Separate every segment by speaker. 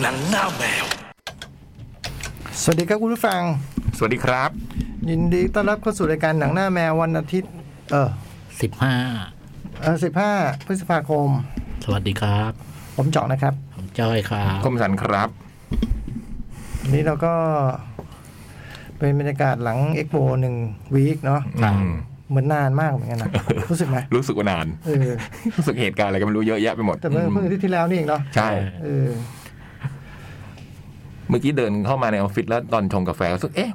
Speaker 1: หนังหน้าแมว
Speaker 2: สวัสดีครับคุณผู้ฟัง
Speaker 3: สวัสดีครับ
Speaker 2: ยินดีต้อนรับเข้าสู่รายการหนังหน้าแมววันอาทิตย์ เออ
Speaker 4: สิบห้า
Speaker 2: เออสิบห้าพฤษภาคม
Speaker 4: สวัสดีครับ
Speaker 2: ผมเจาะนะครับ
Speaker 4: ผมจ้อยครับ
Speaker 3: คมสันครับ
Speaker 2: วันนี้เราก็เป็นบรรยากาศหลังเอ็กโปหนึ่งวีคเนาะ
Speaker 3: อืม
Speaker 2: เหมือนนานมากเหมือนกัน นะ รู้สึกไหม
Speaker 3: รู้สึกว่านาน
Speaker 2: เออ
Speaker 3: รู้สึกเหตุการณ์อะไรก็ไม่รู้เยอะแยะไปหมด
Speaker 2: แต่เมื่อเพิ่งอา
Speaker 3: อืม
Speaker 2: ทิตย์ที่แล้วนี่เองเนาะ
Speaker 3: ใช่
Speaker 2: เออ
Speaker 3: เมื่อกี้เดินเข้ามาในออฟฟิศแล้วตอนชงกาแฟรู้สึก เอ๊ะ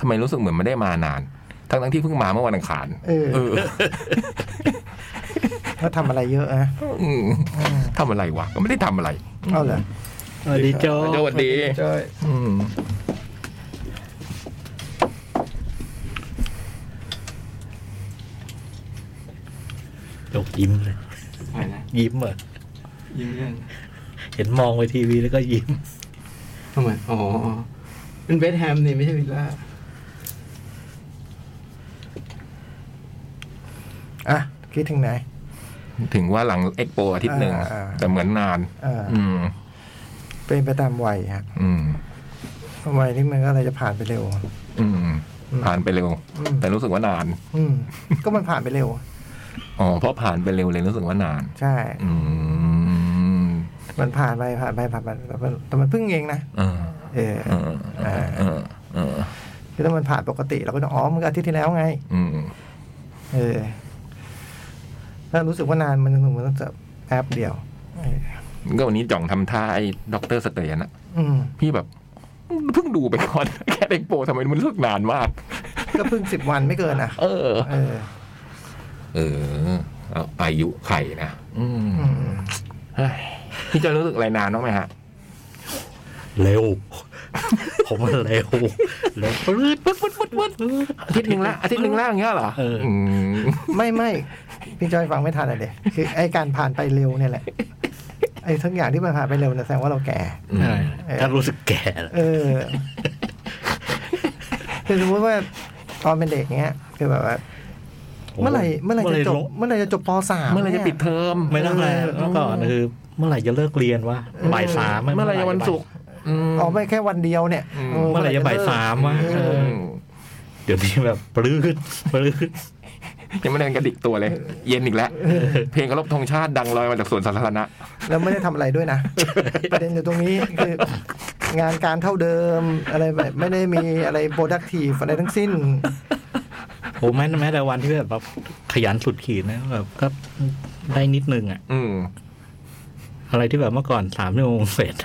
Speaker 3: ทำไมรู้สึกเหมือนไม่ได้มานาน ทั้งทั้งๆที่เพิ่งมาเมื่อวันอังคาร
Speaker 2: เออ
Speaker 3: เออ
Speaker 2: ก็ทำอะไรเยอะนะ
Speaker 3: อืมทำอะไรวะ ก็ไม่ได้ทำอะไร
Speaker 2: เอาเหรอ
Speaker 4: สวัสดีโจอย
Speaker 3: สวัสดี
Speaker 2: จ้อย
Speaker 3: อืม
Speaker 4: ยกยิ้มเลยยิ้มเหรอ
Speaker 5: ยิ้มเรื่อง
Speaker 4: เห็นมองไปทีวีแล้วก็ยิ้ม
Speaker 5: ทำไมอ๋อเป็นเวสต์แฮมนี่ไม่ใช่วิลล่า
Speaker 2: อ่ะคิดถึงไหน
Speaker 3: ถึงว่าหลังเอ็กโปอาทิตย์หนึ่ง
Speaker 2: อ่า
Speaker 3: แต่เหมือนนาน
Speaker 2: เออ
Speaker 3: อืม
Speaker 2: เป็นไปตามวัยฮะ
Speaker 3: อืม
Speaker 2: วัยนี่มันก็อะไรจะผ่านไปเร็ว
Speaker 3: อืม ผ่านไปเร็ว แต่รู้สึกว่านาน
Speaker 2: อืม ก็มันผ่านไปเร็ว
Speaker 3: อ๋อ เพราะผ่านไปเร็วเลยรู้สึกว่านาน
Speaker 2: ใช่
Speaker 3: อืม
Speaker 2: มันผ่านไปผ่านไปผ่านไปแต่มันแต่มันเพิ่งเองนะ
Speaker 3: อ่า
Speaker 2: เออ
Speaker 3: เออเออเออเออ
Speaker 2: คือถ้ามันผ่านปกติเราก็ต้องอ๋อมันก็อาทิตย์ที่แล้วไง
Speaker 3: อืม
Speaker 2: เออ ถ้ารู้สึกว่านานมันเหมือนจะแป๊บเดียวเออ
Speaker 3: ก็วันนี้จ่องทำท่าไอ้ด็อกเตอร์สเตยนะ
Speaker 2: อืม
Speaker 3: พี่แบบเพิ่งดูไปก่อน แค่เด็กโปทำไมมันเลิกนานมาก
Speaker 2: ก็เพิ่งสิบวันไม่เกินอ่ะ
Speaker 3: เออ
Speaker 2: เออ
Speaker 3: เออเอาอายุไข่นะอืม
Speaker 2: อืม
Speaker 3: เฮ้ยพี่จะรู้สึกอะไรนานบ้างไหมฮะ
Speaker 4: เร็ว ผมว่าเร็วเร็วปื๊ดปึ๊ดปึ๊ดปึ๊ดปึ๊ด
Speaker 3: อาทิตย์หนึ่งละอาทิตย์หนึ่งละอย่างเงี้ยเหรอ
Speaker 4: เอออื
Speaker 3: ม
Speaker 2: ไม่ไม่พี่จอยฟังไม่ทันอ่ะเด็กคือไอการผ่านไปเร็วเนี่ยแหละ ไอทั้งอย่างที่มันผ่านไปเร็วเนี่ยแสดงว่าเราแก่
Speaker 4: ใช่ถ้ารู้สึกแก่
Speaker 2: เออ คือสมมติว่าตอนเป็นเด็กเนี้ย คือแบบว่า เมื่อไหร่เมื่อไหร่จะจบเมื่อไหร่จะจบปสาม
Speaker 3: เมื่อไหรจะ
Speaker 2: นี่ย
Speaker 3: ปิดเทอม
Speaker 4: ไม่ต้องแลเมื่อก่อนคือ เมื่อไหร่จะเลิกเรียนวะบ่ายสาม
Speaker 3: เมื่อไหรจะวันศุกร์อืม
Speaker 2: อ๋อไม่แค่วันเดียวเนี่ย
Speaker 3: อืม
Speaker 2: ออ
Speaker 4: เมื่อไหร่จะบ่ายสามวะ
Speaker 3: อื
Speaker 4: เออ
Speaker 3: ม
Speaker 4: เดี๋ยวนี้แบบปลื้ดปลื้ด
Speaker 3: ยังไม่ได้กระดิกตัวเลย เย็นอีกแล้วเพลงกระลบธงชาติดังลอยมาจากสวนสาธารณะ
Speaker 2: แล้วไม่ได้ทำอะไร ด้วยนะ ประเด็นอยู่ตรงนี้คือ งานการเท่าเดิมอะไรแบบไม่ได้มีอะไรโปรดักทีฟอะไรทั้งสิ้น
Speaker 4: โอ้แม้แม้แต่วันที่แบบ ขยันสุดขีดนะแบบก็ได้นิดนึงอ่ะ
Speaker 3: อืม
Speaker 4: อะไรที่แบบเมื่อก่อนสามชั่วโมงเสร็จ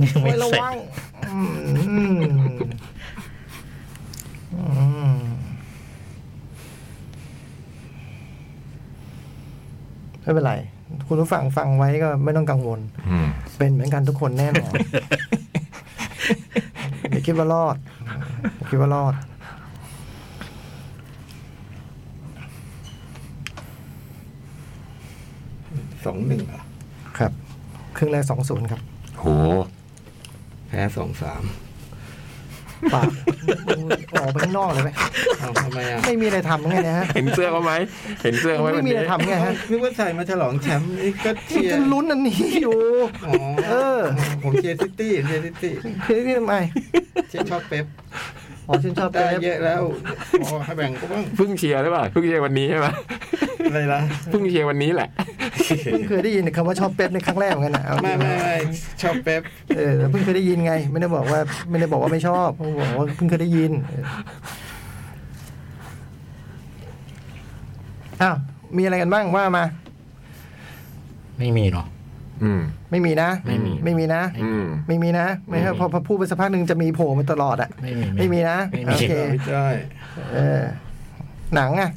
Speaker 4: นี่ยังไม่
Speaker 2: ไม่ระ
Speaker 4: เสร็จ
Speaker 2: วังอืมอืมอืมไม่เป็นไร คุณผู้ฟังฟังไว้ก็ไม่ต้องกังวล
Speaker 3: อืม
Speaker 2: เป็นเหมือนกันทุกคนแน่นอน อย่าคิดว่ารอดอย่าคิดว่ารอด
Speaker 5: สองหนึ่งอ่ะ
Speaker 2: ครับ ครึ่งแรกสองศูนย์ครับ
Speaker 3: โห
Speaker 5: แพ้สองสาม
Speaker 2: ปากออกไปข้างนอกเลยไหม
Speaker 5: เอาทำไมอ่ะ
Speaker 2: ไม่มีอะไรทำไงนะฮะ
Speaker 3: เห็นเสื้อเขาไหม เห็นเสื้อเขาไหม
Speaker 2: ไม่มีอะไรทำไงฮะ
Speaker 5: นึกว่าใส่มาฉลองแชมป์นี่ก็เชีย
Speaker 2: จะ
Speaker 5: ร์
Speaker 2: ลุ้นอันนี้อยู่
Speaker 5: อ๋อ
Speaker 2: เออ
Speaker 5: ผมเชียร์ซิตี้เชียร์ซิตี้
Speaker 2: คือที่ทำไม
Speaker 5: เชียร์ชอบเป๊ป
Speaker 2: อ๋อฉันชอบ
Speaker 5: ได้
Speaker 2: เป๊ป
Speaker 5: เยอะแล้วพอให้แบ่งก็บ้าง
Speaker 3: เพิ่งเชียร์หรือเปล่าเพิ่งเชียร์วันนี้ใช่ไหม
Speaker 5: อะไรล่ะ
Speaker 3: เพิ่งเชียร์วันนี้แหละ
Speaker 2: เพิ่งเคยได้ยินคำว่าชอบเป๊ปในครั้งแรกเหมือนกันนะเอาจ
Speaker 5: ไม่
Speaker 2: ริง
Speaker 5: ไม่ไม่ชอบเป๊ป
Speaker 2: เออเพิ่งเคยได้ยินไง ไม่ได้บอกว่า ไม่ได้บอกว่าไม่ชอบบอกว่าเพิ่งเคยได้ยินเอออ้าวมีอะไรกันบ้างว่ามา
Speaker 4: ไม่มีหรอก
Speaker 3: อืม
Speaker 2: ไม่มีนะ
Speaker 4: ไม่มี
Speaker 2: ไม่มีนะ
Speaker 3: อืม
Speaker 2: ไม่มีนะไม่ครับพอพอพูดไปสักพักหนึ่งจะมีโผล่มาตลอดอ่ะ
Speaker 4: ไม่มี
Speaker 2: ไม่มีนะ
Speaker 4: ไม่มี
Speaker 2: โอเค
Speaker 5: พี่จ้อย
Speaker 2: เออ หนังอ่ะ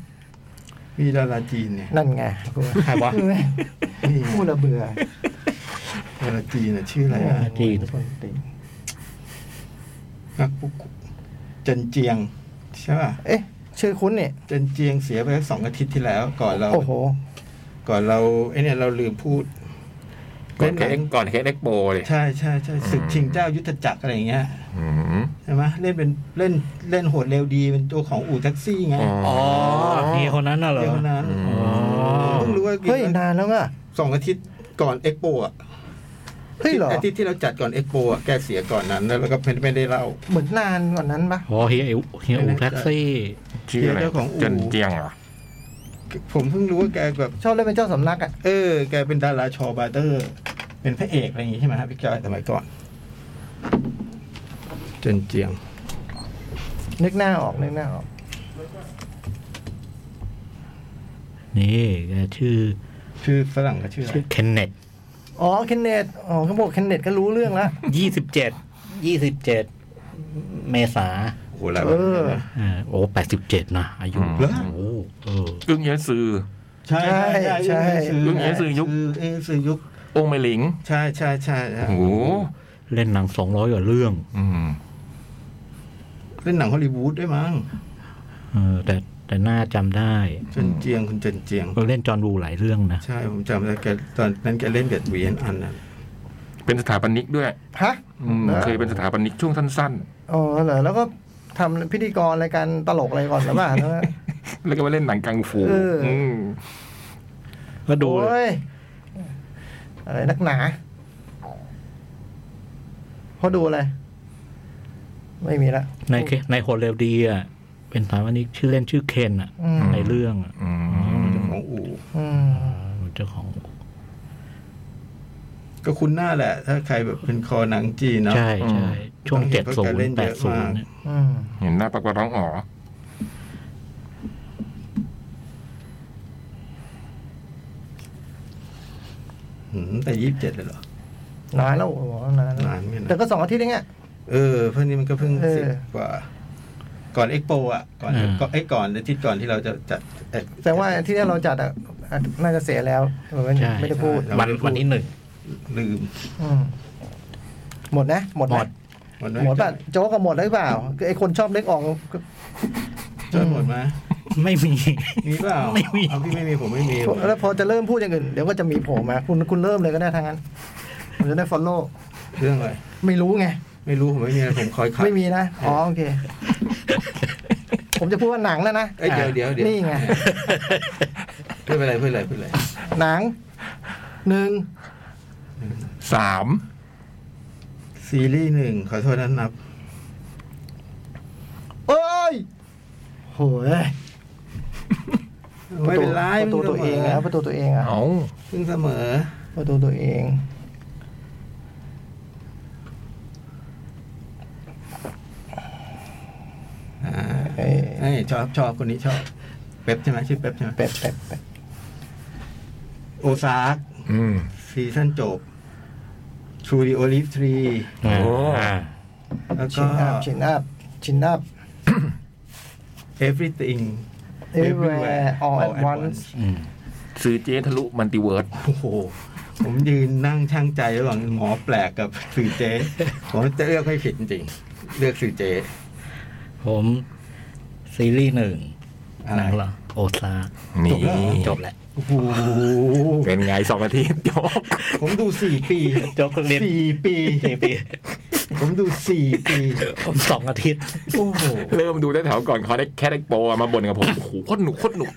Speaker 5: มีดาราจีนเนี่ย
Speaker 2: นั่นไงกู
Speaker 4: ใครวะ
Speaker 5: นี่
Speaker 2: พูดและเบื่อ
Speaker 5: ดาราจีนน่ะชื่ออะไรอ่ะ
Speaker 4: จีน
Speaker 2: คนตี
Speaker 5: นักปุกกุจันเจียงใช่ป่ะ
Speaker 2: เอ๊ะ ชื่อคุ้นเนี่ย
Speaker 5: จันเจียงเสียไปสองอาทิตย์ที่แล้ว ก่อนเรา
Speaker 2: โอ้โห
Speaker 5: ก่อนเราไอเนี่ยเราลืมพูด
Speaker 3: ก่อนเค
Speaker 5: เล่น
Speaker 3: สก่อนเคสเอ็กโปเลย
Speaker 5: ใช่ใช่ใช่ศึกชิงเจ้ายุทธจักรอะไรอย่างเงี้ย
Speaker 3: อืม
Speaker 5: ใช่ไหมเล่นเป็นเล่นเล่นโหดเร็วดีเป็นตัวของอู่แท็กซี่ไง
Speaker 4: อ๋อมีคนนั้นน่ะเหรอ
Speaker 5: เดี๋ยวนั้น
Speaker 4: อ๋อ
Speaker 5: เพิ่งรู้ว่า
Speaker 2: เฮ้ย นานแล้วอ่ะ
Speaker 5: สองอาทิตย์ก่อนเอ็กโปอ่ะ
Speaker 2: เฮ้ยเหรอ
Speaker 5: อาทิตย์ที่เราจัดก่อนเอ็กโปอ่ะแกเสียก่อนนั้น แล้วก็ไม่ได้เล่า
Speaker 2: เหมือนนานกว่านั้นปะ
Speaker 4: อ๋อเฮียอู๋เฮียอูแท็กซี่
Speaker 3: ชื่ออะไร
Speaker 5: เจ้าของอู่
Speaker 3: เจนเจียงเหรอ
Speaker 5: ผมเพิ่งรู้ว่าแกแบบ
Speaker 2: ชอบเล่นเป็นเจ้าสำนักอ่ะ
Speaker 5: เออ แกเป็นดาราชอบาเตอร์ เป็นพระเอกอะไรอย่างงี้ใช่ไหมฮะพี่จอยสมัยก่อน เจนเจียง
Speaker 2: นึกหน้าออกนึกหน้าออก
Speaker 4: นี่แกชื่อ
Speaker 5: ชื่อฝรั่งก็ชื่ออะไร
Speaker 4: ชื่อเคนเนต
Speaker 2: อ๋อเคนเนตอ๋อเขาบอกเคนเนตก็รู้เรื่องละ
Speaker 4: ยี่สิบเจ็ดยี่สิบเจ็ดเมษา
Speaker 5: โอ้โหหลายวันเหมือนกันนะ
Speaker 4: อ่าโอ้แปดสิบเจ็ดนะ อายุ
Speaker 5: เหรอ
Speaker 4: โอ้เออ
Speaker 3: กึ้งเยซือ
Speaker 5: ใช่
Speaker 2: ใช่
Speaker 3: รุ่นเอสื่อยุค
Speaker 5: เอสื่อยุค
Speaker 3: องค์ไม่หลิง
Speaker 5: ใช่ใช่ใช่
Speaker 3: โอ้
Speaker 5: ใช่
Speaker 3: โห
Speaker 4: เล่นหนังสองร้อยกว่าเรื่อง
Speaker 3: อืม
Speaker 5: เล่นหนังฮอลลีวูดด้วยมั้ง
Speaker 4: เออแต่แต่น่าจำได้
Speaker 5: เจนเจียงคุณเจนเจียง
Speaker 4: ก็เล่นจอห์นวูหลายเรื่องนะ
Speaker 5: ใช่ ผมจำได้แกตอนนั้นแกเล่นกับวีนอันนะ
Speaker 3: เป็นสถาปนิกด้วย
Speaker 2: ฮะ
Speaker 3: อืม
Speaker 2: นะ
Speaker 3: เคยเป็นสถาปนิกช่วงสั้น
Speaker 2: อ๋อเหรอแล้วก็ทำพิธีกรรายการตลกอะไรก่อนหรือเปล่าแล้วก็
Speaker 3: ๆ แล้วก็มาเล่นหนังกังฟู
Speaker 2: เอออื
Speaker 3: ม
Speaker 4: ก็ดู
Speaker 2: โอ้ยอะไรนักหนาพอดูอะไร ไม่มีละ
Speaker 4: ในเคในโฮเลวดีอ่ะเป็นสถามวันนี้ชื่อเล่นชื่อเคนอ่ะ
Speaker 2: อืม
Speaker 4: ในเรื่องอ่ะ
Speaker 3: อืม
Speaker 5: เจ้าของอู่
Speaker 2: อืม
Speaker 4: เจ้าของ
Speaker 5: ก็คุ้นหน้าแหละ ถ้าใครแบบเป็นคอหนังจีนเนาะ
Speaker 4: ใช่ใช่ช่วง
Speaker 5: ต้องเห็
Speaker 4: เจ็
Speaker 5: น
Speaker 4: ด
Speaker 5: เพราะ
Speaker 4: ศู
Speaker 5: แก
Speaker 4: นย์
Speaker 5: เล่น
Speaker 4: แป
Speaker 5: เย
Speaker 4: ด
Speaker 5: อะ
Speaker 4: ศูน
Speaker 5: มา
Speaker 4: ย์
Speaker 5: ก
Speaker 2: อืม
Speaker 3: เห็นหน้าปากกว่าร้องอ๋อ
Speaker 5: หืมแต่ยี่สิบเจ็ดเลยเหรอ
Speaker 2: นานแล้วโอ้โหนานแล้ว
Speaker 5: นานไม่นาน
Speaker 2: แต่ก็สองอาทิตย์เองอะ
Speaker 5: เออ เพื่อนนี้มันก็เพิ่ง
Speaker 2: เออ
Speaker 5: สิบกว่า ก่อนเอ็กโปอ่ะ ก่อนก่อนไอ้ยก่อนอาทิตย์ก่อนที่เราจะจัดเอ่อ
Speaker 2: แต่ว่าอาที่นี่เราจัดอะอะน่าจะเสียแล้วเออไม่
Speaker 4: ใช่
Speaker 2: ไม่ได้พูด
Speaker 5: ใช่
Speaker 4: วันวันที่หนึ่ง
Speaker 5: ลืม
Speaker 2: อืมหมดนะ หมด
Speaker 4: หม
Speaker 2: นะ
Speaker 4: ด
Speaker 5: วัน
Speaker 2: หมดป่ะโจ๊กก็หมดแล้วหรือเปล่าคือไอคนชอบเล็กออก
Speaker 5: จนหมดไหม
Speaker 4: ไม่มี
Speaker 5: มีเปล่า
Speaker 4: ไม่มี
Speaker 5: เอาพี่ไม่มีผมไม่มี
Speaker 2: แล้วพอจะเริ่มพูดอย่างอื่น เดี๋ยวก็จะมีโผล่มาคุณคุณเริ่มเลยก็ได้ทางนั้นผมจะได้ follow
Speaker 5: เรื่องอะไร
Speaker 2: ไม่รู้ไง
Speaker 5: ไม่รู้ผมไม่มีอะไรผมคอยขัด
Speaker 2: ไม่มีนะ อ๋อโอเค ผมจะพูดว่าหนังแล้วนะ
Speaker 5: เอ้ยเดี๋ยวเดี๋ยวเดี๋ยว
Speaker 2: นี่ไง
Speaker 5: เพื่อนอะไรเพื่อนอะไรเพื่อนอะไร
Speaker 2: หนังหนึ่ง
Speaker 3: สาม
Speaker 5: ซีรีส์หนึ่งขอโทษนะนับ
Speaker 2: โอ้ยโหย
Speaker 5: ไม่เป็นไร
Speaker 2: ประตูตัวเองนะประตูตัวเองอะ
Speaker 3: เอา
Speaker 5: เพิ่งเสมอ
Speaker 2: ประตูตัวเอง
Speaker 5: อ่า
Speaker 2: เอ้ย
Speaker 5: เอ้ยชอบชอบคนนี้ชอบ เป๊ปใช่ไหมชื่อเป๊ปใช่ไหม
Speaker 2: แป๊บแป๊บแป๊บ
Speaker 5: โอซาร์ก
Speaker 3: อืม
Speaker 5: ซีซั่นจบทรูดีโอลิฟทรี
Speaker 3: โอ้
Speaker 4: อ่า
Speaker 5: แล้ว
Speaker 2: ชิ
Speaker 5: ก็
Speaker 2: นอัพชินอัพชินอัพ
Speaker 5: เอฟริติง
Speaker 2: everywhere all at once
Speaker 4: อืม
Speaker 3: ซื้อเจ๊ทะลุมันติเวิร์ด
Speaker 5: โอ้โห ผมยืนนั่งช่างใจระหว่างหมอแปลกกับสื่อเจ๊ผมจะเลือกให้ผิดจริงๆ เลือกสื่อเจ๊
Speaker 4: ผมซีรีส์หนึ่ง
Speaker 5: อะไร
Speaker 4: หนังเหรอโอซาร์
Speaker 3: นี่
Speaker 4: จบแล้ว
Speaker 5: โอ้โห
Speaker 3: เป็นไงสองอาทิตย์จบ
Speaker 5: ผมดูสี่ปี
Speaker 4: จบเรียน
Speaker 5: สี่ปี
Speaker 4: สี่ปี
Speaker 5: ผมดูสี่ปี
Speaker 4: ผมสองอาทิตย์
Speaker 5: โอ้โห
Speaker 3: เริ่มดูได้แถวก่อนเขาได้แค่ได้โปรอะมาบ่นกับผมโอ้โหโคตรหนุกโคตรหนุก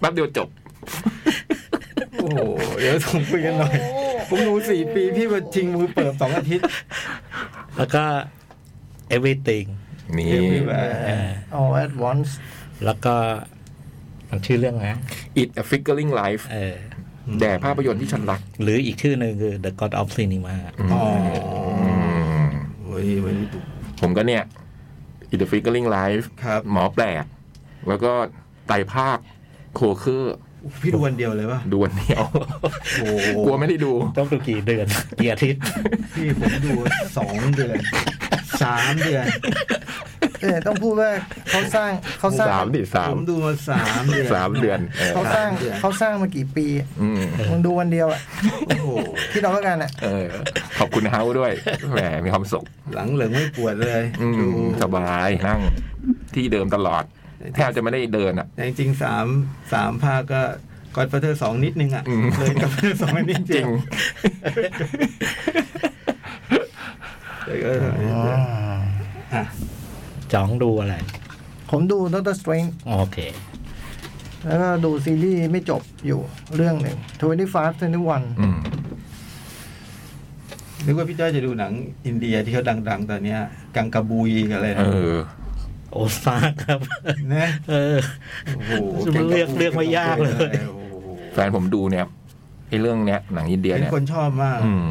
Speaker 3: แป๊บเดียวจบ
Speaker 5: โอ้โห เดี๋ยวส่งคุยกันหน่อย ผมดูสี่ปีพี่มาชิงมือเปิดสองอาทิตย์
Speaker 4: แล้วก็ everything
Speaker 3: นี่
Speaker 5: Everywhere
Speaker 4: เออ
Speaker 2: all at once
Speaker 4: แล้วก็ มันชื่อเรื่องนะ
Speaker 3: It a Figuring Life
Speaker 4: เออ
Speaker 3: แด่ภาพยนตร์ที่ฉันรัก
Speaker 4: หรืออีกชื่อหนึ่งคือ the god of cinema
Speaker 5: อ๋อ
Speaker 3: อืม
Speaker 5: โอ้ยวันนี้ดู
Speaker 3: ผมก็เนี่ย It a Figuring Life
Speaker 5: ครับ
Speaker 3: หมอแปลก แล้วก็ไตรภาคโคคือ
Speaker 5: พี่ดูวันเดียวเลยป่ะ
Speaker 3: ดูวันเดียว
Speaker 5: โอ้โห
Speaker 3: กลัวไม่ได้ดู
Speaker 4: ต้องดูกี่เดือน กี่อาทิตย์
Speaker 5: พี่ผมดูสองเดือนสามเดือน
Speaker 2: เออต้องพูดว่าเขาสร้างเขาสร้าง
Speaker 3: สามดิสา
Speaker 5: ผม มดูมาสามเดือน
Speaker 3: สามเดือนเออ
Speaker 2: เขาสร้างเขาสร้างมากี่ปี
Speaker 3: อืม
Speaker 2: มึงดูวันเดียวอะ
Speaker 5: โอ้โห
Speaker 2: ที่เราต้องการอะ
Speaker 3: เออ ขอบคุณเฮาด้วยแหมมีความสุข
Speaker 5: หลังเหลืองไม่ปวดเลย
Speaker 3: อืม
Speaker 5: ดู
Speaker 3: สบายนั่งที่เดิมตลอด แทบจะไม่ได้เดินอ่ะ
Speaker 5: แต่จริงๆสามสามภาคก็กอดฟัเธอสองนิดนึงอ่ะ
Speaker 3: อืม
Speaker 5: เลยกับ เธอสองนิด
Speaker 3: จ
Speaker 5: เดี
Speaker 3: ริ
Speaker 5: ย
Speaker 3: ง
Speaker 5: วเลยก็สองนิดเดียวอ่ะ
Speaker 4: จ้องดูอะไร
Speaker 2: ผมดูดรสเตรน
Speaker 4: โอเค
Speaker 2: แล้วก็ดูซีรีส์ไม่จบอยู่เรื่องหนึ่ง25 21
Speaker 3: อืม
Speaker 5: นึกว่าพี่จ้อยจะดูหนังอินเดียที่เขาดัง ๆ ตอนเนี้ย กังกะบุยกับอะไร
Speaker 3: เอ
Speaker 5: นะ
Speaker 3: อ
Speaker 4: โอซากครับ
Speaker 5: นะ
Speaker 4: เออ
Speaker 5: โอ้โห
Speaker 4: จะมาเลือกเลือกไม่ยากเลย
Speaker 5: โอ้โห
Speaker 3: แฟนผมดูเนี่ยไอ้เรื่องเนี้ยหนังอินเดีย
Speaker 5: เป็น
Speaker 3: เนี่ย
Speaker 5: คนชอบมาก
Speaker 3: อืม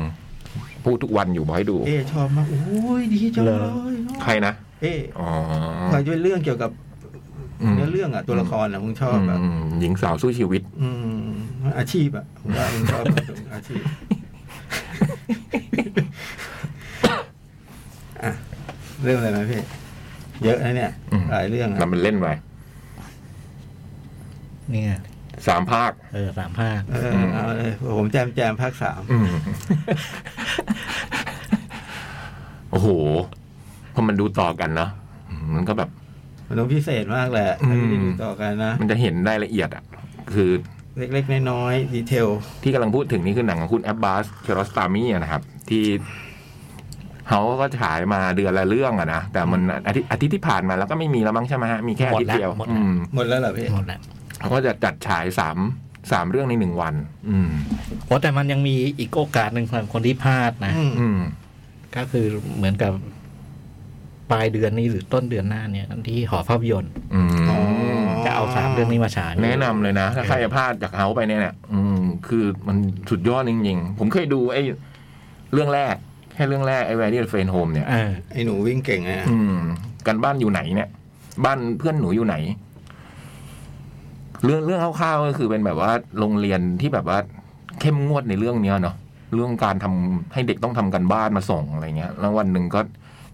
Speaker 3: พูดทุกวันอยู่บอกให้ดู
Speaker 5: เอชอบมากโอ้ยดีจัง
Speaker 4: เห
Speaker 5: เล
Speaker 4: รอ
Speaker 5: ย
Speaker 3: ใครนะ
Speaker 5: เอ
Speaker 3: อ๋อ
Speaker 5: คอยด้วยเรื่องเกี่ยวกับ
Speaker 3: อืม
Speaker 5: เนื้อเรื่องอ่ะตัวละครอ่ะมึงชอบอ่ะ
Speaker 3: อืมหญิงสาวสู้ชีวิต
Speaker 5: อืมอาชีพอ่ะผมว่ามึงชอบอาชีพ อ่ะเรื่องอะไรไหมพี่เยอะนะเนี่ย
Speaker 3: อืม
Speaker 5: หลายเรื่องอะ
Speaker 3: นำมันเล่นไป
Speaker 4: เนี่ย
Speaker 3: สามภาค
Speaker 4: เออสามภาค
Speaker 5: เออเอาเลยผมแจมแจมภาคสาม
Speaker 3: อืมโอ้โหพอมันดูต่อกันเนาะอืมมันก็แบบ
Speaker 5: มันต้องพิเศษมากแหละ
Speaker 3: อืม
Speaker 5: ถ้าไม่ได้ดูต่อกันนะ
Speaker 3: มันจะเห็นรายละเอียดอ่ะ คือ
Speaker 5: เล็กๆ น้อยๆ ดีเทล
Speaker 3: ที่กำลังพูดถึงนี่คือหนังของคุณแอบบาสเคโรสตามีอะนะครับ ที่เขาก็ฉายมาเดือนละเรื่องอะนะ แต่มันอาทิตย์อาทิตย์ที่ผ่านมาแล้วก็ไม่มีแล้วมั้งใช่ไหมฮะ มีแค่อาทิตย์เดียวอืม
Speaker 5: หมดแล้วเหรอพี่
Speaker 4: หมดแล้ว
Speaker 3: เขาก็จะจัดฉายสามสามเรื่องในหนึ่งวัน อืม
Speaker 4: โอ้แต่มันยังมีอีกโอกาสหนึ่งสำหรับคนที่พลาดนะ
Speaker 5: อืม
Speaker 3: อืม
Speaker 4: ก็คือเหมือนกับปลายเดือนนี้หรือต้นเดือนหน้าเนี่ย ที่หอภาพยนตร์
Speaker 3: อืม
Speaker 5: อ๋อ
Speaker 4: จะเอาสามเรื่องนี้มาฉาย
Speaker 3: แนะนำเลยนะ ถ้าใครจะพลาดจากเขาไปเนี่ยเนี่ยอืม คือมันสุดยอดจริงๆ ผมเคยดูไอ้เรื่องแรก แค่เรื่องแรกไอ้แวร์ดี้เฟนโฮมเนี่ย
Speaker 4: เออ
Speaker 5: ไอ้หนูวิ่งเก่งนะ
Speaker 3: อืม กันบ้านอยู่ไหนเนี่ย บ้านเพื่อนหนูอยู่ไหน เรื่องเรื่องคร่าวๆก็คือเป็นแบบว่าโรงเรียนที่แบบว่า เข้มงวดในเรื่องเนี้ยเนาะเรื่องการทำให้เด็กต้องทำกันบ้านมาส่งอะไรเงี้ย แล้ววันหนึ่งก็ก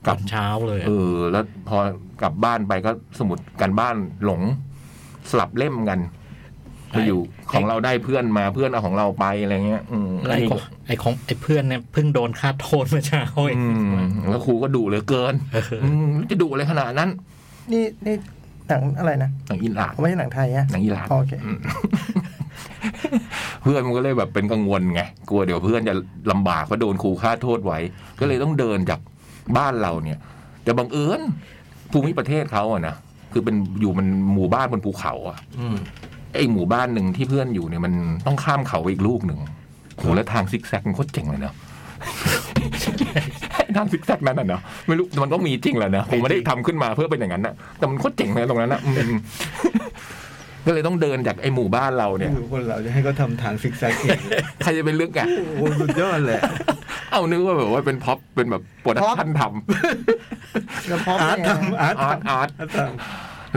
Speaker 4: ต
Speaker 3: ลั
Speaker 4: อบ นเช้าเลยอะ
Speaker 3: เออ แล้วพอกลับบ้านไปก็สมุดกันบ้านหลงสลับเล่มกันไปอยู่ของเราได้เพื่อนมาเพื่อนเอาของเราไปอะไรเงี้ย อืม
Speaker 4: แล้วไอ้ของไอ้ของไอ้เพื่อนเนี่ยเพิ่งโดนฆ่าโทษเมื่อเช้าเอง
Speaker 3: อืมแล้วครูก็ดุเหลือเกิน
Speaker 4: เออ
Speaker 3: อืมจะดุอะไรขนาดนั้น
Speaker 2: นี่นี่หนังอะไรนะ
Speaker 3: หนังอินหลาด
Speaker 2: ไม่ใช่หนังไทยอะ
Speaker 3: หนังอินหลาด
Speaker 2: โอเค
Speaker 3: มเพื่อนมันก็เลยแบบเป็นกังวลไงกลัวเดี๋ยวเพื่อนจะลำบากเพราะโดนครูฆ่าโทษไว้ ก็เลยต้องเดินจากบ้านเราเนี่ย แต่บังเอิญภูมิประเทศเขาอะนะคือเป็นอยู่มันหมู่บ้านบนภูเขาอะ
Speaker 5: อืม
Speaker 3: ไอหมู่บ้านหนึ่งที่เพื่อนอยู่เนี่ยมันต้องข้ามเขาไปอีกลูกหนึ่งโหแล้วทางซิกแซกมันโคตรเจ๋งเลยเนาะ ทางซิกแซกนั้นน่ะเนาะไม่รู้มันต้องมีจริงแหละนะคงไม่ได้ทำขึ้นมาเพื่อเป็นอย่างนั้นนะแต่มันโคตรเจ๋งเลยตรงนั้นนะอืม ก็เลยต้องเดินจากไอหมู่บ้านเราเนี่ย
Speaker 5: คือคนเราจะให้เขาทำทางซิกแซกเอง
Speaker 3: ใครจะไปเลือกอะ
Speaker 5: โอ้โหสุดยอดเลย
Speaker 3: เอานึกว่าแบบว่าเป็นพ็อปเป็นแบบโปรดักชันท
Speaker 2: แล้วพร้อม
Speaker 5: อาร์ต
Speaker 2: เนี่ยนะ
Speaker 5: ทำอาร์ต
Speaker 3: ำอาร์ต
Speaker 5: ทำ
Speaker 3: อาร์ต
Speaker 5: อาร์ตท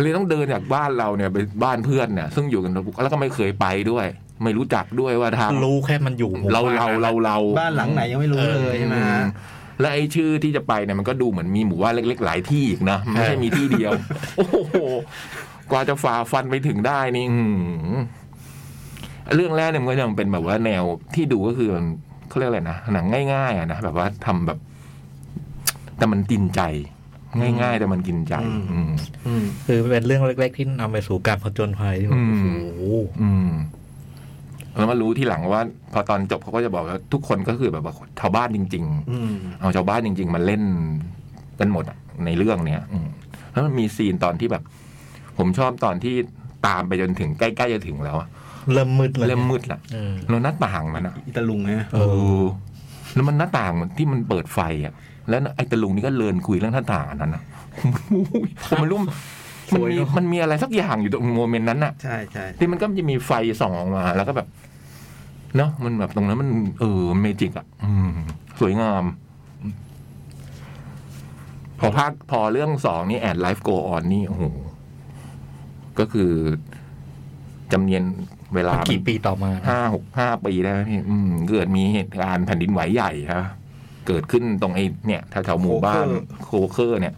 Speaker 3: เลยต้องเดินจากบ้านเราเนี่ยไปบ้านเพื่อนเนี่ยซึ่งอยู่กันแล้วก็ไม่เคยไปด้วย ไม่รู้จักด้วยว่าทาง
Speaker 4: รู้แค่มันอยู่หมู่
Speaker 3: เรา
Speaker 4: บ้น
Speaker 3: เราเราเรา
Speaker 5: ำบ้านหลังไหนยังไม่รู้เลยใช่ไหมฮะ
Speaker 3: และไอ้ชื่อที่จะไปเนี่ยมันก็ดูเหมือนมีหมู่บ้านเล็กๆ หลายที่อีกนะไม่ใช่มีที่เดียว โอ้โหกว่าจะฝ่าฟันไปถึงได้นี่อื้อหือเรื่องแรกเนี่ยมันก็ยังเป็นแบบว่าแนวที่ดูก็คือมันเขาเรียกอะไรนะหนังง่าย ๆอะนะแบบว่าทำแบบ แต่มันกินใจ ง่ายๆ แต่มันกินใจ อืม
Speaker 5: อืม
Speaker 4: คือเป็นเรื่องเล็กๆ ที่นำไปสู่การผจญภัยที่แบบ
Speaker 3: อืม
Speaker 4: โอ้โห
Speaker 3: อืมแล้วมารู้ที่หลังว่า พอตอนจบเขาก็จะบอกว่าทุกคนก็คือแบบว่าชาวบ้านจริง ๆ
Speaker 5: อืม
Speaker 3: เอาชาวบ้านจริง ๆ มาเล่นกันหมดอะในเรื่องเนี้ยอืมแล้วมันมีซีนตอนที่แบบ ผมชอบตอนที่ตามไปจนถึงใกล้ๆจะถึงแล้วอะ
Speaker 4: เริ่มมืดเลย
Speaker 3: เริ่มมืดละ
Speaker 4: เออ
Speaker 3: แล้วหน้าต่างมันอะ
Speaker 5: อีตาลุงนะ
Speaker 4: เออ
Speaker 3: เออแล้วมันหน้าต่างมันที่มันเปิดไฟอะแล้วไอ้ตะลุงนี่ก็เลินคุยเรื่องหน้าต่างอันนั้นนะ อุ้ยผมไม่รู้มัน
Speaker 5: สวย
Speaker 3: มี
Speaker 5: เนอะ
Speaker 3: มันมีอะไรสักอย่างอยู่ตรงโมเมนต์นั้นอะ
Speaker 5: ใช่ใช่
Speaker 3: ที่มันก็จะมีไฟส่องออกมา แล้วก็แบบเนาะมันแบบตรงนั้นมัน เออเมจิกอ่ะ อืม สวยงาม พอภาคพอเรื่องสองนี่แอดไลฟ์โกออนนี่ โอ้โห ก็คือจำเนียนเวลา
Speaker 4: กี่ปีต่อมานะ
Speaker 3: ห้าหกห้าปีได้ไหมพี่อืม เกิดมีเหตุการณ์แผ่นดินไหวใหญ่ครับเกิดขึ้นตรงไอ้เนี่ยแถวๆหมู่บ้านโคเคอร์ เนี่ย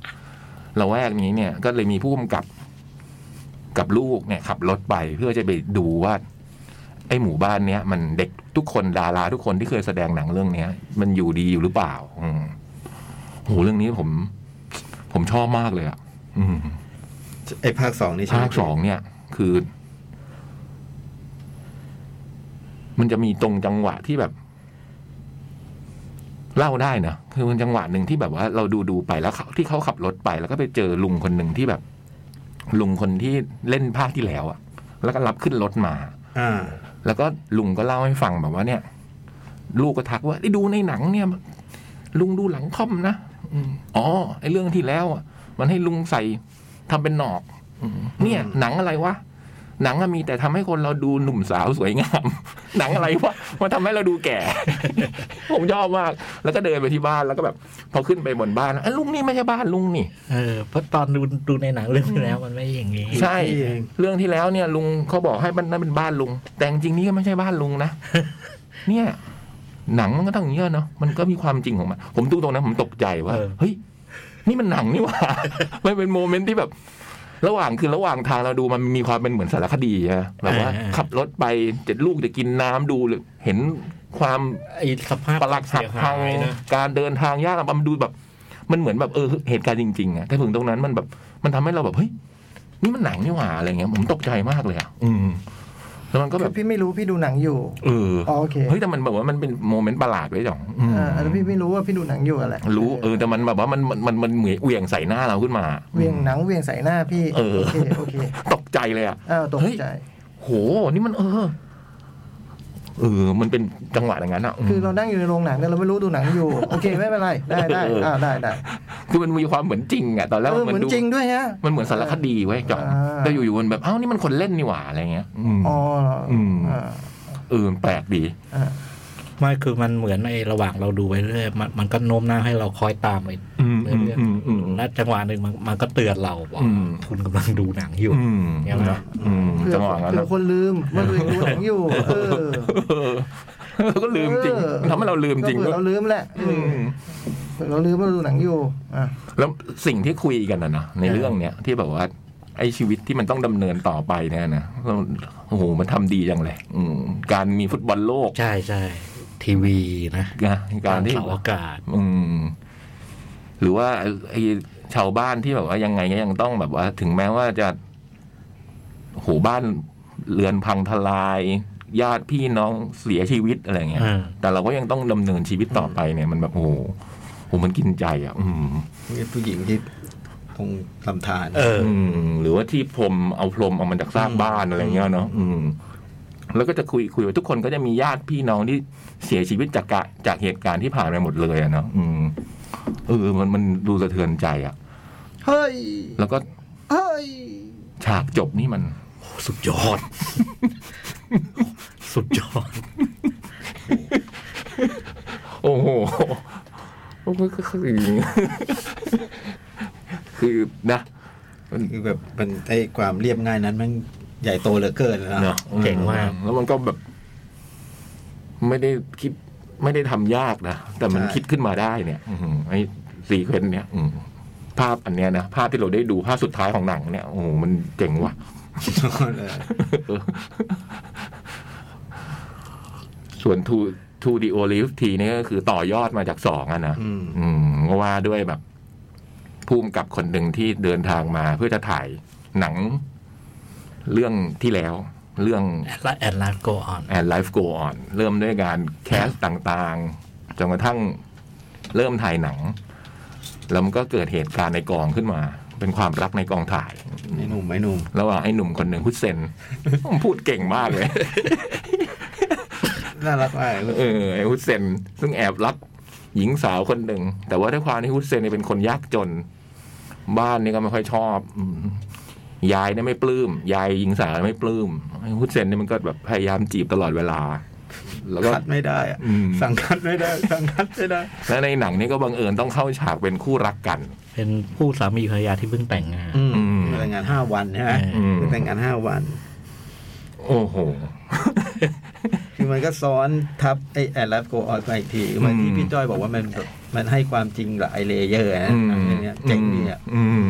Speaker 3: ละแวกนี้เนี่ย ก็เลยมีผู้กำกับ กับลูกเนี่ยขับรถไปเพื่อจะไปดูว่า ไอ้หมู่บ้านเนี้ยมันเด็กทุกคนดาราทุกคนที่เคยแสดงหนังเรื่องเนี้ย มันอยู่ดีอยู่หรือเปล่า อืมโหเรื่องนี้ผม ผมชอบมากเลยอ่ะ อืม
Speaker 5: ไอภาคสองนี่ใช่ไหม
Speaker 3: ภาคสองเนี่ย คือ มันจะมีตรงจังหวะที่แบบ เล่าได้นะคือมันจังหวะหนึ่งที่แบบว่า เราดูดูๆไปแล้วเขาที่เขาขับรถไป แล้วก็ไปเจอลุงคนหนึ่งที่แบบ ลุงคนที่เล่นภาคที่แล้วอะแล้วก็รับขึ้นรถมา
Speaker 5: อ่า
Speaker 3: แล้วก็ลุงก็เล่าให้ฟังแบบว่าเนี่ย ลูกก็ทักว่าได้ดูในหนังเนี่ย ลุงดูหลังคอมนะอืมอ๋อไอ้เรื่องที่แล้วอะมันให้ลุงใส่ทำเป็นหนอกอืมเนี่ย หนังอะไรวะหนังอะมีแต่ทำให้คนเราดูหนุ่มสาวสวยงาม หนังอะไรวะมันทำให้เราดูแก่ ผมชอบมาก แล้วก็เดินไปที่บ้านแล้วก็แบบ พอขึ้นไปบนบ้านอะลุงนี่ไม่ใช่บ้านลุงนี่
Speaker 4: เออเพราะตอนดูดูในหนังเรื่องที่แล้วมันไม่อย่างนี้
Speaker 3: ใช่
Speaker 5: ที่เอง
Speaker 3: เรื่องที่แล้วเนี่ยลุงเขาบอกให้มันนั่นเป็นบ้านลุง แต่จริงๆนี่ก็ไม่ใช่บ้านลุง นะ เนี่ย หนังมันก็ต้องอย่างเงี้ยเนาะมันก็มีความจริงของมัน ผมดูตรงนั้นผมตกใจว่า
Speaker 4: เออ
Speaker 3: เฮ้ยนี่มันหนังนี่หว่า มันเป็นโมเมนต์ที่แบบ ระหว่างคือระหว่างทางเราดูมันมีความเป็นเหมือนสารคดีอะแบบว่า ขับรถไปเจ็ดลูกจะกินน้ำดูหรือเห็นความ
Speaker 4: ไอ้สภาพ
Speaker 3: ปลักหักพัง
Speaker 4: เสียหยนะ
Speaker 3: การเดินทางยากลำบากมันดูแบบ มันเหมือนแบบเออเหตุการณ์จริงๆอะแต่ถึงตรงนั้นมันแบบมันทำให้เราแบบเฮ้ยนี่มันหนังนี่หว่าอะไรเงี้ยผมตกใจมากเลยอะอืมแล้วมันก็แบ
Speaker 2: คื
Speaker 3: บ
Speaker 2: อพี่ไม่รู้พี่ดูหนังอยู่
Speaker 3: เออ
Speaker 2: อ๋อโอเค
Speaker 3: เฮ้ยแต่มันแบบว่ามันเป็นโมเมนต์ประหลาดไว้ยจ่องอืม
Speaker 2: อ่าแล้วพี่ไม่รู้ว่าพี่ดูหนังอยู่อะไร
Speaker 3: รู้เออแต่มันแบบว่ามันมันมันมันเหมือนเหวี่ยงใส่หน้าเราขึ้นมา
Speaker 2: เวียงหนังเวียงใส่หน้าพี่
Speaker 3: เออ
Speaker 2: โอเคโอเค
Speaker 3: ตกใจเลยอะ
Speaker 2: อ้าวตก
Speaker 3: เฮ้ย
Speaker 2: ใจ
Speaker 3: โหนี่มันเออเออ มันเป็นจังหวะอย่างนั้นอะม
Speaker 2: คือเรานั่งอยู่ในโรงหนังเนี่ยเราไม่รู้ดูหนังอยู่ โอเคไม่เป็นไรได้ได้
Speaker 3: เออ
Speaker 2: อ่าได้ได้
Speaker 3: คือมันมีความเหมือนจริงอะตอนแรก
Speaker 2: เออ
Speaker 3: มัน
Speaker 2: เหมือน
Speaker 3: ดู
Speaker 2: จริงด้วยฮะ
Speaker 3: มันเหมือนสารคดีไว้ยจ่อง
Speaker 2: อ่า
Speaker 3: แต่อยู่ๆมันแบบเอ้านี่มันคนเล่นนี่หว่าอะไรเงี้ยอืม
Speaker 2: อ๋ออ
Speaker 3: ม
Speaker 2: อ่า
Speaker 3: เออแปลกดี
Speaker 2: อ่า
Speaker 4: ไม่คือมันเหมือนไอ้ระหว่างเราดูไปเรื่อยมันมันก็โน้มน้าวให้เราคอยตามไป
Speaker 3: อืม
Speaker 4: เรื่
Speaker 3: อืม
Speaker 4: อย
Speaker 3: อืมอืม
Speaker 4: ๆและจังหวะหนึ่งมันมันก็เตือนเราว่า
Speaker 3: อืม
Speaker 4: คุณกำลังดูหนังอยู่
Speaker 3: อืม
Speaker 4: เงี้ยนะ
Speaker 3: อืม
Speaker 2: เผื่อ
Speaker 3: จังหวะนั้น
Speaker 2: เผื่อคนลืมว่าตัวเองดูหนังอยู่ เออ
Speaker 3: เออเราก็ลืมจริง
Speaker 2: ออ
Speaker 3: ทำให้เราลืมจริง
Speaker 2: ก็
Speaker 3: ด้ว
Speaker 2: เผื่อยเราลืมแหละ
Speaker 3: อืม
Speaker 2: เผื่อเราลืมว่าเราดูหนังอยู่อ่ะ
Speaker 3: แล้วสิ่งที่คุยกันนะนะในเรื่องเนี้ยที่แบบว่า ไอ้ชีวิตที่มันต้องดำเนินต่อไปเนี่ยนะเราโอ้โหมันทำดีจังเลยอืมการมีฟุตบอลโลก
Speaker 4: ใช่ใช่ทีวีนะ
Speaker 3: นะการที่
Speaker 4: เสาอากาศ
Speaker 3: อืม หรือว่าไอ้ชาวบ้านที่แบบว่ายังไงก็ยังต้องแบบว่า ถึงแม้ว่าจะโหบ้านเรือนพังทลาย ญาติพี่น้องเสียชีวิตอะไรเงี้ย
Speaker 4: อ่า
Speaker 3: แต่เราก็ยังต้องดำเนินชีวิตต่อไปเนี่ย มันแบบโอ้โหโหมันกินใจอ่ะ อืม
Speaker 5: มีผู้หญิงที่ตรงลำธาร
Speaker 4: เออ
Speaker 3: อืม หรือว่าที่พรมเอาพรมเอามันจากซากบ้านอะไรเงี้ยเนาะอืม แล้วก็จะคุยคุยไปทุกคนก็จะมีญาติพี่น้องที่เสียชีวิตจากกะจากเหตุการณ์ที่ผ่านมาหมดเลยอะเนาะอืมเออมันมันดูสะเทือนใจอ่ะ
Speaker 2: เฮ้ย
Speaker 3: แล้วก็
Speaker 2: เฮ้ย
Speaker 3: ฉากจบนี่มัน
Speaker 4: สุดยอด สุดยอด
Speaker 3: โอ้โหก็คือ คือนะ
Speaker 5: คือแบบมันไอ้ความเรียบง่ายนั้นมันใหญ่โตเหลือเกินนะ
Speaker 3: เนาะ
Speaker 4: เจ๋งมาก
Speaker 3: แล้วมันก็แบบ ไม่ได้คิด ไม่ได้ทำยากนะแต่มัน
Speaker 5: ใช่
Speaker 3: คิดขึ้นมาได้เนี่ย อืมไอ้ซีเควนต์เนี่ยอืมภาพอันเนี้ยนะภาพที่เราได้ดูภาพสุดท้ายของหนังเนี่ยโอ้โหมันเจ๋งว่ะ
Speaker 5: เออ
Speaker 3: ส่วนทูทูดีโอลิฟทีนี่ก็คือต่อยอดมาจากสองอะนะ
Speaker 5: อืม
Speaker 3: อืมว่าด้วยแบบภูมิกับคนหนึ่งที่เดินทางมาเพื่อจะถ่ายหนังเรื่องที่แล้ว เรื่อง
Speaker 4: แอดไลแอดไลฟ์โกออน
Speaker 3: and life go on เริ่มด้วยการแคสต่างๆจนกระทั่งเริ่มถ่ายหนัง แล้วมันก็เกิดเหตุการณ์ในกองขึ้นมา เป็นความรักในกองถ่าย
Speaker 5: ไอ้หนุ่มไอ้หนุ่ม
Speaker 3: ระหว่างไอ้หนุ่มคนหนึ่งฮุดเซนผม พูดเก่งมากเลย
Speaker 5: น่ารักมาก
Speaker 3: เออไอ้ฮุดเซนซึ่งแอบรักหญิงสาวคนหนึ่ง แต่ว่าด้วยความที่ฮุดเซนเนี่ยเป็นคนยากจน บ้านนี่ก็ไม่ค่อยชอบอืมยายเนี่ยไม่ปลื้มยายหญิงสาวไม่ปลื้มไอ้ฮุดเซนเนี่ยมันก็แบบพยายามจีบตลอดเวลา แล้วก็
Speaker 5: คัดไม่ได้อะ
Speaker 3: อืม
Speaker 5: สั่งคัดไม่ได้ สั่งคัดไม่ได้
Speaker 3: และในหนังนี่ก็บังเอิญต้องเข้าฉากเป็นคู่รักกัน
Speaker 4: เป็นผู้สามีภรรยาที่เพิ่งแต่งงาน
Speaker 5: อืม
Speaker 3: ม
Speaker 5: แต่งงานห้าวันใช่ไหม
Speaker 3: อืม
Speaker 5: แต่งงานห้าวัน
Speaker 3: โอ้โห
Speaker 5: คือมันก็ซ้อนทับไอ้แอดลับโกออนไปอีกทีเหมันที่พี่จ้อยบอกว่ามันแบบมันให้ความจริงหลายเลเยอร์นะ
Speaker 3: อืม
Speaker 5: อันเนี้ยเจ๋งดีอ่ะ
Speaker 3: อืม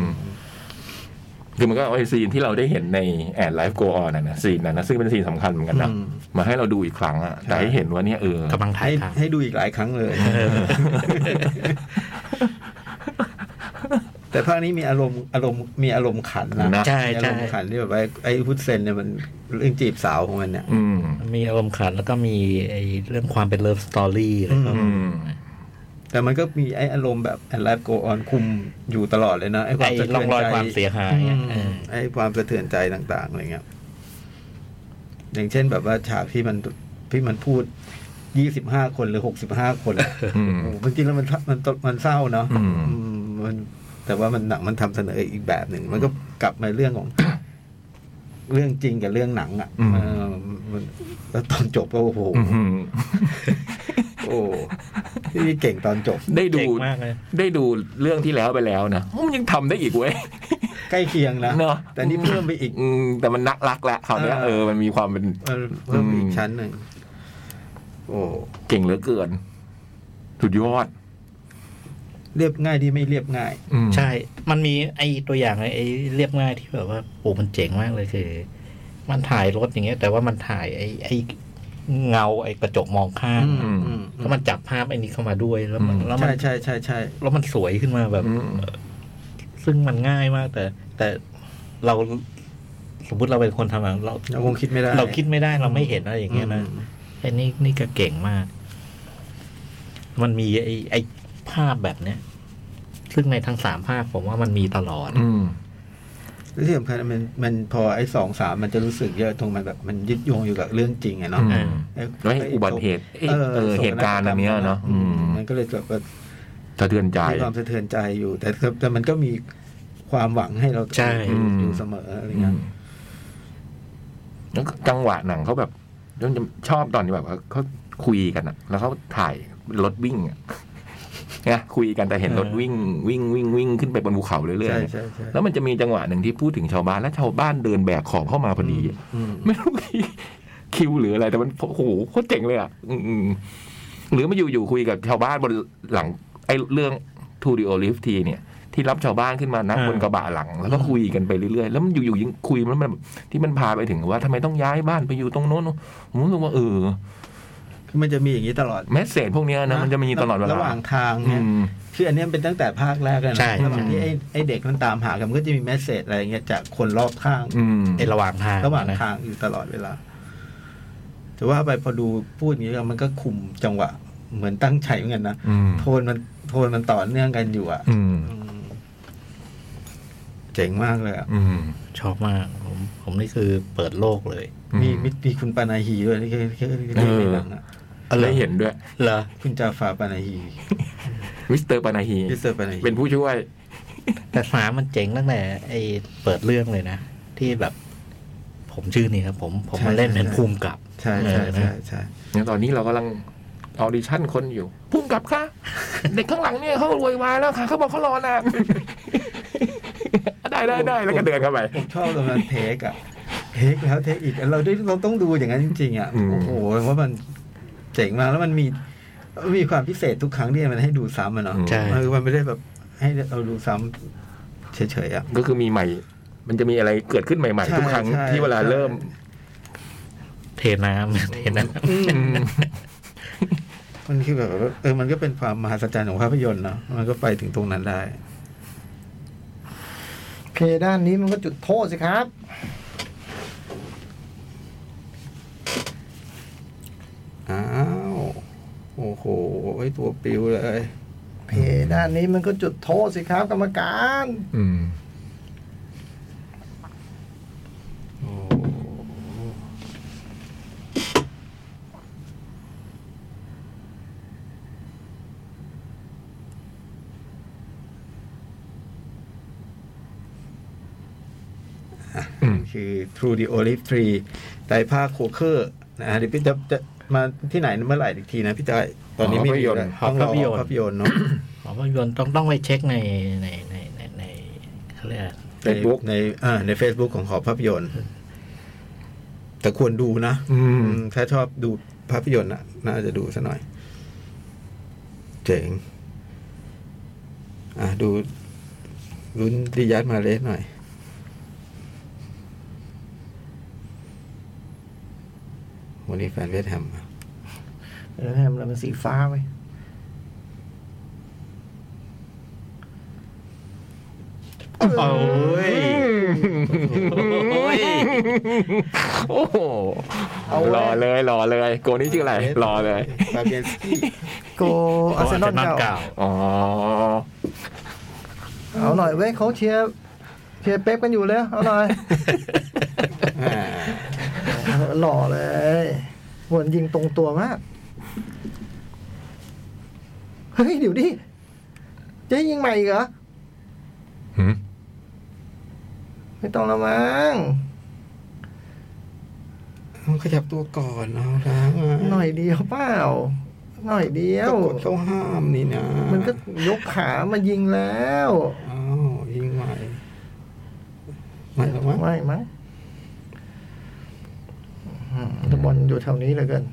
Speaker 3: คือมันก็เอาไอ้ซีนที่เราได้เห็นในแอดไลฟ์โกออนนะซีนนั้นนะซึ่งเป็นซีนสำคัญเหมือนกันนะ
Speaker 5: อืม
Speaker 3: มาให้เราดูอีกครั้งอะแต่ให้เห็นว่าเนี่ยเออ
Speaker 4: กำลังถ่า
Speaker 5: ให้
Speaker 4: ยทำ
Speaker 5: ให้ดูอีกหลายครั้งเลย แต่ภาคนี้มีอารมณ์อารมณ์มีอารมณ์ขันนะ
Speaker 3: นะ
Speaker 4: ใช่
Speaker 5: มีอา
Speaker 4: ใช่
Speaker 5: รมณ์ขันที่แบบว่าไอ้ฮุดเซนเนี่ยมันเรื่องจีบสาวของมันเนี่ย
Speaker 3: อืม
Speaker 4: มีอารมณ์ขันแล้วก็มีไอ้เรื่องความเป็นเลิฟสตอรี่อะไรก็
Speaker 5: อื
Speaker 3: อืม
Speaker 5: แต่มันก็มีไอ้อารมณ์แบบแอนไลฟ์โกออนคุมอยู่ตลอดเลยนะ ไอ้ความ
Speaker 4: ไอ้
Speaker 5: สะเทื
Speaker 4: ร่
Speaker 5: อ
Speaker 4: อง
Speaker 5: น
Speaker 4: รอย
Speaker 5: ใจ
Speaker 4: ความเสียหาย
Speaker 5: อื
Speaker 4: อะ
Speaker 5: ม
Speaker 4: เออ
Speaker 5: ไอ้ความสะเทือนใจต่างๆอะไรเงี้ยอย่างเช่นแบบว่าฉากที่มันที่มันพูด ยี่สิบห้าคนหรือหกสิบห้าคน
Speaker 3: อืม
Speaker 5: โอ้โหจริงๆแล้วมันมันมันเศร้าเนาะ
Speaker 3: อืม
Speaker 5: อืมมันแต่ว่ามันหนังมันทำเสนออีกแบบหนึ่ง มันก็กลับมาเรื่องของ เรื่องจริงกับเรื่องหนังอ่ะ
Speaker 3: อืม
Speaker 5: เออมันแล้วตอนจบก็โอ้โห
Speaker 3: อื้อหือ
Speaker 5: โอ้พี่เก่งตอนจบ
Speaker 3: ได้ดู
Speaker 4: เจ๋งมากเลย
Speaker 3: ได้ดูเรื่องที่แล้วไปแล้วนะโอ้มันยังทำได้อีกเว้ย
Speaker 5: ใกล้เคียงนะ
Speaker 3: เนอะ
Speaker 5: แต่นี่เพิ่มไปอีก
Speaker 3: อืมแต่มันนักรักแล้วคราวเนี้ย
Speaker 5: เออ
Speaker 3: เออมันมีความเป็น
Speaker 5: เออเพิ่มไปอีกชั้นหนึ่งโอ้
Speaker 3: เก่งเหลือเกิน สุดยอด
Speaker 5: เรียบง่ายที่ไม่เรียบง่าย
Speaker 3: อืม
Speaker 4: ใช่ มันมีไอตัวอย่างไอ้เรียบง่ายที่แบบว่าโอ้มันเจ๋งมากเลยคือ มันถ่ายรถอย่างเงี้ย แต่ว่ามันถ่ายไอ้ไอ้เงาไอ้กระจกมองข้าง
Speaker 5: อืมอืม
Speaker 4: แล้วมันจับภาพไอ้นี้เข้ามาด้วยแล้วมันแล้วมั
Speaker 5: ใช่
Speaker 4: น
Speaker 5: ใช่ใช่ใช่
Speaker 4: แล้วมันสวยขึ้นมาแบบ
Speaker 3: อืม
Speaker 4: ซึ่งมันง่ายมาก แต่ แต่เราสมมติเราเป็นคนทำอะเรา
Speaker 5: เราคงคิดไม่ได้
Speaker 4: เราคิดไม่ได้เราไม่เห็นอะไรอย่างเงี้ยนะ
Speaker 5: อืม
Speaker 4: ไอ้นี่นี่ก็เก่งมาก มันมีไอ้ไอ้ภาพแบบเนี้ย ซึ่งในทั้งสามภาคผมว่ามันมีตลอด
Speaker 3: อืม
Speaker 5: แล้วที่สำคัญมันมันพอไอ้สองสามมันจะรู้สึกเยอะตรงมันแบบ มันยึดโยงอยู่กับเรื่องจริงอะเนาะ
Speaker 3: อืม
Speaker 5: ไอ้
Speaker 3: แล้วให้อุบัติเหตุเอ้ยเออ
Speaker 5: โศ
Speaker 3: เหตุการณ์อันเนี้ยเนาะอืม
Speaker 5: มันก็เลยแบบว่า
Speaker 3: สะเทือนใจ
Speaker 5: มีความสะเทือนใจอยู่ แต่แต่แต่มันก็มีความหวังให้เรา
Speaker 4: ใช่
Speaker 5: อยู่อยู่เสมออะไรเงี้ย
Speaker 3: แล้วจังหวะหนังเขาแบบยังชอบตอนที่แบบว่าเขาคุยกันอะแล้วเขาถ่ายรถวิ่งอะ นะคุยกันแต่เห็นรถวิ่ง วิ่งวิ่งวิ่งขึ้นไปบนภูเขาเรื่อย
Speaker 5: ใช่
Speaker 3: ๆเนี่ย
Speaker 5: ใช่ใช่
Speaker 3: แล้วมันจะมีจังหวะหนึ่งที่พูดถึงชาวบ้านและชาวบ้านเดินแบกของเข้ามาพอดีอะ
Speaker 5: อืมอืม
Speaker 3: ไม่รู้ที่คิวหรืออะไรแต่มันโอ้โหโคตรเจ๋งเลยอะอืมๆหรือมาอยู่ๆคุยกับชาวบ้านบนหลัง ไอ้เรื่องทูดิโอลิฟทีเนี่ย ที่รับชาวบ้านขึ้นมานั่ง
Speaker 4: อ่า
Speaker 3: บนกระบะหลัง แล้วก็คุยกันไปเรื่อยๆ แล้วมันอยู่ๆยังคุยมันแบบที่มันพาไปถึงว่าทำไมต้องย้ายบ้านไปอยู่ตรงโน้นผมรู้สึกว่าเออ
Speaker 5: คือมันจะมีอย่างนี้ตลอด
Speaker 3: แมสเซจพวกเนี้ยนะมันจะมีตลอดเวลา
Speaker 5: ระหว่างทาง
Speaker 3: อื
Speaker 5: เนี่ย
Speaker 3: ม
Speaker 5: คืออันเนี้ยเป็นตั้งแต่ภาคแรกแล้ว
Speaker 4: ใช่
Speaker 5: นะระหว่างที่ไอ้ไอ้เด็กมันตามหากันมันก็จะมีแมสเซจอะไรอย่างเงี้ยจากคนรอบข้าง
Speaker 3: อืม
Speaker 4: ไอ้ระหว่างทาง
Speaker 5: ระหว่าง
Speaker 4: นะ
Speaker 5: ทางอยู่ตลอดเวลาแต่ว่าไปพอดูพูดอย่างนี้แล้วมันก็คุมจังหวะ เหมือนตั้งใจเหมือนกันนะ
Speaker 3: อืม
Speaker 5: โทนมันโทนมันต่อเนื่องกันอยู่อ่ะ
Speaker 3: อืม
Speaker 5: อืมเจ๋งมากเลยอะ
Speaker 3: อืม
Speaker 4: ชอบมาก ผม ผมนี่คือเปิดโลกเลย
Speaker 5: มีมีมีคุณปานาฮีด้วยที่เคยเคยเคยเล่นในหนังอะ
Speaker 3: อะไรเห็นด้วย
Speaker 4: เหรอ
Speaker 5: คุณจาฟาปานาฮี
Speaker 3: มิสเตอร์ปานาฮี
Speaker 5: พิสเตอร์ปานาฮี
Speaker 3: เป็นผู้ช่วย
Speaker 4: แต่สามมันเจ๋งตั้งแต่ไอ้เปิดเรื่องเลยนะ ที่แบบ ผมชื่อนี่ครับ ผมผมมาเล่นเป็นภูมิกับ
Speaker 5: ใช่ใช่ใช่ใช่
Speaker 3: เนี่ยตอนนี้เรากำลังออดิชั่นคนอยู่พุ่งกลับค่ะ เด็กข้างหลังเนี่ยเขาโวยวายแล้วค่ะเขาบอกเขารอนาน ได้ได้ได้แล้วก็เดินเข้าไป
Speaker 5: ผมชอบตรงนั้นเทคอะเทคแล้วเทคอีกเราได้เราต้องดูอย่างนั้นจริงๆอะ
Speaker 3: อืม
Speaker 5: โอ้โหว่ามันเจ๋งมากแล้วมันมีมีความพิเศษทุกครั้งที่มันให้ดูซ้ำอะเนาะ
Speaker 4: ใช่
Speaker 5: เออมันไม่ได้แบบ ให้เราดูซ้ำเฉยๆอะ
Speaker 3: ก็คือมีใหม่ มันจะมีอะไรเกิดขึ้นใหม่ ๆ ทุกครั้ง
Speaker 5: ใช่
Speaker 3: ที่เวลาเริ่ม
Speaker 4: เทน้ำ เทน้ำ
Speaker 5: อืมมันคือแบบว่าเออมันก็เป็นความมหัศจรรย์ของภาพยนตร์เนาะมันก็ไปถึงตรงนั้นได้
Speaker 2: เพด้านนี้มันก็จุดโทษสิครับ
Speaker 5: อ้าวโอ้โหไอ้ตัวปิวเลย
Speaker 2: เพด้านนี้มันก็จุดโทษสิครับ กรรมการ
Speaker 3: อืม
Speaker 5: โอ้โห
Speaker 3: อืม
Speaker 5: คือ True the Olive Tree ไตรภาคโคเคอร์นะฮะเดี๋ยวพี่จะจะมาที่ไหนเมื่อไหร่อีกทีนะพี่จอยตอนนี้ไม่มีแล้ว
Speaker 4: หอ
Speaker 5: ต้องรอ
Speaker 4: ภาพยนตร์
Speaker 5: ภาพยนตร์เนาะ
Speaker 4: หมอภาพยนตร์ต้องต้องไปเช็คในในในในในเขาเรียกอะไร
Speaker 3: Facebook
Speaker 5: ในอ่าใน Facebook ของหอภาพยนตร์ แต่ควรดูนะ
Speaker 3: อืม
Speaker 5: อืมถ้าชอบดูภาพยนตร์น่ะน่าจะดูซะหน่อย เจ๋ง อ่ะ ดูลุ้นดิยัดมาเลสหน่อย วันนี้แฟนเวสต์แฮมอ่ะ
Speaker 2: เออให้มันเป็นสีฟ้าไว้ย
Speaker 4: โอ้ยโอ้ย
Speaker 3: โอ้โหรอเลยรอเลย โกนี่ชื่ออะไร รอเลย
Speaker 5: ฟาเบียนสกี้
Speaker 2: โกอาร์เซนอลเก่า
Speaker 3: อ๋อ
Speaker 2: เอาหน่อยเว้ยเขาเชียร์เชียร์เป๊ปกันอยู่เลยเอาหน่อย
Speaker 5: อ่า
Speaker 2: หล่อเลยหวนยิงตรงตัวมาก เฮ้ย เดี๋ยวดิเจ๊ยิงใหม่อีกเหรอ
Speaker 3: หืม
Speaker 2: ไม่ต้องละมั้ง
Speaker 5: เอาขยับตัวก่อนเอาละ
Speaker 2: หน่อยเดียวเปล่าหน่อยเดีย
Speaker 5: ก็
Speaker 2: ว
Speaker 5: กดเขาห้ามนี่นะ
Speaker 2: มันก็ยกขามายิงแล้ว
Speaker 5: อ้าวยิงใหม่ใหม่หรอวะ
Speaker 2: ไม่มั้งอืมลูกบอลอยู่แถวนี้เหลยเกิน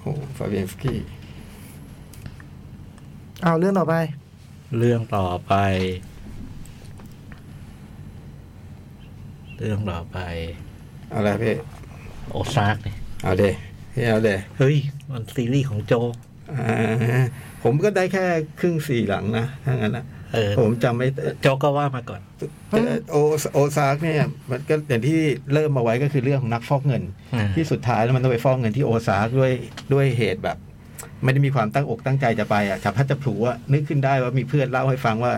Speaker 5: โอ้ฟาเบียนสกี้
Speaker 2: เอาเรื่องต่อไป
Speaker 4: เรื่องต่อไป เรื่องต่อไป
Speaker 5: เอาละพี่
Speaker 4: โอซากเนี่ย
Speaker 5: เอาเดพี่เอาเด
Speaker 4: เฮ้ย มันซีรีส์ของโจก
Speaker 5: อ่าผมก็ได้แค่ครึ่งสี่หลังนะถ้างั้นนะ
Speaker 4: เออ
Speaker 5: ผมจำไม่
Speaker 4: โจกก็ว่ามาก่อน
Speaker 5: แต่โอโอซากเนี่ยมันก็อย่างที่เริ่มมาไว้ก็คือเรื่องของนักฟอกเงิน
Speaker 4: อ่า
Speaker 5: ที่สุดท้ายแล้วมันต้องไปฟอกเงินที่โอซากด้วยด้วยเหตุแบบ ไม่ได้มีความตั้งอกตั้งใจจะไปอ่ะฉับพลัดจับผลูอะนึกขึ้นได้ว่ามีเพื่อนเล่าให้ฟังว่า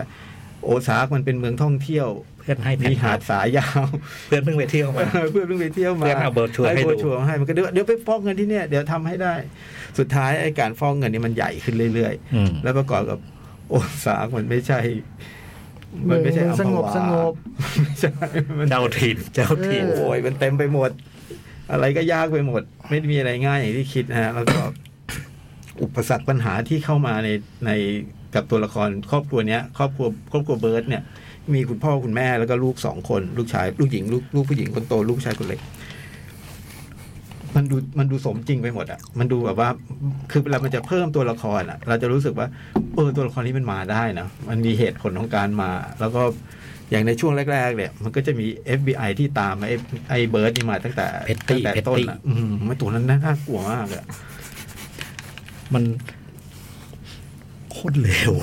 Speaker 5: โอซากมันเป็นเมืองท่องเที่ยว
Speaker 4: เพื่อนให้แผ่
Speaker 5: มี
Speaker 4: น
Speaker 5: หาดสายยาว
Speaker 4: เพื่อนเพิ่งไปเที่ยวมา
Speaker 5: เพื่อนเพิ่งไปเที่ยวมา
Speaker 4: เพื่อนเอาเบอร์ทัวร์ให้ดู
Speaker 5: เบอร์ทัวร์มาให้มันก็เดี๋ยวเดี๋ยวไปฟอกเงินที่เนี่ยเดี๋ยวทำให้ได้ สุดท้ายไอ้การฟอกเงินนี่มันใหญ่ขึ้นเรื่อย ๆ
Speaker 4: อืม
Speaker 5: แล้วประกอบกับโอซากมันไม่ใช่
Speaker 2: เมือง
Speaker 5: มันไม่ใช่อัม
Speaker 2: ส
Speaker 5: พ
Speaker 2: งบ
Speaker 5: วา
Speaker 2: สงบ
Speaker 5: ไม่ใช่มัน
Speaker 4: เจ้าถิ่นเจ้าถิ่น
Speaker 5: โอ้ยมันเต็มไปหมด อะไรก็ยากไปหมด ไม่มีอะไรง่ายอย่างที่คิดนะฮะ แล้วก็ อุปสรรคปัญหาที่เข้ามาในในกับตัวละครครอบครัวเนี้ย ครอบครัวครอบครัวเบิร์ดเนี่ย มีคุณพ่อคุณแม่แล้วก็ลูกสองคน ลูกชายลูกหญิงลูกลูกผู้หญิงคนโตลูกผู้ชายคนเล็ก มันดูมันดูสมจริงไปหมดอะมันดูแบบว่า คือเวลามันจะเพิ่มตัวละครอะเราจะรู้สึกว่าเออตัวละครนี้มันมาได้นะมันมีเหตุผลของการมา แล้วก็อย่างในช่วงแรก ๆ เนี่ย มันก็จะมี FBI ที่ตามไอ้ไอ้เบิร์ดนี่มาตั้งแต่
Speaker 4: เพต
Speaker 5: ตั้
Speaker 4: ตี้
Speaker 5: งแต่
Speaker 4: เพต
Speaker 5: ต้น
Speaker 4: ตี้
Speaker 5: อะอืมไม่ตัวนั้นน่ากลัวมาก อะ
Speaker 4: มันโคตรเร็ว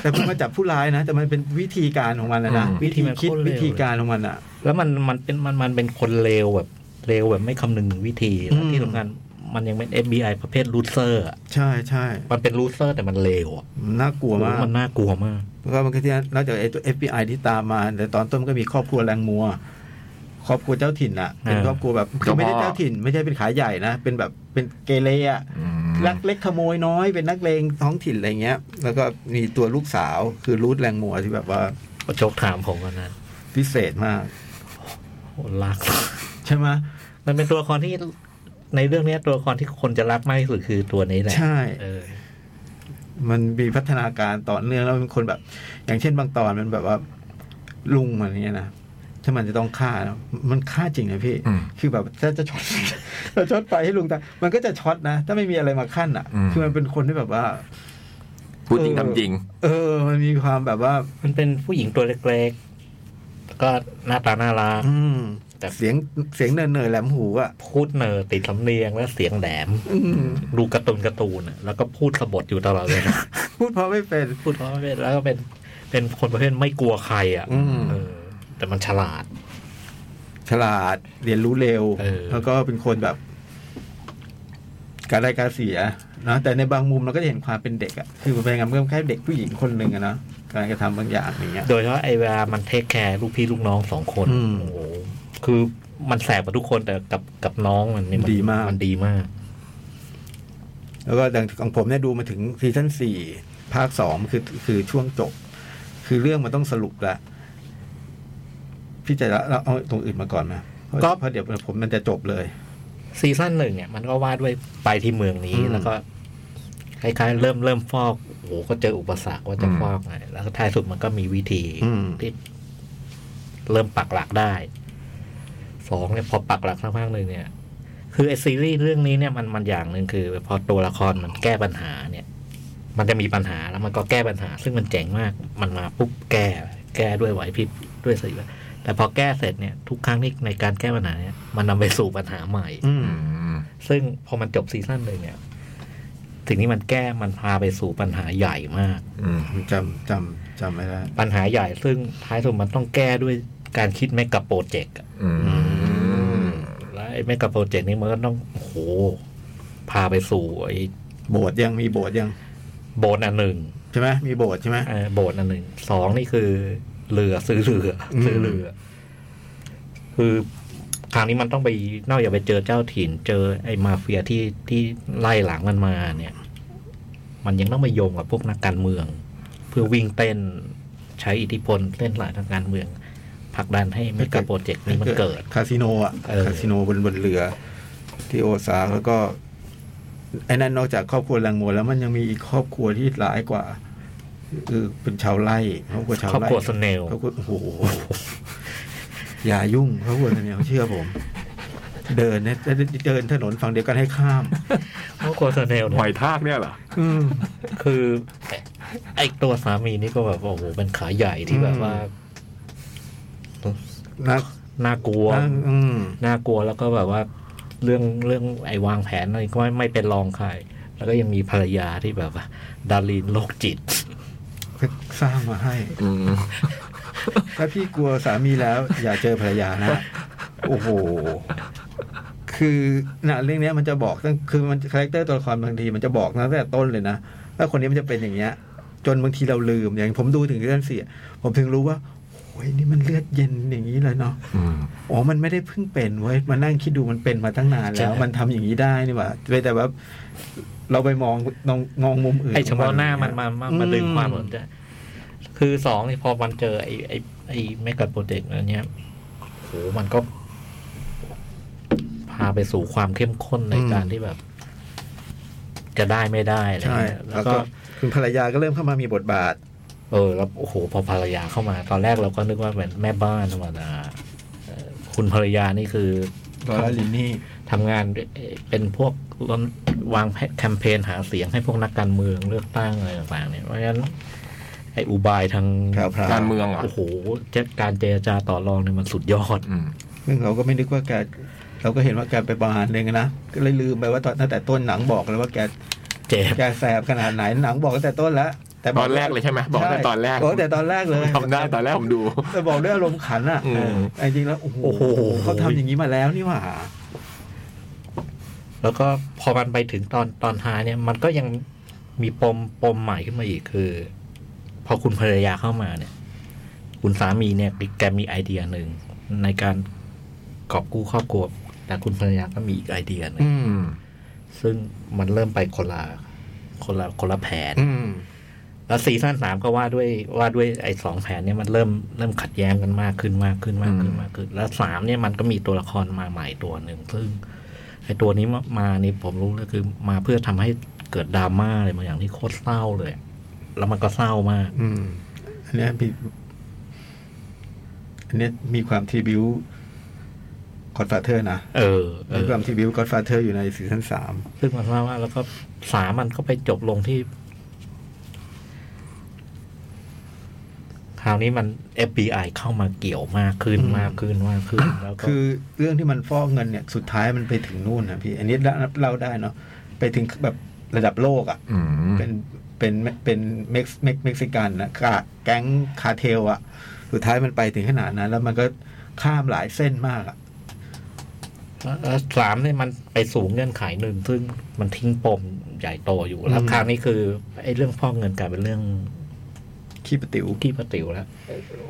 Speaker 5: แต่มันมาจับผู้ร้ายนะ แต่มันเป็นวิธีการของมันนะนะ
Speaker 3: อืม
Speaker 5: วิธีคิด
Speaker 4: วิธีมันโคตรเร็ว
Speaker 5: วิธีการของมันอ่ะ
Speaker 4: แล้วมันมันเป็นมันมันเป็นคนเร็วแบบเร็วแบบไม่คำนึงถึงวิธี
Speaker 5: อื
Speaker 4: และ
Speaker 5: ม
Speaker 4: ที่สำคัญมันยังเป็น FBI ประเภทลูเซอร์อะ
Speaker 5: ใช่ใช่
Speaker 4: มันเป็นลูเซอร์แต่มันเร็วอะ
Speaker 5: มันน่ากลัวมาก
Speaker 4: มันน่ากลัวมาก
Speaker 5: แล้วก็มันก็ที่นอกจากไอ้ตัว FBI ที่ตามมา แต่ตอนต้นก็มีครอบครัวแรงมัว ครอบครัวเจ้าถิ่นอ่ะ เป็น
Speaker 4: อ่า
Speaker 5: ครอบครัวแบบคือไม่ได้เจ้าถิ่น ไม่ใช่เป็นขายใหญ่นะ เป็นแบบเป็นเกเรอ่ะ
Speaker 3: อืม
Speaker 5: ลักเล็กขโมยน้อยเป็นนักเลงท้องถิ่นอะไรเงี้ย แล้วก็มีตัวลูกสาวคือรูทแรงมัวที่แบบว่า
Speaker 4: โจกถามผมวันนั้น
Speaker 5: พิเศษมาก
Speaker 4: โอ้รัก
Speaker 5: ใช่ไหม
Speaker 4: มันเป็นตัวละครที่ในเรื่องเนี้ยตัวละครที่คนจะรักมากที่สุดคือตัวนี้แหละ
Speaker 5: ใช่
Speaker 4: เออ
Speaker 5: มันมีพัฒนาการต่อเนื่องแล้วมันคนแบบ อย่างเช่นบางตอนมันแบบว่า ลุงมันอย่างเงี้ยนะถ้ามันจะต้องฆ่านะมันฆ่าจริงนะพี่
Speaker 3: อืม
Speaker 5: คือแบบ ถ้าจะช็อต เราช็อตไปให้ลุงตายมันก็จะช็อตนะ ถ้าไม่มีอะไรมาขั้นอ่ะ
Speaker 3: อืม
Speaker 5: คือมันเป็นคนที่แบบว่า
Speaker 3: พูดจริงทำจริง
Speaker 5: เออ มันมีความแบบว่า
Speaker 4: มันเป็นผู้หญิงตัวเล็กๆแล้วก็หน้าตาน่ารัก
Speaker 5: อืม
Speaker 4: แต่
Speaker 5: เสียงเสียงเนินเนยๆแหลมหูอ่ะ
Speaker 4: พูดเนอร์ติดสำเนียงและเสียงแหลม
Speaker 5: อืม
Speaker 4: ดูการ์ตูนการ์ตูนอะแล้วก็พูดสะบดอยู่ตลอดเลย นะ
Speaker 5: พูดเพราะไม่เป็น
Speaker 4: พูดเพราะไม่เป็นแล้วก็เป็นเป็นคนประเภทไม่กลัวใครอ่ะ
Speaker 5: อืม
Speaker 4: เออ แต่มันฉลาด
Speaker 5: ฉลาดเรียนรู้เร็ว
Speaker 4: เออ
Speaker 5: แล้วก็เป็นคนแบบ การได้การเสียนะแต่ในบางมุมเราก็จะเห็นความเป็นเด็กอะคือมันเป็นงานเพิ่มแค่เด็กผู้หญิงคนหนึ่งอะนะการกระทำบางอย่างอย่างเงี้ย
Speaker 4: โดยเฉพาะไอ้เวลามันเทคแคร์ลูกพี่ลูกน้องสองคน
Speaker 5: อืม
Speaker 4: โอ้โหคือมันแสบกับทุกคนแต่กับกับน้องมันนี่น
Speaker 5: ดีมาก
Speaker 4: มันดีมาก
Speaker 5: แล้วก็อย่างของผมเนี่ยดูมาถึงซีซั่นสี่ภาคสองคือคือช่วงจบ คือเรื่องมันต้องสรุปละพี่จะละเราเอาตรงอื่นมาก่อนนะเพราะ
Speaker 4: ก็
Speaker 5: เพราะเดี๋ยวผมมันจะจบเลย
Speaker 4: ซีซั่นหนึ่งเนี่ยมันก็ว่าด้วยไปที่เมืองนี้
Speaker 5: อืม
Speaker 4: แล้วก็คล้ายๆเริ่มเริ่มฟอกโอ้โหก็เจออุปสรรคว่าจะ
Speaker 3: อืม
Speaker 4: ฟอกไงแล้วก็ท้ายสุดมันก็มีวิธี
Speaker 5: อืม
Speaker 4: ที่เริ่มปักหลักได้สองเนี่ยพอปักหลักสักพักหนึ่งเนี่ย คือไอซีรีส์เรื่องนี้เนี่ยมันมันอย่างหนึ่งคือ พอตัวละครมันแก้ปัญหาเนี่ย มันจะมีปัญหาแล้วมันก็แก้ปัญหา ซึ่งมันเจ๋งมากมันมาปุ๊บแก้ แก้ด้วยไหวพริบด้วยสติปัญญาแต่พอแก้เสร็จเนี่ย ทุกครั้งที่ในการแก้ปัญหาเนี่ยมันนำไปสู่ปัญหาใหม่
Speaker 5: อืม
Speaker 3: อืม
Speaker 4: ซึ่งพอมันจบซีซั่นหนึ่งเนี่ยสิ่งที่มันแก้มันพาไปสู่ปัญหาใหญ่มาก
Speaker 3: อืม
Speaker 5: จำจำจำไม่ได้
Speaker 4: ปัญหาใหญ่ซึ่งท้ายสุดมันต้องแก้ด้วยการคิดแมกกะโปรเจกต์อะ
Speaker 3: อืม
Speaker 4: และไอ้แมกกะโปรเจกต์นี้มันก็ต้องโอ้โห พาไปสู่ไอ้
Speaker 5: โบสถ์ยังมีโบสถ์ยัง
Speaker 4: โบนอันหนึ่ง
Speaker 5: ใช่ไหมมีโบสถ์ใช่ไหม
Speaker 4: เอ่อโบนอันหนึ่งสองนี่คือเรือซื้อเรือ
Speaker 5: อืม
Speaker 4: ซื้อเรือ คือ คราวนี้มันต้องไปนอกจากไปเจอเจ้าถิ่น เจอไอ้มาเฟียที่ที่ไล่หลังมันมาเนี่ย มันยังต้องไปโยงกับพวกนักการเมือง เพื่อวิ่งเต้นใช้อิทธิพลเล่นหลายทางการเมืองผลักดันให้เมกะโปรเจกต์นี้มันเกิด
Speaker 5: คาสิโนอ่ะ
Speaker 4: เออ
Speaker 5: คาสิโนบนบนเรือ ที่โอซาแล้วก็ไอ้นั่นนอกจากครอบครัวลังโมแล้วมันยังมีอีกครอบครัวที่ร้ายกว่าคือเป็นชาวไร่ครอบครัวชาว
Speaker 4: ครอบ
Speaker 5: ไร่
Speaker 4: ครัวสเนล
Speaker 5: ครอบครัวโอ้โหอย่ายุ่งครอบครัวสเนลเชื่อผม เดินเนี่ยเดินถนนฝั่งเดียวกันให้ข้าม
Speaker 4: ครอบครัวสเนล
Speaker 3: ห
Speaker 4: เนี่ย
Speaker 3: อยทากเนี่ยเหรอ
Speaker 5: อืม
Speaker 4: คือไอตัวสามีนี่ก็แบบโอ้โหเป็นขาใหญ่ที่แบบว่า
Speaker 5: นะ
Speaker 4: น่ากลัว
Speaker 5: นะอืม
Speaker 4: น่ากลัวแล้วก็แบบว่าเรื่องเรื่องไอวางแผนอะไรก็ไม่ไม่เป็นรองใคร แล้วก็ยังมีภรรยาที่แบบว่า ดารินโรคจิต
Speaker 5: สร้างมาให้
Speaker 3: อืม
Speaker 5: ถ้าพี่กลัวสามีแล้ว อย่าเจอภรรยานะ โอ้โห คือนะเรื่องเนี้ยมันจะบอกตั้งคือมันคาแรคเตอร์ตัวละครบางทีมันจะบอกตั้งแต่ต้นเลยนะว่าคนนี้มันจะเป็นอย่างเงี้ย จนบางทีเราลืมอย่างผมดูถึงเรื่องเสียผมถึงรู้ว่าโอ้ยนี่มันเลือดเย็นอย่างนี้เลยเนาะ
Speaker 3: อืม
Speaker 5: อ๋อมันไม่ได้เพิ่งเป็นเว้ยมานั่งคิดดูมันเป็นมาตั้งนานแล้ว
Speaker 4: ใช่
Speaker 5: มันทำอย่างนี้ได้นี่หว่าแต่แบบเราไปมองมองมองมุมอื่น
Speaker 4: ไอเฉพาะหน้ามันมามามาดึงความส
Speaker 5: อื
Speaker 4: นใจคือสองนี่พอมันเจอไอไอไอเมกะโปรเจกต์อันเนี้ยโหมันก็ พาไปสู่ความเข้มข้นใน
Speaker 5: อืม
Speaker 4: การที่แบบ จะได้ไม่ได้อะไร
Speaker 5: ใช่
Speaker 4: เงี้ยแล้
Speaker 5: แล้ว ว
Speaker 4: ก็
Speaker 5: ก็คุณภรรยาก็เริ่มเข้ามามีบทบาท
Speaker 4: เออแล้วโอ้โหพอภรรยาเข้ามา ตอนแรกเราก็นึกว่าเป็นแม่บ้านธรรมดาเอ่อคุณภรรยานี่คือ
Speaker 5: ลอร่าลินนี่
Speaker 4: ทำงานเอ่อเป็นพวกรณวางแคมเปญหาเสียงให้พวกนักการเมืองเลือกตั้งอะไรต่างๆเนี่ยเพราะฉะนั้นไอ้อุบายทาง
Speaker 5: ครับ
Speaker 3: การเมืองเหรอ
Speaker 4: โอ้โหเจ้าการเจรจาต่อรองเนี่ยมันสุดยอด
Speaker 3: อืม
Speaker 5: ซึ่งเราก็ไม่นึกว่าแก เราก็เห็นว่าแกไปประหารเองนะ ก็เลยลืมไปว่าตอนตั้งแต่ต้นหนังบอกแล้วว่า แก
Speaker 4: เจ็บ
Speaker 5: แกแสบขนาดไหนหนังบอกตั้งแต่ต้นแล้วแต่บ
Speaker 3: ตอนแรกเลยใช่ไหมบอกแต่ตอนแรก
Speaker 5: บอกตั้งแต่ตอนแรกเลย
Speaker 3: ทำได้ตอนแรกผมดู
Speaker 5: แต่บอกด้วยอารมณ์ขันอ่ะ
Speaker 3: อืม
Speaker 5: แต่จริงๆแล้วโอ้โห
Speaker 4: โอ้โห
Speaker 5: เขาทำอย่างนี้มาแล้วนี่หว่า
Speaker 4: แล้วก็พอมันไปถึงตอนตอนท้ายเนี่ย มันก็ยังมีปมปมใหม่ขึ้นมาอีกคือ พอคุณภรรยาเข้ามาเนี่ย คุณสามีเนี่ยแกมีไอเดียหนึ่งในการกอบกู้ครอบครัวแต่คุณภรรยาก็มีอีกไอเดียหนึง
Speaker 3: อืม
Speaker 4: ซึ่งมันเริ่มไปคนละคนละคนละแผน
Speaker 5: อืม
Speaker 4: แล้วซีซั่นสามก็ว่าด้วยว่าด้วยไอ้สองแผนเนี่ยมันเริ่มเริ่มขัดแย้งกันมากขึ้นมากขึ้นมากขึ้น
Speaker 3: อืม
Speaker 4: มากขึ้น แล้วสามเนี่ยมันก็มีตัวละครมาใหม่ตัวหนึ่งซึ่งไอ้ตัวนี้มามานี่ผมรู้เลยคือมาเพื่อทำให้เกิดดราม่าอะไรบางอย่างที่โคตรเศร้าเลย แล้วมันก็เศร้ามาก
Speaker 5: อืม อันเนี้ยมีอันเนี้ยมีความทีบิวกอดฟาเธอร์นะ
Speaker 4: เออเอ
Speaker 5: มี
Speaker 4: อ
Speaker 5: ความทีบิวกอดฟาเธอร์อยู่ในซีซั่นสาม
Speaker 4: ซึ่งมันเศร้ามากแล้วก็สามมันก็ไปจบลงที่ คราวนี้มัน FBI เข้ามาเกี่ยวมากขึ้นมากขึ้นมากขึ้น แล้วก็
Speaker 5: คือเรื่องที่มันฟอกเงินเนี่ย สุดท้ายมันไปถึงนู่นนะพี่ อันนี้เล่าได้เนาะไปถึงแบบระดับโลกอ่ะ
Speaker 3: อืม
Speaker 5: เป็นเป็นเป็นเม็กเม็กเม็กซิกันนะกะแก๊งคาร์เทลอะสุดท้ายมันไปถึงขนาดนั้น แล้วมันก็ข้ามหลายเส้นมากอะ
Speaker 4: เอ่อสามเนี่ยมันไปสู่เงื่อนไขหนึ่งซึ่งมันทิ้งปมใหญ่โตอยู่แล้วคราวนี้คือไอ้เรื่องฟอกเงินกลายเป็นเรื่อง
Speaker 5: ขี้ประติว
Speaker 4: ที่ประติวแล้ว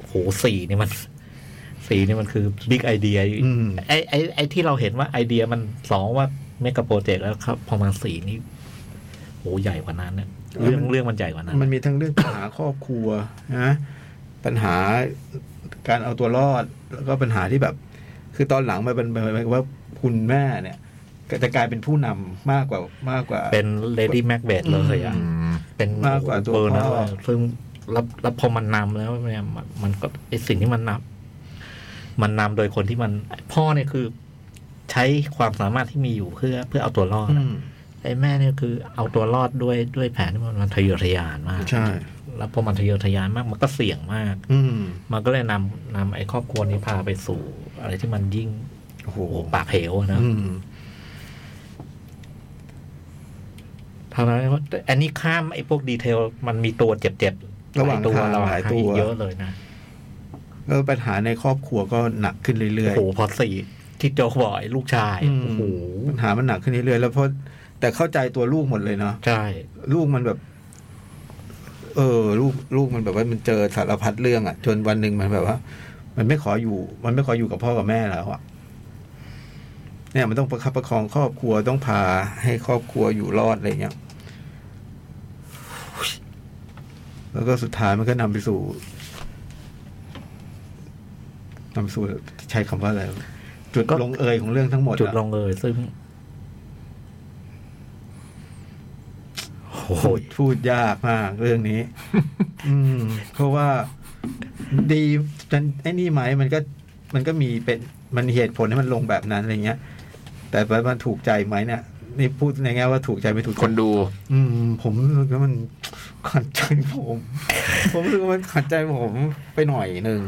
Speaker 4: โหสี่เนี่ยมัน สี่เนี่ยมันคือบิ๊กไอเดีย
Speaker 5: อืม
Speaker 4: ไอ้ไอ้ไอ้ที่เราเห็นว่าไอเดียมันสองว่าเมกะโปรเจกต์แล้วครับ พอมาสี่นี่โหใหญ่กว่านั้นนะเรื่องเรื่องมันใหญ่กว่านั้น
Speaker 5: มันมีทั้งเรื่องปัญหาครอบครัวนะปัญหาการเอาตัวรอด แล้วก็ปัญหาที่แบบ คือตอนหลังมันเป็นเป็นเป็นว่าคุณแม่เนี่ย ก็จะกลายเป็นผู้นำมากกว่ามากกว่า
Speaker 4: เป็นเลดี้แม็กเบดเลยอ่ะ
Speaker 3: อืม
Speaker 4: เป็น
Speaker 5: มากกว่าตัว
Speaker 4: เบอร์นะ
Speaker 5: พ่อ
Speaker 4: ว่าซึ่งแล้วแล้วพอมันนำแล้วเนี่ยมันมันก็ไอสิ่งที่มันนำมันนำโดยคนที่มัน พ่อเนี่ยคือ ใช้ความสามารถที่มีอยู่เพื่อ เพื่อเอาตัวรอด
Speaker 5: อืม
Speaker 4: ไอ้แม่เนี่ยคือเอาตัวรอดด้วยด้วยแผนที่มันมันทะเยอทะยานมาก
Speaker 5: ใช่
Speaker 4: แล้วพอมันทะเยอทะยานมาก มันก็เสี่ยงมาก
Speaker 5: อืม
Speaker 4: มันก็เลยนำนำไอ้ครอบครัวนี้พาไปสู่ อะไรที่มันยิ่ง
Speaker 5: โอ้โห
Speaker 4: โอ้โหปากเหวอะนะ
Speaker 5: อืม
Speaker 4: ทางนั้นว่าอันนี้ข้ามไอ้พวกดีเทล มันมีตัวเจ็บๆ
Speaker 5: ระหว่าง
Speaker 4: ลยตัว
Speaker 5: ทาง
Speaker 4: ระหว่าง
Speaker 5: หลาย
Speaker 4: ทาง
Speaker 5: ตัว
Speaker 4: อีกเยอะเลยนะ
Speaker 5: แล้วปัญหาในครอบครัวก็หนักขึ้นเรื่
Speaker 4: โอ้
Speaker 5: อย
Speaker 4: โห
Speaker 5: ๆ
Speaker 4: พอสี่ที่โจกบอกไอ้ลูกชาย
Speaker 5: อืม
Speaker 4: โอ้โห
Speaker 5: ปัญหามันหนักขึ้นเรื่อยๆแล้วเพราะแต่เข้าใจตัวลูกหมดเลยเนาะ
Speaker 4: ใช่
Speaker 5: ลูกมันแบบ เออ ลูกลูกมันแบบว่ามันเจอสารพัดเรื่องอะ่ะ จนวันหนึ่งมันแบบว่า มันไม่ขออยู่ มันไม่ขออยู่กับพ่อกับแม่แล้วอะ่ะ เนี่ยมันต้องประคับประคองครอบครัวต้องพาให้ครอบครัวอยู่รอดอะไรเงี้ยแล้วก็สุดท้ายมันก็นำไปสู่นำไปสู่ใช้คำว่าอะไรจุด
Speaker 4: ก็
Speaker 5: ลงเอยของเรื่องทั้งหมดอะ
Speaker 4: จุดลงเอยซึ่งโอ้โห
Speaker 5: พูดพูดยากมาก เรื่อง นี้ อืม เพราะว่าดีจนไอ้นี่ไหมมันก็ มันก็มีเป็นมันเหตุผลให้มันลงแบบนั้นอะไรเงี้ย แต่ว่ามันถูกใจไหมเนี่ยนี่พูดในแง่ว่าถูกใจไม่ถูกใจ
Speaker 3: คนดู
Speaker 5: อืมผมรู้สึกว่ามันขัดใจผม ผมรู้สึกว่ามันขัดใจผมไปหน่อยหนึ่ ง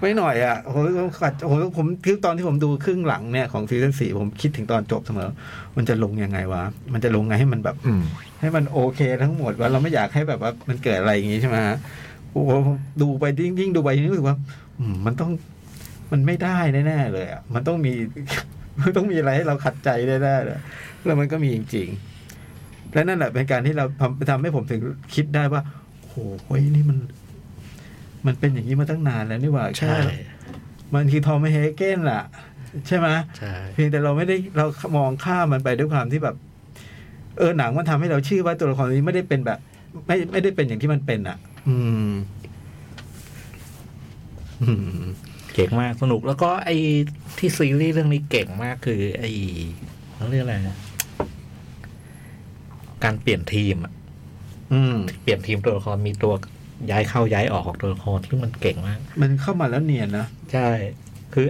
Speaker 5: ไม่หน่อยอ่ะผมรู้สึกว่าขัดผมผมคือตอนที่ผมดูครึ่งหลังเนี่ยของซีซั่นสี่ผมคิดถึงตอนจบเสมอ มันจะลงยังไงวะ มันจะลงไงให้มันแบบ
Speaker 3: อืม
Speaker 5: ให้มันโอเคทั้งหมดว่าเราไม่อยากให้แบบว่ามันเกิดอะไรอย่างงี้ใช่ไหมฮะโอ้โหผมดูไปยิ่งยิ่งดูไปยิ่งรู้สึกว่าอืมมันต้องมันไม่ได้แน่ๆเลยอ่ะมันต้องมี มันต้องมีอะไรให้เราขัดใจแน่ๆเลยแล้วมันก็มีจริงๆและนั่นแหละเป็นการที่เราทำทำให้ผมถึงคิดได้ว่าโอ้โหเฮ้ยนี่มัน มันเป็นอย่างนี้มาตั้งนานแล้วนี่หว่า
Speaker 4: ใช่
Speaker 5: มันคือทอมเฮเกนล่ะ ใช่ไหม
Speaker 4: ใช่
Speaker 5: เพียงแต่เราไม่ได้เรามองข้ามมันไปด้วยความที่แบบ เออหนังมันทำให้เราเชื่อว่าตัวละครนี้ไม่ได้เป็นแบบ ไม่ไม่ได้เป็นอย่างที่มันเป็นอ่ะ อืม อืม
Speaker 4: เก่งมากสนุกแล้วก็ไอ้ที่ซีรีส์เรื่องนี้เก่งมากคือไอ้เขาเรียกอะไรนะการเปลี่ยนทีมอะ
Speaker 5: อืม
Speaker 4: เปลี่ยนทีมตัวละครมีตัวย้ายเข้าย้ายออกของตัวละครซึ่งมันเก่งมาก
Speaker 5: มันเข้ามาแล้วเนียนนะ
Speaker 4: ใช่ คือ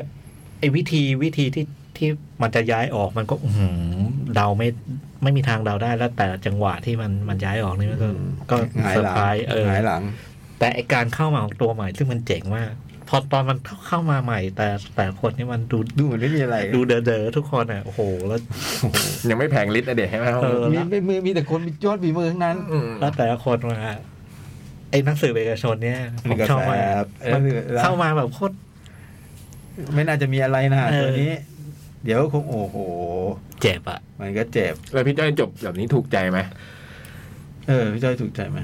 Speaker 4: ไอ้วิธีวิธีที่ที่มันจะย้ายออกมันก็อื้อหือเดาไม่ไม่มีทางเดาได้แล้วแต่จังหวะที่มันมันย้ายออกนี่มันก็ก็
Speaker 5: หงาย
Speaker 4: เซอร์
Speaker 5: หลัง
Speaker 4: ไพรส์เออ
Speaker 5: หงายหลัง
Speaker 4: แต่ไอการเข้ามาของตัวใหม่ซึ่งมันเจ๋งมาก พอตอนมันเข้ามาใหม่ แต่แต่คนนี่มันดู
Speaker 5: ดูเหมือนไม่มีอะไร
Speaker 4: ดูเดอเดอทุกคนอ่ะโอ้โหแล้ว
Speaker 3: ยังไม่แผงลิตรอะเด็กใช่ไหมครับ
Speaker 4: เออ
Speaker 5: มีไม่มีมีแต่คนมียอดฝีมือทั้งนั้น
Speaker 3: ม
Speaker 4: แล้วแต่ละคนมาไอ้หนังสือเอกชนเนี่ยผ
Speaker 5: นี่
Speaker 4: ม
Speaker 5: ก็
Speaker 4: ชอบ
Speaker 5: แบ
Speaker 4: มาก
Speaker 5: บเอ
Speaker 4: มัน
Speaker 5: อแล้ว
Speaker 4: เข้ามาแบบโคตร
Speaker 5: ไม่น่าจะมีอะไรนะ
Speaker 4: เออ
Speaker 5: ตัวนี้ เดี๋ยวคงโอ้โห
Speaker 4: เจ็บอ่ะ
Speaker 5: มันก็เจ็บ
Speaker 3: แล้วพี่จ้อยจบแบบนี้ถูกใจไหม
Speaker 5: เออพี่จ้อยถูกใจไหม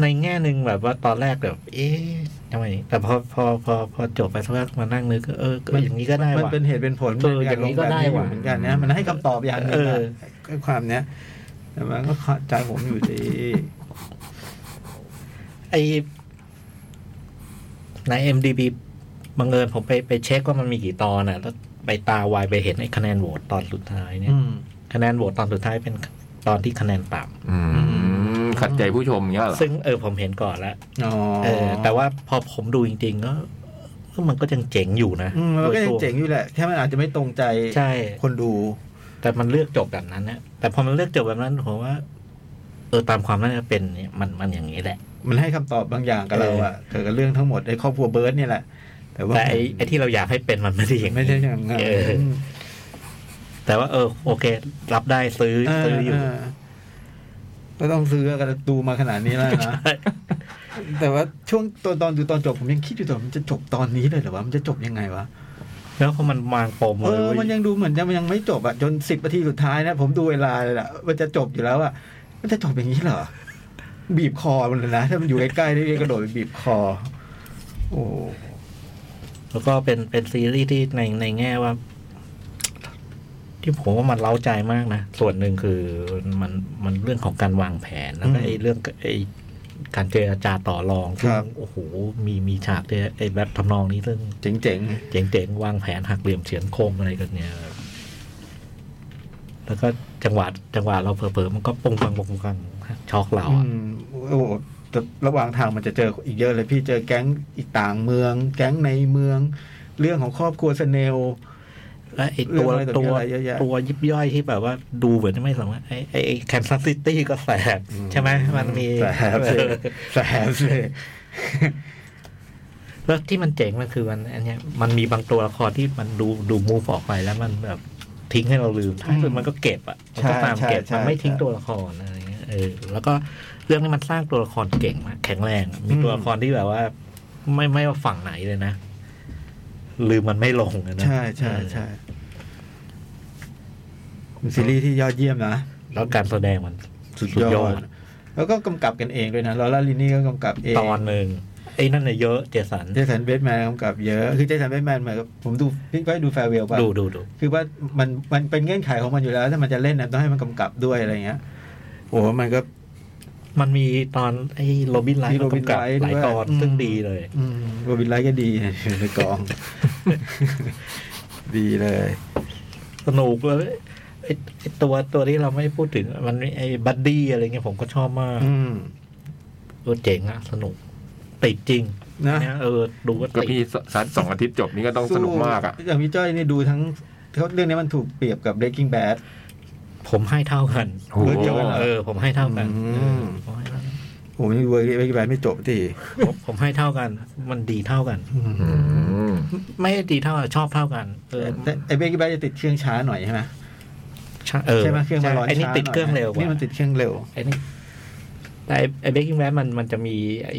Speaker 4: ในแง่หนึ่งแบบว่าตอนแรกแบบ เอ๊ะทำไม แต่พอพอพอพอจบไปสักพักมานั่งนึกเออก็อย่างนี้ก็ได้
Speaker 5: มัน
Speaker 4: ว่ะ
Speaker 5: เป็นเหตุเป็นผล
Speaker 4: เออ
Speaker 5: ในร
Speaker 4: อย่างนี้ก็
Speaker 5: ลแบบ
Speaker 4: ได้ว่ะ
Speaker 5: อยู่เหมือนกันนะมันให้คำตอบอย่างหนึง
Speaker 4: เอ
Speaker 5: นะ
Speaker 4: อ
Speaker 5: ไอ้ความเนี้ยแต่มันก็ขัดใจผมอยู่ดี
Speaker 4: ไอใน MDB บังเอิญผมไปไปเช็คว่ามันมีกี่ตอนอ่ะ แล้วไปตาวายไปเห็นไอ้คะแนนโหวตตอนสุดท้ายเนี่ย
Speaker 5: อืม
Speaker 4: คะแนนโหวตตอนสุดท้ายเป็นตอนที่คะแนนต่
Speaker 3: อืมขัดใจผู้ชมอย่างเงี้ยเหรอ
Speaker 4: ำซึ่งเออผมเห็นก่อนแล้ว
Speaker 5: อ๋อ
Speaker 4: เออ แต่ว่าพอผมดูจริงๆก็ก็มันก็ยังเจ๋งอยู่นะ
Speaker 5: อืมมันก็ยั
Speaker 4: โดยตั
Speaker 5: ง
Speaker 4: ว
Speaker 5: เจ๋งอยู่แหละ แค่มันอาจจะไม่ตรงใจ
Speaker 4: ใช่
Speaker 5: คนดู
Speaker 4: แต่มันเลือกจบแบบนั้นนะแต่พอมันเลือกจบแบบนั้นผมว่า เออตามความน่าจะเป็นเนี่ยมันมันอย่างนี้แหละ
Speaker 5: มันให้คำตอบบางอย่างกับเราอะเกี่ยวกับเรื่องทั้งหมดไอ้ครอบครัวเบิร์ดเนี่ยแหละ แต่ว่า
Speaker 4: แต่ไอ้ไอ้ที่เราอยากให้เป็นมันไม่ได้อย่างนี้
Speaker 5: ไม่ใช่อย่างนั้น
Speaker 4: เออแต่ว่าเออโอเค รับได้ซื้อ
Speaker 5: เออ
Speaker 4: ซื้ออยู่
Speaker 5: เออก็ต้องซื้อกันดูมาขนาดนี้แล้ว นะ แต่ว่าช่วงตอนตอนดูตอนจบผมยังคิดอยู่ตอนมันจะจบตอนนี้เลยเหรอวะมันจะจบยังไงวะ
Speaker 4: แล้วพอมันวางปม
Speaker 5: เอ
Speaker 4: เลย
Speaker 5: อ
Speaker 4: เว้ย
Speaker 5: มันยังดูเหมือนจะมันยังไม่จบอ่ะ จนสิบนาทีสุดท้ายนะ ผมดูเวลาเลยล่ะมันจะจบอยู่แล้วอ่ะ มันจะจบอย่างนี้เหรอ บีบคอมันเลยนะ ถ้ามันอยู่ใกล้ๆได้กระโดดไปบีบคอ โอ้
Speaker 4: แล้วก็เป็นเป็นซีรีส์ที่ในในแง่ว่า ที่ผมว่ามันเล้าใจมากนะ ส่วนหนึ่งคือมันมันเรื่องของการวางแผนแล้วก็ไอ้เรื่องไอ้การเจรจาต่อรองซึ่งโอ้โหมีมีฉากเจอไอ้แบบทำนองนี้ซึ่ง
Speaker 5: เจ๋ง
Speaker 4: เจ๋งๆ วางแผนหักเหลี่ยมเฉือนคมอะไรกันเนี่ย แล้วก็จังหวะจังหวะเราเผลอๆ มันก็ปงปังปงปังช็อก
Speaker 5: ๆ
Speaker 4: เรา
Speaker 5: อื
Speaker 4: อะ
Speaker 5: มโอ้โหแต่ระหว่างทางมันจะเจออีกเยอะเลยพี่เจอแก๊งอีกต่างเมือง แก๊งในเมือง เรื่องของครอบครัวสเนล
Speaker 4: แล้วไอ้ตัว
Speaker 5: เรื่องอะไรต่อมี
Speaker 4: ตัว
Speaker 5: อะไรเยอะแยะ
Speaker 4: ตัวยิบย่อยที่แบบว่าดูเหมือนจะไม่สามารถไอ้ไอ้แคนซัสซิตี้ก็แสบ
Speaker 5: อืม
Speaker 4: ใช่ไหมมันมี
Speaker 5: แสบ
Speaker 4: เอ
Speaker 5: สิ
Speaker 4: อ
Speaker 5: แสบสิ
Speaker 4: แล้วที่มันเจ๋งมันคือมันอันเนี้ยมันมีบางตัวละครที่มันดูดูมูฟออกไปแล้วมันแบบทิ้งให้เราลืมท้ายสุดมันก็เก็บอ่ะมันก็ตามเก็บมันไม่ทิ้งตัวละครอะไรเงี้ยเออแล้วก็ เรื่องนี้มันสร้างตัวละครเก่งมากแข็งแรงอะมีตัวละครที่แบบว่า ไม่ไม่ว่าฝั่งไหนเลยนะ ลืมมันไม่ลงอะนะ
Speaker 5: ใช่ใช่ใช่เป็นซีรีส์ที่ยอดเยี่ยมนะ
Speaker 4: แล้วการแสดงมัน
Speaker 5: สุด
Speaker 4: สุด
Speaker 5: ย
Speaker 4: ย
Speaker 5: อ
Speaker 4: อ
Speaker 5: ด
Speaker 4: ด
Speaker 5: แล้วก็กำกับกันเองด้วยนะลอร่าลินนี่ก็กำกับเอง
Speaker 4: ตอนหนึ่ง ไอ้นั่นเนี่ยเยอะเจสัน
Speaker 5: เจสันเบทแมนกำกับเยอะคือเจสันเบทแมนเหมือนกับผมดูพี่ก้อยดูแฟร์เวลป่ะ
Speaker 4: ดูดูดู
Speaker 5: คือว่ามันมันเป็นเงื่อนไขของมันอยู่แล้ว ถ้ามันจะเล่นนะต้องให้มันกำกับด้วยอะไรเงี้ยโอ้โหมันก็
Speaker 4: มันมีตอนไอ้โรบินไล
Speaker 5: มี
Speaker 4: ท์
Speaker 5: โรบิน
Speaker 4: กำกับ
Speaker 5: ไลท์
Speaker 4: หลาย
Speaker 5: ด้วย
Speaker 4: ตอน
Speaker 5: อืม
Speaker 4: ซึ่งดีเลย
Speaker 5: อืมโรบินไลท์ก็ดี ในกอง ดีเลย
Speaker 4: สนุกเลยไอ้ไอ้ตัวตัวที่เราไม่พูดถึงมันมีไอ้บัดดี้อะไรเงี้ยผมก็ชอบมาก
Speaker 5: อืม
Speaker 4: เออเจ๋งอะสนุก ติดจริง
Speaker 5: นะ
Speaker 4: เนี่ยเออดูว่า
Speaker 3: ก็
Speaker 4: ติด
Speaker 3: พี่ซัดสองอาทิตย์จบนี่ก็ต้องสนุกมากอ่ะ
Speaker 5: สู้อย่างพี่จ้อยนี่ดูทั้งเขาเรื่องนี้มันถูกเปรียบกับ Breaking Bad
Speaker 4: ผมให้เท่ากัน
Speaker 3: โอ้โห
Speaker 4: เออเออ ผมให้เท่ากัน
Speaker 5: อืม
Speaker 4: เออผมให้เท่ากัน
Speaker 5: โอ้โหนี่เวอร์ Breaking Bad ไม่จบที
Speaker 4: ผมผมให้เท่ากัน มันดีเท่ากัน
Speaker 3: อืม
Speaker 4: ไม่ได้ดีเท่ากันชอบเท่ากันเออ
Speaker 5: แต่ไอ้ Breaking Bad จะติดเครื่องช้าหน่อยใช่ไหม
Speaker 4: ใช่เออ
Speaker 5: ใช่ไหมเครื่องมันร้อน
Speaker 4: ไอ้นี่
Speaker 5: ช้า
Speaker 4: ติด
Speaker 5: หย
Speaker 4: เครื่องเร็วกว่า
Speaker 5: นี่มันติดเครื่องเร็ว
Speaker 4: ไอ้นี่แต่ไอ้เบคกิ้งแบดมันมันจะมีไอ้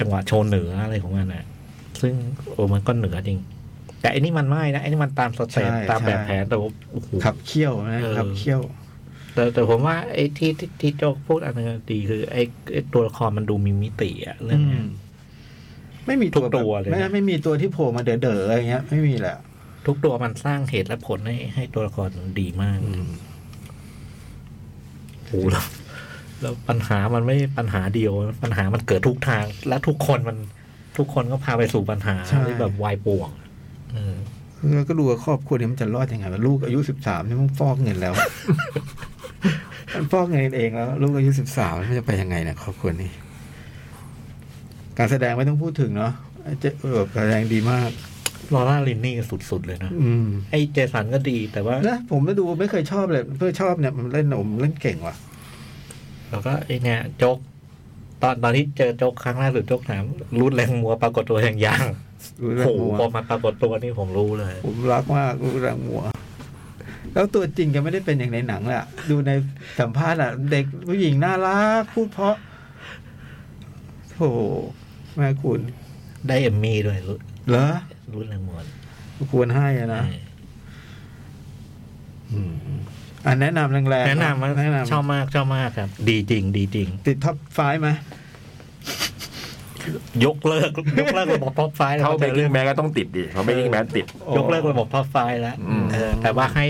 Speaker 4: จังหวะโชว์เหนืออะไรของมันอ่ะ ซึ่งโอ้มันก็เหนือจริง แต่ไอันนี้มันไม่นะไอันนี้มันตามสเต็ป
Speaker 5: ใช่
Speaker 4: ตามแบบ
Speaker 5: ใช่
Speaker 4: แผนแต่ว่าโอ้โห
Speaker 5: ขับเคี่ยวนะ
Speaker 4: เออ
Speaker 5: ขับเคี่ยว
Speaker 4: แต่แต่ผมว่าไอ้ที่ที่ที่โจกพูดอันนึงดีคือไอ้ไอ้ตัวละครมันดูมีมิติอะเรื่องเนี้ย
Speaker 5: ไม่มี
Speaker 4: ทุกตัวเลยนะ
Speaker 5: ไม่ไม่มีตัวที่โผล่มาเด๋อๆอะไรเงี้ย ไม่มีแหละ
Speaker 4: ทุกตัวมันสร้างเหตุและผลให้ให้ตัวละครมันดีมากโอ้โหแล้วแล้วปัญหามันไม่ใช่ปัญหาเดียวนะปัญหามันเกิดทุกทาง และทุกคนมันทุกคนก็พาไปสู่ปัญหาที่แบบวายป่วงเออ
Speaker 5: แล้วก็ดูว่าครอบครัวเนี่ยมันจะรอดยังไงวะลูกอายุสิบสามนี่มันฟอกเงิน แล้ว มันฟอกเงินเองแล้ว ลูกอายุสิบสามมันจะไปยังไงเนี่ยครอบครัวนี้ การแสดงไม่ต้องพูดถึงเนาะไอ้เจ๊แบบแสดงดีมาก
Speaker 4: ลอร่าลินนี่สุด ๆ เลยนะ
Speaker 5: อืม
Speaker 4: ไอเจสันก็ดีแต่ว่า
Speaker 5: นะผมไม่ดูไม่เคยชอบเลยเพื่อชอบเนี่ยมันเล่นผมเล่นเก่งว่ะ
Speaker 4: แล้วก็ไอเนี่ยโจ๊กตอนตอนที่เจอโจ๊กครั้งล่าสุดโจ๊กถามรู้แรงมัวปรากฏตัวอย่างยัง
Speaker 5: รู้
Speaker 4: โอ้
Speaker 5: เรื่อง
Speaker 4: โห
Speaker 5: มัว
Speaker 4: พอมาปรากฏตัวนี่ผมรู้เลย
Speaker 5: ผมรักมากรู้เรื่องมัว แล้วตัวจริงก็ไม่ได้เป็นอย่างในหนังแหละดูในสัมภาษณ์อะเด็กผู้หญิงน่ารักพูดเพราะโอ้โหแม่คุณ
Speaker 4: ได้เอมมี่ด้วยรู้
Speaker 5: เหรอ
Speaker 4: รู้แรงมัว
Speaker 5: ควรให้อะนะอ่ะแนะนำแรงๆ
Speaker 4: แนะนำว่า
Speaker 5: แนะนำ
Speaker 4: ชอบมากชอบมากครับ ดีจริง ดีจริง
Speaker 5: ติดท็อปไฟว์ไหม
Speaker 4: ยกเลิก ยกเลิกระบบท็อปไฟล์แล้
Speaker 3: เท่าว เบคกิ้งแมนก็ต้องติดดิเพราะเบคกิ้งแมนติด
Speaker 4: ยกเลิกระบบท็อปไฟล์แล้ว
Speaker 3: อืม
Speaker 4: เออแต่ว่าให้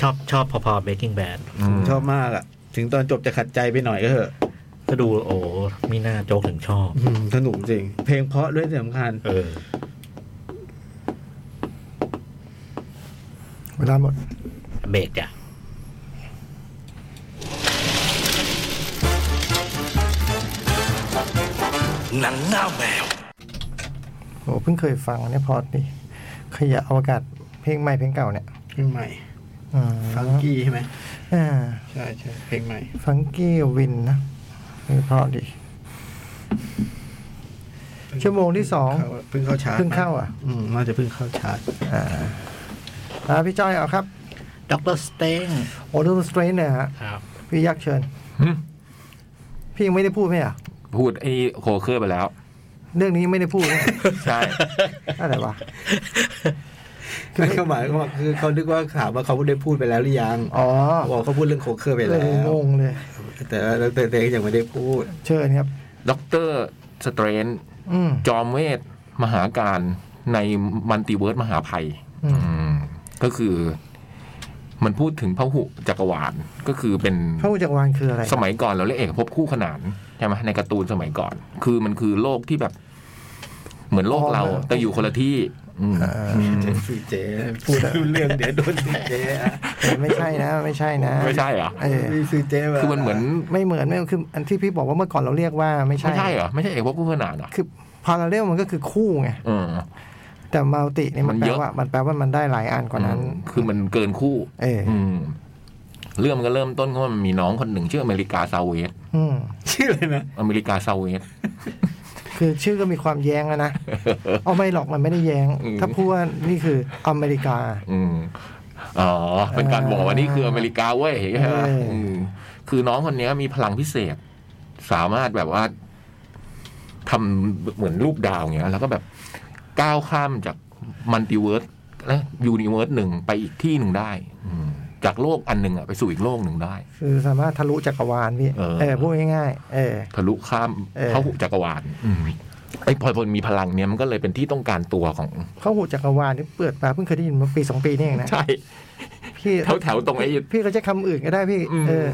Speaker 4: ชอบชอบพอๆเบกกิ้งแบด
Speaker 5: ผมชอบมากอะถึงตอนจบจะขัดใจไปหน่อยก็เถอะ
Speaker 4: ก็ดูโอ้มีหน้าโจ๊กถึงชอบ
Speaker 5: อืมสนุกจริง เพลงเพราะด้วยสำคัญ
Speaker 4: เออ
Speaker 2: เวลาหมด
Speaker 4: เบรกจ้ะ
Speaker 1: หนังหน้าแมว
Speaker 2: โอ้เพิ่งเคยฟังเนี่ยพอดีขยะอวกาศเพลงใหม่เพลงเก่าเนี่ย
Speaker 5: เพลงใหม่
Speaker 2: อืม
Speaker 5: ฟังกี้ใช่ไหม
Speaker 2: อ่า
Speaker 5: ใช่ใช่เพลงใหม่
Speaker 2: ฟังกี้วินนะนี่เพราะดี ชั่วโมงที่สอง
Speaker 5: เพิ่งเข้าชาร์จ
Speaker 2: เพิ่งเข้าอ่ะ
Speaker 5: อืมน่าจะเพิ่งเข้าชาร์จ
Speaker 2: อ่าอ่าพี่จ้อยเอาครับ
Speaker 4: ด็อกเตอร์สเตง
Speaker 2: โอดูสเตรนเนี่ยฮะ
Speaker 4: ครับ
Speaker 2: พี่ยักษ์เชิญ
Speaker 3: หึ
Speaker 2: พี่ยังไม่ได้พูดไหมอ่ะ
Speaker 3: พูดไอ้โคเคอร์ไปแล้ว
Speaker 2: เรื่องนี้ไม่ได้พู ดไหมอ่ะ
Speaker 3: ใช่
Speaker 2: อะไรวะ
Speaker 5: คือเขาหมายความว่าคือเขานึกว่าถามว่าเขาได้พูดไปแล้วหรือยัง
Speaker 2: อ๋อ
Speaker 5: บอกเขาพูดเรื่องโคเคอร์ไป
Speaker 2: เลย
Speaker 5: แล้
Speaker 2: ง
Speaker 5: ว
Speaker 2: งเลย
Speaker 5: แต่แต่แต่ยังไม่ได้พูด
Speaker 2: เชิญครับ
Speaker 3: ด็อกเตอร์สเตรนจ์
Speaker 2: อืม
Speaker 3: จอมเวท มหาการในมันติเวิร์สมหาภัย
Speaker 2: อืม
Speaker 3: อืมก็คือมันพูดถึงพหุจักรวาลก็คือเป็น
Speaker 2: พระอุจักรวาลคืออะไร
Speaker 3: สมัยก่อนเราเรียกเอกภพคู่ขนานใช่ไหมในการ์ตูนสมัยก่อน คือมันคือโลกที่แบบ เหมือนโลก
Speaker 2: อ๋อ
Speaker 3: เราแต่อยู่คนละที่ อืม
Speaker 2: เออ
Speaker 5: เจสีเจพูดเรื่องเดี๋ยวโดนสีเจอ่ะ
Speaker 2: ไม่ใช่นะ ไม่ใช่นะ
Speaker 3: ไม่ใช่เหรอ
Speaker 2: เออ
Speaker 5: มีสีเจมา
Speaker 3: คือมันเหมือน
Speaker 2: ไม่เหมือนไม่คืออันที่พี่บอกว่าเมื่อก่อนเราเรียกว่าไม่
Speaker 3: ไม่
Speaker 2: ใช่
Speaker 3: ใช่เหรอไม่ใช่เอกภพคู่ขนานเหรอ
Speaker 2: คือพาราเรลมันก็คือคู่ไง
Speaker 3: เออ
Speaker 2: แต่มัลตินี่มัน
Speaker 3: มัน
Speaker 2: แปล
Speaker 3: เยอะ
Speaker 2: ว่า มันแปลว่ามันได้หลายอันกว่านั้น
Speaker 3: คือมันเกินคู่
Speaker 2: เออ
Speaker 3: อืม เรื่องมันก็เริ่มต้นเพราะว่ามันมีน้องคนหนึ่งชื่ออเมริกาซาเวส
Speaker 2: อืม
Speaker 5: ชื่ออะไรนะ
Speaker 3: อเมริกาซาเวส
Speaker 2: คือชื่อก็มีความแย้งแล้ว นะ เอาไม่หรอกมันไม่ได้แย้ง
Speaker 3: อืม
Speaker 2: ถ้าพูดว่านี่คืออเมริกา
Speaker 3: อืมอ๋อ เป็นการบอกว่านี่คืออเมริกาเว้ยใช่ไหม
Speaker 2: เอออื
Speaker 3: มคือน้องคนเนี้ยมีพลังพิเศษ สามารถแบบว่าทำเหมือนรูปดาวเงี้ย แล้วก็แบบก้าวข้ามจากมันติเวิร์สและยูนิเวิร์สหนึ่งไปอีกที่หนึ่งได้ อืมจากโลกอันหนึ่งอะไปสู่อีกโลกหนึ่งได้
Speaker 2: คือสามารถทะลุจักรวาลพี่
Speaker 3: เออ
Speaker 2: เออพูดง่ายๆเออ
Speaker 3: ทะลุข้าม
Speaker 2: เออ
Speaker 3: พหุจักรวาลอืม ไอ้พลอยพลมีพลังเนี่ยมันก็เลยเป็นที่ต้องการตัวของ
Speaker 2: เขาหูจักรวาลนี่เปิดมาเพิ่งเคยได้ยินมาปีสองปีนี่เองนะ
Speaker 3: ใช่
Speaker 2: พี่
Speaker 3: แถวแถวๆตรงไอ้
Speaker 2: พี่ก็ใช้คำอื่นก็ได้พี่
Speaker 3: อืม
Speaker 2: เออ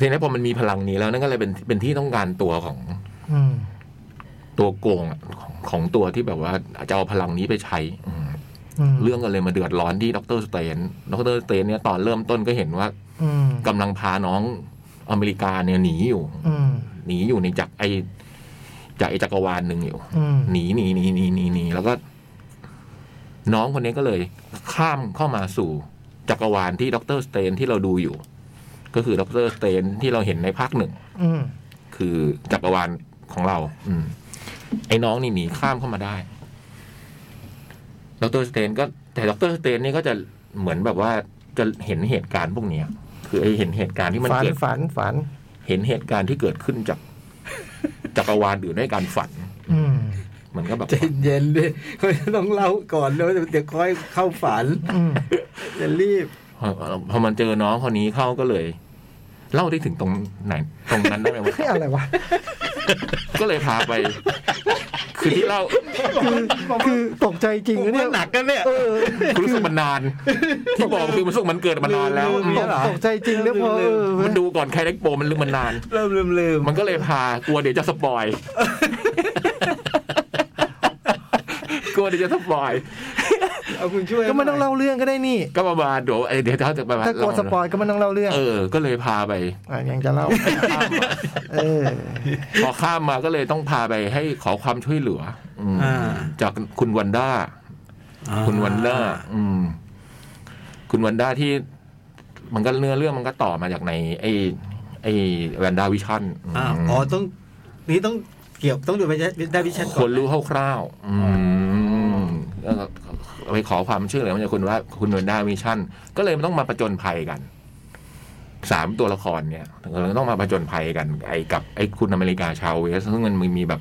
Speaker 3: ทีนี้พอมันมีพลังนี้แล้วนั่นก็เลยเป็นเป็นที่ต้องการตัวของ
Speaker 2: อืม
Speaker 3: ตัวโกงอะของของตัวที่แบบว่าจะเอาพลังนี้ไปใช้อืม
Speaker 2: ม
Speaker 3: เรื่องก็เลยมาเดือดร้อนที่ดรสเตนดรสเตนเนี่ยตอนเริ่มต้นก็เห็นว่า
Speaker 2: อืม
Speaker 3: กำลังพาน้องอเมริกาเนี่ยหนีอยู่
Speaker 2: อืม
Speaker 3: หนีอยู่ในจากรไอจากไอจักรวาลหนึ่งอยู่
Speaker 2: อืม
Speaker 3: หนีหนีหนีหนีหนีหนีแล้วก็ น้องคนนี้ก็เลย ข้ามเข้ามาสู่จักรวาลที่ด็อกเตอร์สเตนที่เราดูอยู่ ก็คือด็อกเตอร์สเตนที่เราเห็นในภาคหนึ่ง
Speaker 2: อืม
Speaker 3: คือจักรวาลของเรา อืม ไอ้น้องนี่หนีข้ามเข้ามาได้ดรสเตนก็แต่ดรสเตนนี่ก็จะเหมือนแบบว่าจะเห็นเหตุการณ์พวกเนี้ย คือไอ้เห็นเหตุการณ์ที่มัน
Speaker 2: ฝัน
Speaker 3: เกิด
Speaker 2: ฝันฝัน
Speaker 3: เห็นเหตุการณ์ที่เกิดขึ้นจาก จักรวาลหรือด้วยการฝัน
Speaker 2: อืม
Speaker 3: มันก็แบบ
Speaker 5: ใจเย็นดิเขาจะต้องเล่าก่อนแล้วเดี๋ยวค่อยเข้าฝัน
Speaker 2: อืม
Speaker 5: อย่ารีบ
Speaker 3: พอพอมันเจอน้องคนนี้เข้าก็เลย เล่าได้ถึงตรงไหน ตรงนั้นได้ไหมวะ
Speaker 2: ให้ยอะไรวะ
Speaker 3: ก็เลยพาไป คือที่เล่า
Speaker 2: คือตกใจจริง
Speaker 4: ผม
Speaker 2: นะเนี่
Speaker 4: ว่าย หนักกันเนี่ย
Speaker 2: เออ
Speaker 3: คุณรู้สึกมันนาน ที่บอกคือมันรู้สึกมันเกิดมานานแล้ว
Speaker 5: ลืม
Speaker 3: อืม
Speaker 5: ลืมเนี่ยเหรอ
Speaker 2: ตกใจจริงเนี่ยพอเออเว้
Speaker 3: มั
Speaker 2: ย
Speaker 3: นดูก่อนใครเล็กโปมันลืมมันนาน
Speaker 5: เริ่มลืมลืม
Speaker 3: มันก็เลยพากลัวเดี๋ยวจะสปอยกลัวเดี๋ยวจะสปอย
Speaker 5: เอาคุณช่วย
Speaker 2: ก็ไม่ต้องเล่าเรื่องก็ได้นี่
Speaker 3: ก็ประมาณเดี๋ยวเอ้ยเดี๋ยวเขาจะประมาณ
Speaker 2: ถ้ากลัวสปอยก็ไม่ต้องเล่าเรื่อง
Speaker 3: เออ ก็เลยพาไป
Speaker 2: อ่ะยังจะเล่าเออ
Speaker 3: พอข้ามมาก็เลยต้องพาไปให้ขอความช่วยเหลือ อืมจากคุณวันด้า
Speaker 5: อ่า
Speaker 3: คุณวันด้าอืม คุณวันด้าที่ มันก็เนื้อเรื่องมันก็ต่อมาจากใน ไอ้ไอ้แวนด้าวิชั่น
Speaker 5: อ่าอ๋อต้องนี่ต้องเกี่ยวต้องดูไปได้วิชั่น
Speaker 3: ค
Speaker 5: ก่อน น
Speaker 3: รู้คร่าวๆอืมแล้วก็ไปขอความช่วยเหลือมาจากคุณว่าคุณวันด้าวิชั่น ก็เลยมันต้องมาประจนภัยกัน สามตัวละครเนี่ยเราต้องมาประจนภัยกัน ไอ้กับไอ้คุณอเมริกาชาวเวสซึ่งมันมีแบบ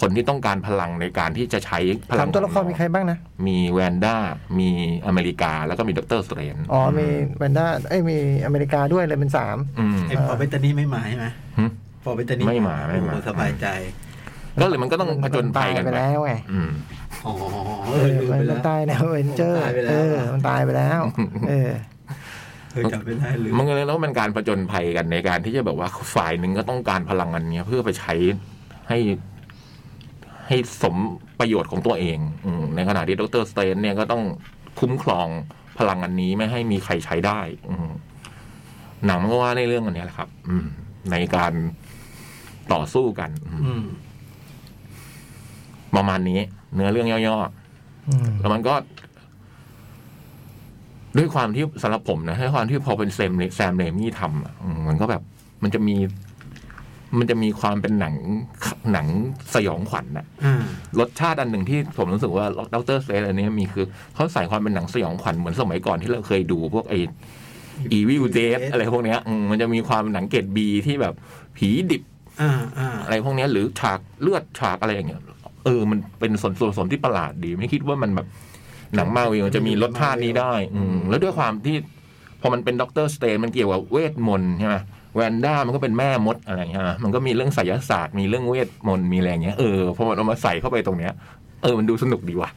Speaker 3: คนที่ต้องการพลังในการที่จะใช้พลั
Speaker 2: ถาง มตัวละคร
Speaker 3: ของ
Speaker 2: มีใครบ้างนะ
Speaker 3: มีแวนด้ามีอเมริกาแล้วก็มีดรสเตรน
Speaker 2: อ๋อมีแวนด้าเอ้ยมีอเมริกาด้วยเลยเป็นสาม
Speaker 3: อืม
Speaker 5: ไอ้พอเบตานี่ไม่มาใช่ไหม
Speaker 3: หึ
Speaker 5: พอเบตานี่
Speaker 3: ไม่มาไม่มา
Speaker 5: โอ้โหสบายใจ
Speaker 3: ก็เลยมันก็ต้องผจญภัยกัน
Speaker 2: มัตาไป
Speaker 3: ไป
Speaker 2: แล้วไง
Speaker 3: อืม
Speaker 5: อ๋อเอ
Speaker 2: เออ
Speaker 5: อลืม
Speaker 2: มัน
Speaker 5: ไป
Speaker 2: มั
Speaker 5: แล้
Speaker 2: น
Speaker 5: ว
Speaker 2: ตายแล้วเอนเจอร์
Speaker 5: ตายไปแล้ว
Speaker 2: เออมันตายไปแล้ว เออ
Speaker 5: เออจำไม่ได้ลืม
Speaker 3: มันก็เลยต้องเป็นการผจญภัยกันในการที่จะแบบว่าฝ่ายหนึ่งก็ต้องการพลังอันเนี้ย เพื่อไปใช้ให้ ให้สมประโยชน์ของตัวเองอมในขณะที่ดรสเตนเนี่ยก็ต้องคุ้มครองพลังอันนี้ไม่ให้มีใครใช้ได้ อืมหนังมันก็ว่าในเรื่องอันเนี้ยแหละครับ อืม ในการต่อสู้กันอืม
Speaker 5: อืม
Speaker 3: ประมาณนี้ เนื้อเรื่องย่อๆ
Speaker 2: อืม
Speaker 3: แล้วมันก็ ด้วยความที่สำหรับผมนะด้วยความที่พอเป็นเซมแซมเนมี่ทำอะอืมมันก็แบบ มันจะมี มันจะมีความเป็นหนังหนังสยองขวัญนะ
Speaker 5: อ่าร
Speaker 3: สชาติอันหนึ่งที่ผมรู้สึกว่าดรเซนอันนี้มีคือเขาใส่ความเป็นหนังสยองขวัญเหมือนสมัยก่อนที่เราเคยดูพวกไออีวิวเดทอะไรพวกเนี้ยอืมมันจะมีความหนังเกรดบีที่แบบ ผีดิบ
Speaker 5: อ่าอ่า
Speaker 3: อะไรพวกเนี้ยหรือฉากเลือดฉากอะไรอย่างเงี้ยเออมันเป็นส่วนส่วนผสมที่ประหลาดดี ไม่คิดว่ามันแบบหนังมาเวลจะมีรสชาตินี้ได้ อืมแล้วด้วยความที่ พอมันเป็นด็อกเตอร์สเตนมันเกี่ยวกับเวทมนต์ใช่ไหมแวนด้ามันก็เป็นแม่มดอะไรอย่างเงี้ยมันก็มีเรื่องไสยศาสตร์มีเรื่องเวทมนต์มีอะไรอย่างเงี้ยเออพอมันเอามาใส่เข้าไปตรงเนี้ยเออมันดูสนุกดีว่ะ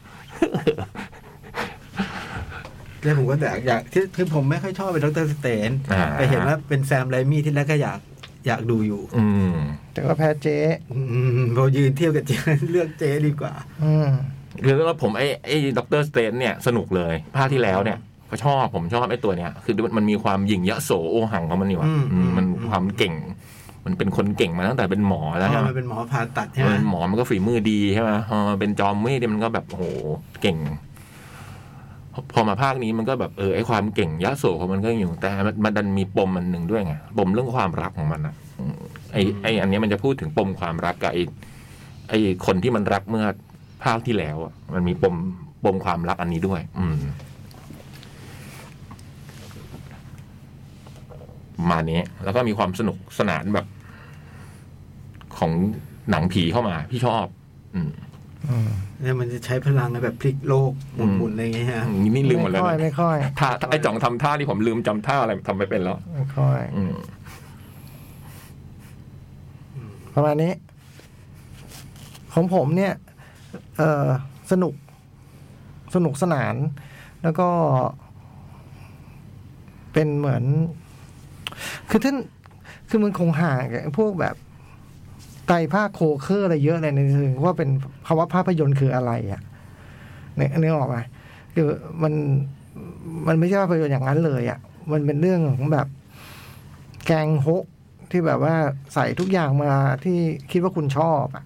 Speaker 5: แล้วผมก็แต่อยากที่คือผมไม่ค่อยชอบเป็นดรสเตน
Speaker 3: อ่า
Speaker 5: ไปเห็นว่าเป็นแซมไรมี่ที่แรกก็อยากอยากดูอยู่
Speaker 3: อืม
Speaker 2: แต่ก็แพ้เจ๊
Speaker 5: อืมพอยืนเที่ยวกับเจ๊ เลือกเจ๊ดีกว่า
Speaker 2: อืม
Speaker 3: คือสำหรับผมไอ้ไอ้ด็อกเตอร์สเตนเนี่ยสนุกเลยภาคที่แล้วเนี่ยก็ชอบผมชอบไอ้ตัวเนี่ยคือมันมีความหยิ่งยะโสโอหังของมันอยู่อะ
Speaker 5: อืม
Speaker 3: อืมมัน
Speaker 5: อืม
Speaker 3: ความเก่ง มันเป็นคนเก่งมาตั้งแต่เป็นหมอแล้วใช่
Speaker 5: อ๋อ
Speaker 3: ไหม
Speaker 5: มันเป็นหมอผ่าตัดใช่
Speaker 3: มั
Speaker 5: ไหม
Speaker 3: นหมอมันก็ฝีมือดีใช่ไหมพอมาเป็นจอมเวทเนี่ยมันก็แบบโอ้โหเก่ง พอมาภาคนี้มันก็แบบเออไอ้ความเก่งยะโสของมันก็ยังอยู่ แต่มันมันดันมีปมมันหนึ่งด้วยไงปมเรื่องความรักของมันอะอืมไอ้ไอ้อันเนี้ยมันจะพูดถึงปมความรักกับไอ้ไอ้คนที่มันรักเมื่อ ภาคที่แล้วอะมันมีปมปมความรักอันนี้ด้วย อืมประมาณนี้ แล้วก็มีความสนุกสนานแบบ ของหนังผีเข้ามา พี่ชอบ อืม
Speaker 2: อืม
Speaker 5: เนี่ยมันจะใช้พลังแบบพลิกโลกห
Speaker 3: อื
Speaker 5: มุน
Speaker 3: ม
Speaker 5: ๆอะไรอย่างเงี้ยฮะ
Speaker 3: นี่นี่ลืมหมดแล้ว
Speaker 2: ไม่ค่อย
Speaker 3: นะ
Speaker 2: ไม่ค่อย
Speaker 3: ท่าไอ้จ่องทำท่าที่ผมลืมจำท่าอะไรทำไม่เป็นแล้ว
Speaker 2: ไม่ค่อย
Speaker 3: อืม
Speaker 2: ประมาณนี้ ของผมเนี่ยเออสนุกสนุกสนาน แล้วก็ เป็นเหมือน คือท่านคือมันคงห่างกับพวกแบบไตรภาคโคเคอร์อะไรเยอะเลยในถึงว่าเป็นภาวะภาพยนตร์คืออะไรอ่ะเนี่ยนึกออกไหมคือมันมันไม่ใช่ภาพยนตร์อย่างนั้นเลยอ่ะ มันเป็นเรื่องของแบบ แกงฮกที่แบบว่าใส่ทุกอย่างมาที่คิดว่าคุณชอบอ่ะ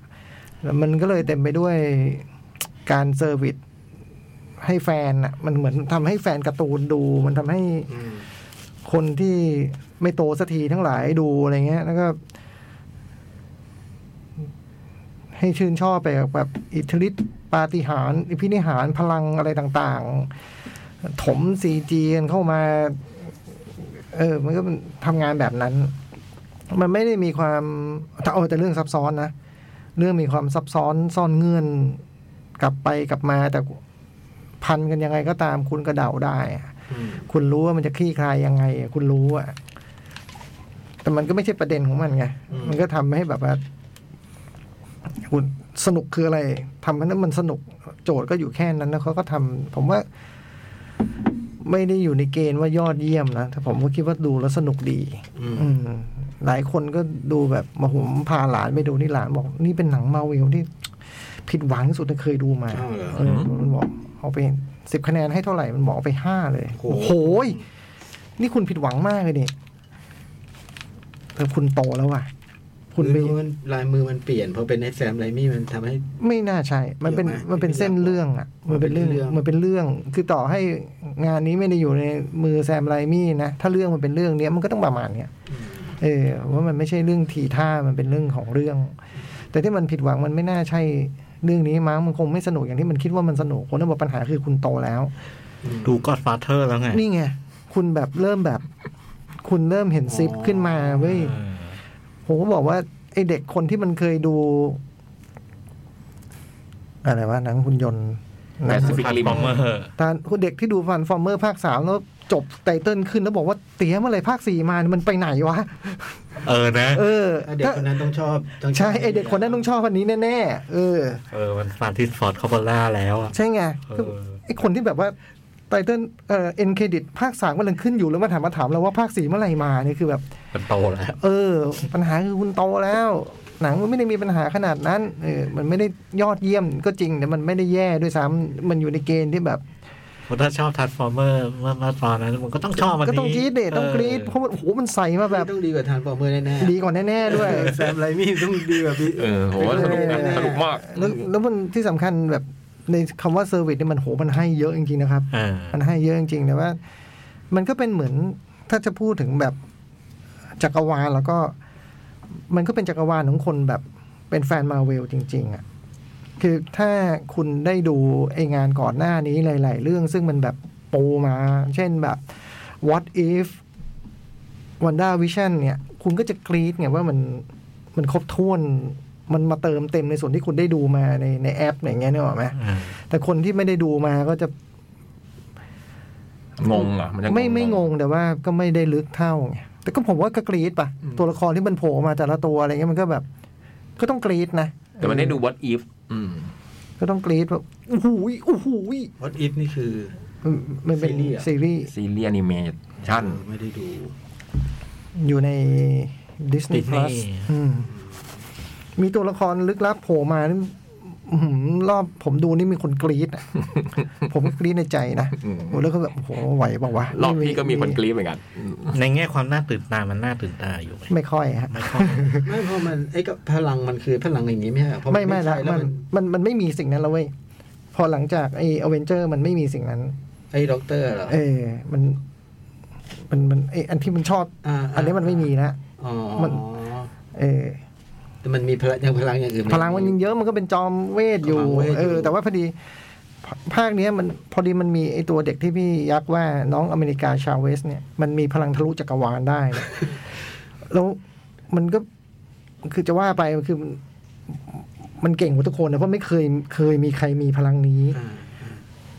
Speaker 2: แล้วมันก็เลยเต็มไปด้วยการเซอร์วิสให้แฟนอ่ะ มันเหมือนทำให้แฟนการ์ตูนดู มันทำให้ คนที่ไม่โตสักทีทั้งหลายดูอะไรเงี้ย แล้วก็ ให้ชื่นชอบไปกับแบบอิทธิฤทธิปาฏิหาริย์อิทธินิหารพลังอะไรต่าง ๆ ถมซีจีนเข้ามา เออ มันก็เป็นทำงานแบบนั้น มันไม่ได้มีความแต่เอาแต่เรื่องซับซ้อนนะ เรื่องมีความซับซ้อนซ่อนเงื่อน กลับไปกลับมาแต่พันกันยังไงก็ตามคุณก็เดาได้อะ คุณรู้ว่ามันจะคลี่คลายยังไงอะคุณรู้อะแต่มันก็ไม่ใช่ประเด็นของมันไง
Speaker 5: อืม
Speaker 2: มันก็ทำให้แบบว่า คุณสนุกคืออะไรทำให้นั้นมันสนุกโจทย์ก็อยู่แค่นั้นแล้วเขาก็ทำผมว่า ไม่ได้อยู่ในเกณฑ์ว่ายอดเยี่ยมนะแต่ผมก็คิดว่าดูแล้วสนุกดี อืม หลายคนก็ดูแบบมาผมพาหลานไปดูนี่หลานบอก นี่เป็นหนังมาเวลที่ ผิดหวังที่สุดที่เคยดูมา
Speaker 5: อ้าวเหรอ
Speaker 2: เออมันบอกเอาไปสิบคะแนนให้เท่าไหร่มันบอกเอาไปห้าเลย โอ้โหยนี่คุณผิดหวังมากเลยนี่แต่คุณโตแล้วว่ะ
Speaker 5: คุ
Speaker 2: คุณ ณไป
Speaker 5: มันลายมือมันเปลี่ยนพอเป็นไอแซมไรมี่มันทำให้
Speaker 2: ไม่น่าใช่ มันเป็น
Speaker 5: เยอะมาก
Speaker 2: มันเป็นเส้นเรื่องอ่ะ มันเป็นเรื่อง
Speaker 5: มันเป็นเรื่อง
Speaker 2: มันเป็นเรื่อง คือต่อให้งานนี้ไม่ได้อยู่ในมือแซมไรมี่นะ ถ้าเรื่องมันเป็นเรื่องเนี้ยมันก็ต้องประมาณเนี้ย เออว่ามันไม่ใช่เรื่องทีท่ามันเป็นเรื่องของเรื่อง แต่ที่มันผิดหวังมันไม่น่าใช่เรื่องนี้มั้งมันคงไม่สนุกอย่างที่มันคิดว่ามันสนุกคนนั้นบอกปัญหาคือคุณโตแล้ว
Speaker 4: ดูก็อดฟาเธอร์แล้วไง
Speaker 2: นี่ไงคุณแบบเริ่มแบบ คุณเริ่มเห็นซิปขึ้นมาเว้ย
Speaker 4: เออ
Speaker 2: ผมก็บอกว่าไอเด็กคนที่มันเคยดู อะไรวะหนังหุ่นยนต์หนัง
Speaker 3: Pacific
Speaker 4: พัน
Speaker 3: Rim
Speaker 4: ปอมเมอร์
Speaker 2: ตอนเด็กที่ดูฟันฟอร์เมอร์ภาคสามแล้วจบไตเติ้ลขึ้นแล้วบอกว่าเตี้ยเมื่อไหรภาคสี่มามันไปไหนวะ
Speaker 4: เออนะ
Speaker 2: เออ
Speaker 5: ถ้าเด็กคนนั้นต้องชอบต้องอบ
Speaker 2: ใช่ไอเด็กคนนั้นต้องชอบคนนี้แน่ๆเออ
Speaker 4: เออมันฟานทิสฟอร์ดคาร์บล่าแล้วอะ
Speaker 2: ใช่ไง
Speaker 4: เออ
Speaker 2: คือไอ้คนที่แบบว่าไตเติ้ลเอ่อเอ็นเครดิตภาคสามกำลังขึ้นอยู่แล้วมาถามมาถามเราว่าภาคสี่เมื่อไหร่มาเนี่ยคือแบบ
Speaker 4: มันโตแล้ว
Speaker 2: เออ ปัญหาคือคุณโตแล้ว หนังมันไม่ได้มีปัญหาขนาดนั้นเออมันไม่ได้ยอดเยี่ยมก็จริงแต่มันไม่ได้แย่ด้วยซ้ำมันอยู่ในเกณฑ์ที่แบบ
Speaker 4: เพราะถ้าชอบทัสฟอร์เมอร์เมื่อเมื่อตอนนั้นมันก็ต้องชอบมัน
Speaker 2: ก็ต้องกรี๊ดเด็ต้องกรี๊ดเพราะว่าโอ้โหมันใส่มา
Speaker 5: แบ
Speaker 2: แบบ บ
Speaker 5: ต้องดีกว่าทานฟอร์เมอร์แน่ๆ
Speaker 2: ดีกว่าแน่ๆด้วย
Speaker 5: แซมไรมี่ต้องดีกว่าพี่
Speaker 3: เออผมว่าสนุกนะสนุกมาก
Speaker 2: แล้วแล้วมันที่สำคัญแบบในคำว่าเซอร์วิสเนี่ยมันโหมันให้เยอะจริงๆนะครับ
Speaker 4: อ่า
Speaker 2: มันให้เยอะจริงๆแต่ว่า มันก็เป็นเหมือนถ้าจะพูดถึงแบบจักรวาลแล้วก็ มันก็เป็นจักรวาลของคนแบบเป็นแฟนมาเวลจริง ๆอะ่ะคือถ้าคุณได้ดูไองานก่อนหน้านี้หลาย ๆ เรื่องซึ่งมันแบบปูมา เช่นแบบ what if Wanda Vision เนี่ย คุณก็จะกรี๊ดไงว่ามันมันครบถ้วน มันมาเติมเต็มในส่วนที่คุณได้ดูมาในในแอปอย่างเงี้ยนึกออกไหม
Speaker 4: อ่า
Speaker 2: แต่คนที่ไม่ได้ดูมาก็จะ
Speaker 3: งงเหรอ่ะมันจะ
Speaker 2: ไม่ไม่งงแต่ว่าก็ไม่ได้ลึกเท่าไงแต่ก็ผมว่าก็กรี๊ดป่ะ
Speaker 5: อืม
Speaker 2: ตัวละครที่มันโผล่มาแต่ละตัวอะไรเงี้ยมันก็แบบ ก็ต้องกรี๊ดนะ
Speaker 3: แต่มันได้ดู what if อืม
Speaker 2: ก็ต้องกรี๊ดแบบโอ้โหยโอ้โหย
Speaker 5: What if นี่คือ
Speaker 2: มันเป็น
Speaker 5: ซีรีส์อะ
Speaker 2: ซีรีส์
Speaker 3: ซีรีส์แอนิเมชั่น
Speaker 5: ไม่ได้ดู
Speaker 2: อยู่ใน Disney
Speaker 4: Disney
Speaker 2: Plus อืมมีตัวละครลึกลับโผล่มานี่อื้อหือรอบผมดูนี่มีคนกรี๊ดอะ ผมก็กรี๊ดในใจนะ
Speaker 3: อืม
Speaker 2: โอ้แล้วก็แบบโอ้โหไหวเปล่าวะ
Speaker 3: รอบพี่ก็มีคนกรี๊ดเหมือนกัน
Speaker 4: ในแง่ความน่าตื่นตา มันน่าตื่นตาอยู่ไหม
Speaker 2: ไม่ค่อยฮะ
Speaker 4: ไม่ค่อย
Speaker 5: ไม่เพราะมันไอ้ก็พลังมันคือพลังอย่างนี้ไหมฮะเพราะ
Speaker 2: ไม่ไม่
Speaker 5: ใช่
Speaker 2: ละ
Speaker 5: แล้ว
Speaker 2: มัน
Speaker 5: มัน
Speaker 2: มันมันไม่มีสิ่งนั้นแล้วเว้ยพอหลังจากไอเอเวนเจอร์มันไม่มีสิ่งนั้น
Speaker 5: ไอ้ด็อกเตอร์เหรอ
Speaker 2: เออมันมันมันไออันที่มันชอบ
Speaker 5: า
Speaker 2: อันนี้มันไม่มีละ
Speaker 5: อ๋อ
Speaker 2: มัน เออ
Speaker 5: แต่มันมีพลังยังพลังอย่างอื่น
Speaker 2: พลังมันยังเยอะมันก็เป็นจอมเวทอยู่
Speaker 5: จอมเวทอยู่
Speaker 2: เออ แต่ว่าพอดีภภาคเนี้ยมันพอดีมันมีไอตัวเด็กที่พี่ยักษ์ว่าน้องอเมริกาชาเวส เนี่ยมันมีพลังทะลุจักรวาลได้ เนี่ย แล้วมันก็คือจะว่าไปคือมันมันเก่งกว่าทุกคนนะเพราะไม่เคยเคยมีใครมีพลังนี้
Speaker 5: อ่า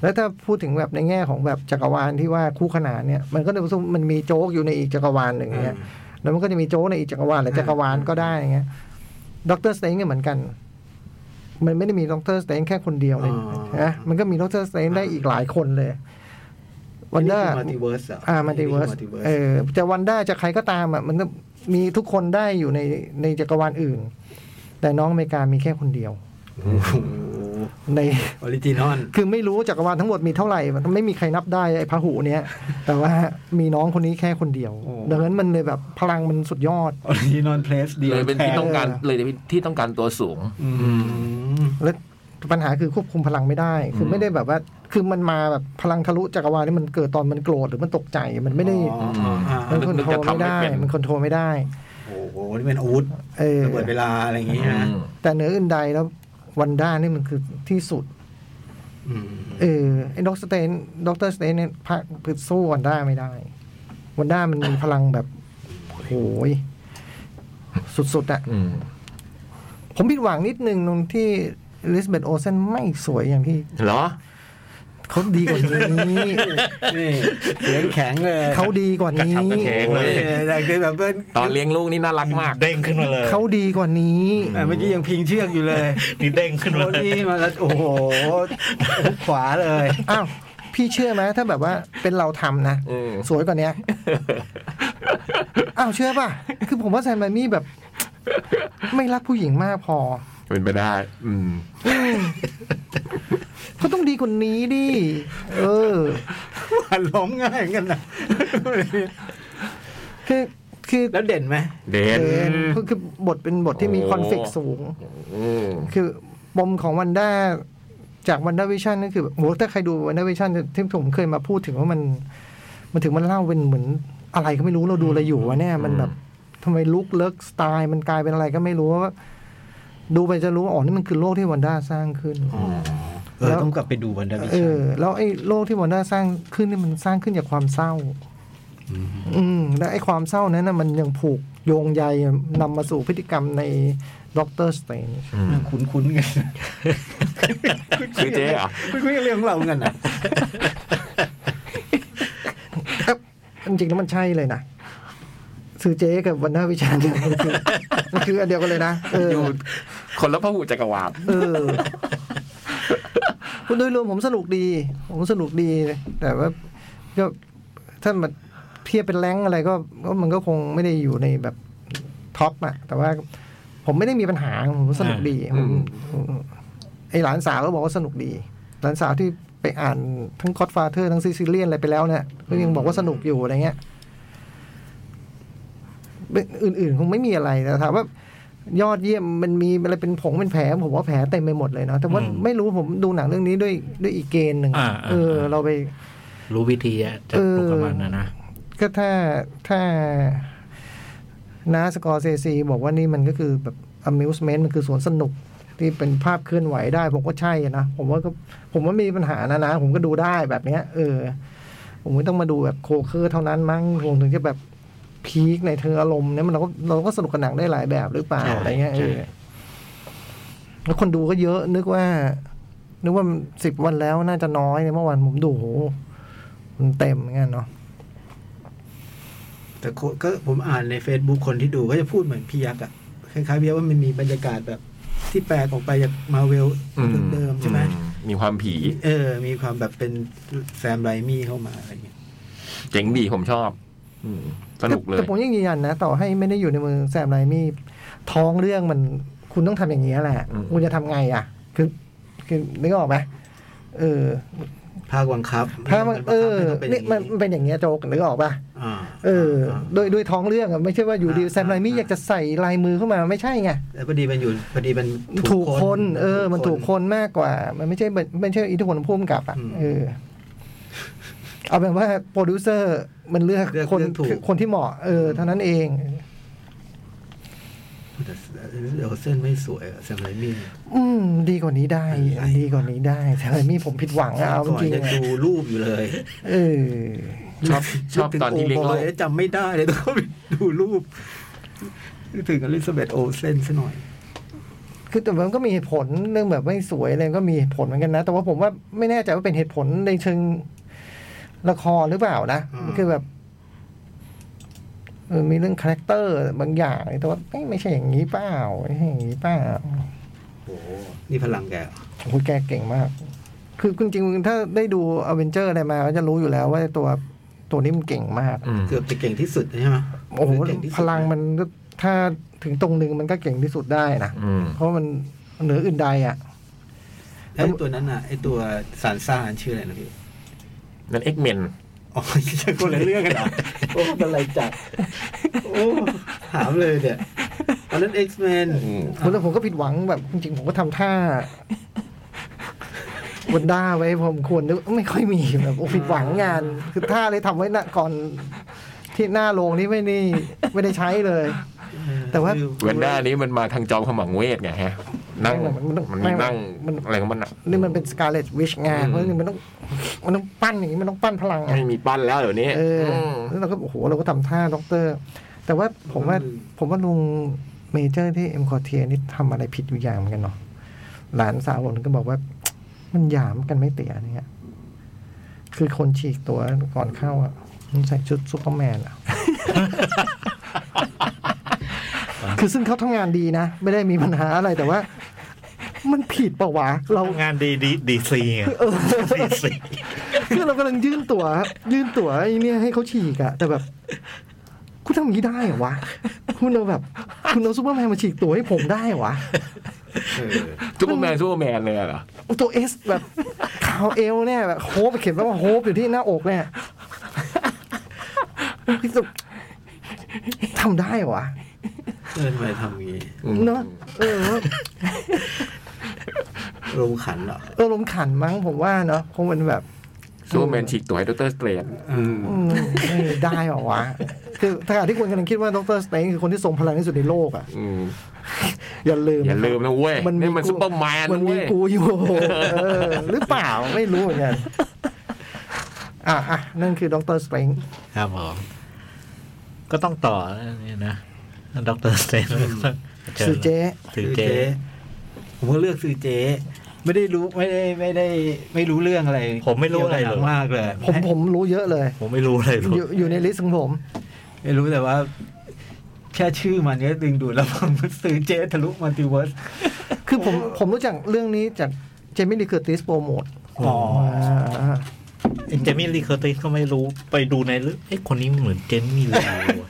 Speaker 2: แล้วถ้าพูดถึงแบบในแง่ของแบบจักรวาลที่ว่าคู่ขนานเนี่ย มันก็จะรู้สึกมันมีโจ๊กอยู่ในอีกจักรวาลหนึ่งเนี่ย แล้วมันก็จะมีโจ๊กในอีกจักรวาลหรือจักรวาลก็ได้อย่างเงี้ยด็อกเตอร์สเตนก็เหมือนกัน มันไม่ได้มีดรสเตนแค่คนเดียวเลย
Speaker 5: อ๋อ
Speaker 2: นะมันก็มีดรสเตนได้อีกหลายคนเลย วันด้า
Speaker 5: มัลติเวิร์สอ่ะ
Speaker 2: อ่ามันติเวิร์สเออจะวันด้าจะใครก็ตามอ่ะมันต้องมีทุกคนได้อยู่ในในจักรวาลอื่น แต่น้องอเมริกามีแค่คนเดียว
Speaker 5: โอ้โห
Speaker 2: ใน
Speaker 5: ออริจินอล
Speaker 2: คือไม่รู้จักรวาลทั้งหมดมีเท่าไหร่มันไม่มีใครนับได้ไอ้พระหูเนี้ยแต่ว่ามีน้องคนนี้แค่คนเดียวดังนั้นมันเลยแบบพลังมันสุดยอด
Speaker 5: ออริจินอลเพลสเดียว
Speaker 3: เลยเป็นที่ต้องการ
Speaker 2: เออ
Speaker 3: เลยเป็นที่ต้องการตัวสูง
Speaker 5: อืม
Speaker 2: และปัญหาคือควบคุมพลังไม่ได้ คือไม่ได้แบบว่า คือมันมาแบบพลังทะลุจักรวาลนี่มันเกิดตอนมันโกรธหรือมันตกใจมันไม่ได้
Speaker 5: อ๋ออ่า
Speaker 2: มัน
Speaker 3: เออ
Speaker 2: คอนโทรล
Speaker 3: มันจะทำไม่
Speaker 2: ไม่ได้
Speaker 3: เป็น
Speaker 2: มันคอนโทรลไม่ได้
Speaker 5: โอ้โหนี่เป็นอาวุธ
Speaker 2: เออ
Speaker 5: ระเบิดเวลาอะไรอย่างเงี้ย
Speaker 3: อืม
Speaker 2: แต่เหนืออื่นใดแล้ววันด้านี่มันคือที่สุด
Speaker 5: อืม
Speaker 2: เออไอ้ด็อกสเตนด็อกเตอร์สเตนเนี่ยพระคือสู้วันด้าไม่ได้ วันด้ามันมีพลังแบบโอ้ยสุดๆอะ
Speaker 3: อืม
Speaker 2: ผมผิดหวังนิดนึงตรงที่ลิสเบตโอเซนไม่สวยอย่างที่
Speaker 3: เหรอ
Speaker 2: เขาดีกว่านี้
Speaker 5: นี่เสียงแข็งเลย
Speaker 2: เขาดีกว่านี้
Speaker 3: กระชับกระเฉง
Speaker 5: โอ้ยแต่คือแบบเป็น
Speaker 3: ตอนเลี้ยงลูกนี่น่ารักมาก
Speaker 4: เด้งขึ้นมาเลย
Speaker 2: เขาดีกว่านี้
Speaker 5: อ่ะเมื่อกี้ยังพิงเชือกอยู่เลย
Speaker 4: นี่เด้งขึ้น
Speaker 5: โอ้
Speaker 4: มาเลย
Speaker 5: นี่มาแล้วโอ้โหฮุกขวาเลย
Speaker 2: อ้าว พี่เชื่อไหมถ้าแบบว่าเป็นเราทำนะ
Speaker 3: อืม
Speaker 2: สวยกว่าเนี้ย อ้าวเชื่อป่ะ คือผมว่าแซมแบมี่แบบ ไม่รักผู้หญิงมากพอ
Speaker 3: เป็นไปได้ อืม
Speaker 2: เขาต้องดีกว่านี้ดิ เออ
Speaker 5: หันล้มง่ายเหมือนกันนะ
Speaker 2: คือคือ
Speaker 5: แล้วเด่นไหม
Speaker 3: เด่
Speaker 2: เอน อคือคือบทเป็นบทที่มี
Speaker 3: โอ้
Speaker 2: คอนฟ lict สูง
Speaker 3: อืม
Speaker 2: คือปมของวันด้าจากวันด้าวิชั่นนั่นคือแบบโอ้ถ้าใครดูวันด้าวิชั่นที่ผมเคยมาพูดถึงว่ามัน มันถึงมันเล่าเป็นเหมือนอะไรก็ไม่รู้เราดูอะไรอยู่วะเนี่ยมันแบบทำไมลุกเลิกสไตล์มันกลายเป็นอะไรก็ไม่รู้ว่าดูไปจะรู้ว่าอ๋อนี่มันคือโลกที่วันด้าสร้างขึ้น
Speaker 5: เออต้องกลับไปดูวันดาวิ
Speaker 2: เอ
Speaker 5: ชั่น
Speaker 2: อ แล้วไอ้โลกที่วันด้าสร้างขึ้นนี่มันสร้างขึ้นจากความเศร้า อืมและไอ้ความเศร้านั้นนะมันยังผูกโยงใยนำมาสู่พฤติกรรมในด็อกเตอร์สเตน
Speaker 5: คุ้นๆกัน
Speaker 3: คือเจ๊เหรอ่ะ
Speaker 5: คุ้นๆกับเรื่องของเราเหมือนกันนะ
Speaker 2: จริงๆแล้วมันใช่เลยนะสื่อเจ๊กับวันด้าวิ ชาเนี่ยมันคือมันคืออันเดียวกันเลยนะเออ
Speaker 3: อยู่คนละพหูจักรวาล
Speaker 2: เออคุณโดยรวมผมสนุกดี ผมสนุกดีแต่ว่าก็ถ้ามันเทียบเป็นแรงค์อะไรก็ก็มันก็คงไม่ได้อยู่ในแบบท็อปอะแต่ว่าผมไม่ได้มีปัญหาผมสนุกดีผมผมไอหลานสาวก็บอกว่าสนุกดี หลานสาวที่ไปอ่านทั้งคอ d ฟาเธอร์ทั้งซิซิเลียนอะไรไปแล้วเนี่ยก็ยังบอกว่าสนุกอยู่อะไรเงี้ย อื่นๆ คงไม่มีอะไรแต่ถามว่ายอดเยี่ยมมันมีอะไรเป็นผงเป็นแผลผมว่าแผลเต็มไปหมดเลยเนาะแต่ว่าไม่รู้ผมดูหนังเรื่องนี้ด้วยด้วยอีกเกณฑ์หนึ่ง
Speaker 4: อ่า
Speaker 2: เออ เราไป
Speaker 4: รู้วิธีอะจะ
Speaker 2: เออ
Speaker 4: ปลุกกำมันนะนะ
Speaker 2: ก็ถ้าถ้านาสกอร์เซซีบอกว่านี่มันก็คือแบบ amusement มันคือสวนสนุกที่เป็นภาพเคลื่อนไหวได้ ผมก็ใช่อะนะ ผมว่าก็ผมว่ามีปัญหานะนะ ผมก็ดูได้แบบเนี้ย เออ ผมไม่ต้องมาดูแบบโคเคอร์เท่านั้นมั้งผมถึงจะแบบพีคในเธออารมณ์เนี่ยมันเราก็เราก็สนุกกับหนังได้หลายแบบหรือเปล่า
Speaker 4: ใช่
Speaker 2: อะไรเงี้ยเออ
Speaker 4: ใช่
Speaker 2: แล้วคนดูก็เยอะนึกว่า นึกว่าสิบวันแล้วน่าจะน้อยเนี่ยเมื่อวานผมดูโหมันเต็มเหมือนกันเนาะ
Speaker 5: แต่คนก็ผมอ่านใน Facebook คนที่ดูก็จะพูดเหมือนพี่ยักษ์อะคล้ายๆพี่ยักษ์ว่ามันมีบรรยากาศแบบ ที่แปลกออกไปจากมาเวล
Speaker 3: อื
Speaker 5: เดิมๆใช่ไหม
Speaker 3: อืมีความผี
Speaker 5: เออ มีความแบบเป็นแซมไรมี่เข้ามาอะไรอย่างเงี้ย
Speaker 3: เจ๋งดีผมชอบ อืมสนุกเลย
Speaker 2: แต่แต่ผมยังยืนยันนะ ต่อให้ไม่ได้อยู่ในมือแซมไรมี่ท้องเรื่องมันคุณต้องทำอย่างนี้ยแหละ
Speaker 3: อืม
Speaker 2: คุณจะทำไงอ่ะ คือคือนึกออกไหมเออ
Speaker 5: ภาคบังคับ
Speaker 2: ถ้ามันเออ
Speaker 5: บังคับให้ต้องป็
Speaker 2: เนี่ยมัน
Speaker 5: อย่าง
Speaker 2: มันเป็นอย่างเงี้ยโจกนึกออกป่ะ
Speaker 5: อ่า
Speaker 2: เอออา ด้วยด้วยท้องเรื่องอะไม่ใช่ว่าอยู่ดี
Speaker 5: อ่า
Speaker 2: แซมไรมี่
Speaker 5: อ่า
Speaker 2: อยากจะใส่ลายมือเข้ามาไม่ใช่ไง
Speaker 5: แล้วพอดีมันอยู่พอดีมัน
Speaker 2: ถูกคน เออ มันถูกคนมากกว่า มันไม่ใช่มันไม่ใช่อิทธิพลของพุ่มกับอ่ะเออ เอาเป็นว่าโปรดิวเซอร์มันเลือก
Speaker 5: เลือก
Speaker 2: คน
Speaker 5: เลือกถูก
Speaker 2: คนที่เหมาะเออเท่านั้นเอง
Speaker 5: แต่เดี๋ยวเส้นไม่สวยอะแซมไรมี่
Speaker 2: อืม ดีกว่านี้ได้ดีกว่านี้ได้แต่มีผมผิดหวังอะเอาจ
Speaker 5: ก่อน
Speaker 2: ริงๆ
Speaker 5: จะ
Speaker 2: อะ
Speaker 5: ดูรูปอยู่เลย
Speaker 2: เออ
Speaker 3: ชอบชอบตอนที่เลี้ยง
Speaker 5: โบ
Speaker 3: ลู
Speaker 5: อก ยจำไม่ได้เลยต้องไปดูรูปนึกถึงอลิซาเบธโอเซนซะหน่อย
Speaker 2: คือแต่มันก็มีเหตุผลเรื่องแบบไม่สวยอะไรก็มีเหตุผลเหมือนกันนะ แต่ว่าผมว่าไม่แน่ใจว่าเป็นเหตุผลในเชิงละครหรือเปล่านะ
Speaker 5: อืม
Speaker 2: คือแบบเออมีเรื่องคาแรคเตอร์บางอย่างแต่ว่าเอ้ยไม่ใช่อย่างนี้เปล่าไม่ใช่อย่างนี้เปล่า
Speaker 5: โอ้นี่พลังแก
Speaker 2: โอ้โหแกเก่งมาก คือจริงๆถ้าได้ดูอเวนเจอร์อะไรมาก็จะรู้อยู่แล้วว่าตัวตัวนี้มันเก่งมาก
Speaker 3: อืม
Speaker 5: เกือบจะเก่งที่สุดใช่ไหม
Speaker 2: โอ้โห
Speaker 5: เก่ที่สุด
Speaker 2: พลังมันก็ถ้าถึงตรงหนึ่งมันก็เก่งที่สุดได้นะ
Speaker 3: อืม
Speaker 2: เพราะมันเหนืออื่นใดอ่ะ
Speaker 5: แล้วไอ้ตัวนั้นน่ะไอ้ตัวสารซ่าชื่ออะไรนะพี่
Speaker 3: นั่นเอ็กเมน
Speaker 5: อ๋ อจะคนละเรื่องกันเหรอโอ้เป็นไรจัดโอ้ถามเลยเนี่ยอันนั้น X-Men
Speaker 2: ผมแต่ผมก็ผิดหวังแบบจริงๆ ผมก็ทำท่าวันด้าไว้พอสมควรนึกไม่ค่อยมีแบบโอ้ผิดหวังงาน คือท่าเลยทำไว้นะก่อนที่หน้า โรงนี่ไม่นี่ไม่ได้ใช้เลย แต่ว่า
Speaker 3: เวนด้านี้มันมาทางจอมขมังเวทไงฮะ นั่ง
Speaker 2: มันต้อง
Speaker 3: มันมีนั่ง
Speaker 2: มัน
Speaker 3: อะไรของมันอ่ะ
Speaker 2: นี่มันเป็นสกาเลตวิชงาน
Speaker 3: อืม
Speaker 2: เพราะนี่มันต้องมันต้องปั้นอย่างนี้มันต้องปั้นพลังอะ
Speaker 3: ไม่มีปั้นแล้วเดี๋ยวนี้
Speaker 2: เออ
Speaker 3: ม
Speaker 2: แล้วเราก็โอ้โหเราก็ทำท่าด็อกเตอร์ แต่ว่าผมว่า
Speaker 5: อืม
Speaker 2: ผมว่าลุงเมเจอร์ที่เอ็มคอเทียนี่ทำอะไรผิดอยู่อย่างเหมือนกันเนาะหลานสาวผมก็บอกว่า มันหยามกันไม่เตี่ยเนี่ยคือคนฉีกตัวก่อนเข้าอ่ะมันใส่ชุดซูเปอร์แมนอ่ะ คือซึ่งเขาทำงานดีนะ ไม่ได้มีปัญหาอะไรแต่ว่า มันผิดปะวะเรา
Speaker 4: ทำงานดีดีดีซีไงดีซี
Speaker 2: คือเรากำลังยื่นตั๋วยื่นตั๋วไอ้เนี่ยให้เขาฉีกอะแต่แบบ คุณทำอย่างนี้ได้เหรอวะ คุณเอาแบบ คุณเอาซูเปอร์แมนมาฉีกตั๋วให้ผมได้เหรอวะ
Speaker 5: เออ
Speaker 3: ซูเปอร์แมนซูเปอร์แมนเลยเหรอ
Speaker 2: ตัวเอสแบบขาวเอลเนี่ยแบบโฮปเขียนว่าโฮปอยู่ที่หน้าอกเนี่ยพี่สุทำได้เหรอวะ
Speaker 5: เออทำไมทำอย่างงี้
Speaker 2: เนอะเออ
Speaker 5: ลงขันเหรอ
Speaker 2: เออลมณ์ขันมั้งผมว่าเนอะคงเป็นแบบ
Speaker 3: ซูเปอร์แมนฉีกตัวให้ดรสเตรน
Speaker 5: เออ
Speaker 2: อืมเออได้เหรอวะคือถ้าที่คุณกำลังคิดว่าดรสเตนคือคนที่ทรงพลังที่สุดในโลกอ่ะ
Speaker 3: อืม
Speaker 2: อย่าลืม
Speaker 3: อย่าลืมนะเว้ยนี่มัน
Speaker 2: กู
Speaker 3: ซุปเปอร์แมน
Speaker 2: มันมี
Speaker 3: เว้ย
Speaker 2: กูอยู่เออหรือเปล่าไม่รู้เหมือนกันอ่ะอ่ะนั่นคือดรสเปง
Speaker 4: ครับผมก็ต้องต่อเนี่ยนะด็อกเตอร์สเตน
Speaker 2: คือเจ๊
Speaker 4: สือเจ
Speaker 5: ผมก็เลือกซื้อเจ๊ไม่ได้รู้ไม่ได้ไม่ได้ไม่รู้เรื่องอะไร
Speaker 4: ผมไม่รู้อะไรเลย
Speaker 5: กี่ยวกับหนังมากเลย
Speaker 2: ผมผมรู้เยอะเลย
Speaker 4: ผมไม่รู้เลยรู้
Speaker 2: อยู่อยู่ในลิสต์ของผม
Speaker 5: ไม่รู้แต่ว่า แค่ชื่อมันก็ดึงดูดแล้ว ผมซื้อเจ๊ทะลุมัลติเวิร์ส
Speaker 2: คือผมผมรู้จักเรื่องนี้จากเจมี่ลีเคิร์ติสโปรโมท
Speaker 5: อ๋อ
Speaker 2: อ่า
Speaker 4: เจมี่ลีเคอร์ติสก็ไม่รู้ไปดูในเรื่องเอ้คนนี้เหมือนเจมี่ลีว่ะ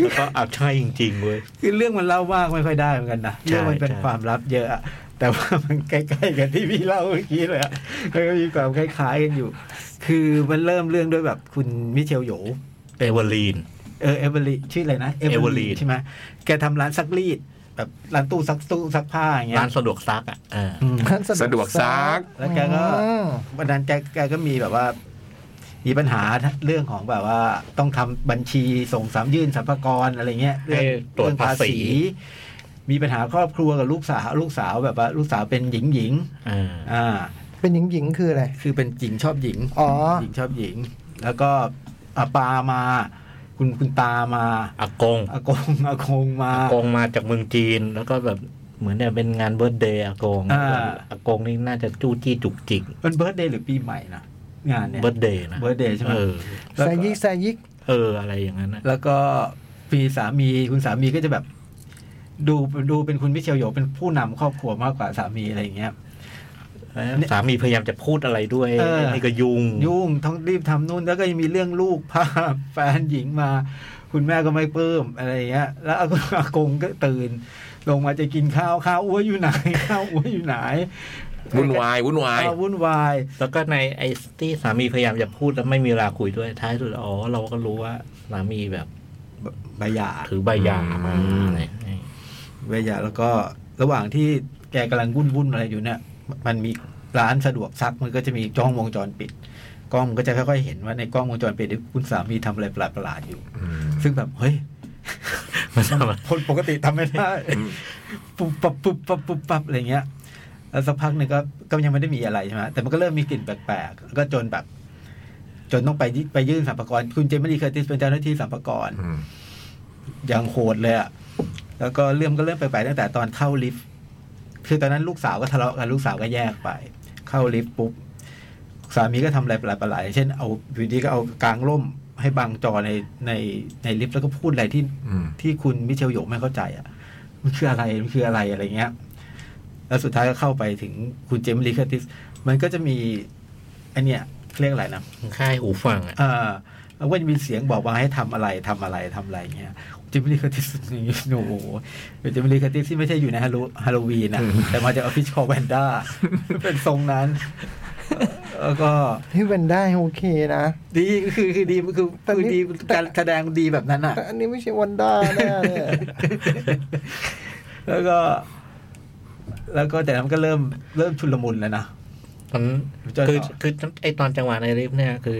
Speaker 4: แล้วก็อาจใช่จริงๆเว้ย
Speaker 5: คือเรื่องมันเล่ามากไม่ค่อยได้เหมือนกันนะ
Speaker 4: ใช่
Speaker 5: เรื่องมันเป็น
Speaker 4: ใช่
Speaker 5: ความลับเยอะอะแต่ว่ามันใกล้ๆกันที่พี่เล่าเมื่อกี้เลยอะ มันก็มีความคล้ายๆกันอยู่ คือมันเริ่มเรื่องด้วยแบบคุณมิเชลโหย
Speaker 4: เอเวอร์ลีน
Speaker 5: เออเอเวอรีชื่ออะไรนะ
Speaker 4: Everly
Speaker 5: Everly ใช่ไหมแกทำร้านซักรีด แบบร้านตู้ซักตู้ซักผ้าอย่างเงี้
Speaker 4: ร้าย นสะดวกซักอ่ะเออ
Speaker 5: อืม
Speaker 3: สะดวกซัก
Speaker 5: แล้วแกก็
Speaker 2: อืม
Speaker 5: วันนั้นแกแกก็มีแบบว่า มีปัญหาเรื่องของแบบว่า ต้องทำบัญชีส่งสามยื่นสรรพากรอะไรเงี้ยเรื่อง
Speaker 4: ให้ตรวจ
Speaker 5: เอ
Speaker 4: ภาษี
Speaker 5: มีปัญหาครอบครัวกับลูกสาวลูกสาวแบบว่า ลูกสาวเป็นหญิงหญิง
Speaker 4: เออ
Speaker 5: ๆอ่า
Speaker 2: เป็นหญิงหญิงๆคืออะไร
Speaker 5: คือเป็นหญิงชอบหญิง
Speaker 2: อ๋อ
Speaker 5: หญิงชอบหญิง แล้วก็อาปามา คุณคุณตามา
Speaker 4: อากง
Speaker 5: อากงอากงมา
Speaker 4: อากงมาจากเมืองจีนแล้วก็แบบเหมือนเนี่ยเป็นงานเบิร์ดเดย์อากง
Speaker 5: อ่า
Speaker 4: อากงนี่น่าจะจู้จี้จุกจิก
Speaker 5: มันเบิร์ดเดย์หรือปีใหม่นะงานเนี่ย
Speaker 4: เบิร์ดเดย์นะ
Speaker 5: Birthday ใช่ไหม
Speaker 4: เออ
Speaker 5: แล้ว
Speaker 2: แซ
Speaker 5: ก็
Speaker 2: ยิกแซยิก
Speaker 4: เอออะไรอย่างนั้นนะ
Speaker 5: แล้วก็มีสามีคุณสามีก็จะแบบ ดูดูเป็นคุณมิเชลโยเป็นผู้นำครอบครัวมากกว่าสามีอะไรอย่างเงี้ย
Speaker 4: สามีพยายามจะพูดอะไรด้วย
Speaker 5: เออ
Speaker 4: นี่ก็ยุ่ง
Speaker 5: ยุ่งต้องรีบทำนู่นแล้วก็ยังมีเรื่องลูกพาแฟนหญิงมา คุณแม่ก็ไม่ปลื้มอะไรอย่างเงี้ย แล้วอากงอากงก็ตื่น ลงมาจะกินข้าวข้าวอ้วอยู่ไหน ข้าวอ้วอยู่ไหน
Speaker 3: วุ่นวายวุ่นวาย
Speaker 5: อ้าววุ่นวาย
Speaker 4: แล้วก็ในไอ้ที่สามีพยายามจะพูดแล้วไม่มีเวลาคุยด้วยท้ายสุดอ๋อเราก็รู้ว่าสามีแบบ
Speaker 5: บายา
Speaker 4: ถือใบหยามา
Speaker 3: อืม
Speaker 4: อะไรอย่างเงี้ย
Speaker 5: เวยะแล้วก็ระหว่างที่แกกำลังวุ่นวุ่นๆอะไรอยู่เนี่ยมันมีร้านสะดวกซักมันก็จะมีกล้องวงจรปิด กล้องมันก็จะค่อยๆเห็นว่าในกล้องวงจรปิดเนี่ยคุณสามีทำอะไรประหลาดๆอยู่ ซึ่งแบบเฮ้ย
Speaker 4: มันทำอะไร
Speaker 5: คนปกติทำไม่ได้ปุ๊บปั๊บปุ๊บปั๊บปุ๊บปั๊บอะไรเงี้ยแล้วสักพักหนึ่งก็ก็ยังไม่ได้มีอะไรใช่ไหมแต่มันก็เริ่มมีกลิ่นแปลกๆแล้วก็จนแบบ จนต้องไปยิไปยื่นสัมภากระคุณเจมิลี่เคอร์ติสเป็นเจ้าหน้าที่สัมภากระ
Speaker 3: อืม
Speaker 5: อย่างโหดเลยอะแล้วก็เรื่องก็เริ่มไปไปตั้งแต่ตอนเข้าลิฟต์ คือตอนนั้นลูกสาวก็ทะเลาะกันลูกสาวก็แยกไป เข้าลิฟต์ปุ๊บ สามีก็ทำอะไรประหลาดๆเช่น เอาอยู่ดีก็เอากางร่มให้บังจอในในในลิฟต์แล้วก็พูดอะไรที่
Speaker 3: อืม
Speaker 5: ที่คุณมิเชลโยกไม่เข้าใจอะมันคืออะไร มันคืออะไรอะไรเงี้ย แล้วสุดท้ายก็เข้าไปถึงคุณเจมส์ลีคติส มันก็จะมีไอันเนี้ยเรียกอะไรนะ
Speaker 4: ค่ายหูฟังอ่ะ
Speaker 5: อ่าแล้วก็จะมีเสียงบอกว่าให้ทำอะไรทำอะไรทำอะไรเงี้ยจิมมี่ลีคาติสนี่โอ้โหเป็นจิมมี่ลีคาติสที่ไม่ใช่อยู่ในฮาโลฮาโลวีนนะแต่มาจากออฟฟิศคอแวนด้า เป็นทรงนั้น แล้วก็
Speaker 2: ที่เวนได้าโอเคนะ
Speaker 5: ดีคือคือดีคือคือดีการแสดงดีแบบนั้นอ่ะ
Speaker 2: แต่อันนี้ไม่ใช่วันด้าแน่เลย
Speaker 5: แล้วก็ แล้วก็แต่นั้นก็เริ่มเริ่มชุลมุนแล้วนะ
Speaker 4: ตอน
Speaker 5: จอย
Speaker 4: คือ
Speaker 5: ต่อ
Speaker 4: คือไอตอนจังหวะในลิฟต์เนี่ย คือ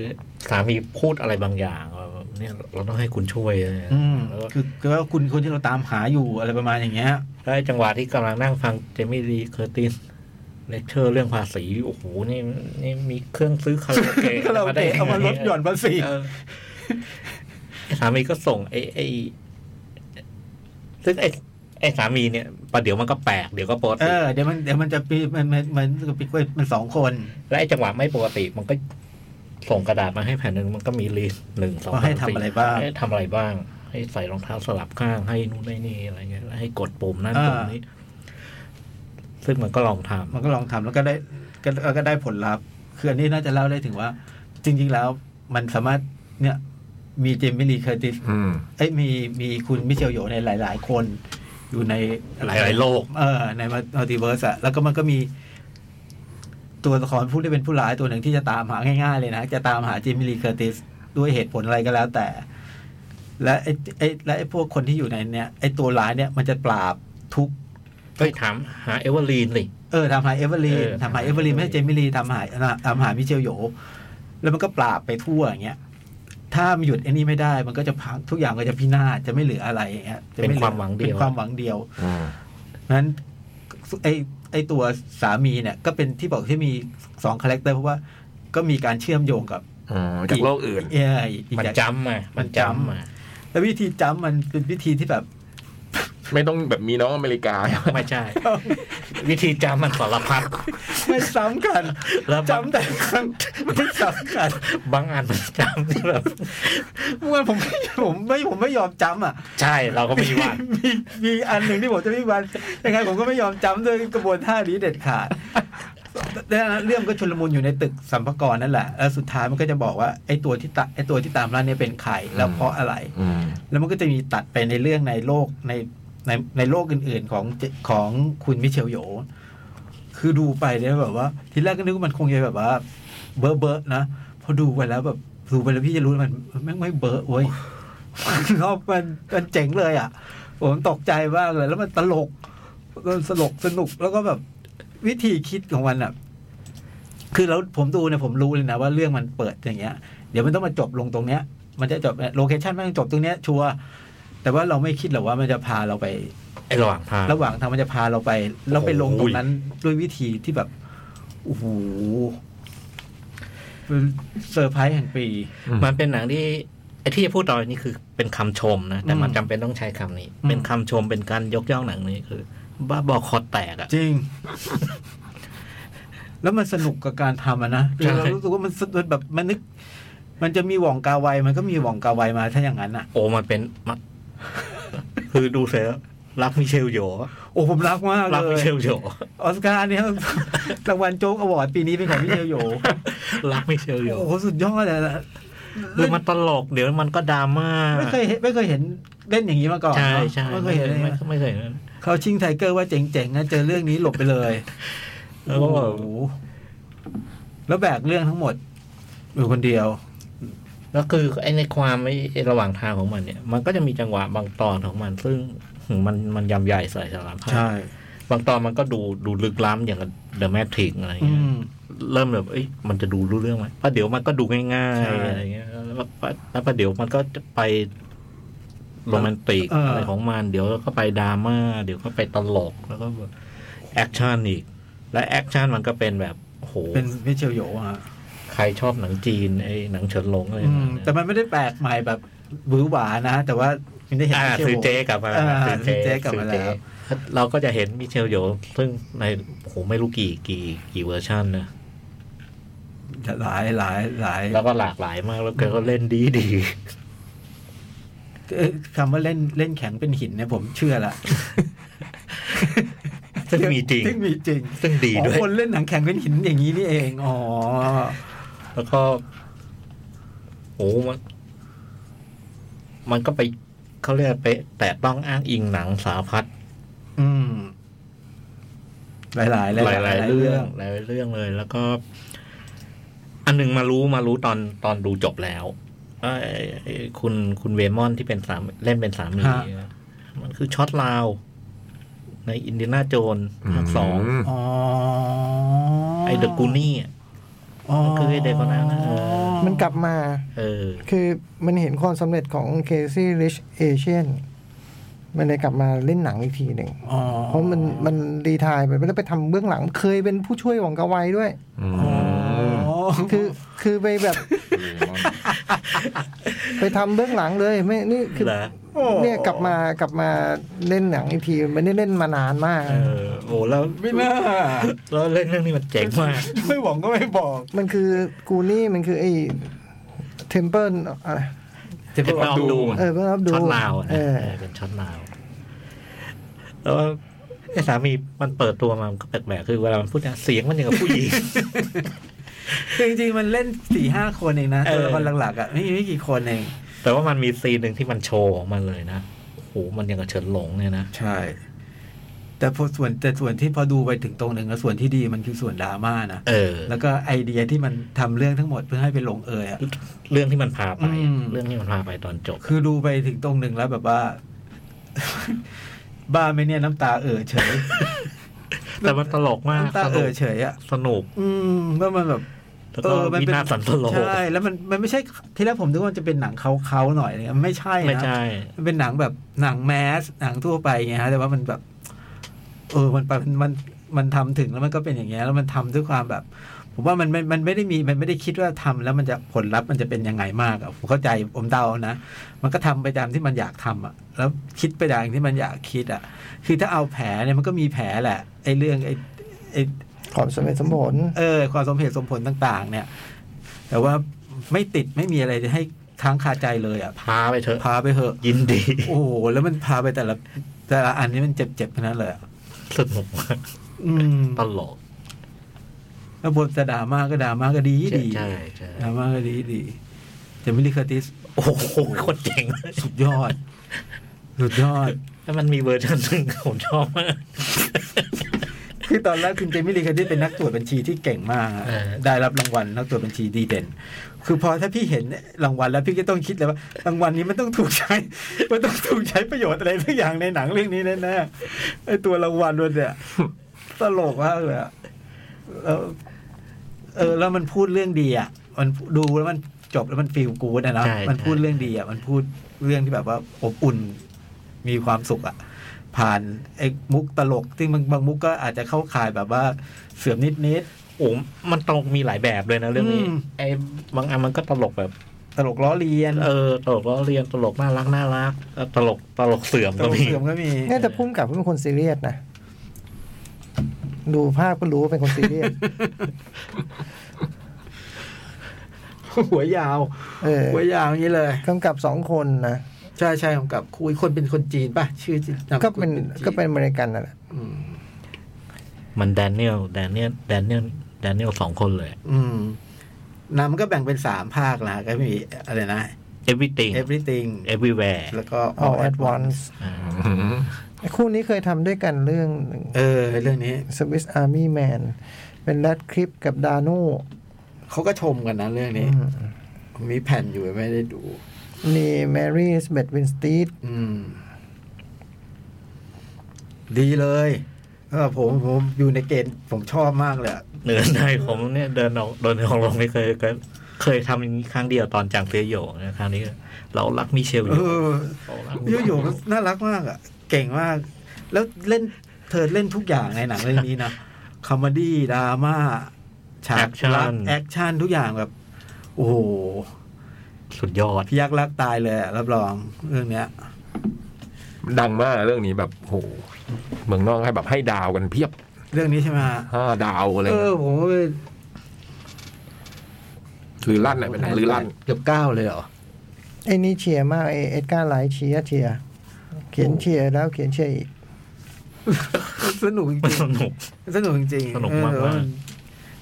Speaker 4: สามีพูดอะไรบางอย่างว่าเนี่ยเราต้องให้คุณช่วยนะ
Speaker 5: อืม
Speaker 4: แล้วก็
Speaker 5: คือคือว่าคุณคนที่เราตามหาอยู่อะไรประมาณอย่างเงี้ย
Speaker 4: ได้จังหวะที่กำลังนั่งฟังเจมี่ดีเคอร์ตินเลคเชอร์เรื่องภาษีโอ้โหนี่นี่มีเครื่องซื้อคาราโอเกะ
Speaker 5: ก็เรา
Speaker 4: ได้
Speaker 5: เตะ
Speaker 4: ยังไง
Speaker 5: เอามาลดหย่อนภาษี
Speaker 4: เออ สามีก็ส่งไอ้ไอ้ซึ่งไอ้ไอ้สามีเนี่ยประเดี๋ยวมันก็แปลกเดี๋ยวก็ปก
Speaker 5: เอ
Speaker 4: ติ
Speaker 5: อเดี๋ยวมันเดี๋ยวมันจะปีมันมันมันมันสองคน
Speaker 4: และไอ้จังหวะไม่ปกติ มันก็ส่งกระดาษมาให้แผ่นหนึ่งมันก็มีลิสต์หนึ่งสอง
Speaker 5: ว่าให้
Speaker 4: สมสี่
Speaker 5: ทำอะไรบ้าง
Speaker 4: ให้ทำอะไรบ้าง ให้ใส่รองเท้าสลับข้างให้นู่นให้นี่อะไรเงี้ยแล้วให้กดปุ่มนั่นปุ่มนี้ ซึ่งมันก็ลองทำ
Speaker 5: มันก็ลองทำแล้วก็ได้ก็ก็ได้ผลลัพธ์คืออันนี้น่าจะเล่าได้ถึงว่า จริง ๆ แล้วมันสามารถเนี่ยมีเจมิลีเคอร์ติส
Speaker 3: อืม
Speaker 5: เอ้ยมีมีคุณมิเชลโยในหลาย ๆ คน อยู่ใน
Speaker 4: หลายๆโลก
Speaker 5: เออในมัลติเวิร์สอะแล้วก็มันก็มี ตัวละครผู้ที่เป็นผู้ร้ายตัวหนึ่งที่จะตามหาง่ายๆเลยนะ จะตามหาเจมิลีเคอร์ติสด้วยเหตุผลอะไรก็แล้วแต่ และไอ้ไอ้และไอ้พวกคนที่อยู่ในเนี้ยไอ้ตัวร้ายเนี่ยมันจะปราบทุก
Speaker 4: เฮ้ยถามหาเอเวอร์ลีนสิ
Speaker 5: เออทำหายเอเวอร์ลีน
Speaker 4: เออ
Speaker 5: ทำหายเอเวอร์ลีนไม่ใช่เจมิลีทำหายทำหายมิเชลโหยแล้วมันก็ปราบไปทั่วอย่างเงี้ย ถ้ามันหยุดไอ้นี่ไม่ได้ มันก็จะพังทุกอย่างก็จะพินาศจะไม่เหลืออะไรอย่างเงี้ยจะไ
Speaker 4: เป็นความหวังเดียว
Speaker 5: เป็นความหวังเดียว
Speaker 3: อืม
Speaker 5: นั้นไอ้ไอ้ตัวสามีเนี่ย ก็เป็นที่บอกที่มีสองคาแรคเตอร์เพราะว่าก็มีการเชื่อมโยงกับ
Speaker 3: อ๋อจากโลกอื่น
Speaker 5: เอไออีก
Speaker 4: มัน
Speaker 5: อย่าง
Speaker 4: จำมามันจำมา
Speaker 5: แล้ววิธีจำมันเป็นวิธีที่แบบ
Speaker 3: ไม่ต้องแบบมีน้องอเมริกา
Speaker 4: ไม่ใช่ วิธีจำมันสารพัด
Speaker 5: ไม่ซ้ำกัน
Speaker 4: แล้วมัน
Speaker 5: จำแต่ครั้งไม่ซ้ำ กัน
Speaker 4: บางอันมันจำที่แบบ
Speaker 5: เมื่อวานผมไม่ผมไม่ผมไม่ยอมจำอ่ะ
Speaker 4: ใช่เราก็มีวัน
Speaker 5: มีมีอันหนึ่งที่ผมจะไม่วันยังไงผมก็ไม่ยอมจำด้วยกระบวนท่านี้เด็ดขาดดังนั้นเรื่องก็ชุลมุนอยู่ในตึกสัมภากรนั่นแหละ แล้วสุดท้ายมันก็จะบอกว่าไอ้ตัวที่ตะไอ้ตัวที่ตามร้านเนี่ยเป็นใครแล้วเพราะอะไร
Speaker 3: อืม
Speaker 5: แล้วมันก็จะมีตัดไปในเรื่องในโลกในในในโลกอื่นๆของเจของคุณมิเชลโหยคือดูไปเนี่ยแบบว่า ทีแรกก็นึกว่ามันคงจะแบบว่า เบอะเบอะนะพอดูไปแล้วแบบดูไปแล้วพี่จะรู้ว่ามันแม่งไม่เบอะเว้ย รอบมันมันเจ๋งเลยอ่ะผมตกใจมากเลยแล้วมันตลกมันสลกสนุกแล้วก็แบบวิธีคิดของมันอ่ะ คือแล้วผมดูเนี่ยผมรู้เลยนะว่าเรื่องมันเปิดอย่างเงี้ย เดี๋ยวมันต้องมาจบลงตรงเนี้ย มันจะจบโลเคชันมันต้องจบตรงเนี้ยชัวร์แต่ว่าเราไม่คิดหรอกว่ามันจะพาเราไป
Speaker 4: ไอ้ระหว่างทาง
Speaker 5: ระหว่างทางมันจะพาเราไป เราไปลง
Speaker 4: โอ้โห
Speaker 5: ตรงนั้นด้วยวิธีที่แบบโอ้โหเป็นเซอร์ไพรส์แห่งปี
Speaker 4: มันเป็นหนังที่ไอ้ที่จะพูดต่อไปนี้คือเป็นคำชมนะ แต่มัน
Speaker 5: อืม
Speaker 4: จำเป็นต้องใช้คำนี้
Speaker 5: อืม
Speaker 4: เป็นคำชมเป็นการยกย่องหนังนี้คือ บ้าบอคอแตกอะ
Speaker 5: จริง แล้วมันสนุกกับการทำอะนะ
Speaker 4: ใช่
Speaker 5: เรารู้สึกว่ามันสนุกแบบมันนึก มันจะมีหว่องกาไวมันก็มีหว่องกาไวมาถ้าอย่างนั้นอ่ะ
Speaker 4: โอ้มันเป็นมัน คือดูเสร็จแล้วรักมิเชลโย
Speaker 5: โอ้ผมรักมาก
Speaker 4: รัก
Speaker 5: เล
Speaker 4: มิ
Speaker 5: ย
Speaker 4: เชลโย
Speaker 5: ออสการ์เนี่ย รางวัลโจ๊กอวอร์ดปีนี้เป็นของมิเชลโย
Speaker 4: รัก มิเชลโย
Speaker 5: โอ้โหสุดยอดเลยนะ
Speaker 4: คือมันตลกเดี๋ยวมันก็ดราม่า
Speaker 5: ไม่เคยเห็นไม่เคยเห็นเล่นอย่างนี้มาก่อน
Speaker 4: ใช่
Speaker 5: เนอะ
Speaker 4: ใช่
Speaker 5: ไม่เค
Speaker 4: ไม่เค
Speaker 5: ยเห็
Speaker 4: ย
Speaker 5: นเลยนะ
Speaker 4: ไม่เคยนะ
Speaker 5: เขาชิงไทเกอร์ว่าเจ๋งๆนะเจอเรื่องนี้หลบไปเลย
Speaker 4: เอ
Speaker 5: โอ้
Speaker 4: อ
Speaker 5: โหแล้วแบกเรื่องทั้งหมดอยู่คนเดียว
Speaker 4: แล้วคือไอ้ในความไอ้ระหว่างทางของมันเนี่ย มันก็จะมีจังหวะบางตอนของมัน ซึ่งหืมมันมันยำใหญ่ใส่สารพัดบางตอนมันก็ดูดูลึกล้ำอย่างเดอะแมทริกอะไร
Speaker 5: อื
Speaker 4: เงี้ย
Speaker 5: ม
Speaker 4: เริ่มแบบเอ้ยมันจะดูรู้เรื่องไหมเพราะเดี๋ยวมันก็ดูง่าย
Speaker 5: ใช่
Speaker 4: ๆอะไรเงี้ยแล้วแล้วแล้วประเดี๋ยวมันก็จะไปโรแมนติก
Speaker 5: เอออ
Speaker 4: อะไรของมัน เดี๋ยวก็ไปดราม่าเดี๋ยวก็ไปตลกแล้วก็แอคชั่นอีก และแอคชั่นมันก็เป็นแบบโอ้โห
Speaker 5: เป็นมิเชลโยฮะ
Speaker 4: ใครชอบหนังจีนไอ้หนังเฉินหลงอะไร
Speaker 5: อื
Speaker 4: นั่
Speaker 5: ม
Speaker 4: นเนี่ย
Speaker 5: แต่มันไม่ได้แปลกใหม่แบบหวือหวานะ แต่ว่ามันได้เห็น
Speaker 4: อ่า
Speaker 5: มิเชล
Speaker 4: ซื้อ
Speaker 5: โย
Speaker 4: เจ๊กลับมาแล้ว
Speaker 5: อ่า
Speaker 4: ซื้อ
Speaker 5: ซื้อเจ๊
Speaker 4: เจ๊
Speaker 5: กลับมา
Speaker 4: ซื้อเจ๊
Speaker 5: แล้ว
Speaker 4: เราก็จะเห็นมิเชลโยซึ่งในโหไม่รู้กี่กี่กี่เวอร์ชันนะ
Speaker 5: หลายหลายหลาย
Speaker 4: แล้วก็หลากหลายมากแล้วแกก็เล่นดีดี
Speaker 5: เอ้ยคำว่าเล่นเล่นแข็งเป็นหินเนี่ยผมเชื่อละ
Speaker 4: ซึ่ ซึ่งมีจริง
Speaker 5: ซึ่งมีจริง
Speaker 4: ซึ่งดี
Speaker 5: อ๋อ
Speaker 4: ด้วย
Speaker 5: คนเล่นหนังแข่งเป็นหินอย่างนี้นี่เองอ๋อ
Speaker 4: แล้วก็ โอ้มันมันก็ไปเขาเรียกไป แต่ต้องอ้างอิงหนังสารพัด
Speaker 5: อืม หลายๆหลาย
Speaker 4: ห
Speaker 5: ๆ
Speaker 4: ลาย ๆ เรื่องหลายๆเรื่องเลย แล้วก็ อันหนึงมารู้มารู้ตอนตอนดูจบแล้วเอ้ยไอ้คุณคุณเวมอนที่เป็นสามเล่นเป็นสามีมันคือช็อตลาว ในอินเดียนาโจนภาคสอง
Speaker 3: ม
Speaker 5: อ๋อ
Speaker 4: ไอ้เดอะกูนี่ มันคือไอ้เด็กคนนั้นนะเออ
Speaker 2: มันกลับมา
Speaker 4: เออ
Speaker 2: คือมันเห็นความสำเร็จของเคซี่ริชเอเชียนมันเลยกลับมาเล่นหนังอีกทีหนึ่ง
Speaker 5: อ๋อ
Speaker 2: เพราะมันมันรีไทายไปไม่ได้ไปทำเบื้องหลัง เคยเป็นผู้ช่วยหวังกะไวด้วย
Speaker 3: อืม
Speaker 2: คือคือไปแบบ ไปทำเบื้องหลังเลยไม่นี่คือ
Speaker 4: เหรอ
Speaker 2: เนี่ยกลับมากลับมาเล่นหนังอีกทีมันได้เล่นมานานมาก
Speaker 4: เออ โอ้แล้ว
Speaker 5: ไม่น่า
Speaker 4: แล้วเรื่องเรื่องนี้มันเจ๋งมาก
Speaker 5: ไม่หวังก็ไม่บอก
Speaker 2: มันคือกูนี่มันคือไอ้เทมเพิลอะไร
Speaker 5: จะไป
Speaker 4: ลองดู
Speaker 2: เออเพื่อนรับดู
Speaker 4: ช็อตลาวอะนะ
Speaker 2: เออ
Speaker 4: เออเป็นช็อตลาว แล้วไอ้สามีมันเปิดตัวมามันก็แปลกๆคือเวลามันพูดเนี่ยเสียงมันอย่างกับผู้หญิง
Speaker 5: จริงๆมันเล่นสี่ห้าคนเองนะ
Speaker 4: เออ
Speaker 5: ตัวละครหลักๆอ่ะไม่ไม่กี่คนเอง
Speaker 4: แต่ว่ามันมีซีนหนึ่งที่มันโชว์ของมันเลยนะโอ้โหมันอยังกับเฉินหลงเนี่ยนะ
Speaker 5: ใช่ แต่พอส่วนแต่ส่วนที่พอดูไปถึงตรงหนึ่งแล้วส่วนที่ดีมันคือส่วนดราม่านะ
Speaker 4: เออ
Speaker 5: แล้วก็ไอเดียที่มันทำเรื่องทั้งหมดเพื่อให้ไปลงเอยอะ
Speaker 4: เรื่องที่มันพาไป
Speaker 5: อืม
Speaker 4: เรื่องที่มันพาไปตอนจบ
Speaker 5: คือดูไปถึงตรงหนึ่งแล้วแบบว่า บ้าไหมเนี่ยน้ำตาเอ่อเฉย
Speaker 4: แต่มันตลกมาก
Speaker 5: น้ำตา
Speaker 4: สนุ
Speaker 5: เอ่อก เฉยอ่ะ
Speaker 4: สนุก
Speaker 5: อืมแล้วมันแบบ
Speaker 4: แล้วก็
Speaker 5: มั
Speaker 4: วิ
Speaker 5: เป็
Speaker 4: นาศสันตโลก
Speaker 5: ใช่แล้วมันมันไม่ใช่ที่แรกผมนึกว่ามันจะเป็นหนังเขาเขาๆหน่อยเนี่ยมันไม่ใช่
Speaker 4: ไม่
Speaker 5: นะ
Speaker 4: ใช่
Speaker 5: มันเป็นหนังแบบหนังแมสหนังทั่วไปไงฮะแต่ว่ามันแบบ เออมันมันมันมันทำถึงแล้วมันก็เป็นอย่างเงี้ยแล้วมันทำด้วยความแบบ ผมว่ามันมันมันไม่ได้มีมันไม่ได้คิดว่าทำแล้วมันจะผลลัพธ์มันจะเป็นยังไงมากอะผมเข้าใจผมเดานะมันก็ทำไปตามที่มันอยากทำอะแล้วคิดไปตามที่มันอยากคิดอะคือถ้าเอาแผลเนี่ยมันก็มีแผลแหละไอ้เรื่องไอ้ไอ้
Speaker 2: ความสมเหตุสมผล
Speaker 5: เออความสมเหตุสมผลต่าง ๆ เนี่ย แต่ว่าไม่ติดไม่มีอะไรจะให้ค้างคาใจเลยอ่ะ
Speaker 4: พาไปเถอะ
Speaker 5: พาไปเถอะ
Speaker 4: ยินดี
Speaker 5: โอ้โหแล้วมันพาไปแต่ละแต่ละอันนี้มันเจ็บๆทั้งนั้นเลยอะ
Speaker 4: สนุกมาก
Speaker 5: อืม
Speaker 4: ตลก
Speaker 5: แล้วบทจะดราม่าก็ดราม่าก็ดีดี
Speaker 4: ใช่ใช่
Speaker 5: ดราม่าก็ดีดีแต่มิลลิคอร์ติส
Speaker 4: โอ้โหโคนเจ๋งเลย
Speaker 5: สุดยอด สุดยอด
Speaker 4: แล้วมันมีเวอร์ชันหนึ่งผมชอบมาก
Speaker 5: คือตอนแรกคุณเจมิลีคาดิสเป็นนักตรวจบัญชีที่เก่งมากอะ
Speaker 4: เออ
Speaker 5: ได้รับรางวัลนักตรวจบัญชีดีเด่น คือพอถ้าพี่เห็นรางวัลแล้วพี่ก็ต้องคิดเลยว่ารางวัลนี้มันต้องถูกใช้ มันต้องถูกใช้ประโยชน์อะไรสักอย่างในหนังเรื่องนี้แน่ๆไอตัวรางวัลด้วยเนี่ยตลกมากเลยอะแล้วเออ แล้วมันพูดเรื่องดีอ่ะ มันดูแล้วมันจบแล้วมันฟีลกู๊ดนะเนาะ
Speaker 4: ใช่
Speaker 5: มันพูด
Speaker 4: ใช่
Speaker 5: เรื่องดีอ่ะมันพูดเรื่องที่แบบว่าอบอุ่น มีความสุขอะผ่านไอ้มุกตลกซึ่งบางบางมุกก็อาจจะเข้าข่ายแบบว่าเสื่อมนิดนิด
Speaker 4: โอ้มันตลกมีหลายแบบเลยนะเรื่องนี้
Speaker 5: อืม
Speaker 4: ไอ้บางอันมันก็ตลกแบบ
Speaker 5: ๆตลกล้อเลียน
Speaker 4: เออ ตลกล้อเรียนตลกน่ารักน่ารักเออตลกตลกเสื่อม
Speaker 5: ต
Speaker 4: ก็
Speaker 5: ลก
Speaker 4: มี
Speaker 5: เสื่อมก็มี
Speaker 2: เนี่ยแต่พุ่มกับเขาเป็นคนซีเรียสนะ ดูภาพก็รู้ว่าเป็นคนซีเรียส
Speaker 5: หัวยาว
Speaker 2: เออ
Speaker 5: หัวยาวอย่างนี้เลย
Speaker 2: กำกับสองคนนะ
Speaker 5: ใช่ใช่ของกับคุยคนเป็นคนจีนป่ะ ชื่อจีามส
Speaker 2: ก็เป็น
Speaker 5: จี
Speaker 2: ก็เป็นอเมริกันนั่นแหละ
Speaker 5: อืม
Speaker 4: มันแดเนียลแดเนียลแดเนียลแดเนียลสองคนเลย
Speaker 5: อืมหนำก็แบ่งเป็นสามภาคนะก็มีอะไรนะ
Speaker 4: everything
Speaker 5: everything
Speaker 4: everywhere
Speaker 5: แล้วก็
Speaker 2: อ l
Speaker 5: all
Speaker 2: at
Speaker 5: at once
Speaker 2: once
Speaker 4: อ่า
Speaker 3: อืม
Speaker 2: คู่นี้เคยทำด้วยกันเรื่องหนึ่ง
Speaker 5: เออ เรื่องนี้
Speaker 2: Swiss Army Man เป็นแรดคลิปกับดาโน่
Speaker 5: เขาก็ชมกันนะเรื่องนี้ มีแผ่นอยู่ไม่ได้ดู
Speaker 2: มีแมรี่สเบดวินสตีด
Speaker 5: อืม ดีเลยเออผมผมอยู่ในเกณฑ์ผมชอบมากเลยอะ
Speaker 4: เหนือในผมเนี่ยเดินออกเดินออกลงไม่เคยเคยเคยทำอย่างนี้ครั้งเดียวตอนจางเซียโหยนะครั้งนี้ เรารักมิเชลอ
Speaker 5: เอยู่ อ
Speaker 4: เรารัก
Speaker 5: ยูอยู่ๆน่ารักมากอ่ะ เก่งมาก แล้วเล่นเธอเล่นทุกอย่างในหนังเรื่องนี้นะคอมเมดี้ดราม่าฉากรักแอคชั่นทุกอย่างแบบ โอ้โห
Speaker 4: สุดยอด
Speaker 5: พี่ยักษ์รักตายเลยอะรับรองเรื่องเนี้ย
Speaker 3: ดังมากเรื่องนี้แบบโหเมืองนอกให้แบบให้ดาวกันเพียบ
Speaker 5: เรื่องนี้ใช่ไหมฮะ
Speaker 3: ห้าดาวอะไร
Speaker 5: เอ
Speaker 3: เงี้
Speaker 5: อ
Speaker 3: ย
Speaker 5: ผมก็ไป
Speaker 3: หรือลั่นอะเป็นหนังหรือลั่น
Speaker 5: เกือบเก้าเลยเหรอ
Speaker 2: ไอ้นี่เชียร์มากไอ้เอ็ดการ์ไลท์เชียร์เชียร์เขียนเชียร์แล้วเขียนเชียร์อีก
Speaker 5: สนุกจ
Speaker 4: มัน
Speaker 5: ริง
Speaker 4: สนุก
Speaker 5: ๆสนุกจริงๆ
Speaker 4: สนุกมากๆ
Speaker 5: เออ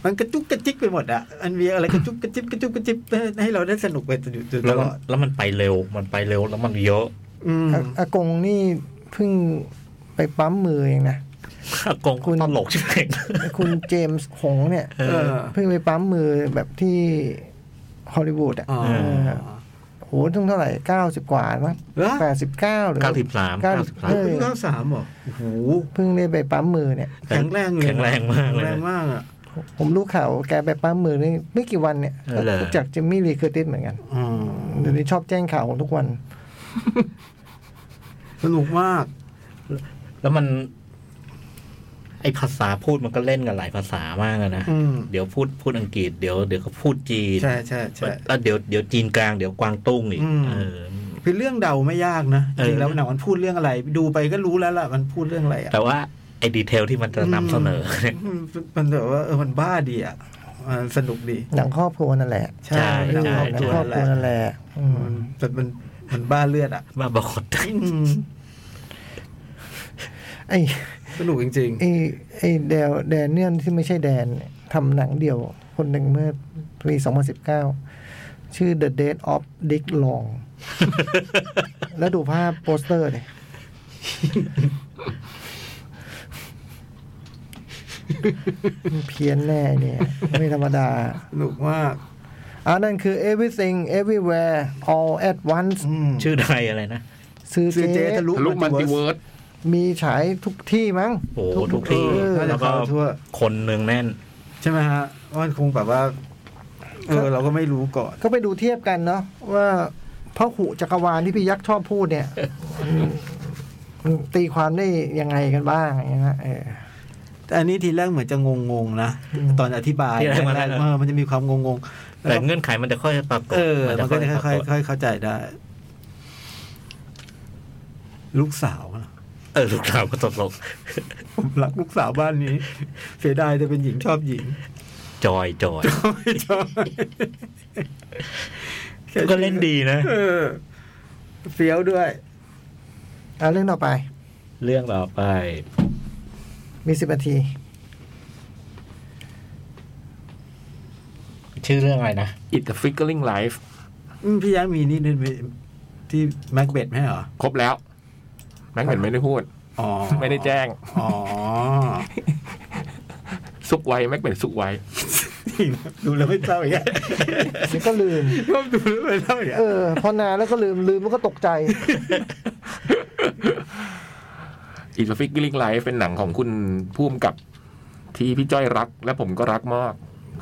Speaker 5: มันกระจุกกระจิกไปหมดอ่ะอันมีอะไรกระจุกกระจิบกระจุกกระจิบให้เราได้สนุกไปต
Speaker 4: แล้ว
Speaker 5: ล
Speaker 4: มัน
Speaker 5: อด
Speaker 4: แล้วมันไปเร็ว มันไปเร็วแล้วมันเยอะ
Speaker 5: อืม
Speaker 2: อาอากงนี่เพิ่งไปปั๊มมือเองนะ
Speaker 4: อากง
Speaker 2: คุณ
Speaker 4: ตลกใช่ไหม
Speaker 2: คุณเจมส์หงเนี่ย
Speaker 5: เออ
Speaker 2: เพิ่งไปปั๊มมือแบบที่ฮอลลีวูดอ่ะ
Speaker 5: อ๋อ
Speaker 4: เอ
Speaker 2: โหตั้งเท่าไหร่เก้าสิบกว่ามั้ง
Speaker 5: เหรอ
Speaker 2: แปดสิบเก้าหรือ
Speaker 4: เก้าสิบสาม
Speaker 2: เก้า
Speaker 4: เก้า
Speaker 2: สิ
Speaker 4: สิ
Speaker 2: บบ สา
Speaker 4: สาม ม
Speaker 5: คุณเก้าสามเหรอโอ้โห
Speaker 2: เพิ่งได้ไปปั๊มมือเนี่ย
Speaker 5: แข็งแรงเลย
Speaker 4: แข็งแรงมากเลย
Speaker 5: แข็งแรงมากอ่ะ
Speaker 2: ผมรู้ข่าวแกไปปั๊มมือนี่ไม่กี่วันเนี่ย
Speaker 4: เออเหรอ
Speaker 2: จากจิมมี่รีเคอร์ติสเหมือนกัน
Speaker 5: อ๋อ
Speaker 2: เดี๋ยวนี้ชอบแจ้งข่าวผมทุกวัน
Speaker 5: สนุกมาก
Speaker 4: แล้วมัน ไอภาษาพูดมันก็เล่นกันหลายภาษามากเลยนะ
Speaker 5: อืม
Speaker 4: เดี๋ยวพูดพูดอังกฤษเดี๋ยวเดี๋ยวก็พูดจีน
Speaker 5: ใช่ใช่ใช่
Speaker 4: แล้วเดี๋ยวเดี๋ยวจีนกลางเดี๋ยวกวางตุ้งอีก
Speaker 5: อืม
Speaker 4: เออ
Speaker 5: คือเรื่องเดาไม่ยากนะจ
Speaker 4: เออ
Speaker 5: ริงๆแล้วหนังมันพูดเรื่องอะไร ดูไปก็รู้แล้วล่ะมันพูดเรื่องอะไรอ่ะ
Speaker 4: แต่ว่าไอ้ดีเทลที่มันจะนำเสนอเนี่ย
Speaker 5: มมันแบบว่าเออมันบ้าดีอ่ะมันสนุกดี
Speaker 2: หนังครอบครัวนั่นแหละ
Speaker 5: ใช่
Speaker 4: ใช่
Speaker 5: หนัง
Speaker 2: หนัง
Speaker 5: ค
Speaker 2: คร
Speaker 5: รอ
Speaker 2: อ
Speaker 5: บบ ค
Speaker 2: ครั
Speaker 5: รัว
Speaker 2: ว
Speaker 5: นั่
Speaker 2: นั่น
Speaker 5: นแห
Speaker 2: แห
Speaker 5: ละ
Speaker 2: ละอืม
Speaker 5: มันแต่มันมันบ้าเลือดอ่ะ
Speaker 4: มาบอด
Speaker 5: อืม
Speaker 2: ไอ้
Speaker 5: สนุกจริง
Speaker 2: ไอ้ไอ้แดนแดนเนียลที่ไม่ใช่แดนเนี่ยทำหนังเดี่ยวคนหนึ่งเมื่อปี 2019 ชื่อ The Death of Dick Long แล้วดูภาพโปสเตอร์เลย เพี้ยนแน่เนี่ย ไม่ธรรมดา
Speaker 5: ๆ สนุกมาก
Speaker 2: อันนั้นคือ everything everywhere all at once
Speaker 5: อืม
Speaker 4: ชื่อไทยอะไรนะ
Speaker 2: ซื้อ
Speaker 5: ซื้อเจ
Speaker 2: เจ๊
Speaker 5: ทะลุ
Speaker 3: ลุกมันติ
Speaker 5: เวิ
Speaker 3: เวิ
Speaker 5: ร์ส
Speaker 3: ร์ส
Speaker 2: มีฉายทุกที่มั้ง
Speaker 4: โอ้โหทุกที่
Speaker 5: เออ
Speaker 4: แล้วก็
Speaker 5: น่าจะเข้าทั่ว
Speaker 4: คนเนืองแน่น
Speaker 5: ใช่ไหมฮะมันคงแบบว่า เออ เราก็ไม่รู้ก่อน
Speaker 2: ก็ไปดูเทียบกันเนาะว่าพระหุจักรวาลที่พี่ยักษ์ชอบพูดเนี่ยมันตีความได้ยังไงกันบ้างอย่างเงี้ยนะเออ
Speaker 5: แต่อันนี้ทีแรกเหมือนจะงงๆนะ
Speaker 2: อืม
Speaker 5: ตอนอธิบาย
Speaker 4: ที่แรกมัน
Speaker 5: แรกๆเออมันจะมีความงงๆแล้ว
Speaker 4: แต่
Speaker 5: ก็
Speaker 4: เงื่อนไขมันจะค่อยปรากฏ
Speaker 5: เออ มันก็จะค่อยๆ
Speaker 4: ปรากฏ
Speaker 5: ค่อยๆเข้าใจได้ ลูกสาวนะ
Speaker 4: เออลูกสาวก็ตลก
Speaker 5: ผมรักลูกสาวบ้านนี้ เสียดายจะเป็นหญิงชอบหญิง
Speaker 4: จอยจอย
Speaker 5: ไม่ชอบ
Speaker 4: ก็เล่นดีนะ
Speaker 5: เออเฟี้ยวด้วย
Speaker 2: เอาเรื่องต่อไป
Speaker 4: เรื่องต่อไป
Speaker 2: มีสิบนาที
Speaker 4: ชื่อเรื่องอะไรนะ
Speaker 3: อิ t ฟิกเกอร์ลิงไลฟ์
Speaker 5: อืมพี่ยักษ์มีนี่นี่ที่แม็กเบดไหมเหรอ
Speaker 3: ครบแล้ว แม็กเหมือนไม่ได้พูด
Speaker 5: อ๋อ
Speaker 3: ไม่ได้แจ้ง
Speaker 5: อ๋อ
Speaker 3: ซุกไว้แม็กเป็นซุกไว้
Speaker 5: นี่นะดูแล้วไม่เศร้าอีกแล้ว
Speaker 2: นี่ก็ลืม
Speaker 5: ชอบดูแล้วไม่เศร้าอีกแล้ว
Speaker 2: เออ พอนานแล้วก็ลืมลืมแล้วก็ตกใจ
Speaker 3: อิ t ฟิกเกอร์ลิงไลฟ์เป็นหนังของคุณพุ่มกับ ที่พี่จ้อยรัก และผมก็รักมาก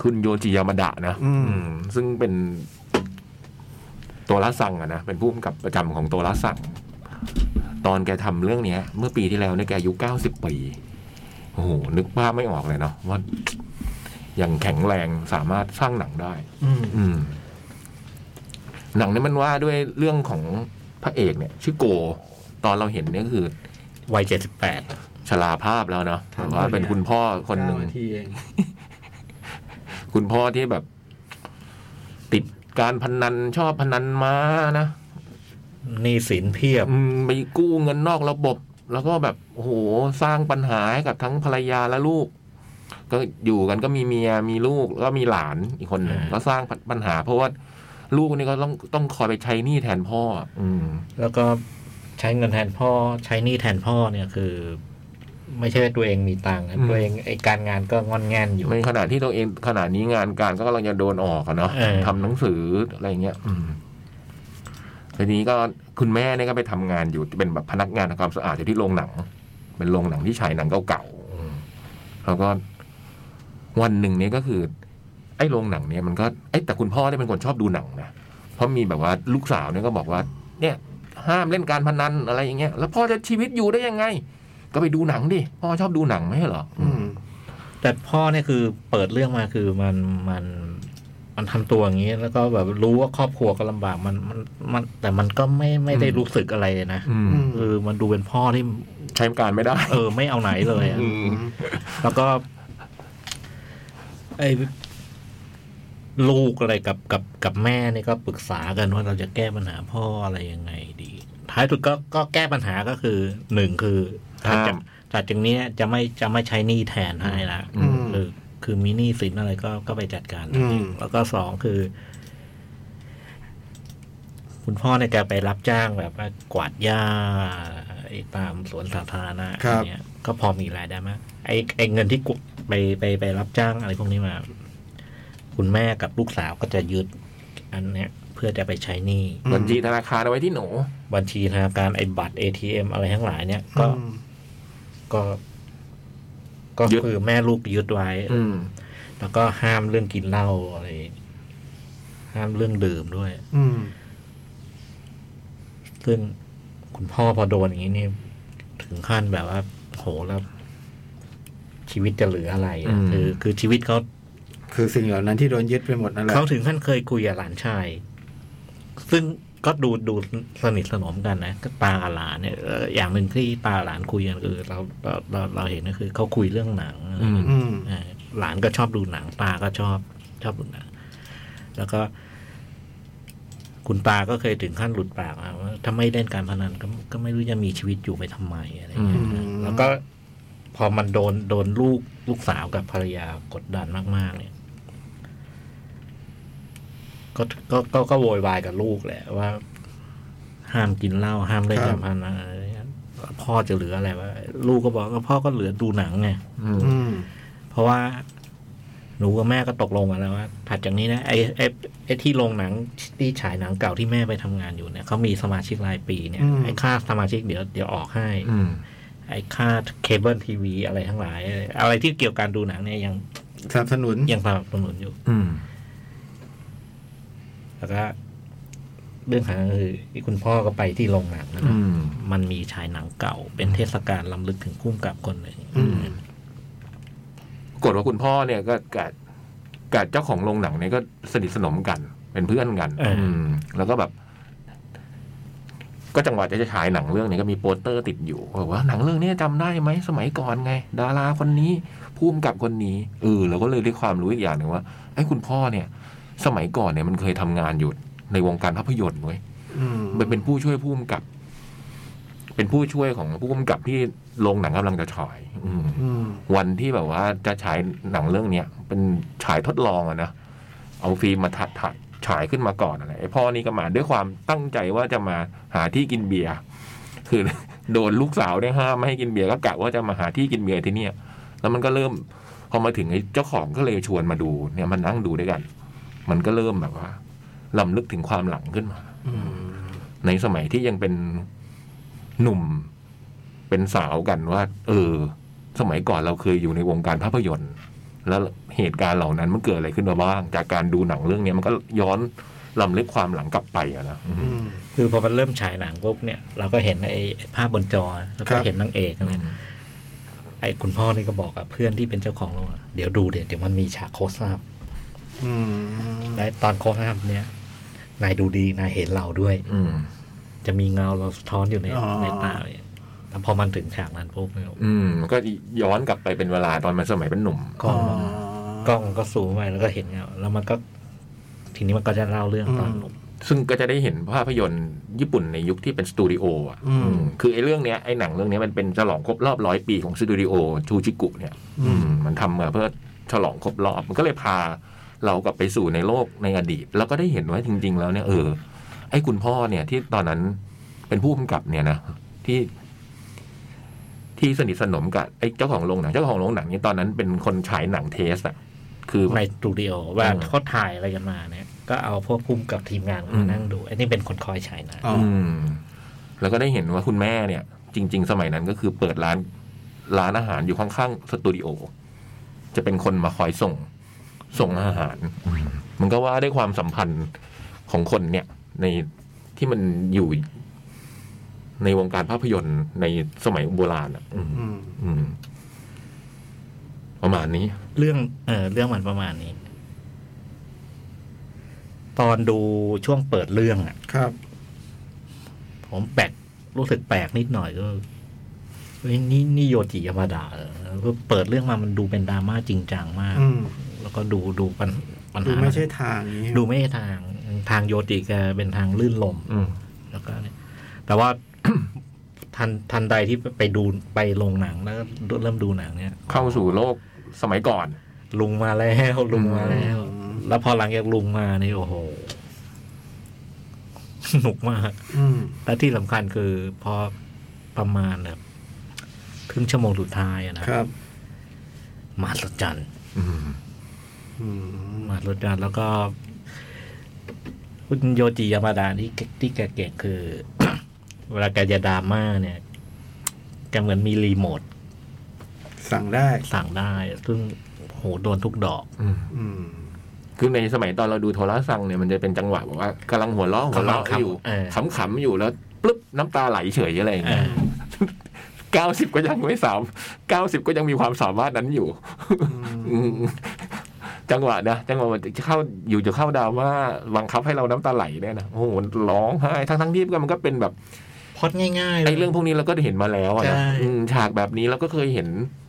Speaker 3: คุณโยจิยามาดะนะอืมซึ่งเป็นตัวละสั่งอะนะ เป็นผู้กำกับประจำของตัวละสั่ง ตอนแกทำเรื่องเนี้ย เมื่อปีที่แล้วเนี่ยแกอายุเก้าสิบปี โอ้โห นึกภาพไม่ออกเลยเนาะว่าอย่างแข็งแรงสามารถสร้างหนังได้
Speaker 5: อืม
Speaker 3: อืม หนังนี้มันว่าด้วยเรื่องของพระเอกเนี่ย ชื่อโก ตอนเราเห็นเนี่ยคือ
Speaker 4: วัยเจ็ดสิบแปด
Speaker 3: ชราภาพแล้วเนาะแต่ว่าเป็นคุณพ่อคนหนึ่ง
Speaker 5: เก้าาทีเอง
Speaker 3: คุณพ่อที่แบบ ติดการพนันชอบพนันม้านะ
Speaker 4: นี่สินเพียบ
Speaker 3: อืมไปกู้เงินนอกระบบ แล้วก็แบบโอ้โหสร้างปัญหาให้กับทั้งภรรยาและลูก ก็อยู่กันก็มีเมียมีลูกแล้วก็มีหลานอีกคนหนึ่ง
Speaker 4: อ่า
Speaker 3: ก็สร้างปัญหา เพราะว่าลูกนี่ก็ต้องต้องคอยไปใช้หนี้แทนพ่อ อืม
Speaker 4: แล้วก็ใช้เงินแทนพ่อ ใช้หนี่แทนพ่อเนี่ยคือ ไม่ใช่ว่าตัวเองมีตังค์นะ
Speaker 3: อืม
Speaker 4: ตัวเองไอการงานก็งอนแงนอยู่
Speaker 3: ในขณะที่ตัวเองขณะนี้งานการก็กำลังจะโดนออกอะเนาะ
Speaker 4: เออ
Speaker 3: ทำหนังสืออะไรเงี้ย อืมทีนี้ก็คุณแม่เนี่ยก็ไปทำงานอยู่เป็นแบบพนักงานทำความสะอาดอยู่ที่โรงหนัง เป็นโรงหนังที่ฉายหนังเก่าๆอืมแล้วก็วันหนึ่งเนี่ยก็คือ ไอ้โรงหนังเนี่ยมันก็ไอ้ยแต่คุณพ่อเนี่ยเป็นคนชอบดูหนังนะเพราะมีแบบว่าลูกสาวเนี่ยก็บอกว่า เนี่ย ห้ามเล่นการพนันอะไรอย่างเงี้ยแล้วพ่อจะชีวิตอยู่ได้ยังไง ก็ไปดูหนังดิพ่อชอบดูหนังไหมเหรออื
Speaker 5: อื
Speaker 3: ม
Speaker 5: ม
Speaker 4: แต่พ่อเนี่ยคือเปิดเรื่องมาคือมันมันมันทำตัวอย่างนี้ แล้วก็แบบรู้ว่าครอบครัวก็ลำบากมันมันมัน แต่มันก็ไม่ไม่ได้
Speaker 3: อืม
Speaker 4: รู้สึกอะไรเลยนะ
Speaker 3: อืม
Speaker 5: ม
Speaker 4: เออมันดูเป็นพ่อที่
Speaker 3: ใช้การไม่ได้
Speaker 4: เออ ไม่เอาไหนเลยอะ
Speaker 3: อืม
Speaker 4: แล้วก็ไอลูกอะไรกับกับกับแม่นี่ก็ปรึกษากันว่าเราจะแก้ปัญหาพ่ออะไรยังไงดี ท้ายสุดก็ก็แก้ปัญหาก็คือหนึ่งคือ
Speaker 3: ห้าม
Speaker 4: ทำจาก แต่จากนี้จะไม่จะไม่ใช้หนี้แทนให้ละ
Speaker 5: อืม
Speaker 4: หรือคือมีหนี้สินอะไรก็ก็ไปจัดการ
Speaker 5: อืม
Speaker 4: แล้วก็สองคือ คุณพ่อเนี่ยแกไปรับจ้างแบบว่ากวาดหญ้าไอ้ตามสวนสาธารณะ
Speaker 5: ครั
Speaker 4: อ
Speaker 5: บ
Speaker 4: ย่างเงี้ยก็พอมีรายได้มากไอ้ไอ้เงินที่กุไปไปไปรับจ้างอะไรพวกนี้มา คุณแม่กับลูกสาวก็จะยึด อันเนี้ย เพื่อจะไปใช้หนี้
Speaker 5: อืม
Speaker 3: บัญชีธนาคารเอาไว้ที่หนู
Speaker 4: บัญชีธนาคารไอ้บัตร ATM อะไรทั้งหลายเนี่ยก็
Speaker 5: อืม
Speaker 4: ก็ ก็
Speaker 3: ยึด
Speaker 4: คือแม่ลูกยึดไว้
Speaker 3: อืม
Speaker 4: แล้วก็ห้ามเรื่องกินเหล้าอะไร ห้ามเรื่องดื่มด้วย
Speaker 5: อืม
Speaker 4: ซึ่งคุณพ่อพอโดนอย่างนี้นี่ ถึงขั้นแบบว่าโหแล้ว ชีวิตจะเหลืออะไรอะ
Speaker 3: อืม
Speaker 4: คือคือชีวิตเขา
Speaker 5: คือสิ่งเหล่านั้นที่โดนยึดไปหมดนั่นแหละ
Speaker 4: เขาถึงขั้นเคยคุยกับหลานชาย ซึ่งก็ดูดูสนิทสนมกันนะก็ตากับหลานเนี่ยเอ่ออย่างหนึ่งที่ตากับหลานคุยกันคือเราเราเราเราเห็นก็คือเขาคุยเรื่องหนังอะไรอย่างเงี้ย
Speaker 3: อืม
Speaker 5: อืม
Speaker 4: เอ่อหลานก็ชอบดูหนัง ตาก็ชอบชอบดูหนัง แล้วก็ คุณตาก็เคยถึงขั้นหลุดปากมาว่าถ้าไม่เล่นการพนันก็ก็ไม่รู้จะมีชีวิตอยู่ไปทำไมอะไรเงี้ย
Speaker 5: อืม
Speaker 4: แล้วก็พอมันโดนโดนลูกลูกสาวกับภรรยากดดันมาก ๆ เนี่ย ก็ก็ก็ก็โวยวายกับลูกแหละว่า ห้ามกินเหล้าห้ามเล่นการพนันอะไรเงี้ยพ่อจะเหลืออะไรวะลูกก็บอกว่าพ่อก็เหลือดูหนังไง
Speaker 3: อืม
Speaker 5: อืม
Speaker 4: เพราะว่าหนูกับแม่ก็ตกลงกันแล้วว่าถัดจากนี้นะไอ้ไอ้ไอ้ที่โรงหนังที่ฉายหนังเก่าที่แม่ไปทำงานอยู่เนี่ยเขามีสมาชิกรายปีเนี่ย
Speaker 5: อืม
Speaker 4: ไอ้ค่าสมาชิกเดี๋ยวเดี๋ยวออกให้
Speaker 3: อืม
Speaker 4: ไอ้ค่าเคเบิลทีวีอะไรทั้งหลาย อะไรที่เกี่ยวกับการดูหนังเนี่ยยัง
Speaker 5: สนับสนุน
Speaker 4: ยังสนับสนุนอยู่
Speaker 3: อืม
Speaker 4: แล้วก็เรื่องหางคือคุณพ่อก็ไปที่โรงหนังนะ
Speaker 3: อืม
Speaker 4: มันมีฉายหนังเก่า เป็นเทศกาลล้ำลึกถึงคุ้มกับคนหนึ่ง
Speaker 5: อืม
Speaker 3: ปรากฏว่าคุณพ่อเนี่ยก็กับกับเจ้าของโรงหนังเนี่ยก็สนิทสนมกัน เป็นเพื่อนกัน อืม แล้วก็แบบ ก็จังหวะจะฉายหนังเรื่องนี้ก็มีโปสเตอร์ติดอยู่บอกว่าหนังเรื่องนี้จำได้ไหมสมัยก่อนไง ดาราคนนี้ผู้กำกับคนนี้เออเราก็เลยได้ความรู้อีกอย่างหนึ่งว่าไอ้คุณพ่อเนี่ย สมัยก่อนเนี่ยมันเคยทำงานอยู่ในวงการภาพยนตร์เว้ย
Speaker 5: อืม
Speaker 3: มันเป็นผู้ช่วยผู้กำกับ เป็นผู้ช่วยของผู้กำกับที่โรงหนังกำลังจะฉาย อืม
Speaker 5: อืม
Speaker 3: วันที่แบบว่าจะฉายหนังเรื่องเนี้ยเป็นฉายทดลองอะนะเอาฟิล์มมาถัดถัดฉายขึ้นมาก่อนอะไรไอพ่อนี่ก็มาด้วยความตั้งใจว่าจะมาหาที่กินเบียร์คือ โดนลูกสาวเนี่ยห้ามไม่ให้กินเบียร์ก็กะว่าจะมาหาที่กินเบียร์ที่เนี่ย แล้วมันก็เริ่ม พอมาถึงไอ้เจ้าของก็เลยชวนมาดู เนี่ยมันนั่งดูด้วยกัน มันก็เริ่มแบบว่าลำลึกถึงความหลังขึ้นมา
Speaker 5: อืม
Speaker 3: ในสมัยที่ยังเป็นหนุ่มเป็นสาวกันว่า เออ สมัยก่อนเราเคยอยู่ในวงการภาพยนตร์ แล้วเหตุการณ์เหล่านั้นมันเกิดอะไรขึ้นมาบ้าง จากการดูหนังเรื่องเนี้ยมันก็ย้อนลำลึกความหลังกลับไปอะนะอืม
Speaker 5: อืม
Speaker 4: คือพอมันเริ่มฉายหนังปุ๊บเนี่ย เราก็เห็นไอ้ไอ้ภาพบนจอแล้วก็
Speaker 5: ครับ
Speaker 4: เห็นนางเอกอะไร ไอ้คุณพ่อนี่ก็บอกกับเพื่อนที่เป็นเจ้าของโรงอะเดี๋ยวดูเดี๋ยวเดี๋ยวมันมีฉากโคสอัพ
Speaker 5: อืม
Speaker 4: และตอนโคสอัพเนี่ยนายดูดีนายเห็นเราด้วย
Speaker 3: อืม
Speaker 4: จะมีเงาเราสะท้อนอยู่ใน
Speaker 5: อ๋อ
Speaker 4: ในตาเนี่ยแล้วพอมันถึงฉากนั้นปุ๊บเนี่ย
Speaker 3: อืมมันก็ย้อนกลับไปเป็นเวลาตอนมันสมัยเป็นหนุ่ม
Speaker 4: กล้อง
Speaker 5: อ๋อ
Speaker 4: กล้องมันก็สูงไปแล้วก็เห็นเงาแล้วมันก็ทีนี้มันก็จะเล่าเรื่องตอนหนุ่ม
Speaker 3: ซึ่งก็จะได้เห็นภาพยนตร์ญี่ปุ่นในยุคที่เป็นสตูดิโออ่ะ
Speaker 5: อืม
Speaker 3: อืมคือไอ้เรื่องเนี้ยไอ้หนังเรื่องเนี้ยมันเป็นฉลองครบรอบร้อยปีของสตูดิโอชูจิกุเนี่ย
Speaker 5: อืม
Speaker 3: มันทำมาเพื่อฉลองครบรอบ มันก็เลยพาเรากลับไปสู่ในโลกในอดีต แล้วก็ได้เห็นว่าจริง ๆ แล้วเนี่ยเออไอ้คุณพ่อเนี่ยที่ตอนนั้นเป็นผู้กำกับเนี่ยนะที่ ที่สนิทสนมกับไอ้เจ้าของโรงหนังเจ้าของโรงหนังเนี่ยตอนนั้นเป็นคนฉายหนังเทสอะคือ
Speaker 4: ในสตูดิโอว่า
Speaker 3: อืม
Speaker 4: เขาถ่ายอะไรกันมาเนี่ย ก็เอาพวกพุ่มกับทีมงานมานั่งดูไอ้นี่เป็นคนคอยฉายหนัง
Speaker 5: อ๋อ
Speaker 3: อืมแล้วก็ได้เห็นว่าคุณแม่เนี่ย จริง ๆ สมัยนั้นก็คือเปิดร้านร้านอาหารอยู่ข้างๆสตูดิโอ จะเป็นคนมาคอยส่ง ส่งอาหาร มันก็ว่าด้วยความสัมพันธ์ของคนเนี่ย ในที่มันอยู่ในวงการภาพยนตร์ในสมัยโบราณอ่ะ อืม
Speaker 5: อืม
Speaker 3: อืม ประมาณนี้
Speaker 4: เรื่องเออเรื่องมันประมาณนี้ ตอนดูช่วงเปิดเรื่องอ่ะ
Speaker 5: ครับ
Speaker 4: ผมแปลกรู้สึกแปลกนิดหน่อยก็เฮ้ยนี่นี่โยจิยามาดะเหรอก็เปิดเรื่องมามันดูเป็นดราม่าจริงจังมาก
Speaker 5: อืม
Speaker 4: แล้วก็ดูดูปัญปัญ
Speaker 5: ดู
Speaker 4: หา
Speaker 5: ไม่ใช่ทางนี้
Speaker 4: ดูไม่ใช่ทาง ทางโยจิแกเป็นทางลื่นลม
Speaker 3: อืม
Speaker 4: แล้วก็เนี่ยแต่ว่า ท ทันทันใดที่ไปดูไปลงหนังแล้วเริ่มดูหนังเนี่ย
Speaker 3: เข้าสู่โลกสมัยก่อน
Speaker 4: ลุงมาแล้วลุงมาแล้ว
Speaker 5: อืม
Speaker 4: แล้วพอหลังจากลุงมานี่โอ้โห สนุกมาก
Speaker 5: อืม
Speaker 4: และที่สำคัญคือพอประมาณแบบครึ่งชั่วโมงสุดท้ายอะนะครับ มหัศจรรย์
Speaker 3: อืม
Speaker 5: อืม
Speaker 4: มหัศจรรย์แล้วก็คุณโยจิยามาดาที่แกที่แกเก่งคือ เวลาแกจะดราม่าเนี่ยแกเหมือนมีรีโมท
Speaker 5: สั่งได้
Speaker 4: สั่งได้ ซึ่งโหโดนทุกดอก
Speaker 3: อืม
Speaker 5: อืม
Speaker 3: คือในสมัยตอนเราดูโทรศัพท์เนี่ยมันจะเป็นจังหวะแบบว่ากำลังหัวเราะหัวเราะ
Speaker 4: ขำๆ
Speaker 3: อยู่
Speaker 4: เออ
Speaker 3: ขำๆอยู่แล้วปุ๊บน้ำตาไหลเฉยอะไรอย่าง
Speaker 4: เอ
Speaker 3: เงี้ย
Speaker 4: อ
Speaker 3: เก้าสิบก็ยังไม่สามเก้าสิบก็ยังมีความสามารถนั้น อยู่ อืมจังหวะนะจังหวะมันจะเข้าอยู่จะเข้าดราม่าบังคับให้เราน้ำตาไหลเนี่ยนะโอ้โหร้องไห้ทั้งทั้งๆที่มันก็เป็นแบบ
Speaker 4: พล็อดง่ายๆลย
Speaker 3: ไอ้เรื่องพวกนี้เราก็เห็นมาแล้วอะนะ
Speaker 4: ใช่
Speaker 3: อืมฉากแบบนี้เราก็เคยเห็น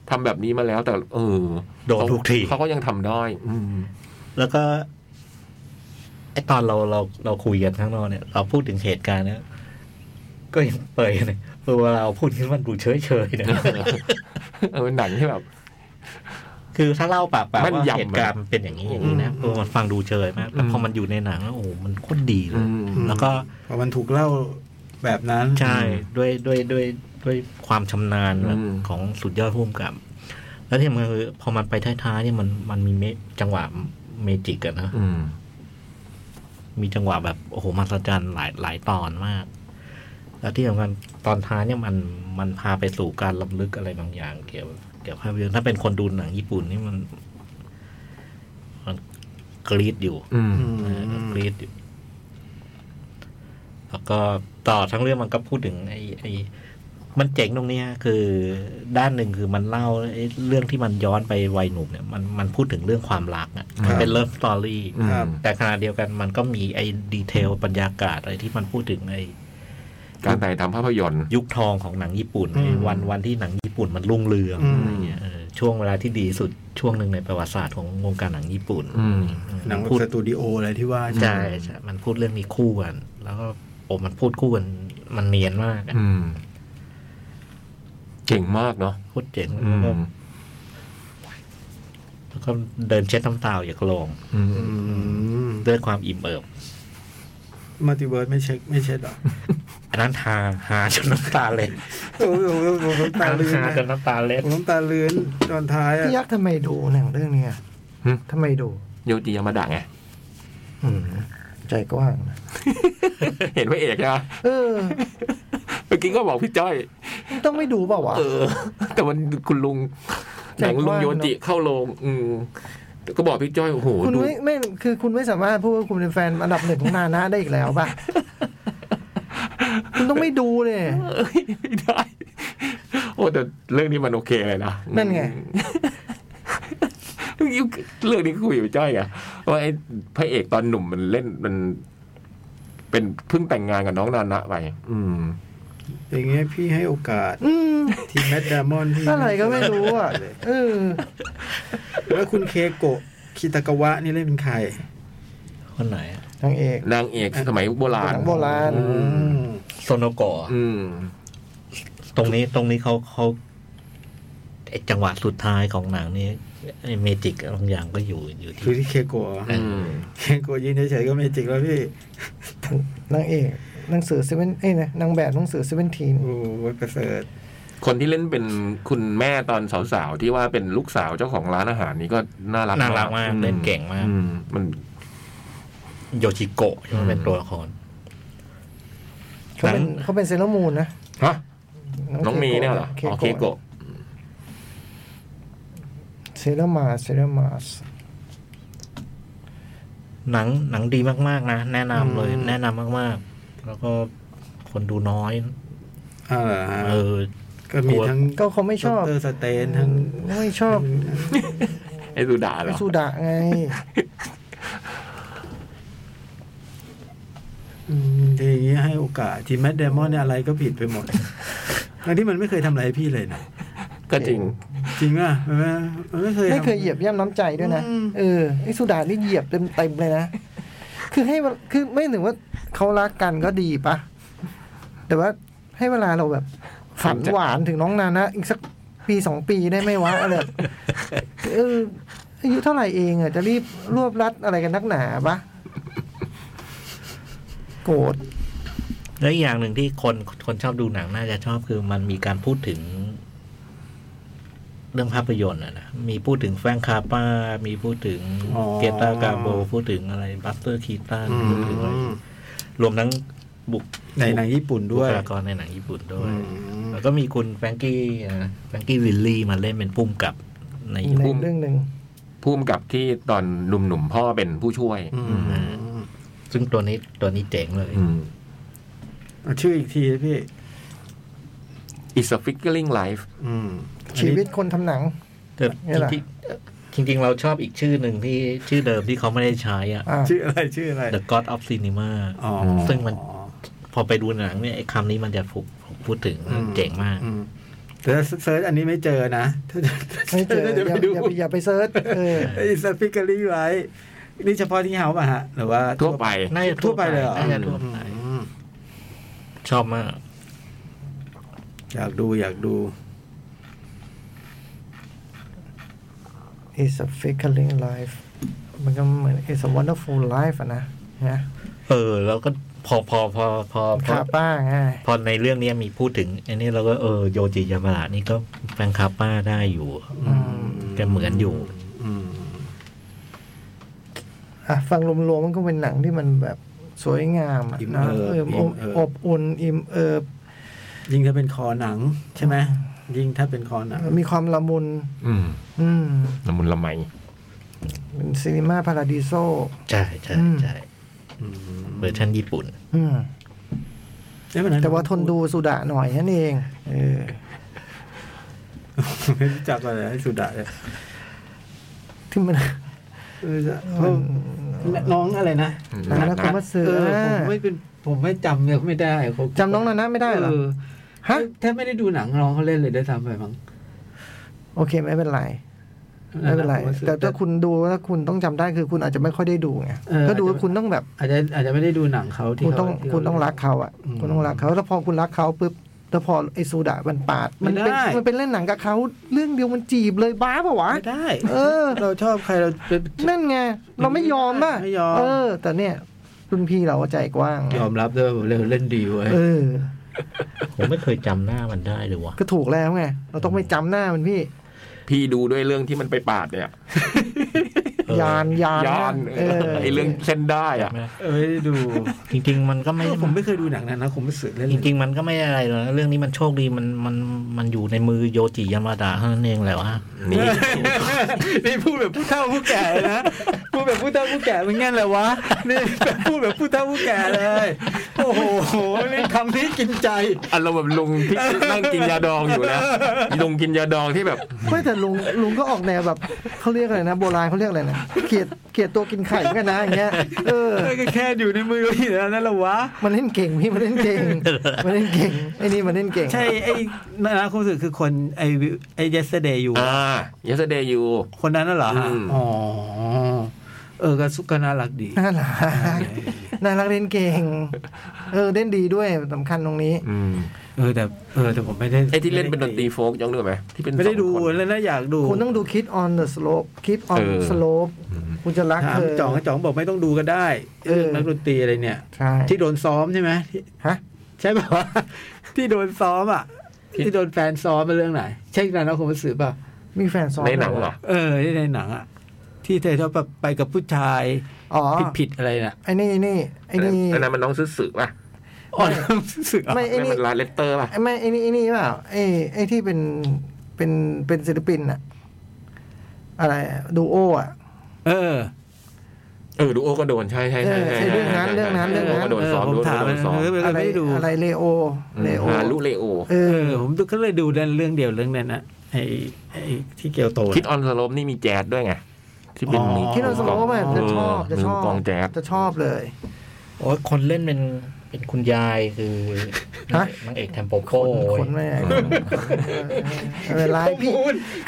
Speaker 3: ทำแบบนี้มาแล้ว แต่ เออ
Speaker 4: โดนทุกที
Speaker 3: เขาก็ยังทำได้อืม
Speaker 4: แล้วก็ไอตอนเราเราเราคุยกันข้างนอกเนี่ย เราพูดถึงเหตุการณ์เนี่ยก็ยังเปิดเนี่ยเออเวลาเราพูดขึ้นมันดูเฉยเฉยๆนะ
Speaker 3: เอ อหนังที่แบบ
Speaker 4: คือถ้าเล่าปากเปล่า
Speaker 3: แม่น
Speaker 4: ว่าย
Speaker 3: ำ
Speaker 4: เหตุการณ์มันเป็นอย่างนี้อย่างนี้นะ
Speaker 5: อืม
Speaker 4: เออมันฟังดูเฉยมากแต่
Speaker 3: อืม
Speaker 4: พอมันอยู่ในหนังแล้วโอ้โหมันโคตรดีเลย
Speaker 3: อืม
Speaker 4: แล้วก็
Speaker 5: พอมันถูกเล่าแบบนั้น
Speaker 4: ใช่ด้วยด้วยด้วยด้วยความชำนาญ
Speaker 3: อืม
Speaker 4: ของสุดยอดพุ่มกับ แล้วที่มันคือพอมันไปท้ายๆเนี่ยมันมันมีเมจังหวะเมจิกอะนะ
Speaker 3: อืม
Speaker 4: มีจังหวะแบบโอ้โหมหัศจรรย์หลายหลายตอนมาก แล้วที่สำคัญตอนท้ายเนี่ยมันมันพาไปสู่การลํำลึกอะไรบางอย่าง เกี่ยวเกี่ยวกับภาพยนตร์ถ้าเป็นคนดูหนังญี่ปุ่นนี่มัน มันกรีดอยู่
Speaker 3: อืม
Speaker 5: อืม
Speaker 4: เออมันกรีดอยู่ แล้วก็ต่อทั้งเรื่องมันก็พูดถึงไอ้ไอ้มันเจ๋งตรงเนี้ยคือด้านหนึ่งคือมันเล่าไอ้เรื่องที่มันย้อนไปวัยหนุ่มเนี่ยมันมันพูดถึงเรื่องความรักอ่ะมันเป็นเลิฟสตอรี่
Speaker 3: อืม
Speaker 4: แต่ขณะเดียวกันมันก็มีไอ้ดีเทลบรรยากาศอะไรที่มันพูดถึงไอ้
Speaker 3: การถ่ายทำภาพยนตร์
Speaker 4: ยุคทองของหนังญี่ปุ่นไอ้วันวันที่หนังญี่ปุ่นมันรุ่งเรือง
Speaker 5: อืม
Speaker 4: เนี่ยเออช่วงเวลาที่ดีสุดช่วงหนึ่งในประวัติศาสตร์ของวงการหนังญี่ปุ่น
Speaker 3: อืม
Speaker 5: หนังแบบ
Speaker 4: พูด
Speaker 5: สตูดิโออะไรที่ว่า
Speaker 4: ใช่ใช่มันพูดเรื่องนี้คู่กัน แล้วก็โอ้มันพูดคู่กันมันเนียนมากอะ
Speaker 3: อืมเก่งมากเนาะ
Speaker 4: โคตรเจ๋ง
Speaker 3: อื
Speaker 4: แล้วก็
Speaker 3: ม
Speaker 4: แล้วก็เดินเช็ดน้ำตาอย่างโลง
Speaker 3: อืม
Speaker 4: ด้วยความอิ่มเอิบ
Speaker 5: มัลติเวิร์สไม่เช็คไม่เช็ดหรอ
Speaker 4: อันนั้นทาหาจนน้ำตาเลย
Speaker 5: ผมผมผมน้ำ
Speaker 4: อั
Speaker 5: ตาน
Speaker 4: นั้น
Speaker 5: เลื้อน
Speaker 4: หาจน
Speaker 5: นะ
Speaker 4: น้ำตาเล็ด
Speaker 5: ผมน้ำตาเลื้อนตอนท้ายอะ
Speaker 2: พี่ยักษ์ทำไมดูหนังเรื่องเนี้ย
Speaker 3: หึ
Speaker 2: ทำไมดู
Speaker 3: โยจิยามาดะไง
Speaker 2: อืมใจกว้างนะ
Speaker 3: เห็นพระเอกนะ
Speaker 2: เออ
Speaker 3: เมื่อกี้ก็บอกพี่จ้อย
Speaker 2: มันต้องไม่ดูเปล่าวะ
Speaker 3: เออ แต่มันคุณลุง
Speaker 2: ใจ
Speaker 3: ห
Speaker 2: ก
Speaker 3: นั
Speaker 2: ว้าง
Speaker 3: งลุงโยจิเข้าโรง อืมก็บอกพี่จ้อย โอ้โห
Speaker 2: คุณ
Speaker 3: ดู
Speaker 2: ไม่ไม่คือคุณไม่สามารถพูดว่าคุณเป็นแฟนอันดับหนึ่งของนานะได้อีกแล้วป่ะ คุณต้องไม่ดูเลย
Speaker 3: เอ้ยไม่ได้ โอ้แต่เรื่องนี้มันโอเคเลยนะ
Speaker 2: นั่นไง
Speaker 3: เมื่อกี้เรื่องนี้คุยกับพี่จ้อยอะว่าไอ้พระเอกตอนหนุ่มมันเล่นมัน เป็นเพิ่งแต่งงานกับน้องนานะไปอืม
Speaker 5: อย่างเงี้ยพี่ให้โอกาส
Speaker 2: อืม
Speaker 5: ทีมแมดดามอนพี่
Speaker 2: อะไรก็ไม่รู้อ่ะเออ
Speaker 5: แล้วคุณเคโกะคิตากาวะนี่เล่นเป็นใคร
Speaker 4: คนไหนอะ
Speaker 2: นางเอก
Speaker 3: นางเอกสมัยโบราณ
Speaker 2: หนังโบราณ
Speaker 3: อืม
Speaker 4: โซโนโกะ
Speaker 3: อืม
Speaker 4: ตรงนี้ตรงนี้เขาเขาไอจังหวะสุดท้ายของหนังนี้ไอเมจิกบางอย่างก็อยู่อยู่
Speaker 5: คือ
Speaker 4: ที่
Speaker 5: ที่เคโกะเหรอ
Speaker 3: อืม
Speaker 5: เคโกะยืนเฉยๆก็ไม่จริงแล้วพี่
Speaker 2: นางเอกหนังสือเซเว่นเอ้ยนะนางแบบหนังสือเซเว่นทีน
Speaker 5: โอ้โหประเสริฐ
Speaker 3: คนที่เล่นเป็นคุณแม่ตอนสาวๆ ที่ว่าเป็นลูกสาวเจ้าของร้านอาหารนี่ก็น่ารัก
Speaker 4: น่ารักมาก
Speaker 3: อื
Speaker 4: เล่นเก่งมาก
Speaker 3: อืมัน
Speaker 4: โยชิโกะที่มันเป็นตัวละคร
Speaker 2: เขาเป็น
Speaker 4: หนัง
Speaker 2: เขาเป็นเซเลอร์มูนนะ
Speaker 3: ฮะ น้องมีเนี่ยเหรออ๋อเคโกะ
Speaker 2: เซเลอร์มาเซเลอร์มาส
Speaker 4: หนังหนังดีมาก ๆ นะ แนะนำเลย
Speaker 5: อืม
Speaker 4: แนะนำมาก ๆ แล้วก็คนดูน้อย
Speaker 5: อ่าเหรอฮะ
Speaker 4: เออ
Speaker 5: ก็มีทั้ง
Speaker 2: ก็เขาไม่ชอบ
Speaker 5: ดรสเตนทั้ง
Speaker 2: ไม่ชอบ
Speaker 3: ไอ้สุดาเหร
Speaker 2: ไอ้
Speaker 3: อ
Speaker 2: สุดะไง
Speaker 5: อืมทีนี้ให้โอกาสทีมแมดเดมอนเนี่ยอะไรก็ผิดไปหมด ทั้งที่มันไม่เคยทำอะไรให้พี่เลยนะ
Speaker 3: ก็จริง
Speaker 5: จริงอ่ะมันไม่มันไม่เคยทำ
Speaker 2: ไม่เคยเหยียบย่ำน้ำใจด้วยนะ
Speaker 5: อืม
Speaker 2: เออไอ้สุดานี่เหยียบเต็มเต็มๆเลยนะ คือให้เวลาคือไม่ถึงว่าเขารักกันก็ดีปะ แต่ว่าให้เวลาเราแบบ ฝันหวานถึงน้องนานะ อีกสักปีสองปีได้ไหมวะอะไรแบบเอออายุเท่าไหร่เองอะจะรีบรวบรัดอะไรกันนักหนาปะโกรธ
Speaker 4: แล้วอีกอย่างหนึ่งที่คนคนชอบดูหนังน่าจะชอบคือมันมีการพูดถึง เรื่องภาพยนตร์อะนะมีพูดถึงแฟรงค์คาป้า มีพูดถึง
Speaker 5: อ๋อ
Speaker 4: เกตากาโบ พูดถึงอะไรบัสเตอร์คีตัน
Speaker 5: อื
Speaker 4: พูดถึงอะไร
Speaker 5: ม
Speaker 4: รวมทั้งบุก
Speaker 5: ในหนังญี่ปุ่น
Speaker 4: บุ
Speaker 5: ด้วย
Speaker 4: คลากรในหนังญี่ปุ่นด้วย
Speaker 5: อืม
Speaker 4: แล้วก็มีคุณแฟรงกี้นะแฟรงกี้วิลลี่มาเล่นเป็นปุ่มกับในญี่
Speaker 2: ใน
Speaker 4: ปุ่น
Speaker 2: เรื่องหนึ่ง
Speaker 3: พุ่มกับที่ตอนหนุ่มๆพ่อเป็นผู้ช่วย
Speaker 5: อืม
Speaker 4: ซึ่งตัวนี้ตัวนี้เจ๋งเลย
Speaker 3: อืม
Speaker 5: เอาชื่ออีกทีพี่
Speaker 3: is a figuring life
Speaker 5: อืม
Speaker 2: ชีวิตคนทำหนัง
Speaker 4: แต่
Speaker 2: นี่แหละ
Speaker 4: จริงๆจริง ๆ เราชอบอีกชื่อหนึ่งที่ชื่อเดิมที่เขาไม่ได้ใช้อ่ะ
Speaker 2: อ่า
Speaker 5: ชื่ออะไรชื่ออะไร
Speaker 4: The God of Cinema
Speaker 5: อ๋อ
Speaker 4: ซึ่งมันพอไปดูหนังเนี่ยไอ้คำนี้มันจะถูกถูกพูดถึง
Speaker 5: อืม
Speaker 4: เจ๋งมาก
Speaker 5: อืแต่ถ้าเซิร์ชอันนี้ไม่เจอนะถ้า
Speaker 2: ไม่เจอ
Speaker 5: ถ้า
Speaker 2: อ
Speaker 5: จะ
Speaker 2: ย่า
Speaker 5: ไป
Speaker 2: อ
Speaker 5: ดู
Speaker 2: ย่าไปอย่าไปเซิร์ชเออ
Speaker 5: ไอ้สปิเกอรี่ไลท์นี่เฉพาะที่เฮาป่ะฮะ หรือว่า
Speaker 3: ทั่วไป
Speaker 4: น่าจะ
Speaker 5: ทั่วไปเลยเหรอ
Speaker 4: น่าจะทั่ว
Speaker 5: อื
Speaker 4: ไป
Speaker 5: ม
Speaker 4: ชอบมาก
Speaker 5: อยากดูอยากดู
Speaker 2: is a flickering life มันก็เหมือน is a wonderful life อะนะนะ
Speaker 4: เออ แล้วก็พอพอพอพอพอ
Speaker 2: คาป้าไง
Speaker 4: พอในเรื่องเนี้ยมีพูดถึงอันนี้เราก็เออโยจิยามาระนี่ก็แฟนคาป้าได้อยู่
Speaker 2: อืม
Speaker 4: แกเหมือนอยู่
Speaker 5: อืม
Speaker 2: อ่ะฟังรวมๆมันก็เป็นหนังที่มันแบบสวยงามอะ
Speaker 5: อิ่ม
Speaker 2: นะ
Speaker 5: เอิบ
Speaker 2: เออ
Speaker 5: อิ่
Speaker 2: อ
Speaker 5: ม
Speaker 2: บ
Speaker 5: เอิบ
Speaker 2: อบอุ่นอิ่มเอิบ
Speaker 5: ยิ่งถ้าเป็นคอหนังใช่ไหมยิ่งถ้าเป็นคอหนัง
Speaker 2: มีความละมุน
Speaker 3: อืม
Speaker 2: อืม
Speaker 3: ละมุนละไม
Speaker 2: เป็นซีนีมาพาราดิโซ
Speaker 4: ใช่ใช่
Speaker 2: อืม
Speaker 4: ใช่
Speaker 5: อืม
Speaker 4: เวอร์ชันญี่ปุ่น
Speaker 2: อืม
Speaker 5: เอ้ยนนั้น
Speaker 2: แต่ว่าทนดูสุดะหน่อยนั่นเองเออ
Speaker 5: ไม่รู้จักอะไรสุดาเลย
Speaker 2: ที่มัน
Speaker 5: เออจะเออน้องอะไรนะ
Speaker 2: หนังนักกุมสือ
Speaker 5: เออ
Speaker 2: อ
Speaker 5: ผมไม่เป็นผมไม่จำเนี่ยไม่ได้ผม
Speaker 2: จำน้องนานะไม่ได้เหรอ
Speaker 5: เออ
Speaker 2: ฮะ
Speaker 5: แทบไม่ได้ดูหนังน้องเขาเล่นเลยได้วยซ้ำไปมั้ง
Speaker 2: โอเคไม่เป็นไร ไม่เป็นไร
Speaker 5: ผว่าสุด
Speaker 2: แต่ถ้าคุณดูแล้วคุณต้องจำได้คือคุณอาจจะไม่ค่อยได้ดูไง
Speaker 5: เออ
Speaker 2: ก็ดูว่าคุณต้องแบบ
Speaker 5: อาจจะอาจจะไม่ได้ดูหนังเขาที่
Speaker 2: คุณต้อง
Speaker 5: เขาที่
Speaker 2: คุณต้องรัก
Speaker 5: เขา
Speaker 2: เขาอ่ะ
Speaker 5: อืม
Speaker 2: คุณต้องรักเขาแล้วพอคุณรักเขาปุ๊บแล้วพอไอ้ซูดะมันปาด มันเป็น
Speaker 5: ไม่ได้
Speaker 2: มันเป็นเล่นหนังกับเขาเรื่องเดียวมันจีบเลยบ้าปะวะ
Speaker 5: ไม่ได้
Speaker 2: เออ
Speaker 5: เราชอบใครเราไป
Speaker 2: นั่นไง เราไม่ยอมป่ะ
Speaker 5: ไม่ยอม
Speaker 2: เออ แต่เนี่ยรุ่นพี่เราก็ใจกว้างไง
Speaker 5: ยอมรับด้วยว่าเราเล่นดีเว้ย
Speaker 2: เออ
Speaker 4: ผมไม่เคยจำหน้ามันได้เลยวะ
Speaker 2: ก็ถูกแล้วไงเราต้องไม่จำหน้ามันพี่
Speaker 3: พี่ดูด้วยเรื่องที่มันไปปาดเนี่ย
Speaker 4: เออย
Speaker 2: านยาน
Speaker 3: ยาน
Speaker 2: เออ
Speaker 3: ไอเรื่องเส้นได้อะ
Speaker 4: ไหม
Speaker 5: เออไม่ได้ดู
Speaker 4: จริง ๆ มันก็ไม่
Speaker 5: เออผมไม่เคยดูหนังนั้นนะผมไม่สึกเล่
Speaker 4: จ
Speaker 5: นเลย
Speaker 4: ริง ๆ มันก็ไม่อะไรหรอกนะเรื่องนี้มันโชคดีมันมันมันอยู่ในมือโยจิยามาดะเท่านั้นเองแหละวะ
Speaker 3: นี่
Speaker 5: นี่พูดแบบผู้เฒ่าผู้แก่นะพูดแบบผู้เฒ่าผู้แก่มันงั้นเลยวะนี่พูดแบบผู้เฒ่าผู้แก่เลย โอ้โหนี่คำนี้กินใจ
Speaker 3: อารมณ์แบบลุงที่นั่งกินยาดองอยู่นะลุงกินยาดองที่แบบ
Speaker 2: ไม่แต่ลุงลุงก็ออกแนวแบบเขาเรียกอะไรนะโบราณเขาเรียกอะไรนะเกลียดเกลียดตัวกินไข่เหมือนกันนะอย่างเงี้ยเออ
Speaker 5: ก็แค่อยู่ในมือพี่แล้วนั่นแหละวะ
Speaker 2: มันเล่นเก่งพี่มันเล่นเก่ง มันเล่นเก่งไอ้นี่มันเล่นเก่ง
Speaker 5: ใช่ ไอ้นานาคุณสึกคือคนไอ้วิวไอ้ yesterday อยู่
Speaker 3: อ่า yesterday you
Speaker 5: คนนั้นน่ะเหรอฮะ
Speaker 3: อืม
Speaker 5: อ๋อ เออก็สุกก็น่ารักดี
Speaker 2: น่ารักน่ารักเล่นเก่ง เออเล่นดีด้วยสำคัญตรงนี้
Speaker 3: อืม
Speaker 5: เออ แต่ เออ แต่ผมไม่ได้
Speaker 3: ไอที่เล่นเป็นดนตรีโฟกยังดูไหมที่เป็น
Speaker 5: ไม่ได้
Speaker 3: สอง
Speaker 5: ดู
Speaker 3: คน
Speaker 5: แล้วนะอยากดู
Speaker 2: คุณต้องดู Kid on the slope Kid on
Speaker 3: เอ
Speaker 2: the
Speaker 3: อ
Speaker 2: slope คุณจะรัก
Speaker 5: ถาม
Speaker 2: เธอ
Speaker 5: จ่องจ่องบอกไม่ต้องดูก็ได้
Speaker 2: เออ
Speaker 5: เรื่องนักดนตรีอะไรเนี่ย
Speaker 2: ใช่
Speaker 5: ที่โดนซ้อมใช่ไหมที่
Speaker 2: ฮะ
Speaker 5: ใช่แบบว่า ที่โดนซ้อมอ่ะ ที่โดนแฟนซ้อมเป็นเรื่องไหนใช่นานาคุณสึกป่ะ
Speaker 2: มีแฟนซ้อน
Speaker 3: ในหนังเหรอ
Speaker 5: เออที่ในหนังอ่ะ ที่เธอชอบแบบไปกับผู้ชาย
Speaker 2: อ๋อ
Speaker 5: ผิดผิดๆอะไรน่ะ
Speaker 2: ไอ้นี่ไอ้นี่ไอ้นี่
Speaker 3: อันนั้นมันน้องซื้อสึกป่ะ
Speaker 5: อ๋ อรู้สึก
Speaker 2: ไม่
Speaker 3: อัน
Speaker 2: ไอ้
Speaker 3: นั้น
Speaker 2: นี่
Speaker 3: มันลาเลตเตอร์ป่ะ
Speaker 2: ไม่ไอ้นี่ไอ้นี่เปล่าไอ้ไอ้ที่เป็นเป็นเป็นศิลปินอะอะไรดูโออะ
Speaker 5: เออ
Speaker 3: เออดูโอก็โดนใช่ใช่ใช่
Speaker 2: เออใช่เรื่องนั้นเรื่องนั้นเรื่องนั้น
Speaker 3: โก็โดนซ้อม
Speaker 5: เผม
Speaker 3: ดู
Speaker 5: ถาม
Speaker 3: โดนซ้อม
Speaker 5: เออ
Speaker 2: อะไร
Speaker 5: ไม่ได้ดู
Speaker 2: อะไรเลโอเลโอ
Speaker 3: ฮารุเลโอ
Speaker 2: เอ
Speaker 5: เอ
Speaker 2: อ
Speaker 5: อ ผมก็เลยดูเรื่องเดียวเรื่องนั้นนะไอ้ไอ้ที่เกียวโต
Speaker 3: คิด
Speaker 5: น่ะ
Speaker 3: ออนสโลมนี่มีแจ๊ดด้วยไง ที่เป็น
Speaker 5: อ๋อ
Speaker 2: คิดว่าสมมติว่าแบบจะชอบจะชอบ
Speaker 3: มืกองแจ๊ด
Speaker 2: จะชอบเลย
Speaker 4: โอ้ยคนเล่นเป็นเป็นคุณยายคือ
Speaker 2: ฮะ
Speaker 4: นางเอกแทมโปโก้
Speaker 2: ขนแม่เวลาพี่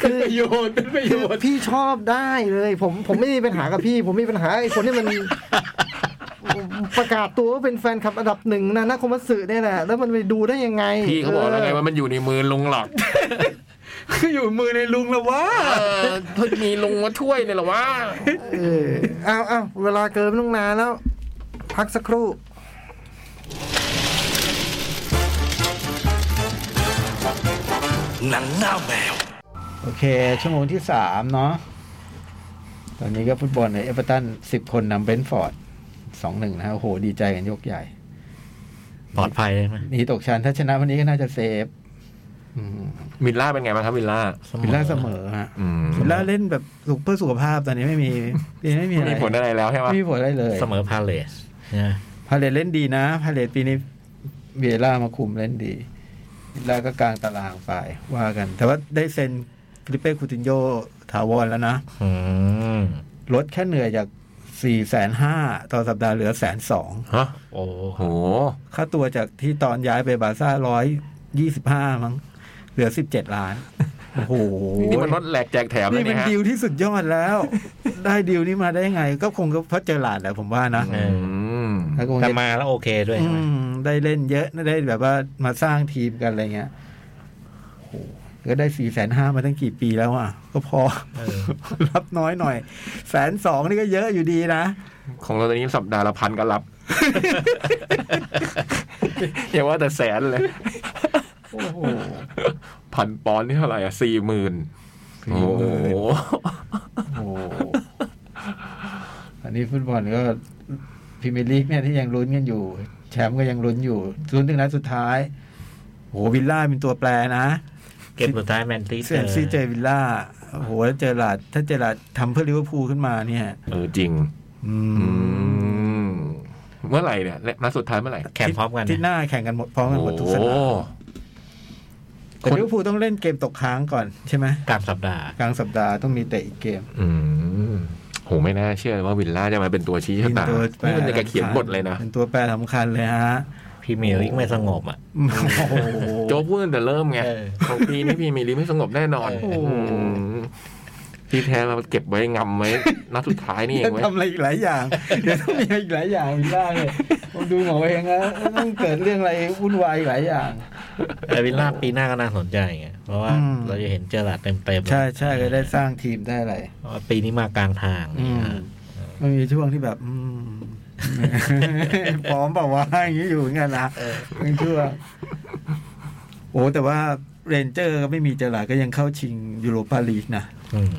Speaker 5: เป็นประโยชน์เป็นประโย
Speaker 2: คือพี่ชอบได้เลย ผมผมไม่มีปัญหากับพี่ ผมมีปัญหาไอ้คนที่มัน ประกาศตัวว่าเป็นแฟนคลับอันดับหนึ่งนะนักคมัตสึเนี่ยแหละแล้วมันไปดูได้ยังไง
Speaker 3: พี่เขาบอกแล้วไงว่ามันอยู่ในมือลุงหรอก
Speaker 5: ก็อยู่มือในลุงแล้ววะ
Speaker 3: เออเพิ่งมีลุงมาช่วยเนี่ยเหรอวะ
Speaker 2: เออเอาเอาเวลาเกินลงนานแล้ว พักสักครู่
Speaker 1: หนังหน้าแมว
Speaker 5: โอเค ชั่วโมงที่สามเนาะตอนนี้ก็ฟุตบอลในเอเวอร์ตันสิบคนนำเบรนท์ฟอร์ดสองหนึ่งนะฮะโอ้โห ดีใจกันยกใหญ่
Speaker 4: ปลอดภัยเลยไหม
Speaker 5: หนีตกชั้นถ้าชนะวันนี้ก็น่าจะเซฟอืม
Speaker 3: มิลล่าเป็นไงบ้างครับมิลล่า
Speaker 5: วิลล่าเสมอฮะ
Speaker 3: อืม
Speaker 5: วิลล่าเล่นแบบสุขเพื่อสุขภาพตอนนี้ไม่มีไม่มีอะไร
Speaker 3: มีผลอะไรแล้วใช่ไหม
Speaker 5: ไม่มีผลอะไรเลย
Speaker 4: เสมอพาเลสนะ
Speaker 5: พาเลตเล่นดีนะพาเลตปีนี้เวียร่ามาคุมเล่นดีวิลล่าก็กลางตารางไปว่ากัน แต่ว่าได้เซ็นฟิลิเป้คูตินโยถาวรแล้วนะ
Speaker 4: อืม
Speaker 5: ลดแค่เหนื่อยจาก 4 5 0 0 0ต่อสัปดาห์เหลือแสนสอง
Speaker 3: ฮะ
Speaker 4: โอ้
Speaker 3: โห
Speaker 5: ค่าตัวจากที่ตอนย้ายไปบาร์ซ่าร้อยยี่สิบห้ามั้ง เหลือสิบเจ็ดล้าน โอ้โห
Speaker 3: นี่มันรถแหลกแจกแถมเล
Speaker 5: นี่
Speaker 3: ย
Speaker 5: เป็น
Speaker 3: เนี่ยฮะ
Speaker 5: ดีลที่สุดยอดแล้ว ได้ดีลนี้มาได้ไง ก็คงก็เพราะเจอหลาดแหละผมว่านะ
Speaker 3: อืม
Speaker 5: แล้วคง
Speaker 4: แต่
Speaker 5: จะ
Speaker 4: มาแล้วโอเคด้วย
Speaker 5: อื
Speaker 4: ใช่ไหม
Speaker 5: มได้เล่นเยอะได้แบบว่ามาสร้างทีมกันอะไรเงี้ยโอ้โหก็ได้สี่แสนห้ามาตั้งกี่ปีแล้วอ่ะ ก็พอ
Speaker 4: เออ
Speaker 5: รับน้อยหน่อยแสนสองนี่ก็เยอะอยู่ดีนะ
Speaker 3: ของเราตอนนี้สัปดาห์ละพันก็ รับ อย่าว่าแต่แสนเลย
Speaker 5: โอ้โห
Speaker 3: พันปอนด์นี่เท่าไหร่อ่ะสี่หมื่นโอ้โห
Speaker 5: โอ้โหอันนี้ฟุตบอลก็พรีเมียร์ลีกเนี่ยที่ยังลุ้นกันอยู่ แชมป์ก็ยังลุ้นอยู่ลุ้นถึงนัดสุดท้ายโอ้โหวิลล่าเป็นตัวแปรนะ
Speaker 4: เกมสุดท้ายแมนซิตี้
Speaker 5: เซนซีเจอวิลล่าโอ้โหแล้วเจอหลาดถ้าเจอหลาดทำเพื่อลิเวอร์พูลขึ้นมาเนี่ย
Speaker 3: เออจริง
Speaker 5: อื
Speaker 3: อื
Speaker 5: ม
Speaker 3: ม เมื่อไหร่เนี่ยนัดสุดท้ายเมื่อไหร่
Speaker 4: แข่งพร้อมกัน
Speaker 5: ที่หน้าแข่งกันหมดพร้อมกันหมดทุกสนามแต่ลิเวอร์พูลต้องเล่นเกมตกค้างก่อนใช่ไหม
Speaker 4: กลางสัปดาห์
Speaker 5: กลางสัปดาห์ต้องมีเตะอีกเกม
Speaker 3: อืมโหไม่น่าเชื่อว่าวิลล่าจะมาเป็นตัวชี้ชะตานี่มันจะกระเขียนบทเลยนะ
Speaker 5: เป็นตัวแปรสำคัญเลยฮะ
Speaker 4: พี่เมลิกไม่สงบอ่ะ
Speaker 5: โอ้โห
Speaker 3: โจ๊กพูดตั้งแต่เริ่มไง
Speaker 4: เออ
Speaker 3: ของปีนี้พี่มีลีไม่สงบแน่นอน
Speaker 4: เออ
Speaker 3: มพี่แท้มาเก็บไว้งำไว้นัดสุดท้ายนี่เอ
Speaker 5: ยัง ง
Speaker 3: ไว้ย
Speaker 5: ทำอะไรอีกหลายอย่าง เดี๋ยวต้องมีอีกหลายอย่างวิลล่าเนี่ยผมดูหมอเองนะต้องเกิดเรื่องอะไรวุ่นวายอีกหลายอย่าง
Speaker 4: แต่วิลล่าปีหน้าก็น่าสนใจไงเพราะว่า
Speaker 5: อืม
Speaker 4: เราจะเห็นเจอหลาดเต็มๆ
Speaker 5: ใช่ใช่ก็ได้สร้างทีมได้อะไร
Speaker 4: เพราะว่าปีนี้มากลางทางนะ
Speaker 5: มันมีช่วงที่แบบอืม พร้อมเปล่าวะอย่างนี้อยู่เหมือนกันนะบางช่วงโอ้แต่ว่าเรนเจอร์ก็ไม่มีเจอหลาดก็ยังเข้าชิงยูโรปาลีกนะ
Speaker 4: อืม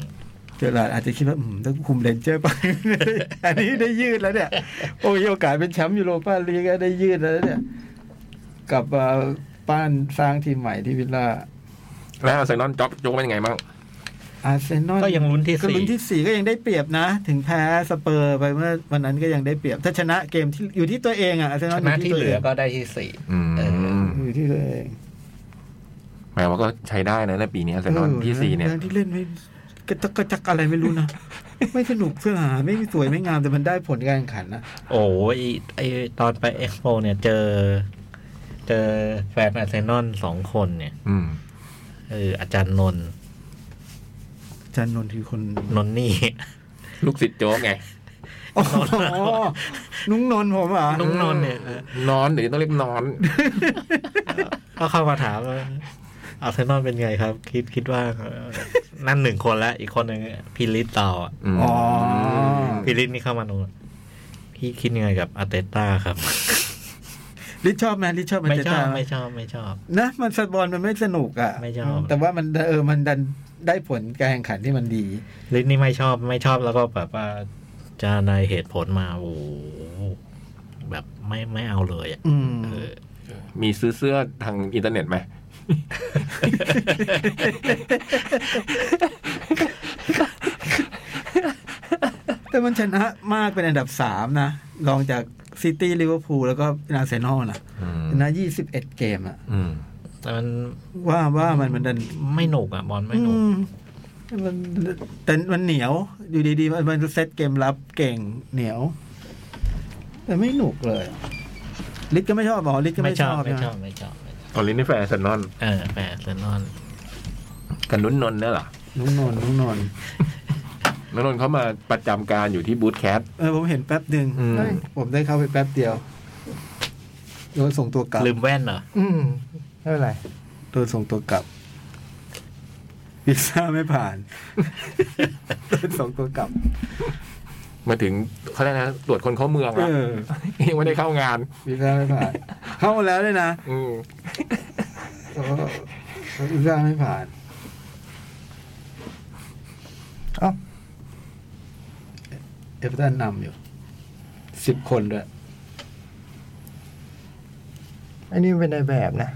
Speaker 5: เจอหลาดอาจจะคิดว่าอืมต้องคุมเรนเจอร์ไป อันนี้ได้ยืดแล้วเนี่ย โอ้ยโอกาสเป็นแชมป์ยูโรปาลีกก็ได้ยืดแล้วเนี่ย กลับมาป้านสร้างทีมใหม่ที่วิลล่า
Speaker 3: แล้วอาร์เซนอลจ็อกโจ๊กเป็นยังไงบ้าง
Speaker 5: อาร์เซนอล
Speaker 4: ก็ยังลุ้นที่
Speaker 5: ก็
Speaker 4: สี่
Speaker 5: ลุ้นที่สี่ก็ยังได้เปรียบนะ ถึงแพ้สเปอร์ไปเมื่อวันนั้นก็ยังได้เปรียบ ถ้าชนะเกมที่อยู่ที่ตัวเองอะอาร์เซนอล
Speaker 4: ช
Speaker 5: อ
Speaker 4: นะ
Speaker 5: ยู่
Speaker 4: ที่
Speaker 5: ที่ตัว
Speaker 4: เหลื
Speaker 5: เอ
Speaker 4: อง ก็ได้ที่สี่
Speaker 3: อืม
Speaker 4: เอ
Speaker 5: อยู่ที่ตัวเอง
Speaker 3: แหมว่าก็ใช้ได้นะในปีนี้อาร์เซนอลที่สี่เนี่ย
Speaker 5: เรื่องที่เล่นไม่กระจักกระจักอะไรไม่รู้นะ ไม่สนุกเพื่อหาไม่สวยไม่งามแต่มันได้ผลการแข่งขันนะ
Speaker 4: โอ้ยไอตอนไปเอ็กซ์โปเนี่ยเจอ เจอแฟนอาร์เซนอลสองคนเนี่ย
Speaker 3: อืม
Speaker 4: เอออาจารย์นนท์
Speaker 5: อาจันนนท์คือคน
Speaker 4: นนท์นี่
Speaker 3: ลูกศิษย์โจ๊กไง
Speaker 5: อ๋อนุ้งนนท์ผมเหรอ่ะ
Speaker 4: นุ้งนนท์เนี่ย
Speaker 3: นอนหรือต้องเรียกนอน
Speaker 4: ก็เข้ามาถามว่าอาร์เซนอลเป็นไงครับ คิดคิดว่าเอ่อนั่นหนึ่งคนแล้ว อีกคนหนึ่งพิลิตต่ออะ
Speaker 3: ม
Speaker 5: อ๋อ
Speaker 4: พิลิตนี่เข้ามาโน่นพี่คิดยังไงกับอาร์เตต้าครับ
Speaker 5: ลิชชอบไหมลิชชอบมัน
Speaker 4: ไม่
Speaker 5: จะ
Speaker 4: ชอบ
Speaker 5: ตาม
Speaker 4: ไม่ชอบไม่ชอบ
Speaker 5: นะมันสบอลมันไม่สนุกอะ่ะ
Speaker 4: ไม่ชอบ
Speaker 5: แต่ว่ามันเออมันดันได้ผลการแข่งขันที่มันดี
Speaker 4: ลิสนี่ไม่ชอบไม่ชอบแล้วก็แบบว่าจะในเหตุผลมาโอ้โหแบบไม่ไม่เอาเลยอ่ะ
Speaker 5: อืม
Speaker 4: เออ
Speaker 3: มีซื้อเสื้อทางอินเทอร์เน็ตไหม
Speaker 5: แต่มันชนะมากเป็นอันดับสามนะรองจากซิตี้ลิเวอร์พูลแล้วก็อาร์เซนอลนะ
Speaker 3: อืม
Speaker 5: ชนะยี่สิบเอ็ดเกมอะ
Speaker 3: อืม
Speaker 4: แต่มัน
Speaker 5: ว่าว่ามันมันดัน
Speaker 4: ไม่หนุกอ่ะบอลไม่
Speaker 5: อื
Speaker 4: หนุก
Speaker 5: มมันแต่มันเหนียว อยู่ดีๆ มันมันเซตเกมรับเก่งเหนียว แต่ไม่หนุกเลยลิทก็ไม่ชอบหรอลิทก็
Speaker 4: ไม่
Speaker 5: ไม่
Speaker 4: ช
Speaker 5: ช
Speaker 4: อ
Speaker 5: อ
Speaker 4: บบไม่
Speaker 5: นะ
Speaker 4: ชอบไม่ชอบไม่ชอบ
Speaker 3: ตอนนี้นี่แฟนอาร์เซนอน
Speaker 4: เออแปดเซนนอน
Speaker 3: กับนุ่นนนท์เนี่ยเหรอ
Speaker 5: นุ้งนนท์นุ้งนนท์
Speaker 3: นนท์เขามาประจำการอยู่ที่บูธแคท
Speaker 5: เออผมเห็นแป๊บหนึ่ง
Speaker 3: อืม
Speaker 5: เฮ้ยผมได้เข้าไปแป๊บเดียวโดนส่งตัวกลับ
Speaker 4: ลืมแว่นเหรอ
Speaker 2: อืมไม่เป็นไร
Speaker 5: โดนส่งตัวกลับวีซ่าไม่ผ่านโดนส่งตัวกลับ
Speaker 3: มาถึงเขาเรียกนะตรวจคนเข้าเมือง
Speaker 5: เอ
Speaker 3: แล้ว
Speaker 5: อ
Speaker 3: ยังไม่ได้เข้างาน
Speaker 5: วีซ่าไม่ผ่าน เข้ามาแล้วด้วยนะ
Speaker 3: อืม
Speaker 5: แต่ว่าวีซ่าไม่ผ่าน
Speaker 2: เอ้า
Speaker 5: เอฟเวอร์ตันนำอยู่สิบคนด้วย
Speaker 2: ไอ้นี่มันเป็นในแบบนะ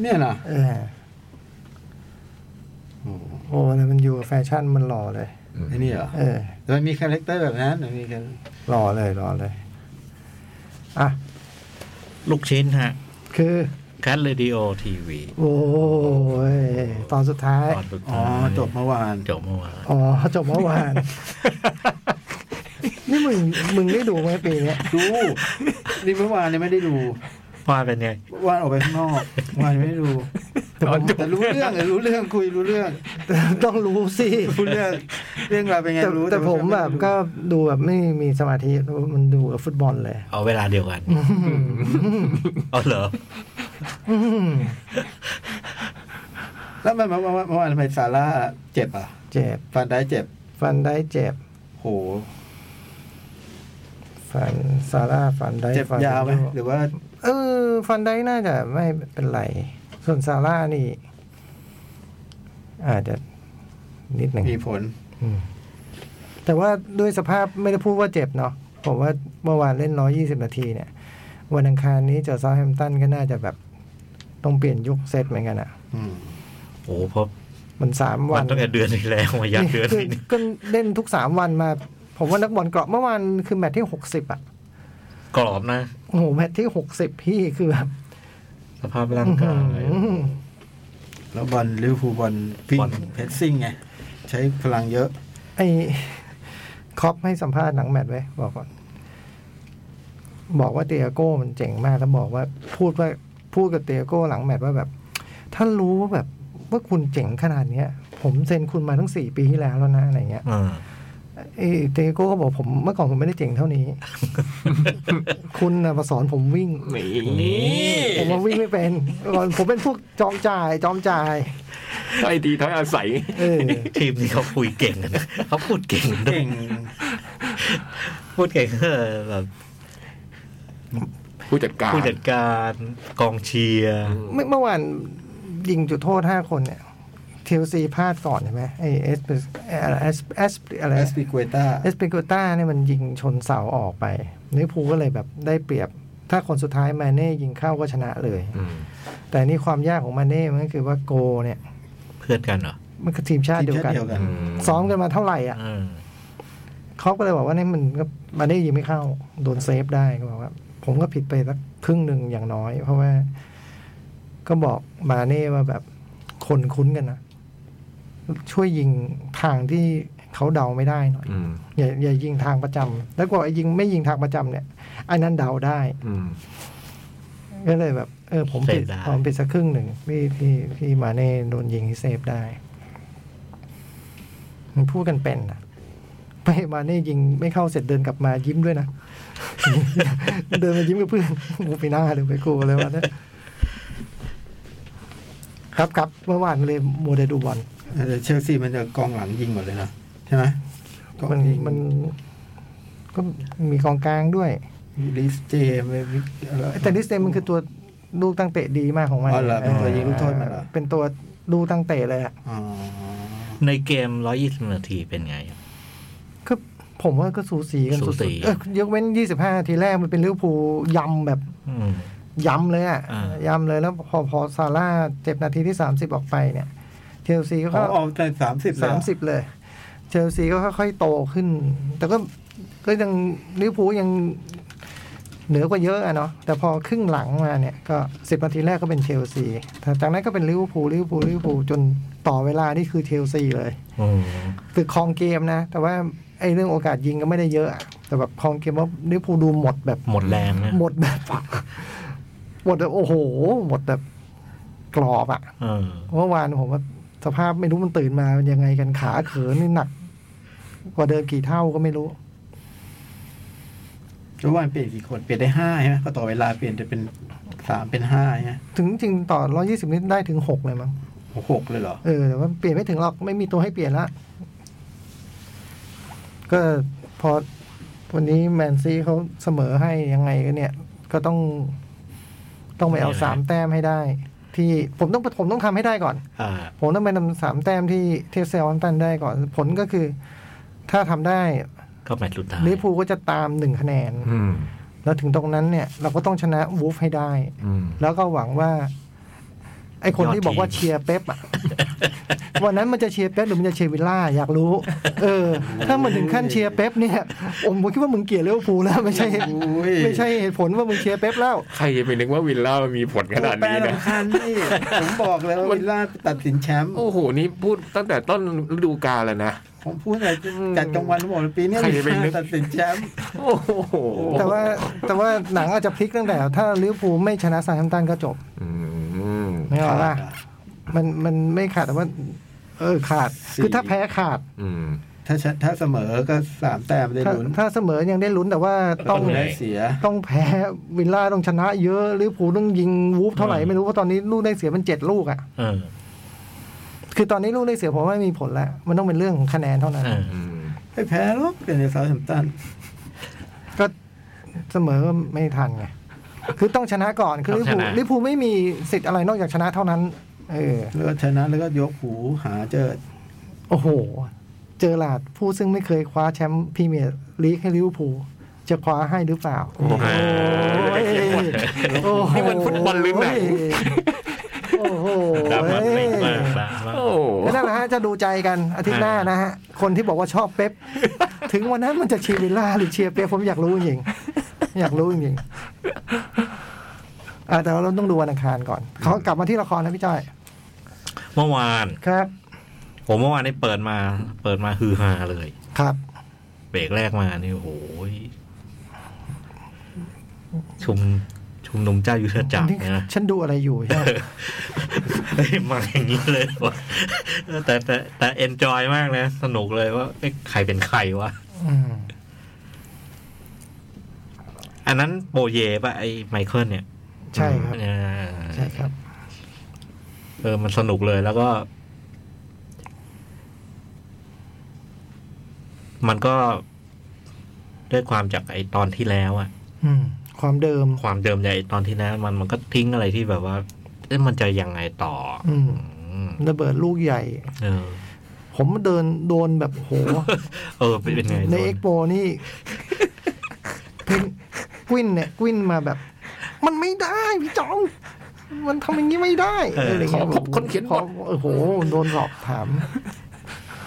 Speaker 5: เนี่ยนะ
Speaker 2: เออ
Speaker 5: โอ้โห
Speaker 2: โอ้แต่มันอยู่กับแฟชั่นมันหล่อเลย
Speaker 5: ไอ้นี่เหรอ
Speaker 2: เออ
Speaker 5: แต่มันมีคาแรคเตอร์แบบนั้นมันมีกัน
Speaker 2: รอเลยรอเลย อ่ะ
Speaker 4: ลูกชิ้นฮะ
Speaker 2: คือ
Speaker 4: คัทเรดิโอทีวี
Speaker 2: โอ้ยตอนสุดท้าย
Speaker 4: ตอนสุด
Speaker 5: อ๋อ
Speaker 4: ท้าย
Speaker 5: จบเมื่อวาน
Speaker 4: จบเมื่อวาน
Speaker 2: อ๋อ จบเมื่อวาน นี่มึง มึงได้ดูไหมปีเนี้ย
Speaker 5: ดูนี่เมื่อวานเนี่ยไม่ได้ดู
Speaker 4: ว่าเป็นไง
Speaker 5: เมื่อวานออกไปข้างนอกเมื่อวานไม่ได้ดู
Speaker 3: ตอนจบ
Speaker 5: แต่รู้เรื่องแต่รู้เรื่องคุยรู้เรื่อง
Speaker 2: แต่ต้องรู้สิ
Speaker 5: รู้เรื่องเรื่องราวเป็นไง
Speaker 2: แต่
Speaker 5: รู้
Speaker 2: แต่ผมแบบก็ดูแบบไม่มีสมาธิ มันดูกับฟุตบอลเลย
Speaker 4: เอาเวลาเดียวกัน เอาเหรอ
Speaker 2: อืม
Speaker 5: แล้วมันเมื่อวานเมื่อวานทำไมซาร่าเจ็บอ่ะ
Speaker 2: เจ็บ
Speaker 5: ฟันได้เจ็บ
Speaker 2: ฟันได้เจ็บ
Speaker 5: โห
Speaker 2: ฟันซาร่าฟันได้
Speaker 5: เจ็บ
Speaker 2: ฟัน
Speaker 5: ยาวไหมหรือว่า
Speaker 2: เออ ฟันได้น่าจะไม่เป็นไร ส่วนซาร่านี่ อาจจะนิดหนึ่ง
Speaker 5: มีผล
Speaker 2: แต่ว่าด้วยสภาพไม่ได้พูดว่าเจ็บเนาะผมว่าเมื่อวานเล่นร้อยี่สิบนาทีเนี่ย วันอังคารนี้เจอเซาแฮมป์ตันก็น่าจะแบบ ต้องเปลี่ยนยุคเซตเหมือนกันอะ่ะ
Speaker 5: อืม
Speaker 4: โอ้โหเพราะ
Speaker 2: มันสาม
Speaker 4: วั
Speaker 2: วัน น
Speaker 4: ตั้งแต่เดือนที่แล้วมายันเดือน
Speaker 2: คือ
Speaker 4: นี้เนี่ย
Speaker 2: ก็เล่นทุกสามวันมา ผมว่านักบอลเกราะเมื่อวานคือแมตช์ที่หกสิบอ่ะ
Speaker 4: กรอบนะ
Speaker 2: โอ้โหแมตช์ที่หกสิบพี่คือแบบ
Speaker 4: สภาพร่างกาย
Speaker 2: อื้อหือ
Speaker 5: แล้วบอลลิเวอร์พูลบอลวิ่ง
Speaker 4: บอล
Speaker 5: เพสซิ่งไง ใช้พลังเยอะ
Speaker 2: ไอ้ คอปให้สัมภาษณ์หลังแมตช์ไว้บอกก่อนบอกว่าเตียโก้มันเจ๋งมากแล้วบอกว่าพูดว่าพูดกับเตียโก้หลังแมตช์ว่าแบบ ถ้ารู้ว่าแบบว่าคุณเจ๋งขนาดเนี้ย ผมเซ็นคุณมาตั้งสี่ปีที่แล้วแล้วนะอะไรเงี้ย
Speaker 4: อืม
Speaker 2: เอเตโก้ก็บอกผมเมื่อก่อนผมไม่ได้เจ๋งเท่านี้ คุณนะมาสอนผมวิ่ง
Speaker 3: นี่
Speaker 2: ผมว่าวิ่งไม่เป็นก่อนผมเป็นพวกจอมจ่าย จอมจ่าย
Speaker 3: ถ้อยดีถ้อยอาศัย
Speaker 2: เออ
Speaker 4: ทีมนี้เขาคุยเก่งกันนะเขาพูดเก่งด้วย
Speaker 5: เก่ง
Speaker 4: พูดเก่งเออแบบ
Speaker 3: ผู้จัดการ
Speaker 4: ผู้จัดการกองเชียร์
Speaker 2: เมื่อเมื่อวานยิงจุดโทษห้าคนเนี่ยเทลซีพลาดก่อนใช่ไหมไอเอสเอสเอสอะไร
Speaker 5: แอสปิเกวต้า
Speaker 2: เอสเปนโกต้าเนี่ยมันยิงชนเสาออกไปลิเวอร์พูลก็เลยแบบได้เปรียบ ถ้าคนสุดท้ายมาเน่ยิงเข้าก็ชนะเลย
Speaker 3: อืม
Speaker 2: แต่นี่ความยากของมาเน่มันก็คือว่าโกเนี่ย
Speaker 4: เพื่อนกันเหรอ
Speaker 2: มันก็ทีมชาติเดียวกัน
Speaker 5: ทีมชาติเดียวกัน
Speaker 3: อืม
Speaker 2: ซ้อมกันมาเท่าไหร่อ่ะ
Speaker 4: อืม
Speaker 2: เขาก็เลยบอกว่านี่มันก็มาเน่ยิงไม่เข้า โดนเซฟได้ก็บอกว่า ผมก็ผิดไปสักครึ่งหนึ่งอย่างน้อย เพราะว่า ก็บอกมาเน่ว่าแบบคนคุ้นกันนะช่วยยิงทางที่เขาเดาไม่ได้หน่อย
Speaker 3: อืม
Speaker 2: อย่าอย่ายิงทางประจำแล้วก็ไอ้ยิงไม่ยิงทางประจำเนี่ยไอ้นั้นเดาได้
Speaker 3: อืม
Speaker 2: ก็เลยแบบ เออ ผมผิดผมผิดสักครึ่งหนึ่งพี่พี่พี่มาเน่โดนยิงที่เซฟได้ มันพูดกันเป็นนะไปมาเน่ยิงไม่เข้าเสร็จเดินกลับมายิ้มด้วยนะ เดินมายิ้มกับเพื่อนกูไปหน้าเลยไปกูเลยวันนี้ครับครับเมื่อวานเลยมัวแต่ดูบอล
Speaker 5: แต่เชลซีมันจะกองหลังยิงหมดเลยนะใช่ไหมกอง
Speaker 2: มัน
Speaker 5: ยิง
Speaker 2: มัน ก็มีกองกลางด้วย
Speaker 5: ลิสเจมส์วิกอะไร
Speaker 2: แต่ดิสเตนมันคือตัวลูกตั้งเตะดีมากของมัน
Speaker 5: อ๋อเหรอเป็นตัวยิงลูกโทษมันเหรอ
Speaker 2: เป็นตัวลูกตั้งเตะเลยอ่ะ
Speaker 5: อ๋อ
Speaker 4: ในเกม 120 นาทีเป็นไง
Speaker 2: ก็ผมว่าก็สูสีกัน
Speaker 4: สูสี
Speaker 2: ดๆเอ้ยยกเว้น 25 ทีแรกมันเป็นลิเวอร์พูลยำแบบ
Speaker 4: อืม
Speaker 2: ยำเลยอ่ะ
Speaker 4: อ่า
Speaker 2: ยำเลยแล้วพอพอซาร่าเจ็บนาทีที่ 30 ออกไปเนี่ย เชลซีก็
Speaker 5: เขาออกแต่สามสิบ
Speaker 2: สามสิบเลย เชลซีก็ค่อยๆโตขึ้น แต่ก็ก็ยังลิเวอร์พูลยังเหนือกว่าเยอะอะเนาะแต่พอครึ่งหลังมาเนี่ยก็สิบนาทีแรกก็เป็นเชลซีแต่จากนั้นก็เป็นลิเวอร์พูลลิเวอร์พูลลิเวอร์พูลจนต่อเวลานี่คือเชลซีเลย
Speaker 4: อืม
Speaker 2: คือครองเกมนะ แต่ว่าไอ้เรื่องโอกาสยิงก็ไม่ได้เยอะอะแต่แบบครองเกมว่าลิเวอร์พูลดูหมดแบบ
Speaker 4: หมดแรงนะ
Speaker 2: หมดแบบ หมดแบบโอ้โห หมดแบบกรอบอะ
Speaker 4: เออ
Speaker 2: เมื่อวานผมว่าสภาพไม่รู้มันตื่นมามันยังไงกันขาเขินนี่หนัก กว่าเดิมกี่เท่าก็ไม่รู้
Speaker 5: ทุกวันเปลี่ยนกี่คนเปลี่ยนได้ห้าใช่ไหมก็ต่อเวลาเปลี่ยนจะเป็นสามเป็นห้าใช่ไหม
Speaker 2: ถึงจริงๆต่อ 120นิดได้ถึง 6 เลยมั้ง
Speaker 5: หกเลยเหรอ
Speaker 2: เออแต่ว่าเปลี่ยนไม่ถึงหรอก ไม่มีตัวให้เปลี่ยนละ ก็พอวันนี้แมนซีเขาเสมอให้ยังไงก็เนี่ย ก็ต้อง ต้องไปเอาสามแต้มให้ได้ ที่ผมต้องผมต้องทำให้ได้ก่อน
Speaker 4: อ่า
Speaker 2: ผมต้องไปนำสามแต้มที่เทสเซลตันได้ก่อน ผลก็คือ ถ้าทำได้
Speaker 4: ก็แมตช์สุดท้าย
Speaker 2: ลิเวอร์พูลก็จะตามหนึ่งคะแนน
Speaker 3: อืม
Speaker 2: แล้วถึงตรงนั้นเนี่ย เราก็ต้องชนะวูฟให้ได้
Speaker 3: อืม
Speaker 2: แล้วก็หวังว่า ไอคนที่บอกว่าเชียร์เป๊ปอะ วันนั้นมันจะเชียร์เป๊ปหรือมันจะเชียร์วิลล่าอยากรู้ เออ ถ้ามันถึงขั้นเชียร์เป๊ปเนี่ยผมคิดว่ามึงเกลียดลิเวอร์พูลแล้วไม่ใช่
Speaker 5: โอ้ย
Speaker 2: ไม่ใช่เหตุผลว่ามึงเชียร์เป๊ปแล้ว
Speaker 3: ใครจะไปนึกว่าวิลล่ามันมีผลขนาด
Speaker 5: แปร
Speaker 3: นี้นะ
Speaker 5: สำคัญนี่ ผมบอกเลยว่าวิลล่าตัดสินแชมป์
Speaker 3: โอ้โห นี่พูดตั้งแต่ต้นฤดูกาลแล้วนะ
Speaker 5: ผมพูดอะไรจัดกลางวันผมบอกเลยปีเนี้ย
Speaker 3: ใคร
Speaker 5: วิ
Speaker 3: จะไป
Speaker 5: ลล่า
Speaker 3: นึก
Speaker 5: ตัดสินแชมป์
Speaker 3: โอ้โห
Speaker 2: แต่ว่าแต่ว่าหนังอาจจะพลิกตั้งแต่ ถ้าลิเวอร์พูลไม่ชนะซาแฮมป์ตันก็จบ
Speaker 3: อืม
Speaker 2: ไม่เอาละมันมันไม่ขาดแต่ว่า เออขาด คือถ้าแพ้ขาด
Speaker 3: อืม
Speaker 5: ถ้าชะถ้าเสมอก็สามแต้มได้
Speaker 2: ถ้า
Speaker 5: ลุ้น
Speaker 2: ถ้าเสมอยังได้ลุ้นแต่ว่า
Speaker 5: ต้
Speaker 2: ต้
Speaker 5: อ
Speaker 2: อง ง
Speaker 5: ได้เสีย
Speaker 2: ต้องแพ้วิลล่าต้องชนะเยอะลิเวอร์พูลต้องยิงวูฟเท่าไหร่ไม่รู้เพราะตอนนี้ลูกได้เสียมันเจ็ดลูกอ่ะ
Speaker 4: เออ
Speaker 2: คือตอนนี้ลูกได้เสียผมว่าไม่มีผลแล้ว มันต้องเป็นเรื่องของคะแนนเท่านั้น
Speaker 4: เออ
Speaker 3: อืม
Speaker 5: ไม่แพ้หรอกเป็นในเซาท์แฮมป์ตัน
Speaker 2: ก็เสมอไม่ทันไงคือต้องชนะก่อนคือลิเวอร์พูลลิเวอร์พูลไม่มีสิทธิ์อะไรนอกจากชนะเท่านั้น เออ
Speaker 5: แล้วก็ชนะแล้วก็ยกหูหาเจอ
Speaker 2: โอ้โห เจอหลาดผู้ซึ่งไม่เคยคว้าแชมป์พรีเมียร์ลีกให้ลิเวอร์พูลจะคว้าให้หรือเปล่า โอ้โห
Speaker 3: นี่มันฟุตบอลหรือหนัง
Speaker 2: โอ้โห
Speaker 4: ดราม่าเต็มมากดราม่า
Speaker 3: โอ้โห
Speaker 2: ก็นั่นแหละฮะจะดูใจกันอาทิตย์หน้านะฮะ คนที่บอกว่าชอบเป๊ป ถึงวันนั้นมันจะเชียร์วิลล่าหรือเชียร์เป๊ปผมอยากรู้จริงๆอยากรู้จริงๆอ่ะแต่ว่าเราต้องดูวันอังคารก่อนเขากลับมาที่ละครนะพี่จ้อย
Speaker 4: เมื่อวาน
Speaker 2: ครับ
Speaker 4: ผมเมื่อวานนี่เปิดมา เปิดมาฮือฮาเลย
Speaker 2: ครับ
Speaker 4: เบรกแรกมานี่โอ้โหยชุมชุมนุมเจ้ายุทธจักร
Speaker 2: นี่
Speaker 4: เนยนะ
Speaker 2: ฉันดูอะไรอยู่ใช่ไหม
Speaker 4: เฮ้ยมาอย่างนี้เลยวะ แต่แต่แต่เอนจอยมากนะ สนุกเลยว่าเอ๊ะใครเป็นใครวะ
Speaker 2: อืม
Speaker 4: อันนั้นโบเยป่ะ ไอ้ไมเคิลเนี่ย
Speaker 2: ใช่ครับ
Speaker 4: อ่า
Speaker 2: ใช่ครับ
Speaker 4: เออ มันสนุกเลยแล้วก็ มันก็ด้วยความจากไอ้ตอนที่แล้วอะ
Speaker 2: อืม ความเดิม
Speaker 4: ความเดิมใจตอนที่นั้นมันมันก็ทิ้งอะไรที่แบบว่าเอ๊ะมันจะยังไงต่ออ
Speaker 2: อืม
Speaker 4: อืม
Speaker 2: ระเบิดลูกใหญ่
Speaker 4: เออ
Speaker 2: ผมเดินโดนแบบโห
Speaker 4: เออ เป็นไง
Speaker 2: ใน
Speaker 4: โด
Speaker 2: เอ็
Speaker 4: น
Speaker 2: กโปนี่เพนกวินเนี่ยกวินมาแบบ มันไม่ได้พี่จอง มันทำอย่างนี้ไม่ได้อะไรเงี้
Speaker 3: ข
Speaker 2: ย
Speaker 3: อขอบคนเขียนบท
Speaker 2: ขอโอ้โห โดนสอบถาม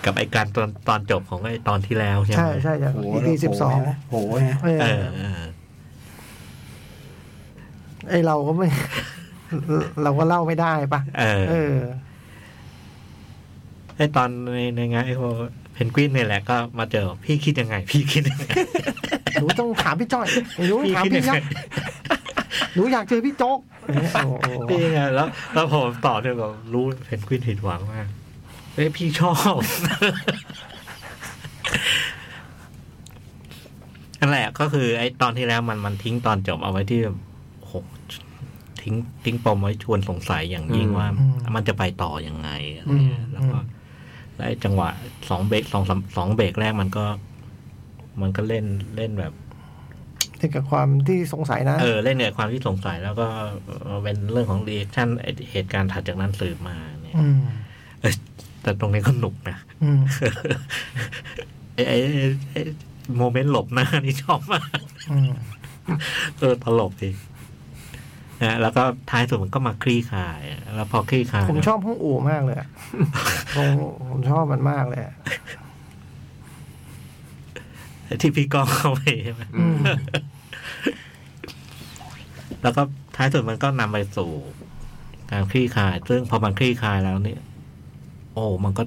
Speaker 4: กับไอการตอนตอนจบของไอตอนที่แล้วใช่ไหม
Speaker 2: ใช่ใช่จาก
Speaker 5: โห
Speaker 2: อีพีสิบสอง
Speaker 5: โหนะ
Speaker 2: เออ
Speaker 4: เออเออ
Speaker 2: ไอเราก็ไม่ เราก็เล่าไม่ได้ปะ
Speaker 4: เออ
Speaker 2: เออ
Speaker 4: ไอตอนในในงานไอโคเพนกวินเนี่ยแหละก็มาเจอพี่คิดยังไง พี่คิดยังไง
Speaker 2: หนูต้องถามพี่จ้อยหนูต้องถามพี่ยักษ์หนูอยากเจอพี่โจ๊กอะไรเงี้ยโอ้โห
Speaker 4: พี่ไงแล้วแล้วผมตอบเนี่ยแบบรู้เพนกวินผิดหวังมากเอ้ยพี่ชอบ นั่นแหละก็คือ ไอ้ตอนที่แล้วมันมันทิ้งตอนจบเอาไว้ที่โอ้โหทิ้งทิ้งปมไว้ชวนสงสัยอย่างยิ่ง
Speaker 3: อืม
Speaker 4: ว่า มันจะไปต่ออยังไงอะไร
Speaker 2: อืม
Speaker 4: เงี้ยแล้วก็และไอ้จังหวะสองเบรกสองสามสองเบรกแรกมันก็ มันก็เล่นเล่นแบบ
Speaker 2: ถึงกับความที่สงสัยนะ
Speaker 4: เออเล่นเนี่ยความที่สงสัยแล้วก็เอ่อเป็นเรื่องของรีแอคชั่นเหตุการณ์ถัดจากนั้นสืบมาเนี่ย
Speaker 2: อืม
Speaker 4: เอ้ยแต่ตรงนี้ก็หนุกนะ
Speaker 2: อืม
Speaker 4: ไอ้ไอ้ไอ้ไอ้โมเมนต์หลบหน้านี่ชอบมาก
Speaker 2: อืม
Speaker 4: เออตลกดีนะแล้วก็ท้ายสุดมันก็มาคลี่คลาย แล้วพอคลี่คลาย
Speaker 2: ผมชอบห้องอู่มากเลยอะผมผมชอบมันมากเลยอะ
Speaker 4: ที่พี่กองเข้าไปใช่ไหม
Speaker 2: อืม
Speaker 4: แล้วก็ท้ายสุดมันก็นำไปสู่การคลี่คลาย ซึ่งพอมันคลี่คลายแล้วเนี่ย โอ้มันก็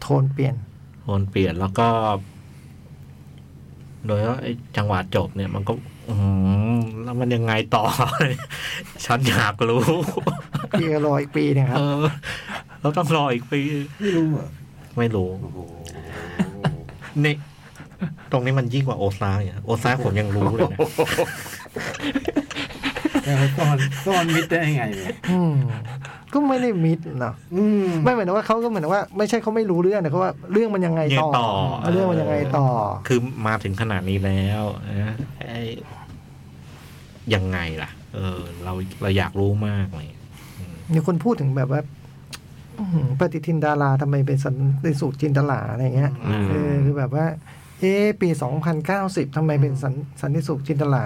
Speaker 2: โทนเปลี่ยน
Speaker 4: โทนเปลี่ยนแล้วก็ โดยว่าะไอ้จังหวะจบเนี่ยมันก็ อืมแล้วมันยังไงต่อ ฉันอยากรู้
Speaker 2: พี่ก็รออีกปีเนย ครั
Speaker 4: เอบ อ เราต้องรออีกปี
Speaker 5: ไม่รู้อ่ะ
Speaker 4: ไม่รู้
Speaker 5: โอ้โห
Speaker 4: นี่ตรงนี้มันยิ่งกว่าโอซาร์กเนี่ยโอซาร์กผมยังรู้เลยนะ
Speaker 5: แต่ว่าซ่อนซ่อนมิดได้ยังไงเนี่ย
Speaker 2: อืมก็ไม่ได้มิดเนาะ
Speaker 5: อืม
Speaker 2: ไม่เหมือนว่าเขาก็เหมือนว่า ไม่ใช่เขาไม่รู้เรื่องแต่เขาว่าเรื่องมันยังไง
Speaker 4: ยัง
Speaker 2: ต่อ
Speaker 4: ต่อ
Speaker 2: เออเรื่องมันยังไงต่อ
Speaker 4: คือมาถึงขนาดนี้แล้วนะไอ้ยังไงล่ะ เออ เราเราอยากรู้มากเลย
Speaker 2: มีคนพูดถึงแบบว่าอื้อหือปฏิทินดาราทำไมเป็นสันเป็นสูตรจินตลาอะไรเงี้ย
Speaker 4: อืม
Speaker 2: เออคือแบบว่า เอะปีสองพันเก้าสิบทำไมเป็นสันสันนิสุขจินตลา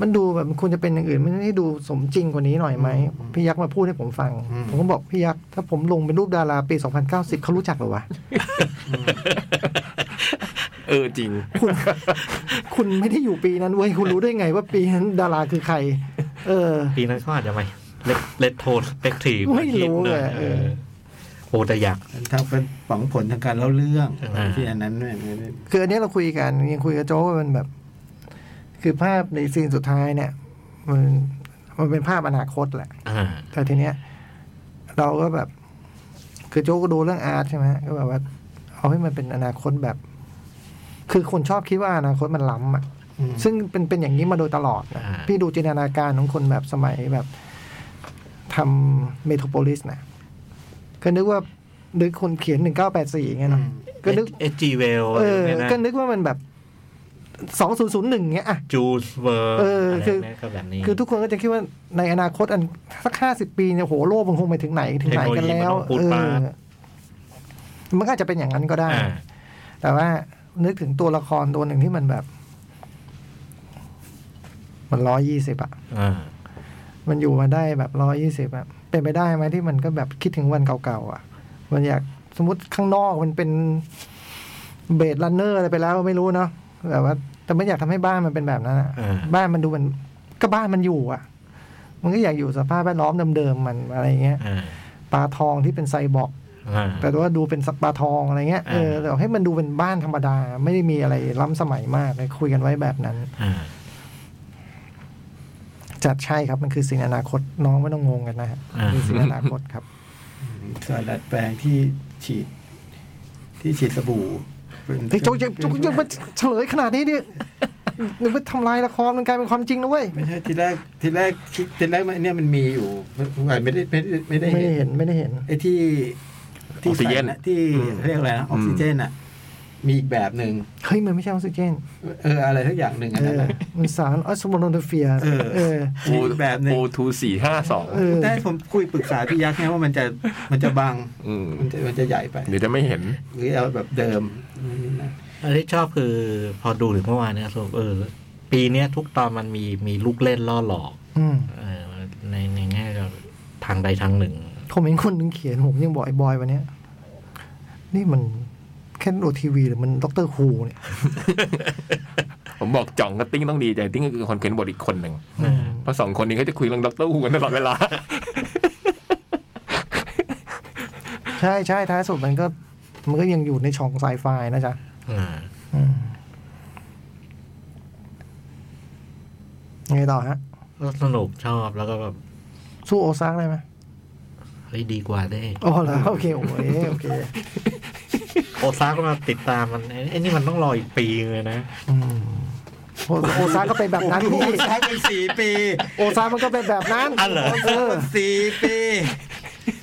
Speaker 2: มันดูแบบมันควรจะเป็นอย่างอื่น มันให้ดูสมจริงกว่านี้หน่อยไหมพี่ยักษ์มาพูดให้ผมฟัง ผมก็บอกพี่ยักษ์ถ้าผมลงเป็นรูปดาราปีสองพันเก้าสิบเขารู้จักเหรอวะ
Speaker 3: เออจริง
Speaker 2: คุณ คุณไม่ได้อยู่ปีนั้นเว้ยคุณรู้ได้ไงว่าปีนั้นดาราคือใคร เออ
Speaker 4: ปีนั้นเขาอาจจะไม่เลดเลดโทนเปกที
Speaker 2: ไม่รู้เลยเออ
Speaker 4: โอ้แต่อยาก
Speaker 5: มันทำเป็นฝังผลทางการเล่าเรื่อง
Speaker 4: อ่า
Speaker 5: ที่อันนั้นเนี่ยไม่ได้
Speaker 2: คืออันเนี้ยเราคุยกันยังคุยกับโจ้ว่ามันแบบ คือภาพในซีนสุดท้ายเนี่ย มันมันเป็นภาพอนาคตแหละ
Speaker 4: อ่า
Speaker 2: แต่ทีเนี้ย เราก็แบบ คือโจ้ก็ดูเรื่องอาร์ตใช่ไหมก็แบบว่า เอาให้มันเป็นอนาคตแบบ คือคนชอบคิดว่าอนาคตมันล้ำอ่ะ
Speaker 5: อืม
Speaker 2: ซึ่งเป็นเป็นอย่างนี้มาโดยตลอดนะ
Speaker 4: อ่า
Speaker 2: พี่ดูจินตนาการของคนแบบสมัยแบบทำเมโทรโพลิสนะก็นึกว่านึกคนเขียนหนึ่งเก้าแปดสี่อย่างเงี้ยเนาะก็นึก
Speaker 4: เอจีเวล
Speaker 2: เออ
Speaker 4: เนี่ยนะ
Speaker 2: ก็นึกว่ามันแบบสองศูนย์ศูนย์หนึ่งเงี้ยอะ
Speaker 4: จูสเวอร์
Speaker 2: เออคือ
Speaker 4: ะไรเนี่ยก็แบบนี้
Speaker 2: คือทุกคนก็จะคิดว่าในอนาคตอันสักห้าสิบปีเนี่ยโหโลกมันคงไปถึงไหนถึงไหนกันแล้ว
Speaker 4: เทคโโลยี
Speaker 2: เอ
Speaker 4: มัต้องปูดปา
Speaker 2: อ
Speaker 4: ด
Speaker 2: มันก็อาจจะเป็นอย่างนั้นก็ได้
Speaker 4: อ่า
Speaker 2: แต่ว่านึกถึงตัวละครตัวหนึ่งที่มันแบบ มันร้อยี่สิบอะ
Speaker 4: อ่า
Speaker 2: มันอยู่มาได้แบบร้อยี่สิบอะเป็นไปได้ไหมที่มันก็แบบคิดถึงวันเก่าๆอะมันอยากสมมติข้างนอกมันเป็นเบดลันเนอร์อะไรไปแล้วไม่รู้เนาะแต่ว่า แต่ไม่อยากทำให้บ้านมันเป็นแบบนั้นอะ
Speaker 4: อ่า
Speaker 2: บ้านมันดูมันก็บ้านมันอยู่อะมันก็อยากอยู่สภาพแวดล้อมเดิมๆมันอะไรเงี้ย
Speaker 4: อ่า
Speaker 2: ปลาทองที่เป็นไซบอร์ก
Speaker 4: อ่า
Speaker 2: แต่ว่าดูเป็นสักปลาทองอะไรเงี้ยเออ
Speaker 4: อ่า
Speaker 2: แต่ให้มันดูเป็นบ้านธรรมดา ไม่ได้มีอะไรล้ำสมัยมากเลยคุยกันไว้แบบนั้น
Speaker 4: อ่า
Speaker 2: จัดใช่ครับมันคือสิ่งอนาคตน้องไม่ต้องงงกันนะฮะคือสิ่งอนาคตครับ
Speaker 5: ส่วนดัดแปลงที่ฉีด ที่ฉีดสบู่เป็น
Speaker 2: เฮ้ยโจ๊กอย่าโจ๊กอย่ามาเฉลยขนาดนี้เนี่ยนึกว่าทำลายละครมันกลายเป็นความจริงนะเว้ย
Speaker 5: ไม่ใช่ทีแรกทีแรกทีทีแรกมันเนี่ยมันมีอยู่ไม่ไม่ได้ไม่ได้
Speaker 2: ไม่ได้
Speaker 5: ไม่ได้เห็น
Speaker 2: เห็นไม่ได้เห็น
Speaker 5: ไอ้ที่ที่
Speaker 3: ออกซิเจน
Speaker 5: ใส่ะที่เรียกอะไรนะออกซิเจนอ่ะ มีอีกแบบหนึ่ง
Speaker 2: เฮ้ย มันไม่ใช่ออกซิเจน
Speaker 5: เอออะไรทักอย่างหนึ่งอัน
Speaker 2: เอ
Speaker 5: นั้น
Speaker 2: อ
Speaker 5: น่ะ
Speaker 2: มันสารออสโมโนเดเฟีย
Speaker 5: เออ
Speaker 2: เออ
Speaker 5: มีอีกแบบหนึ่ง
Speaker 3: โอทูสี่ห้าสอง
Speaker 2: เออ
Speaker 5: ได้ผมคุยปรึกษาพี่ยักษ์ไงว่ามันจะมันจะบางมันจะมันจะใหญ่ไป
Speaker 3: เดี๋ยวจะไม่เห็น
Speaker 5: หรือเอาแบบเดิมนั่นนี่นะ
Speaker 4: อันที่ชอบคือพอดูถึงเมื่อวานเนี่ยสรุปเออ ปีเนี้ยทุกตอนมันมีมีลูกเล่นล่อหลอก
Speaker 2: อืม
Speaker 4: เออในในแง่ทางใดทางหนึ่ง
Speaker 2: ผมเห็นคนหนึงเขียนผมยังบอกไอ้บอยวันเนี้ยนี่มันแค่โอทีวีหรือมันด็อกเตอร์ฮูเนี่ย
Speaker 3: ผมบอกจ่องกับติ้งต้องดีใจติ้งก็คือคนเขียนบทอีกคนหนึ่ง
Speaker 2: อืม
Speaker 3: เพราะสองคนนี้เขาจะคุยเรื่องดรฮูกันตลอดเวลา
Speaker 2: ใช่ใช่ท้ายสุดมันก็ มันก็ยังอยู่ในช่องไซไฟนะจ๊ะ
Speaker 4: อ่า
Speaker 2: อืมไงต่อฮะ
Speaker 4: ก็สนุกชอบแล้วก็แบบ
Speaker 2: สู้โอซากได้ไหม
Speaker 4: เฮ้ยดีกว่าได้
Speaker 2: อ๋อเหรอโอเคโอ้ยโอเค
Speaker 4: โอซาก็มาติดตามมันไอ้ไอ้นี่มันต้องรออีกปีเลยนะ
Speaker 2: อืมโอโอซาก็เป็นแบบนั้น
Speaker 5: โอ้
Speaker 2: พี่
Speaker 5: โหใช้เป็นสี่ปี
Speaker 2: โอซามันก็เป็นแบบนั้น
Speaker 4: อันเหรอ
Speaker 2: เออ
Speaker 5: เป็นสี่ปี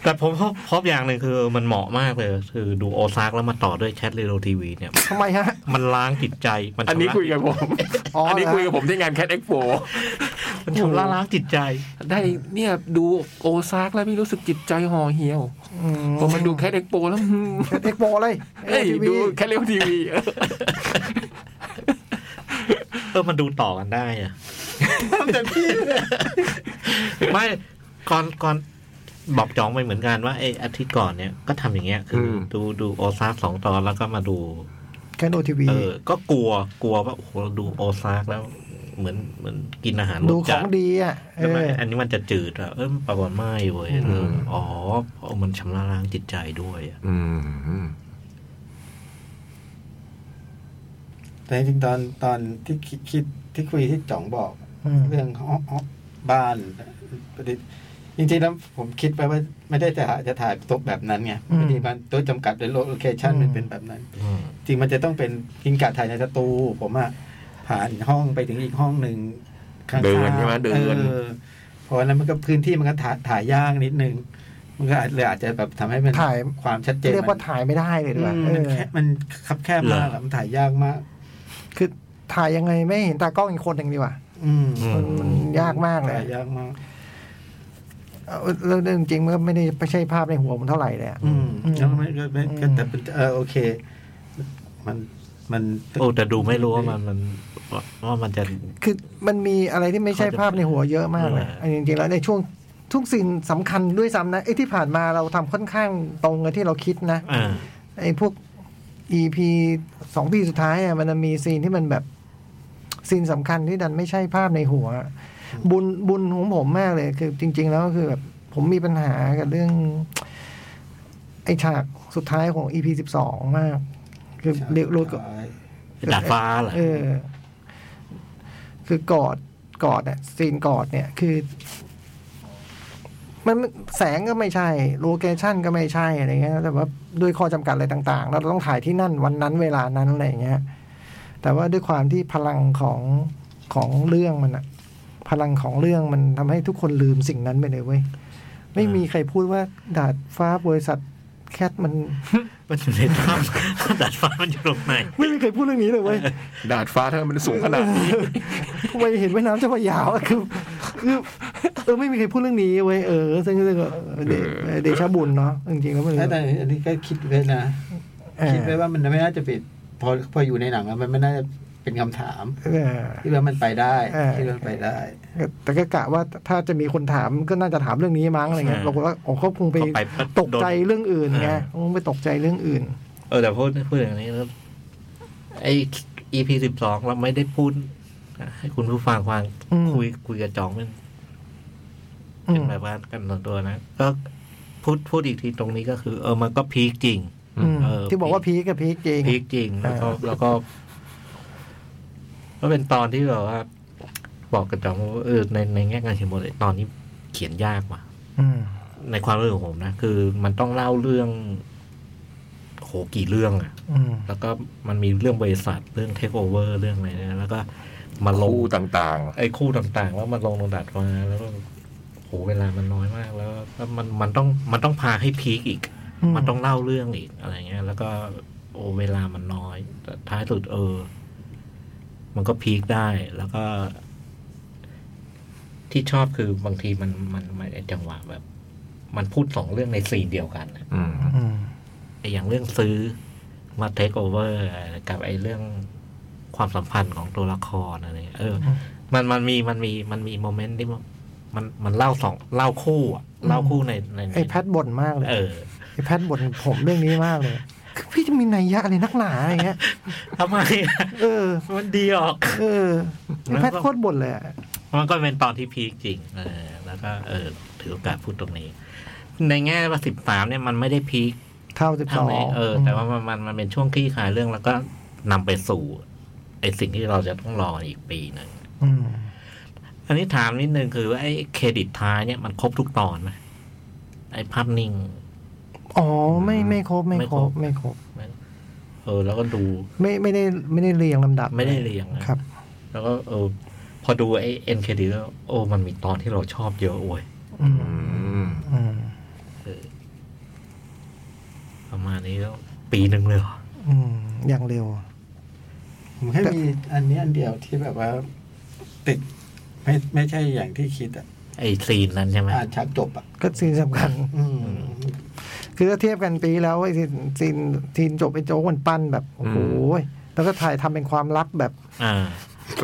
Speaker 4: แต่ผมพบพบอย่างหนึ่งคือมันเหมาะมากเลย คือดูโอซากแล้วมาต่อด้วยแคทเรโลทีวีเนี่ย
Speaker 2: ทำไมฮะ
Speaker 4: มันล้างจิตใจ มันชำระ
Speaker 3: อันนี้คุยกับผม
Speaker 2: อ๋ออั
Speaker 3: อันนี้คุยกับผมที่งานแคดเอ็กโป
Speaker 4: มันชำระล้างจิตใจ
Speaker 3: ได้เนี่ยดูโอซากแล้วพี่รู้สึกจิตใจห่อเหี่ยว
Speaker 2: อืม
Speaker 3: พอมาดูแคดเอ็กโปแล้ว
Speaker 2: เอ็กโปเลย
Speaker 3: เอ้ย
Speaker 2: ทีวี
Speaker 3: ดูแคดเอ็กทีวีเออ
Speaker 4: เออมันดูต่อกันได้อะ
Speaker 5: ทำแต่พี่เนี่ย
Speaker 4: ไม่ก่อนก่อนบอกจองไปเหมือนกันว่าไออาทิตย์ก่อนเนี่ยก็ทำอย่างเงี้ยคืออดูดูโอซากสองตอนแล้วก็มาดู
Speaker 2: แค่ดูทีวี
Speaker 4: เออ ก็กลัวกลัวว่าโอ้โหเราดูโอซากแล้วเหมือนเหมือนกินอาหารรส
Speaker 2: ดูข
Speaker 4: จั
Speaker 2: องดีอ่ะเอ
Speaker 4: ใช่ไหม
Speaker 2: อ
Speaker 4: อันนี้มันจะจืดอ่ะเออปรากฏไม่เว้ยเอออ๋อเพราะมันชำระล้างจิตใจด้วยอะ
Speaker 3: อืม
Speaker 5: แต่จริงๆตอนตอนที่คิดคิดที่คุยที่จ่องบอก
Speaker 2: อืม
Speaker 5: เรื่องของบ้านประดิษฐ์ จริงๆแล้วผมคิดไปว่าไม่ได้จะหาจะถ่ายโต๊ะแบบนั้นไง
Speaker 2: อืม
Speaker 5: พอดีมันโต๊ะจำกัดในโลเคชัน
Speaker 2: อืม
Speaker 5: มันเป็นแบบนั้น
Speaker 4: อืม
Speaker 5: จริงมันจะต้องเป็นกินกาถ่ายในสตู ผมอะผ่านห้องไปถึงอีกห้องหนึ่งข้างๆ
Speaker 3: เดินใช่ไหมเดิน
Speaker 5: ออเพราะฉะนั้นมันก็พื้นที่มันก็ถ่ายถ่ายยากนิดนึง มันก็อาจเลยอาจจะแบบทำให้มัน
Speaker 2: ถ่าย
Speaker 5: ความชัดเจน
Speaker 2: เรียกว่าถ่ายไม่ได้เลยดีกว่า
Speaker 5: อืม
Speaker 2: เออ
Speaker 5: มันแคบมันคับแคบมากอะมันถ่ายยากมาก
Speaker 2: คือถ่ายยังไงไม่เห็นตากล้องอีกคนหนึ่งดีกว่า
Speaker 5: อืม
Speaker 2: มันมันยากมากเลย
Speaker 5: ถ่ายยากมาก
Speaker 2: เอาเรื่องเรื่องจริงมันก็ไม่ได้ไม่ใช่ภาพในหัวผมเท่าไหร่เลยอะ
Speaker 5: อืม
Speaker 2: อืม
Speaker 5: แล้วไม่ก็ไม่ก็
Speaker 2: อืม
Speaker 5: แต่เป็นเออโอเค มันมัน
Speaker 4: โอ้แต่ดูไม่รู้ว่ามันมันว่ามันจะ
Speaker 2: คือมันมีอะไรที่ไม่ใช่ภาพในหัวเยอะมากเลย
Speaker 4: เออ
Speaker 2: อันนี้จริงๆแล้วในช่วงทุกสิ่งสำคัญด้วยซ้ำนะไอ้ที่ผ่านมาเราทำค่อนข้างตรงกับที่เราคิดนะ
Speaker 4: อ่า
Speaker 2: ไอ้พวก EP สองปีสุดท้ายอ่ะมันจะมีซีนที่มันแบบซีนสำคัญที่ดันไม่ใช่ภาพในหัว บุญบุญของผมมากเลย คือจริง ๆ แล้วก็คือแบบ ผมมีปัญหากับเรื่อง ไอ้ฉากสุดท้ายของ EP สิบสองมาก คือเรียกรถก็
Speaker 4: ดาดฟ้าเหรอ
Speaker 2: เออ คือกอดกอดเนี่ยซีนกอดเนี่ย คือ มันแสงก็ไม่ใช่โลเคชั่นก็ไม่ใช่อะไรเงี้ยแต่ว่าด้วยข้อจำกัดอะไรต่างๆ เราต้องถ่ายที่นั่นวันนั้นเวลานั้นอะไรอย่างเงี้ย แต่ว่าด้วยความที่พลังของของเรื่องมันอะพลังของเรื่องมันทำให้ทุกคนลืมสิ่งนั้นไปเลยเว้ยไม่มีใครพูดว่า ดาดฟ้าบริษัทแคทมัน
Speaker 4: มันอยู่ในถ้ำดา ดฟ้ามันอยู่ตรงไหน
Speaker 2: ไม่มีใครพูดเรื่องนี้เลยเว้ย
Speaker 3: ดาดฟ้าถ้ามันสูงขนาดนี้
Speaker 2: ทำไมเห็นแม่น้ำเจ้าพ ระยาวะคือคือเออไม่มีใครพูดเรื่องนี้เว้ยเออซึ่งซึ่งก็เดช
Speaker 3: เออ
Speaker 2: เดชะบุญเนาะจริงๆแล้วมัน
Speaker 5: แต่อันนี้ก็คิดไว้นะ
Speaker 2: เออ
Speaker 5: คิดไว้ว่ามันไม่น่าจะเป็นพอพออยู่ในหนังแล้วมันไม่น่าจะเป็นคำถาม
Speaker 2: เออ
Speaker 5: ที่ว่ามันไปได้
Speaker 2: เออ
Speaker 5: ที่ว่ามันไปได้
Speaker 2: แต่ก็กะว่าถ้าจะมีคนถามก็น่าจะถามเรื่องนี้มั้งอะไรเงี้ย
Speaker 4: ใช่
Speaker 2: ปรากฏว่าโอ้เขาคงไป
Speaker 4: เขาไป
Speaker 2: ตกใจเรื่องอื่นไง
Speaker 4: เออ
Speaker 2: คงไปตกใจเรื่องอื่น
Speaker 4: เออแต่พูดพูดอย่างนี้แล้วไอ EP สิบสองเราไม่ได้พูด ให้คุณผู้ฟังฟัง
Speaker 2: อืม
Speaker 4: คุยคุยกับจองเป็น
Speaker 2: อื
Speaker 4: เป็น
Speaker 2: ม
Speaker 4: แบบว่ากันส่วนตัวนะ ก็พูดพูดอีกทีตรงนี้ก็คือ เออมันก็พีคจริง
Speaker 2: อืม
Speaker 4: เออ
Speaker 2: ที่บอกว่าพีคกับพีคจริง
Speaker 4: พีคจริงแล้วก็แล้วก็ก็เป็นตอนที่แบบว่า บอกกับจองว่าเออในในแง่การเขียนบทตอนนี้เขียนยากว่ะ
Speaker 2: อืม
Speaker 4: ในความรู้สึกของผมนะ คือมันต้องเล่าเรื่องโหกี่เรื่องอะ
Speaker 2: อืม
Speaker 4: แล้วก็มันมีเรื่องบริษัทเรื่องเทคโอเวอร์เรื่องอะไรเนะแล้วก็มาลง
Speaker 3: คู่ต่าง
Speaker 4: ไอ้คู่ต่างๆ แล้วมาลงตรงดัดมาแล้วก็โหเวลามันน้อยมาก แล้วแล้วมันมันต้องมันต้องพาให้พีคอีก
Speaker 2: อืม
Speaker 4: มันต้องเล่าเรื่องอีกอะไรเงี้ย แล้วก็โอเวลามันน้อยแต่ท้ายสุดเออ มันก็พีคได้แล้วก็ ที่ชอบคือบางทีมันมันมันไอ้จังหวะแบบ มันพูดสองเรื่องในซีนเดียวกันน่ะ
Speaker 3: ๆ อืม
Speaker 2: อืม
Speaker 4: ไอ้อย่างเรื่องซื้อมาเทคโอเวอร์กับไอ้เรื่องความสัมพันธ์ของตัวละครอะไรเงี้ยเออ
Speaker 2: อืม
Speaker 4: มันมันมีมันมีมันมีโมเมนต์ที่มันมันมันเล่าสองเล่าคู่อะเล่าคู่ในในใน
Speaker 2: ไอ้แพทบ่นมากเลย
Speaker 4: เออ
Speaker 2: ไอ้แพทบ่นผมเรื่องนี้มากเลยคือพี่จะมีนัยยะอะไรนักหนาอะไรเงี้ย
Speaker 4: ทำไมอะ
Speaker 2: เออ
Speaker 4: มันดีออก
Speaker 2: เออไอ้แพทโคตรบ่นเลยอะ
Speaker 4: มันก็เป็นตอนที่พีคจริง เออ แล้วก็เออ ถือโอกาสพูดตรงนี้ ในแง่ว่าสิบสามเนี่ยมันไม่ได้พีค
Speaker 2: เท่าสิบสอ
Speaker 4: ทำ
Speaker 2: ง
Speaker 4: ให้เออ แต่ว่ามันมันมันเป็นช่วงคลี่คลายเรื่องแล้วก็นำไปสู่ไอสิ่งที่เราจะต้องรออีกปีหนึ่ง
Speaker 2: อืม
Speaker 4: อันนี้ถามนิดนึงคือว่าไอ้เครดิตท้ายเนี่ยมันครบทุกตอนไหมไอ้ภาพนิ่ง
Speaker 2: อ๋อไม่ไม่ครบไม่
Speaker 4: ไม่
Speaker 2: ค
Speaker 4: ค
Speaker 2: ร
Speaker 4: ร
Speaker 2: บบ ไม่ครบ
Speaker 4: เออ แล้วก็ดู
Speaker 2: ไม่ไม่ได้ไม่ได้เรียงลำดับ
Speaker 4: ไม่ได้เรียงนะครับ แล้วก็เออ พอดูไอ้เอ็นเครดิตแล้วโอ้มันมีตอนที่เราชอบเยอะโอ้ย
Speaker 2: อืม
Speaker 3: อืม
Speaker 2: อืม
Speaker 4: เออประมาณนี้แล้วปีหนึ่งเลยเหรอ
Speaker 2: อืมอย่างเร็ว
Speaker 5: ผมแค่
Speaker 2: แต่
Speaker 5: มีอันนี้อันเดียวที่แบบว่า ติดไม่ไม่ใช่อย่างที่คิดอ่ะ
Speaker 4: ไอ้ซีนนั้นใช่ไหม
Speaker 5: อ่านฉากจบอ่ะ
Speaker 2: ก็ซีนสำคัญ
Speaker 5: อืม
Speaker 2: คือถ้าเทียบกันปีแล้วไอ้ซีนซีนซีนจบไอ้โจ๊กมันปั้นแบบโอ้โหแล้วก็ถ่ายทำเป็นความลับแบบ
Speaker 4: อ่า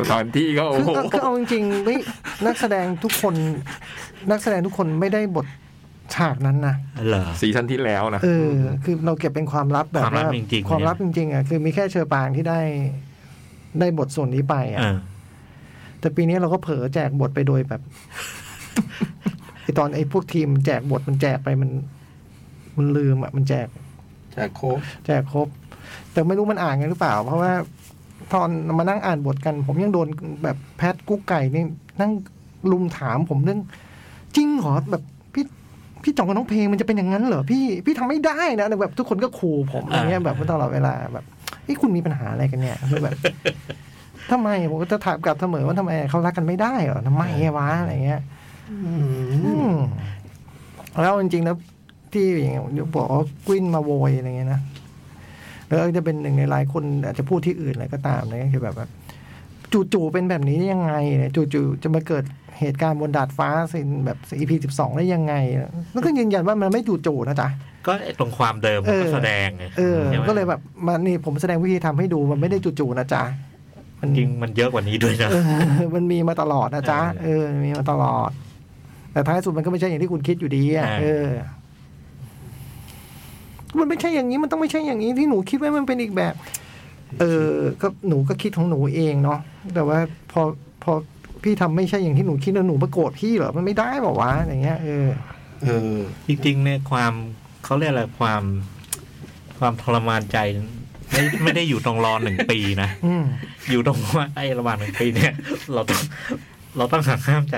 Speaker 3: สถานที่ก็โอ้
Speaker 2: คือ
Speaker 3: โห
Speaker 2: คือคือเอาจริงๆไม่นักแสดงทุกคน นักแสดงทุกคนไม่ได้บทฉากนั้นนะ
Speaker 4: เหรอ
Speaker 3: ซีซั่นที่แล้วนะ
Speaker 2: เออ คือเราเก็บเป็นความลับแบบ
Speaker 4: ความลับจริงๆ
Speaker 2: ความลับจริงๆอ่ะคือมีแค่เชอปางที่ได้ได้บทส่วนนี้ไปอ่ะ
Speaker 4: อ่า
Speaker 2: แต่ปีนี้เราก็เผลอแจกบทไปโดยแบบ ไอตอนไอพวกทีมแจกบทมันแจกไปมัน มันลืมอ่ะมันแจก
Speaker 5: จากโคก
Speaker 2: แจกครบ แต่ไม่รู้มันอ่านกันหรือเปล่า เพราะว่า ตอนมานั่งอ่านบทกัน ผมยังโดนแบบแพทกุ๊กไก่นี่นั่งลุมถามผมเรื่อง จริงเหรอแบบ พี่จ่องกับน้องเพลงมันจะเป็นอย่างนั้นเหรอพี่พี่ทำไม่ได้นะแบบทุกคนก็ขู่ผมอะไรเงี้ยแบบตลอดเวลาแบบไอ้ยคุณมีปัญหาอะไรกันเนี่ยคือแบบทำไมผมก็จะถามกลับเสมอว่าทำไมเขารักกันไม่ได้เหรอทำไมวะอะไรเงี้ย อืมแล้วจริงๆแล้วที่อย่างบอกว่ากวินมาโวยอะไรเงี้ยนะแล้วจะเป็นหนึ่งในหลายคนอาจจะพูดที่อื่นอะไรก็ตามนะคือแบบว่าจู่ๆเป็นแบบนี้ได้ยังไงเนี่ยจู่ๆจะมาเกิดเหตุการณ์บนดาดฟ้าสิแบบ EP สิบสองได้ยังไงแล้วก็ยืนยันว่ามันไม่จู่ๆนะจ๊ะ
Speaker 4: ก็ไอ้ตรงความเดิม
Speaker 2: เออ
Speaker 4: ก็แสดงไง
Speaker 2: เออ
Speaker 4: ใช่ไหม
Speaker 2: ก็เลยแบบมานี่ผมแสดงวิธีทำให้ดูมันไม่ได้จู่ๆนะจ๊ะมัน
Speaker 4: จริงมันเยอะกว่านี้ด้วยนะ
Speaker 2: เออ มันมีมาตลอดนะจ๊ะ เออ มีมาตลอด แต่ท้ายสุดมันก็ไม่ใช่อย่างที่คุณคิดอยู่ดีอ่ะ
Speaker 4: อ่า
Speaker 2: เออ มันไม่ใช่อย่างนี้มันต้องไม่ใช่อย่างนี้ที่หนูคิดไว้มันเป็นอีกแบบ เออ ก็หนูก็คิดของหนูเองเนาะ แต่ว่าพอพอพี่ทำไม่ใช่อย่างที่หนูคิดแล้วหนูมาโกรธพี่เหรอ มันไม่ได้บอกว่าวะอย่างเงี้ย เออ
Speaker 5: เออ
Speaker 4: จริงๆเนี่ยความเขาเรียกอะไรความ ความทรมานใจไม่ไม่ได้อยู่ตรงรอหนึ่งปีนะ
Speaker 2: อืม
Speaker 4: อยู่ตรงว่าไอ้ระหว่างหนึ่งปีเนี่ย เราต้องเราต้องหักห้ามใจ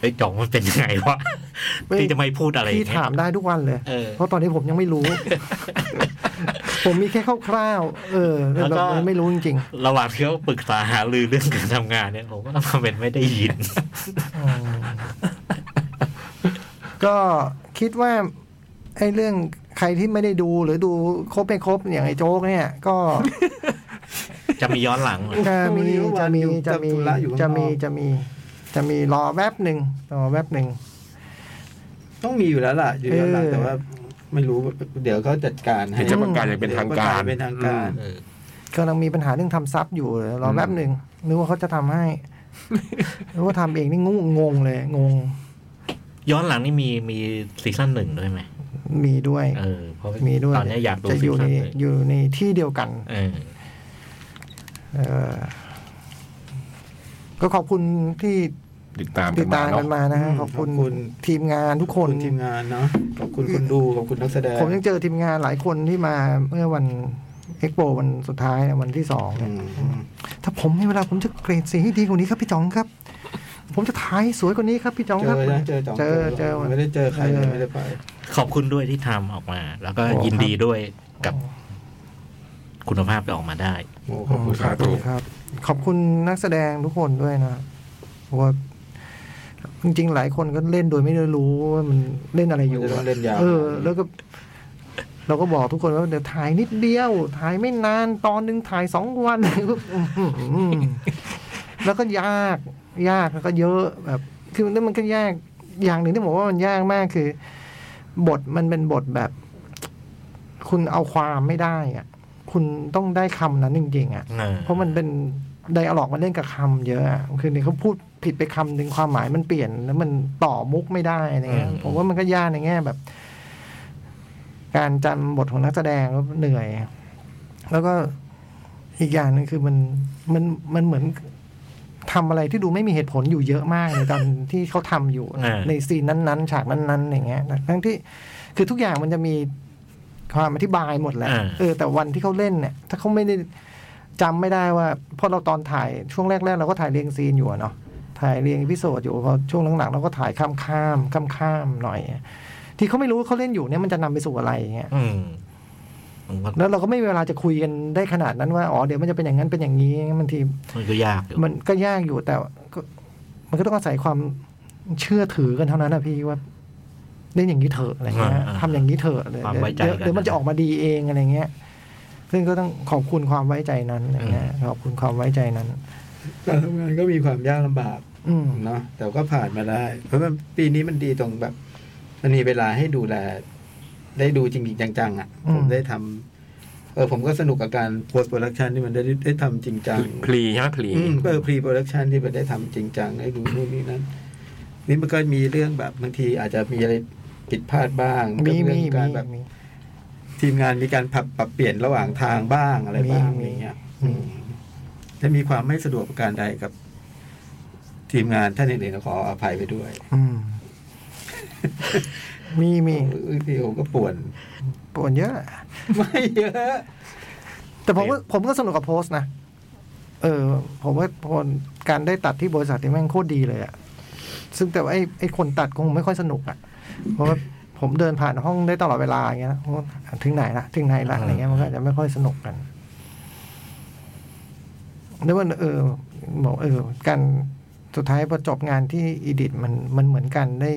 Speaker 4: ไอ้ยจ่องมันเป็นยังไงวะ
Speaker 2: เว้ย
Speaker 4: ที่จะไม่พูดอะไรอย่
Speaker 2: พี่
Speaker 4: งเงี้ย
Speaker 2: ถามได้ทุกวันเลย
Speaker 4: เออ
Speaker 2: เพราะตอนนี้ผมยังไม่ รู้ ผมมีแค่คร่าวๆ เออแต่
Speaker 4: แล้วก็
Speaker 2: แบบไม่รู้จริง
Speaker 4: ระหว่างที่เขาปรึกษาหารือเรื่องการทำงานเนี่ยผมก็ทำเป็นไม่ได้ยิน
Speaker 2: ๆอื มก็คิดว่าไอ้เรื่องใครที่ไม่ได้ดูหรือดูครบไม่ครบอย่างไอ้โจ๊กเนี่ย ก็
Speaker 4: จะมีย้อนหลังเหรอ
Speaker 2: จะ มี
Speaker 5: โอ้ย
Speaker 2: จะมี
Speaker 5: อยู่
Speaker 2: จะมี
Speaker 5: จับธุระอยู่ข้างนอก
Speaker 2: จะมีจะมี จะมีรอแวบหนึ่งรอแวบหนึ่ง
Speaker 5: ต้องมีอยู่แล้วล่ะ อยู่แล้วล่ะ
Speaker 2: เออ
Speaker 5: แต่ว่าไม่รู้เดี๋ยวเขาจัดการให้
Speaker 3: เดี๋ยวจะประกาศอย่างเป็นทางการ
Speaker 5: เดี๋ยวประศเป็นทางการ
Speaker 4: เออก
Speaker 2: ำลังมีปัญหาเรื่องทำซับอยู่เลยรอแวบหนึ่งนึกว่าเขาจะทำให้ นึกว่าทำเองนี่งงงงเลย งง
Speaker 4: ย้อนหลังนี่มีมีซีซั่นหนึ่งด้วยไหม
Speaker 2: มีด้วย
Speaker 4: เออเพราะ
Speaker 2: มีด้วย
Speaker 4: ตอนเนี้ยอยากดู
Speaker 2: จะอ
Speaker 4: ซี
Speaker 2: ยู่ใน
Speaker 4: ซั่นหนึ่ง
Speaker 2: อยู่ในที่เดียวกัน
Speaker 4: เออ
Speaker 2: เออก็ขอบคุณที่
Speaker 3: ติดตาม
Speaker 2: ติ
Speaker 3: กั
Speaker 2: ด
Speaker 3: นมา
Speaker 2: ตาม
Speaker 3: เนาะ
Speaker 2: กันมานะฮะ
Speaker 5: อืม
Speaker 2: ขอบคุ
Speaker 5: ขอบคุณ
Speaker 2: ณทีมงานทุก
Speaker 5: ข
Speaker 2: ค
Speaker 5: อบ
Speaker 2: น
Speaker 5: คุณทีมงานเนาะขอบคุณคนดูขอบคุณนักแสดง
Speaker 2: ผมยังเจอทีมงานหลายคนที่มาเมื่อวันเอ็กโปวันสุดท้ายนะวันที่สอง
Speaker 5: อื
Speaker 2: เนี่ย
Speaker 5: ม
Speaker 2: ถ้าผมมีเวลาผมจะเกรดสีให้ดีกว่านี้ครับพี่จ๋องครับ ผมจะถ่ายให้สวยกว่านี้ครับพี่จ๋อง
Speaker 5: เจ
Speaker 2: ครับ
Speaker 5: อนะเจอจอง
Speaker 2: เจอเจอ
Speaker 5: ไม่ได้เจอใครเลยไม่ได้ไป
Speaker 4: ขอบคุณด้วยที่ทำออกมา แล้วก็
Speaker 2: โอ้ครับ
Speaker 4: ยินดีด้วยกับคุณภาพที่ออกมาได้
Speaker 5: โอ้ขอบคุณครับ
Speaker 3: สาธุ
Speaker 2: ครับ ขอบคุณนักแสดงทุกคนด้วยนะเพราะว่าจริงๆ หลายคนก็เล่นโดยไม่ได้รู้ว่ามันเล่นอะไรอยู่
Speaker 5: มันจะต้องเล่นยาว
Speaker 2: เออ แล้วก็ เราก็บอกทุกคนว่าเดี๋ยวถ่ายนิดเดียว ถ่ายไม่นานตอนหนึ่งถ่ายสองวัน อื้อหือแล้วก็ยาก ยากแล้วก็เยอะแบบ คือนั่นมันก็ยากอย่างหนึ่งที่ผมว่ามันยากมากคือ บทมันเป็นบทแบบ คุณเอาความไม่ได้อะคุณต้องได้คำนั้นจริงๆอะ
Speaker 4: เออ
Speaker 2: เพราะมันเป็นไดอะล็อกมันเล่นกับคำเยอะอะคือเนี่ยเขาพูดผิดไปคำหนึ่งความหมายมันเปลี่ยน แล้วมันต่อมุกไม่ได้อะไรเงี้ย
Speaker 4: อืม
Speaker 2: ผมว่ามันก็ยากในแง่แบบ การจำบทของนักแสดงก็เหนื่อย แล้วก็อีกอย่างหนึงคือมันมันมันเหมือนทำอะไรที่ดูไม่มีเหตุผลอยู่เยอะมากในตอน ที่เขาทำอยู่
Speaker 4: อ่า
Speaker 2: ในซีนนั้นๆ ฉากนั้นๆอย่างเงี้ยทั้งที่คือทุกอย่างมันจะมีความอธิบายหมดแหละ
Speaker 4: อ่า
Speaker 2: เออ แต่วันที่เขาเล่นเนี่ย ถ้าเขาไม่ได้ จำไม่ได้ว่าเพราะเราตอนถ่ายช่วงแรก ๆ เราก็ถ่ายเรียงซีนอยู่อะเนาะถ่ายเรียงพิโซดอยู่พอช่วงหลังๆเราก็ถ่ายข้ามข้ามข้ามข้ามๆหน่อย ที่เขาไม่รู้ว่าเขาเล่นอยู่เนี่ยมันจะนำไปสู่อะไรอย่างเงี้ย
Speaker 4: อืมมันก็
Speaker 2: แล้วเราก็ไม่มีเวลาจะคุยกันได้ขนาดนั้นว่าอ๋อเดี๋ยวมันจะเป็นอย่างนั้นเป็นอย่างนี้บางที
Speaker 4: มันก็ยากอยู่
Speaker 2: มันก็ยากอยู่แต่ก็มันก็ต้องอาศัยความเชื่อถือกันเท่านั้นนะพี่ว่าเล่นอย่างนี้เถอะอะไรเงี้ยทำอย่างนี้เถอะเดี๋ยวเดี๋ยวเดี๋ยวมันจะออกมาดีเองอะไรเงี้ย ซึ่งก็ต้องขอบคุณความไว้ใจนั้นอะไรเงี้ยขอบคุณความไว้ใจนั้น
Speaker 5: การทำงานก็มีความยากลำบาก
Speaker 2: อืม
Speaker 5: เนาะแต่ก็ผ่านมาได้ เพราะมันปีนี้มันดีตรงแบบ มันมีเวลาให้ดูแล ได้ดูจริงๆจังๆอ่ะ
Speaker 2: อืม
Speaker 5: ผมได้ทำเออผมก็สนุกกับการ post production ที่มันได้ได้ทำจริงจัง
Speaker 3: พลีใช่ไหมพลี
Speaker 5: อืมเออ pre production ที่มันได้ทำจริงจังได้ดูนู่นนี่นั่นนี่มันก็มีเรื่องแบบบางทีอาจจะมีอะไรผิดพลาดบ้าง
Speaker 2: มี
Speaker 5: เรื่
Speaker 2: มี
Speaker 5: อง
Speaker 2: มี
Speaker 5: การแบบ
Speaker 2: มี
Speaker 5: ทีมงานมีการปรับปรับเปลี่ยนระหว่างทางบ้างอะไรบ้าง
Speaker 2: มี
Speaker 5: อย่างเงี้ยอืมถ้ามีความไม่สะดวกประการใดกับ ทีมงานท่านอื่นๆก็ขออภัยไปด้วย
Speaker 2: อืมมีมี
Speaker 5: บางทีผมก็ป่วน
Speaker 2: ปวดเยอะ
Speaker 5: ไม่เยอะ
Speaker 2: แต่ผมก็ผมก็สนุกกับโพสต์นะ เออ ผมว่าพลการได้ตัดที่บริษัทที่แม่งโคตรดีเลยอะซึ่งแต่ว่าไอ้ไอ้คนตัดคงไม่ค่อยสนุกอะ เพราะว่าผมเดินผ่านห้องได้ตลอดเวลาอย่างเงี้ยนะโอ้ถึงไหนละถึงไหนละอะไรเงี้ยมันก็จะไม่ค่อยสนุกกันแล้วมันเออบอกเออการสุดท้ายพอจบงานที่อีดิทมันมันเหมือนกันได้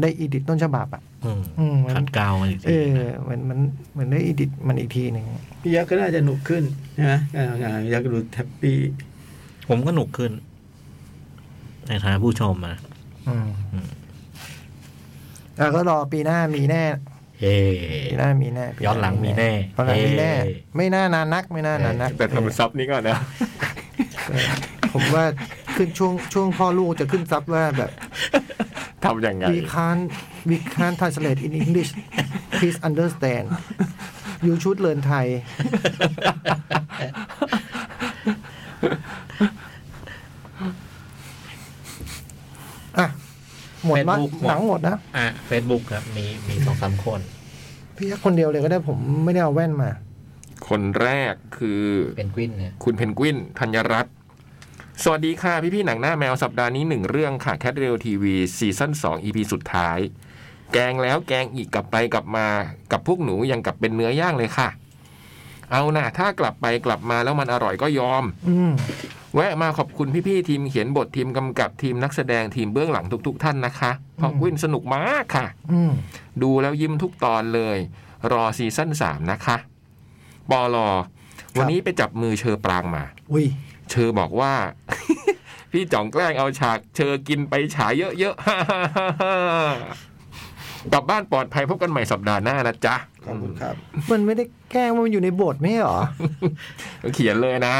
Speaker 2: ได้อีดิทต้นฉบับอ่ะ
Speaker 4: อืม
Speaker 2: อืมมัน
Speaker 4: ขัดเกลามันอีก
Speaker 2: เอ
Speaker 4: ที
Speaker 2: อเหมือนมันเหมือนได้อีดิทมันอีกทีหนึ่ง
Speaker 5: พี่ยักษ์ก็น่าจะหนุกขึ้นใช่ไหมการทำงานพี่ยักษ์ก็ดูแฮปปี้
Speaker 4: ผมก็หนุกขึ้น ในฐานะผู้ชมอะ
Speaker 2: อืม
Speaker 4: อืม
Speaker 2: แล้วก็รอปีหน้ามีแน่
Speaker 4: เฮ้
Speaker 2: ปีหน้ามีแน่ปีา
Speaker 4: ย้อนหลังมีแน่
Speaker 2: ย้อนหลังมีแน่
Speaker 4: เฮ้
Speaker 2: ไม่น่านานนัก ไม่น่านานนัก
Speaker 1: แต่ทำซับนี้ก่อนนะ
Speaker 2: เออผมว่าขึ้นช่วงช่วงพ่อลูกจะขึ้นซับว่าแบบ
Speaker 1: ทำยังไง
Speaker 2: we can't we can't translate in English please understand you should learn Thai อ่ะ หมดมั้ย
Speaker 4: Facebook หมด
Speaker 2: หนังหมดนะ
Speaker 4: อ่ะเฟซบุ๊กครับ มีมีสองสามคน
Speaker 2: พี่ยักษ์คนเดียวเลยก็ได้ผมไม่ได้เอาแว่นมา
Speaker 1: คนแรกคือ
Speaker 4: เป็นกวินเนี่ย
Speaker 1: คุณเพนกวินธัญรัตน์สวัสดีค่ะ พี่พี่ๆหนังหน้าแมวสัปดาห์นี้หนึ่งเรื่องค่ะแคทเร l ทีวีซีซั่นสองอีพีสุดท้าย แกงแล้วแกงอีกกลับไปกลับมา กับพวกหนูยังกลับเป็นเนื้อย่างเลยค่ะ เอานะถ้ากลับไปกลับมาแล้วมันอร่อยก็ยอม
Speaker 2: อืม
Speaker 1: แวะมาขอบคุณพี่ๆทีมเขียนบททีมกำกับทีมนักแสดงทีมเบื้องหลังทุก ๆ ท่านนะคะเพราะกวินสนุกมากค่ะ
Speaker 2: อืม
Speaker 1: ดูแล้วยิ้มทุกตอนเลย รอซีซั่นสามนะคะปอลอวันนี้ไปจับมือเชอปรางมา
Speaker 2: อุ้ย
Speaker 1: เชอบอกว่า พี่จ่องแกล้งเอาฉาก เชอกินไปฉายเยอะๆ กลับบ้านปลอดภัยพบกันใหม่สัปดาห์หน้านะจ๊ะ
Speaker 5: ขอบคุณครับ
Speaker 2: มันไม่ได้แกล้งมันอยู่ในบทไม่ใช่เหรอ
Speaker 1: ก็เขียนเลยนะ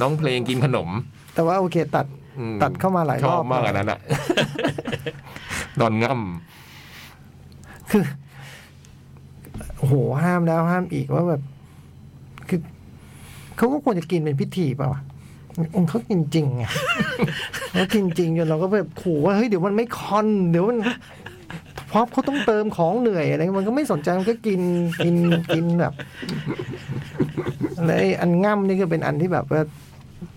Speaker 1: น้องเพลงกินขนม
Speaker 2: แต่ว่าโอเคตัด
Speaker 1: อืม
Speaker 2: ตัดเข้ามาหลาย
Speaker 1: ช
Speaker 2: ร
Speaker 1: อ
Speaker 2: อ
Speaker 1: บบ มากอันนั้น อะ ดอนง่
Speaker 2: คือโอ้โหห้ามแล้วห้ามอีกว่าแบบ คือเขาก็ควรจะกินเป็นพิธีเปล่าวะองค์เขากินจริงไง เขากินจริงจนเราก็แบบขู่ว่าเฮ้ยเดี๋ยวมันไม่คอนเดี๋ยวมันเพราะเขาต้องเติมของเหนื่อยอะไรมันก็ไม่สนใจมันก็กินกินกินแบบแล้วไอ้อันง่ำนี่ก็เป็นอันที่แบบว่า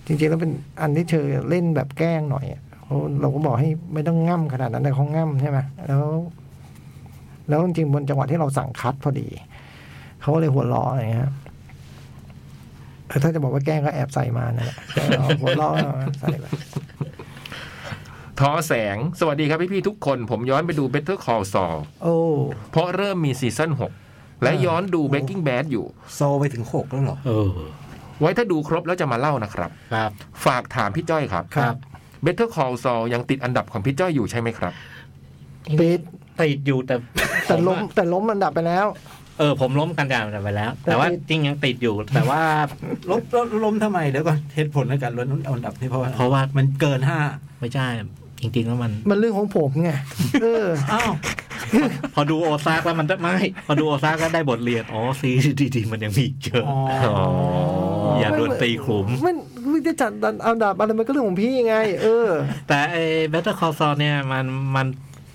Speaker 2: จริงๆแล้วเป็นอันที่เธอเล่นแบบแกล้งหน่อยอะเขาเราก็บอกให้ไม่ต้องง่ำขนาดนั้นแต่เขาง่ำใช่ไหมแล้ว แล้วจริงๆบนจังหวะที่เราสั่งคัดพอดี เขาก็เลยหัวล้ออะไรเงี้ยเออถ้าจะบอกว่าแกล้งก็แอบใส่มานั่นแหละก็เอาหัวล้อใส่ไป
Speaker 1: ำทอแสง สวัสดีครับพี่ๆทุกคน ผมย้อนไปดู Better Call Saul
Speaker 2: โอ้
Speaker 1: เพราะเริ่มมีซีซั่น6 และย้อนดู Breaking Bad อยู่
Speaker 5: โซไปถึงหกแล้วเหรอ
Speaker 4: เออ
Speaker 1: ไว้ถ้าดูครบแล้วจะมาเล่านะครับ
Speaker 4: ครับ
Speaker 1: ฝากถามพี่จ้อยครับ
Speaker 4: ครับ
Speaker 1: Better Call Saul ยังติดอันดับของพี่จ้อยอยู่ใช่ไหมครับ
Speaker 2: ติด
Speaker 4: ติดอยู่แต่
Speaker 2: แต่ล้มแต่ล้มอันดับไปแล้ว
Speaker 4: เออ ผมล้มกันดานไปแล้ว แต่ว่า
Speaker 2: แต่ติด
Speaker 4: จริงยังติดอยู่ แต่ว่า
Speaker 5: ลบลบล้มทำไมเดี๋ยวก่อนเหตุผลในการลดอันดับนี่เพราะว่า
Speaker 4: เพราะว่า
Speaker 5: มันเกินห้า
Speaker 4: ไม่ใช่ จริง ๆ แล้วมัน
Speaker 2: มันเรื่องของผมไงเออ
Speaker 5: อ้าว
Speaker 4: พอดูโอซากแล้วมันไม่ พอดูโอซากก็ได้บทเรียน อ๋อซีดีดีๆมันยังมีอีกเยอะ
Speaker 5: อ๋อ
Speaker 4: อย่าโดนตีขลุม
Speaker 2: มันมันจะจัดอันดับอะไรมันก็เรื่องของพี่ไง เออ
Speaker 4: แต่ไอ้ Better Call Saul เนี่ยมันมัน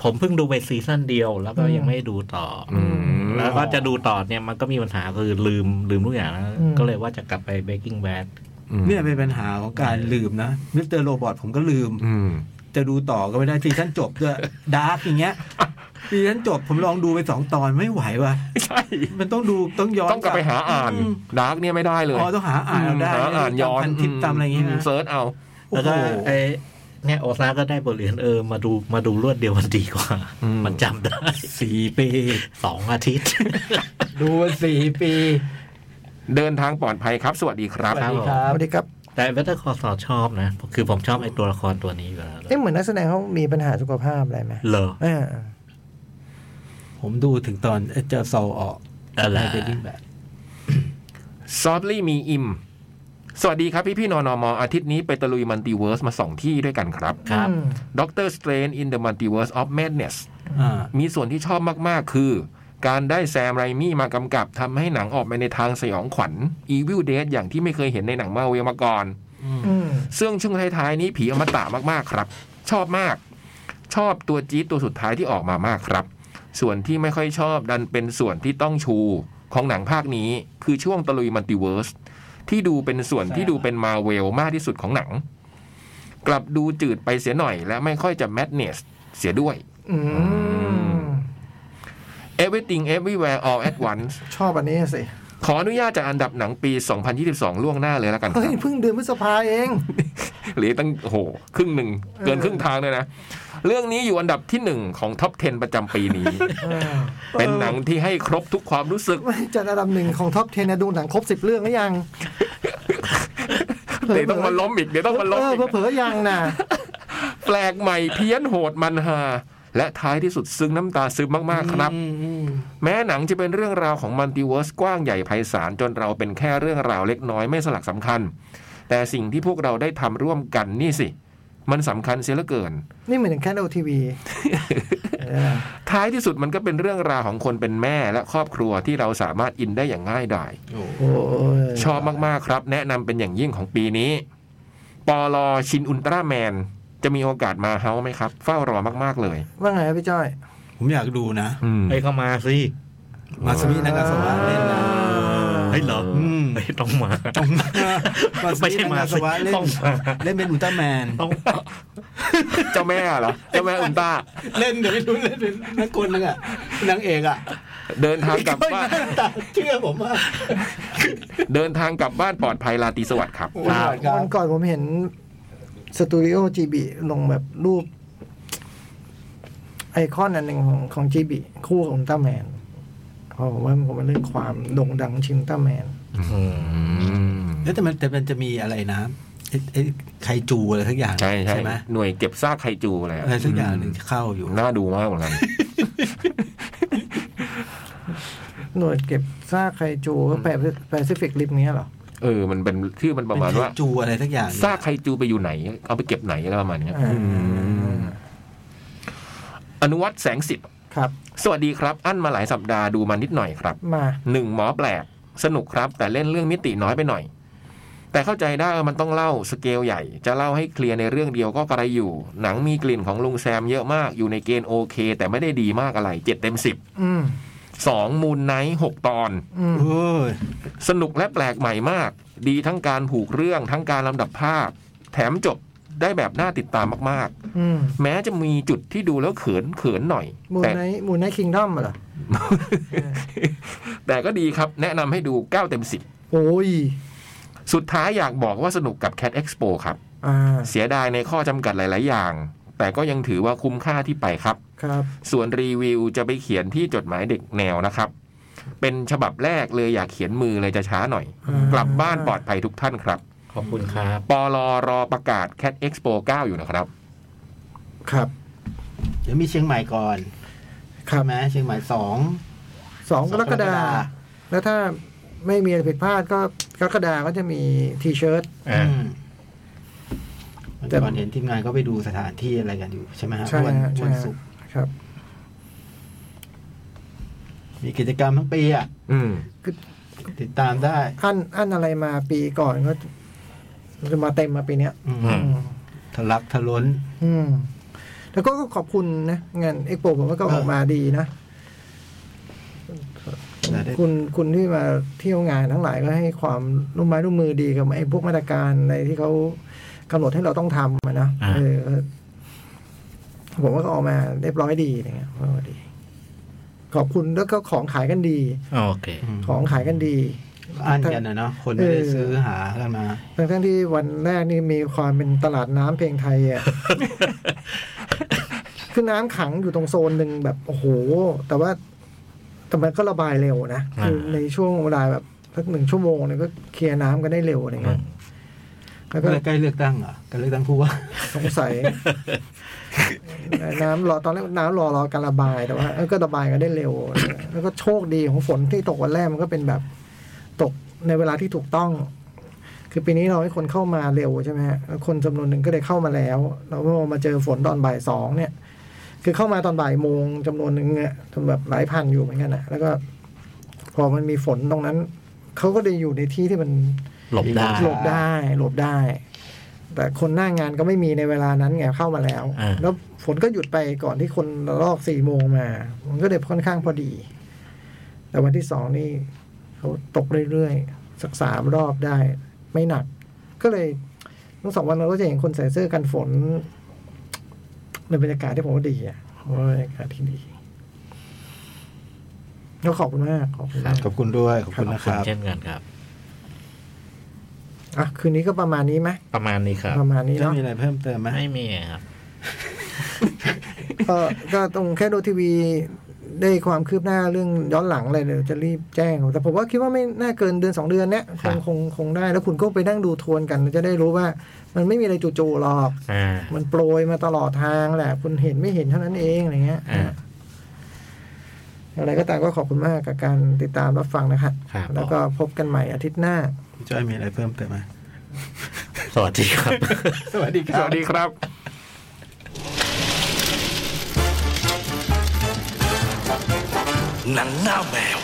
Speaker 4: ผมเพิ่งดูไปซีซั่นเดียว แล้วก็ยังไม่ได้ดูต่ออแล้วก็จะดูต่อเนี่ยมันก็มีปัญหาคือลืมลืมทุกอย่างแล้ว
Speaker 2: อืม
Speaker 4: ก็เลยว่าจะกลับไป Breaking Bad
Speaker 1: อืม
Speaker 5: เนี่ยเป็นปัญหาของการลืมนะมิสเตอร์โรบอทผมก็ลืม
Speaker 1: อืม
Speaker 5: จะดูต่อก็ไม่ได้ซีซั่นจบด้วยดาร์กอย่างเงี้ยซีซั่นจบผมลองดูไปสองตอนไม่ไหวว่ะ
Speaker 1: ใช่
Speaker 5: มันต้องดูต้องย้อน
Speaker 1: ต้องกลับไปหาอ่าน
Speaker 5: ม
Speaker 1: ดาร์กเนี่ยไม่ได้เลย
Speaker 5: อ๋อต้องหาอ่านเอาได้
Speaker 1: หาอ่านย้อน
Speaker 5: ตมพัทิปตามอะไรอย่างเงี้ยนะ
Speaker 1: เซิร์ชเอา
Speaker 5: โอ้
Speaker 4: แล้ว
Speaker 5: โห
Speaker 4: ก็ไอ้เนี่ยโอซากก็ได้บทเรียนเออมาดูมาดูรวดเดียวมันดีกว่า มันจำได้
Speaker 5: สี่ปี
Speaker 4: สองอาทิตย์
Speaker 5: ดูมาสี่ปี
Speaker 1: เดินทางปลอดภัยครับ สวัสดีครับ
Speaker 5: สวัสดีครับ
Speaker 2: สวัสดีครับ
Speaker 4: แต่ Better Call Saul ชอบนะ คือผมชอบไอ้ตัวละครตัวนี้อยู่แล้ว
Speaker 2: เอ๊ะเหมือนนักแสดงเขามีปัญหาสุขภาพอะไรไหม
Speaker 4: เหรอ
Speaker 2: เออ
Speaker 5: ผมดูถึงตอนเจอโซลออก
Speaker 4: อะไร
Speaker 5: ในเบลลิ่งแบท
Speaker 1: ซอฟลี่มีอิม สวัสดีครับพี่พี่ๆนอนอมอาทิตย์นี้ไปตะลุยมัลติเวิร์สมาสองที่ด้วยกันครับ
Speaker 4: ครับ
Speaker 2: อืม
Speaker 1: ด็อกเตอร์สเตรนอินเดอะมัลติเวิร์สออฟแมดเนส
Speaker 5: อ่า
Speaker 1: มีส่วนที่ชอบมาก ๆ คือ การได้แซมไรมี่มากำกับทำให้หนังออกมาในทางสยองขวัญ Evil Dead อย่างที่ไม่เคยเห็นในหนังมาเวลมาก่อน
Speaker 2: อืม
Speaker 1: ซึ่งช่วงท้าย ๆ นี้ผีอมตะมาก ๆ ครับ ชอบมาก ชอบตัวจี๊ดตัวสุดท้ายที่ออกมามากครับ ส่วนที่ไม่ค่อยชอบดันเป็นส่วนที่ต้องชูของหนังภาคนี้ คือช่วงตะลุยมัลติเวิร์ส ที่ดูเป็นส่วนที่ดูเป็นมาเวลมากที่สุดของหนัง กลับดูจืดไปเสียหน่อย และไม่ค่อยจะแมดเนสเสียด้วย
Speaker 2: อืม
Speaker 1: everything everywhere all at once
Speaker 2: ชอบอันนี้สิ
Speaker 1: ขออนุญาตจากอันดับหนังปี 2022 ล่วงหน้าเลยแล้วกันครั
Speaker 2: เฮ้ย
Speaker 1: บ
Speaker 2: เพิ่งเดือนพฤษภาเอง
Speaker 1: หรือตั้งโอ้โหครึ่งหนึ่ง เกินครึ่งทางเลยนะ เรื่องนี้อยู่อันดับที่หนึ่งของท็อป 10 ประจำปีนี้ เป็นหนังที่ให้ครบทุกความรู้สึก
Speaker 2: ไม่จัดอันดับหนึ่งของท็อป 10นะดูหนังครบสิบเรื่องหรือยัง
Speaker 1: เดี๋ยวต้องมาล้มอีก เดี๋ยวต้องมาล้ม
Speaker 2: เออ
Speaker 1: อีก
Speaker 2: เผลอๆยังนะ
Speaker 1: แปลกใหม่เพี้ยนโหดมันฮาและท้ายที่สุดซึ้งน้ำตาซึมมากๆครับ
Speaker 5: อืมอืม
Speaker 1: แม้หนังจะเป็นเรื่องราวของมัลติเวิร์สกว้างใหญ่ไพศาลจนเราเป็นแค่เรื่องราวเล็กน้อยไม่สลักสำคัญ แต่สิ่งที่พวกเราได้ทำร่วมกันนี่สิ มันสำคัญเสียเหลือเกิน
Speaker 2: นี่เหมือนแค่ดูทีวีเออ
Speaker 1: ท้ายที่สุดมันก็เป็นเรื่องราวของคนเป็นแม่และครอบครัวที่เราสามารถอินได้อย่างง่ายดาย
Speaker 5: โอ้โห
Speaker 2: โอ้ย
Speaker 1: ชอบมาก ๆ ครับ แนะนำเป็นอย่างยิ่งของปีนี้ ปอลอชินอุลตร้าแมน จะมีโอกาสมาเฮาไหมครับ เฝ้ารอมาก ๆ เลย
Speaker 2: ว่าไงครับพี่จ้อย
Speaker 5: ผมอยากดูนะ
Speaker 1: อืม
Speaker 4: เฮ้ยก็มาสิ
Speaker 5: มาสมินากาสวะเล่นนะ
Speaker 4: เฮ้ยเหรออ
Speaker 5: ม
Speaker 4: เฮ้ยต้องมา
Speaker 5: ต้องมา
Speaker 4: ไม่ใช่มาสิ
Speaker 5: สวะเล่น
Speaker 4: ต้องมา
Speaker 5: เล่นเป็นอุลตร้าแมน
Speaker 4: ต้อง
Speaker 1: เจ้าแม่เหรอ เจ้าแม่อุลตร้า
Speaker 5: เล่นเดี๋ยวไม่รู้เล่นเป็นนักกลนึงอ่ะนางเอกอ่ะ
Speaker 1: เดินทางกลับบ้าน
Speaker 5: ไม่น่ตาเชื่อผมว่า
Speaker 1: เดินทางกลับบ้านปลอดภัยลาตรีสวัสดิ์ครับ
Speaker 5: ครับ
Speaker 2: วันก่อนผมเห็นสตูดิโอจีบีลงแบบรูป ไอคอนอันหนึ่งของของจีบีคู่ของอุลตร้าแมนเพราะผมว่ามันคงเป็นเรื่องความโด่งดังชิงอุลตร้าแมน
Speaker 5: แล้วแต่มันแต่มันจะมีอะไรนะไอ้ไอ้ไคจูอะไรทั้งอย่าง
Speaker 1: ใช่ใช่
Speaker 5: ไหม
Speaker 1: หน่วยเก็บซากไคจูอะไร
Speaker 5: อะไรทั้งอย่างหนึ่งเข้าอยู่
Speaker 1: น่าดูมากเหมือนกัน
Speaker 2: หน่วยเก็บซากไคจูแปดแปซิฟิกริมเนี้ยเหรอ
Speaker 1: เออ มันเป็นชื่อมันประมาณว่า
Speaker 5: เป็นไคจูอะไรทักอย่าง
Speaker 1: ซากไคจูไปอยู่ไหน เอาไปเก็บไหนอะไรประมาณเนี้ย
Speaker 2: อื
Speaker 1: อนุวัตแสงสิบ
Speaker 2: ครับ
Speaker 1: สวัสดีครับ อั้นมาหลายสัปดาห์ดูมานิดหน่อยครับ
Speaker 2: มา
Speaker 1: หนึ่งหมอแปลก สนุกครับ แต่เล่นเรื่องมิติน้อยไปหน่อย แต่เข้าใจได้ว่ามันต้องเล่าสเกลใหญ่ จะเล่าให้เคลียร์ในเรื่องเดียวก็กระไรอยู่ หนังมีกลิ่นของลุงแซมเยอะมากอยู่ในเกณฑ์โอเค แต่ไม่ได้ดีมากอะไรเจ็ดเต็มสิบ
Speaker 2: อืม
Speaker 1: สองมูลไนท์หกตอน
Speaker 2: อืม
Speaker 5: โอ้ย
Speaker 1: สนุกและแปลกใหม่มาก ดีทั้งการผูกเรื่องทั้งการลำดับภาพ แถมจบได้แบบน่าติดตามมาก
Speaker 2: อืม
Speaker 1: ๆ แม้จะมีจุดที่ดูแล้วเขินเขินหน่อย
Speaker 2: มูน
Speaker 1: แต่
Speaker 2: ไนมูนไนคิงดอมเหรอ
Speaker 1: แต่ก็ดีครับแนะนำให้ดู 9 เต็ม
Speaker 2: โอ้ย
Speaker 1: 10 สุดท้ายอยากบอกว่าสนุกกับ Cat Expo ครับ
Speaker 2: อ่า
Speaker 1: เสียดายในข้อจำกัดหลาย ๆ อย่าง แต่ก็ยังถือว่าคุ้มค่าที่ไปครับ
Speaker 2: ครับ
Speaker 1: ส่วนรีวิวจะไปเขียนที่จดหมายเด็กแนวนะครับ เป็นฉบับแรกเลยอยากเขียนมือเลยจะช้าหน่อย
Speaker 2: อืม
Speaker 1: กลับบ้านปลอดภัยทุกท่านครับ
Speaker 4: ขอบคุณครับ
Speaker 1: ปลอรอประกาศ Cat Expo 9 อยู่นะครับ
Speaker 2: ครับ
Speaker 5: เดี๋ยวมีเชียงใหม่ก่อน
Speaker 2: ครับ
Speaker 5: ไหมเชียงใหม่สอง
Speaker 2: สองกรกฎา
Speaker 5: สองกรกฎา
Speaker 2: แล้วถ้าไม่มีอะไรผิดพลาดก็กรกฎาก็จะมีทีเชิร์ต
Speaker 4: อ่า
Speaker 5: อืม
Speaker 2: แต่
Speaker 5: แต่ก่อนเห็นทีมงานก็ไปดูสถานที่อะไรกันอยู่ใช่ไหมฮะ
Speaker 2: ใช่
Speaker 5: วัน
Speaker 2: ฮะ
Speaker 5: วั
Speaker 2: ใช่
Speaker 5: น
Speaker 2: ฮะ
Speaker 5: ศุกร์
Speaker 2: ครับ
Speaker 5: มีกิจกรรมทั้งปีอ่ะ
Speaker 1: อืม
Speaker 5: ติดตามได้
Speaker 2: อันอันอะไรมาปีก่อนก็จะมาเต็มมาปีเนี้ย
Speaker 5: อืม
Speaker 4: อื
Speaker 2: อืม
Speaker 5: ทะลักทะล้น
Speaker 2: อืมแล้วก็ก็ขอบคุณนะงานเอ็กโปผมว่าก็ออกมาดีนะ
Speaker 5: ได้ได้
Speaker 2: คุณคุณที่มาเที่ยวงานทั้งหลายก็ให้ความร่วมไม้ร่วมมือดีกับไอ้พวกมาตรการอะไรที่เขากำหนดให้เราต้องทำอะนะ
Speaker 4: อ่า
Speaker 2: เออก็ผมว่าก็ออกมาเรียบร้อยดีอะไรเงี้ยผมว่าดี ขอบคุณแล้วก็ของขายกันดี
Speaker 4: โอเค
Speaker 2: ของขายกันดี
Speaker 5: อันกันนะเนาะคนไม่ได้ซื้อหากันมา
Speaker 2: ทั้งทั้งๆที่วันแรกนี่มีความเป็นตลาดน้ำเพลงไทย อ่ะ คือน้ำขังอยู่ตรงโซนหนึ่งแบบโอ้โห แต่ว่าแต่มันก็ระบายเร็วนะคือ
Speaker 4: อ่า
Speaker 2: ในช่วงเวลาแบบสักหนึ่งชั่วโมงเนี่ยก็เคลียร์น้ำกันได้เร็วอะไร
Speaker 4: อื
Speaker 2: เงี้
Speaker 4: ม
Speaker 2: ยแล้ว
Speaker 5: ก็
Speaker 2: ก็
Speaker 5: เลยใกล้เลือกตั้งเหรอ่ะกันเลือกตั้งผู้ว่า
Speaker 2: สงสัย น้ำรอตอนแรกน้ำรอรอการระบายแต่ว่าเออก็ระบายกันได้เร็วอะไรเงี้ยแล้วก็โชคดีของฝนที่ตกวันแรกมันก็เป็นแบบ ตกในเวลาที่ถูกต้อง คือปีนี้เราให้คนเข้ามาเร็วใช่ไหมฮะแล้วคนจำนวนหนึ่งก็ได้เข้ามาแล้ว แล้วพอมาเจอฝนตอนบ่ายสองเนี่ย คือเข้ามาตอนบ่ายโมงจำนวนหนึ่งเนี่ยจำแบบหลายพันอยู่เหมือนกันนะแล้วก็ พอมันมีฝนตรงนั้น เขาก็ได้อยู่ในที่ที่มัน
Speaker 4: หลบได้
Speaker 2: หลบได้หลบได้ แต่คนหน้างานก็ไม่มีในเวลานั้นไงเข้ามาแล้ว
Speaker 4: อ่า
Speaker 2: แล้วฝนก็หยุดไปก่อนที่คนระลอกสี่โมงมา มันก็เลยค่อนข้างพอดี แต่วันที่สองนี่เขาตกเรื่อยๆ สักสามรอบได้ ไม่หนัก ก็เลยทั้งสองวันเราก็จะเห็นคนใส่เสื้อกันฝนในบรรยากาศที่ผมว่าดีอ่ะผมว่าบรรยากาศที่ดี ก็ขอบคุณมากขอบคุณมาก
Speaker 5: ขอบคุณด้วยขอบคุณนะค
Speaker 4: ขอ
Speaker 5: รับ
Speaker 4: เช่นกันครับ
Speaker 2: อ่ะคืนนี้ก็ประมาณนี้ไหม
Speaker 4: ประมาณนี้ครับ
Speaker 2: ประมาณนี้
Speaker 5: จะ
Speaker 2: เนาะ
Speaker 5: มีอะไรเพิ่มเติมไหม
Speaker 4: ไม่มีครับ
Speaker 2: ก็ก็ตรงแค่ดูทีวีได้ความคืบหน้าเรื่องย้อนหลังอะไรเดี๋ยวจะรีบแจ้ง แต่ผมว่าคิดว่าไม่น่าเกินเดือนสองเดือนเนี้ยค
Speaker 4: ครั
Speaker 2: ง
Speaker 4: บ
Speaker 2: คงคงได้แล้วคุณก็ไปนั่งดูทวนกัน จะได้รู้ว่า มันไม่มีอะไรจู่ๆหรอก
Speaker 4: อ่า
Speaker 2: มันโปรยมาตลอดทางแหละ คุณเห็นไม่เห็นเท่านั้นเองอะไรเงี้ย
Speaker 4: อ่า
Speaker 2: อะไรก็ตามก็ขอบคุณมากกับการติดตามรับฟังนะครับ
Speaker 4: ครับ
Speaker 2: แล้วก็พบกันใหม่อาทิตย์หน้า
Speaker 5: พี่จ้อยมีอะไรเพิ่มเติมไหม
Speaker 4: สวัสดีครับ
Speaker 5: สวัสดีค
Speaker 3: ส
Speaker 5: รับ
Speaker 3: วัสดีครับ
Speaker 1: nắng nao mèo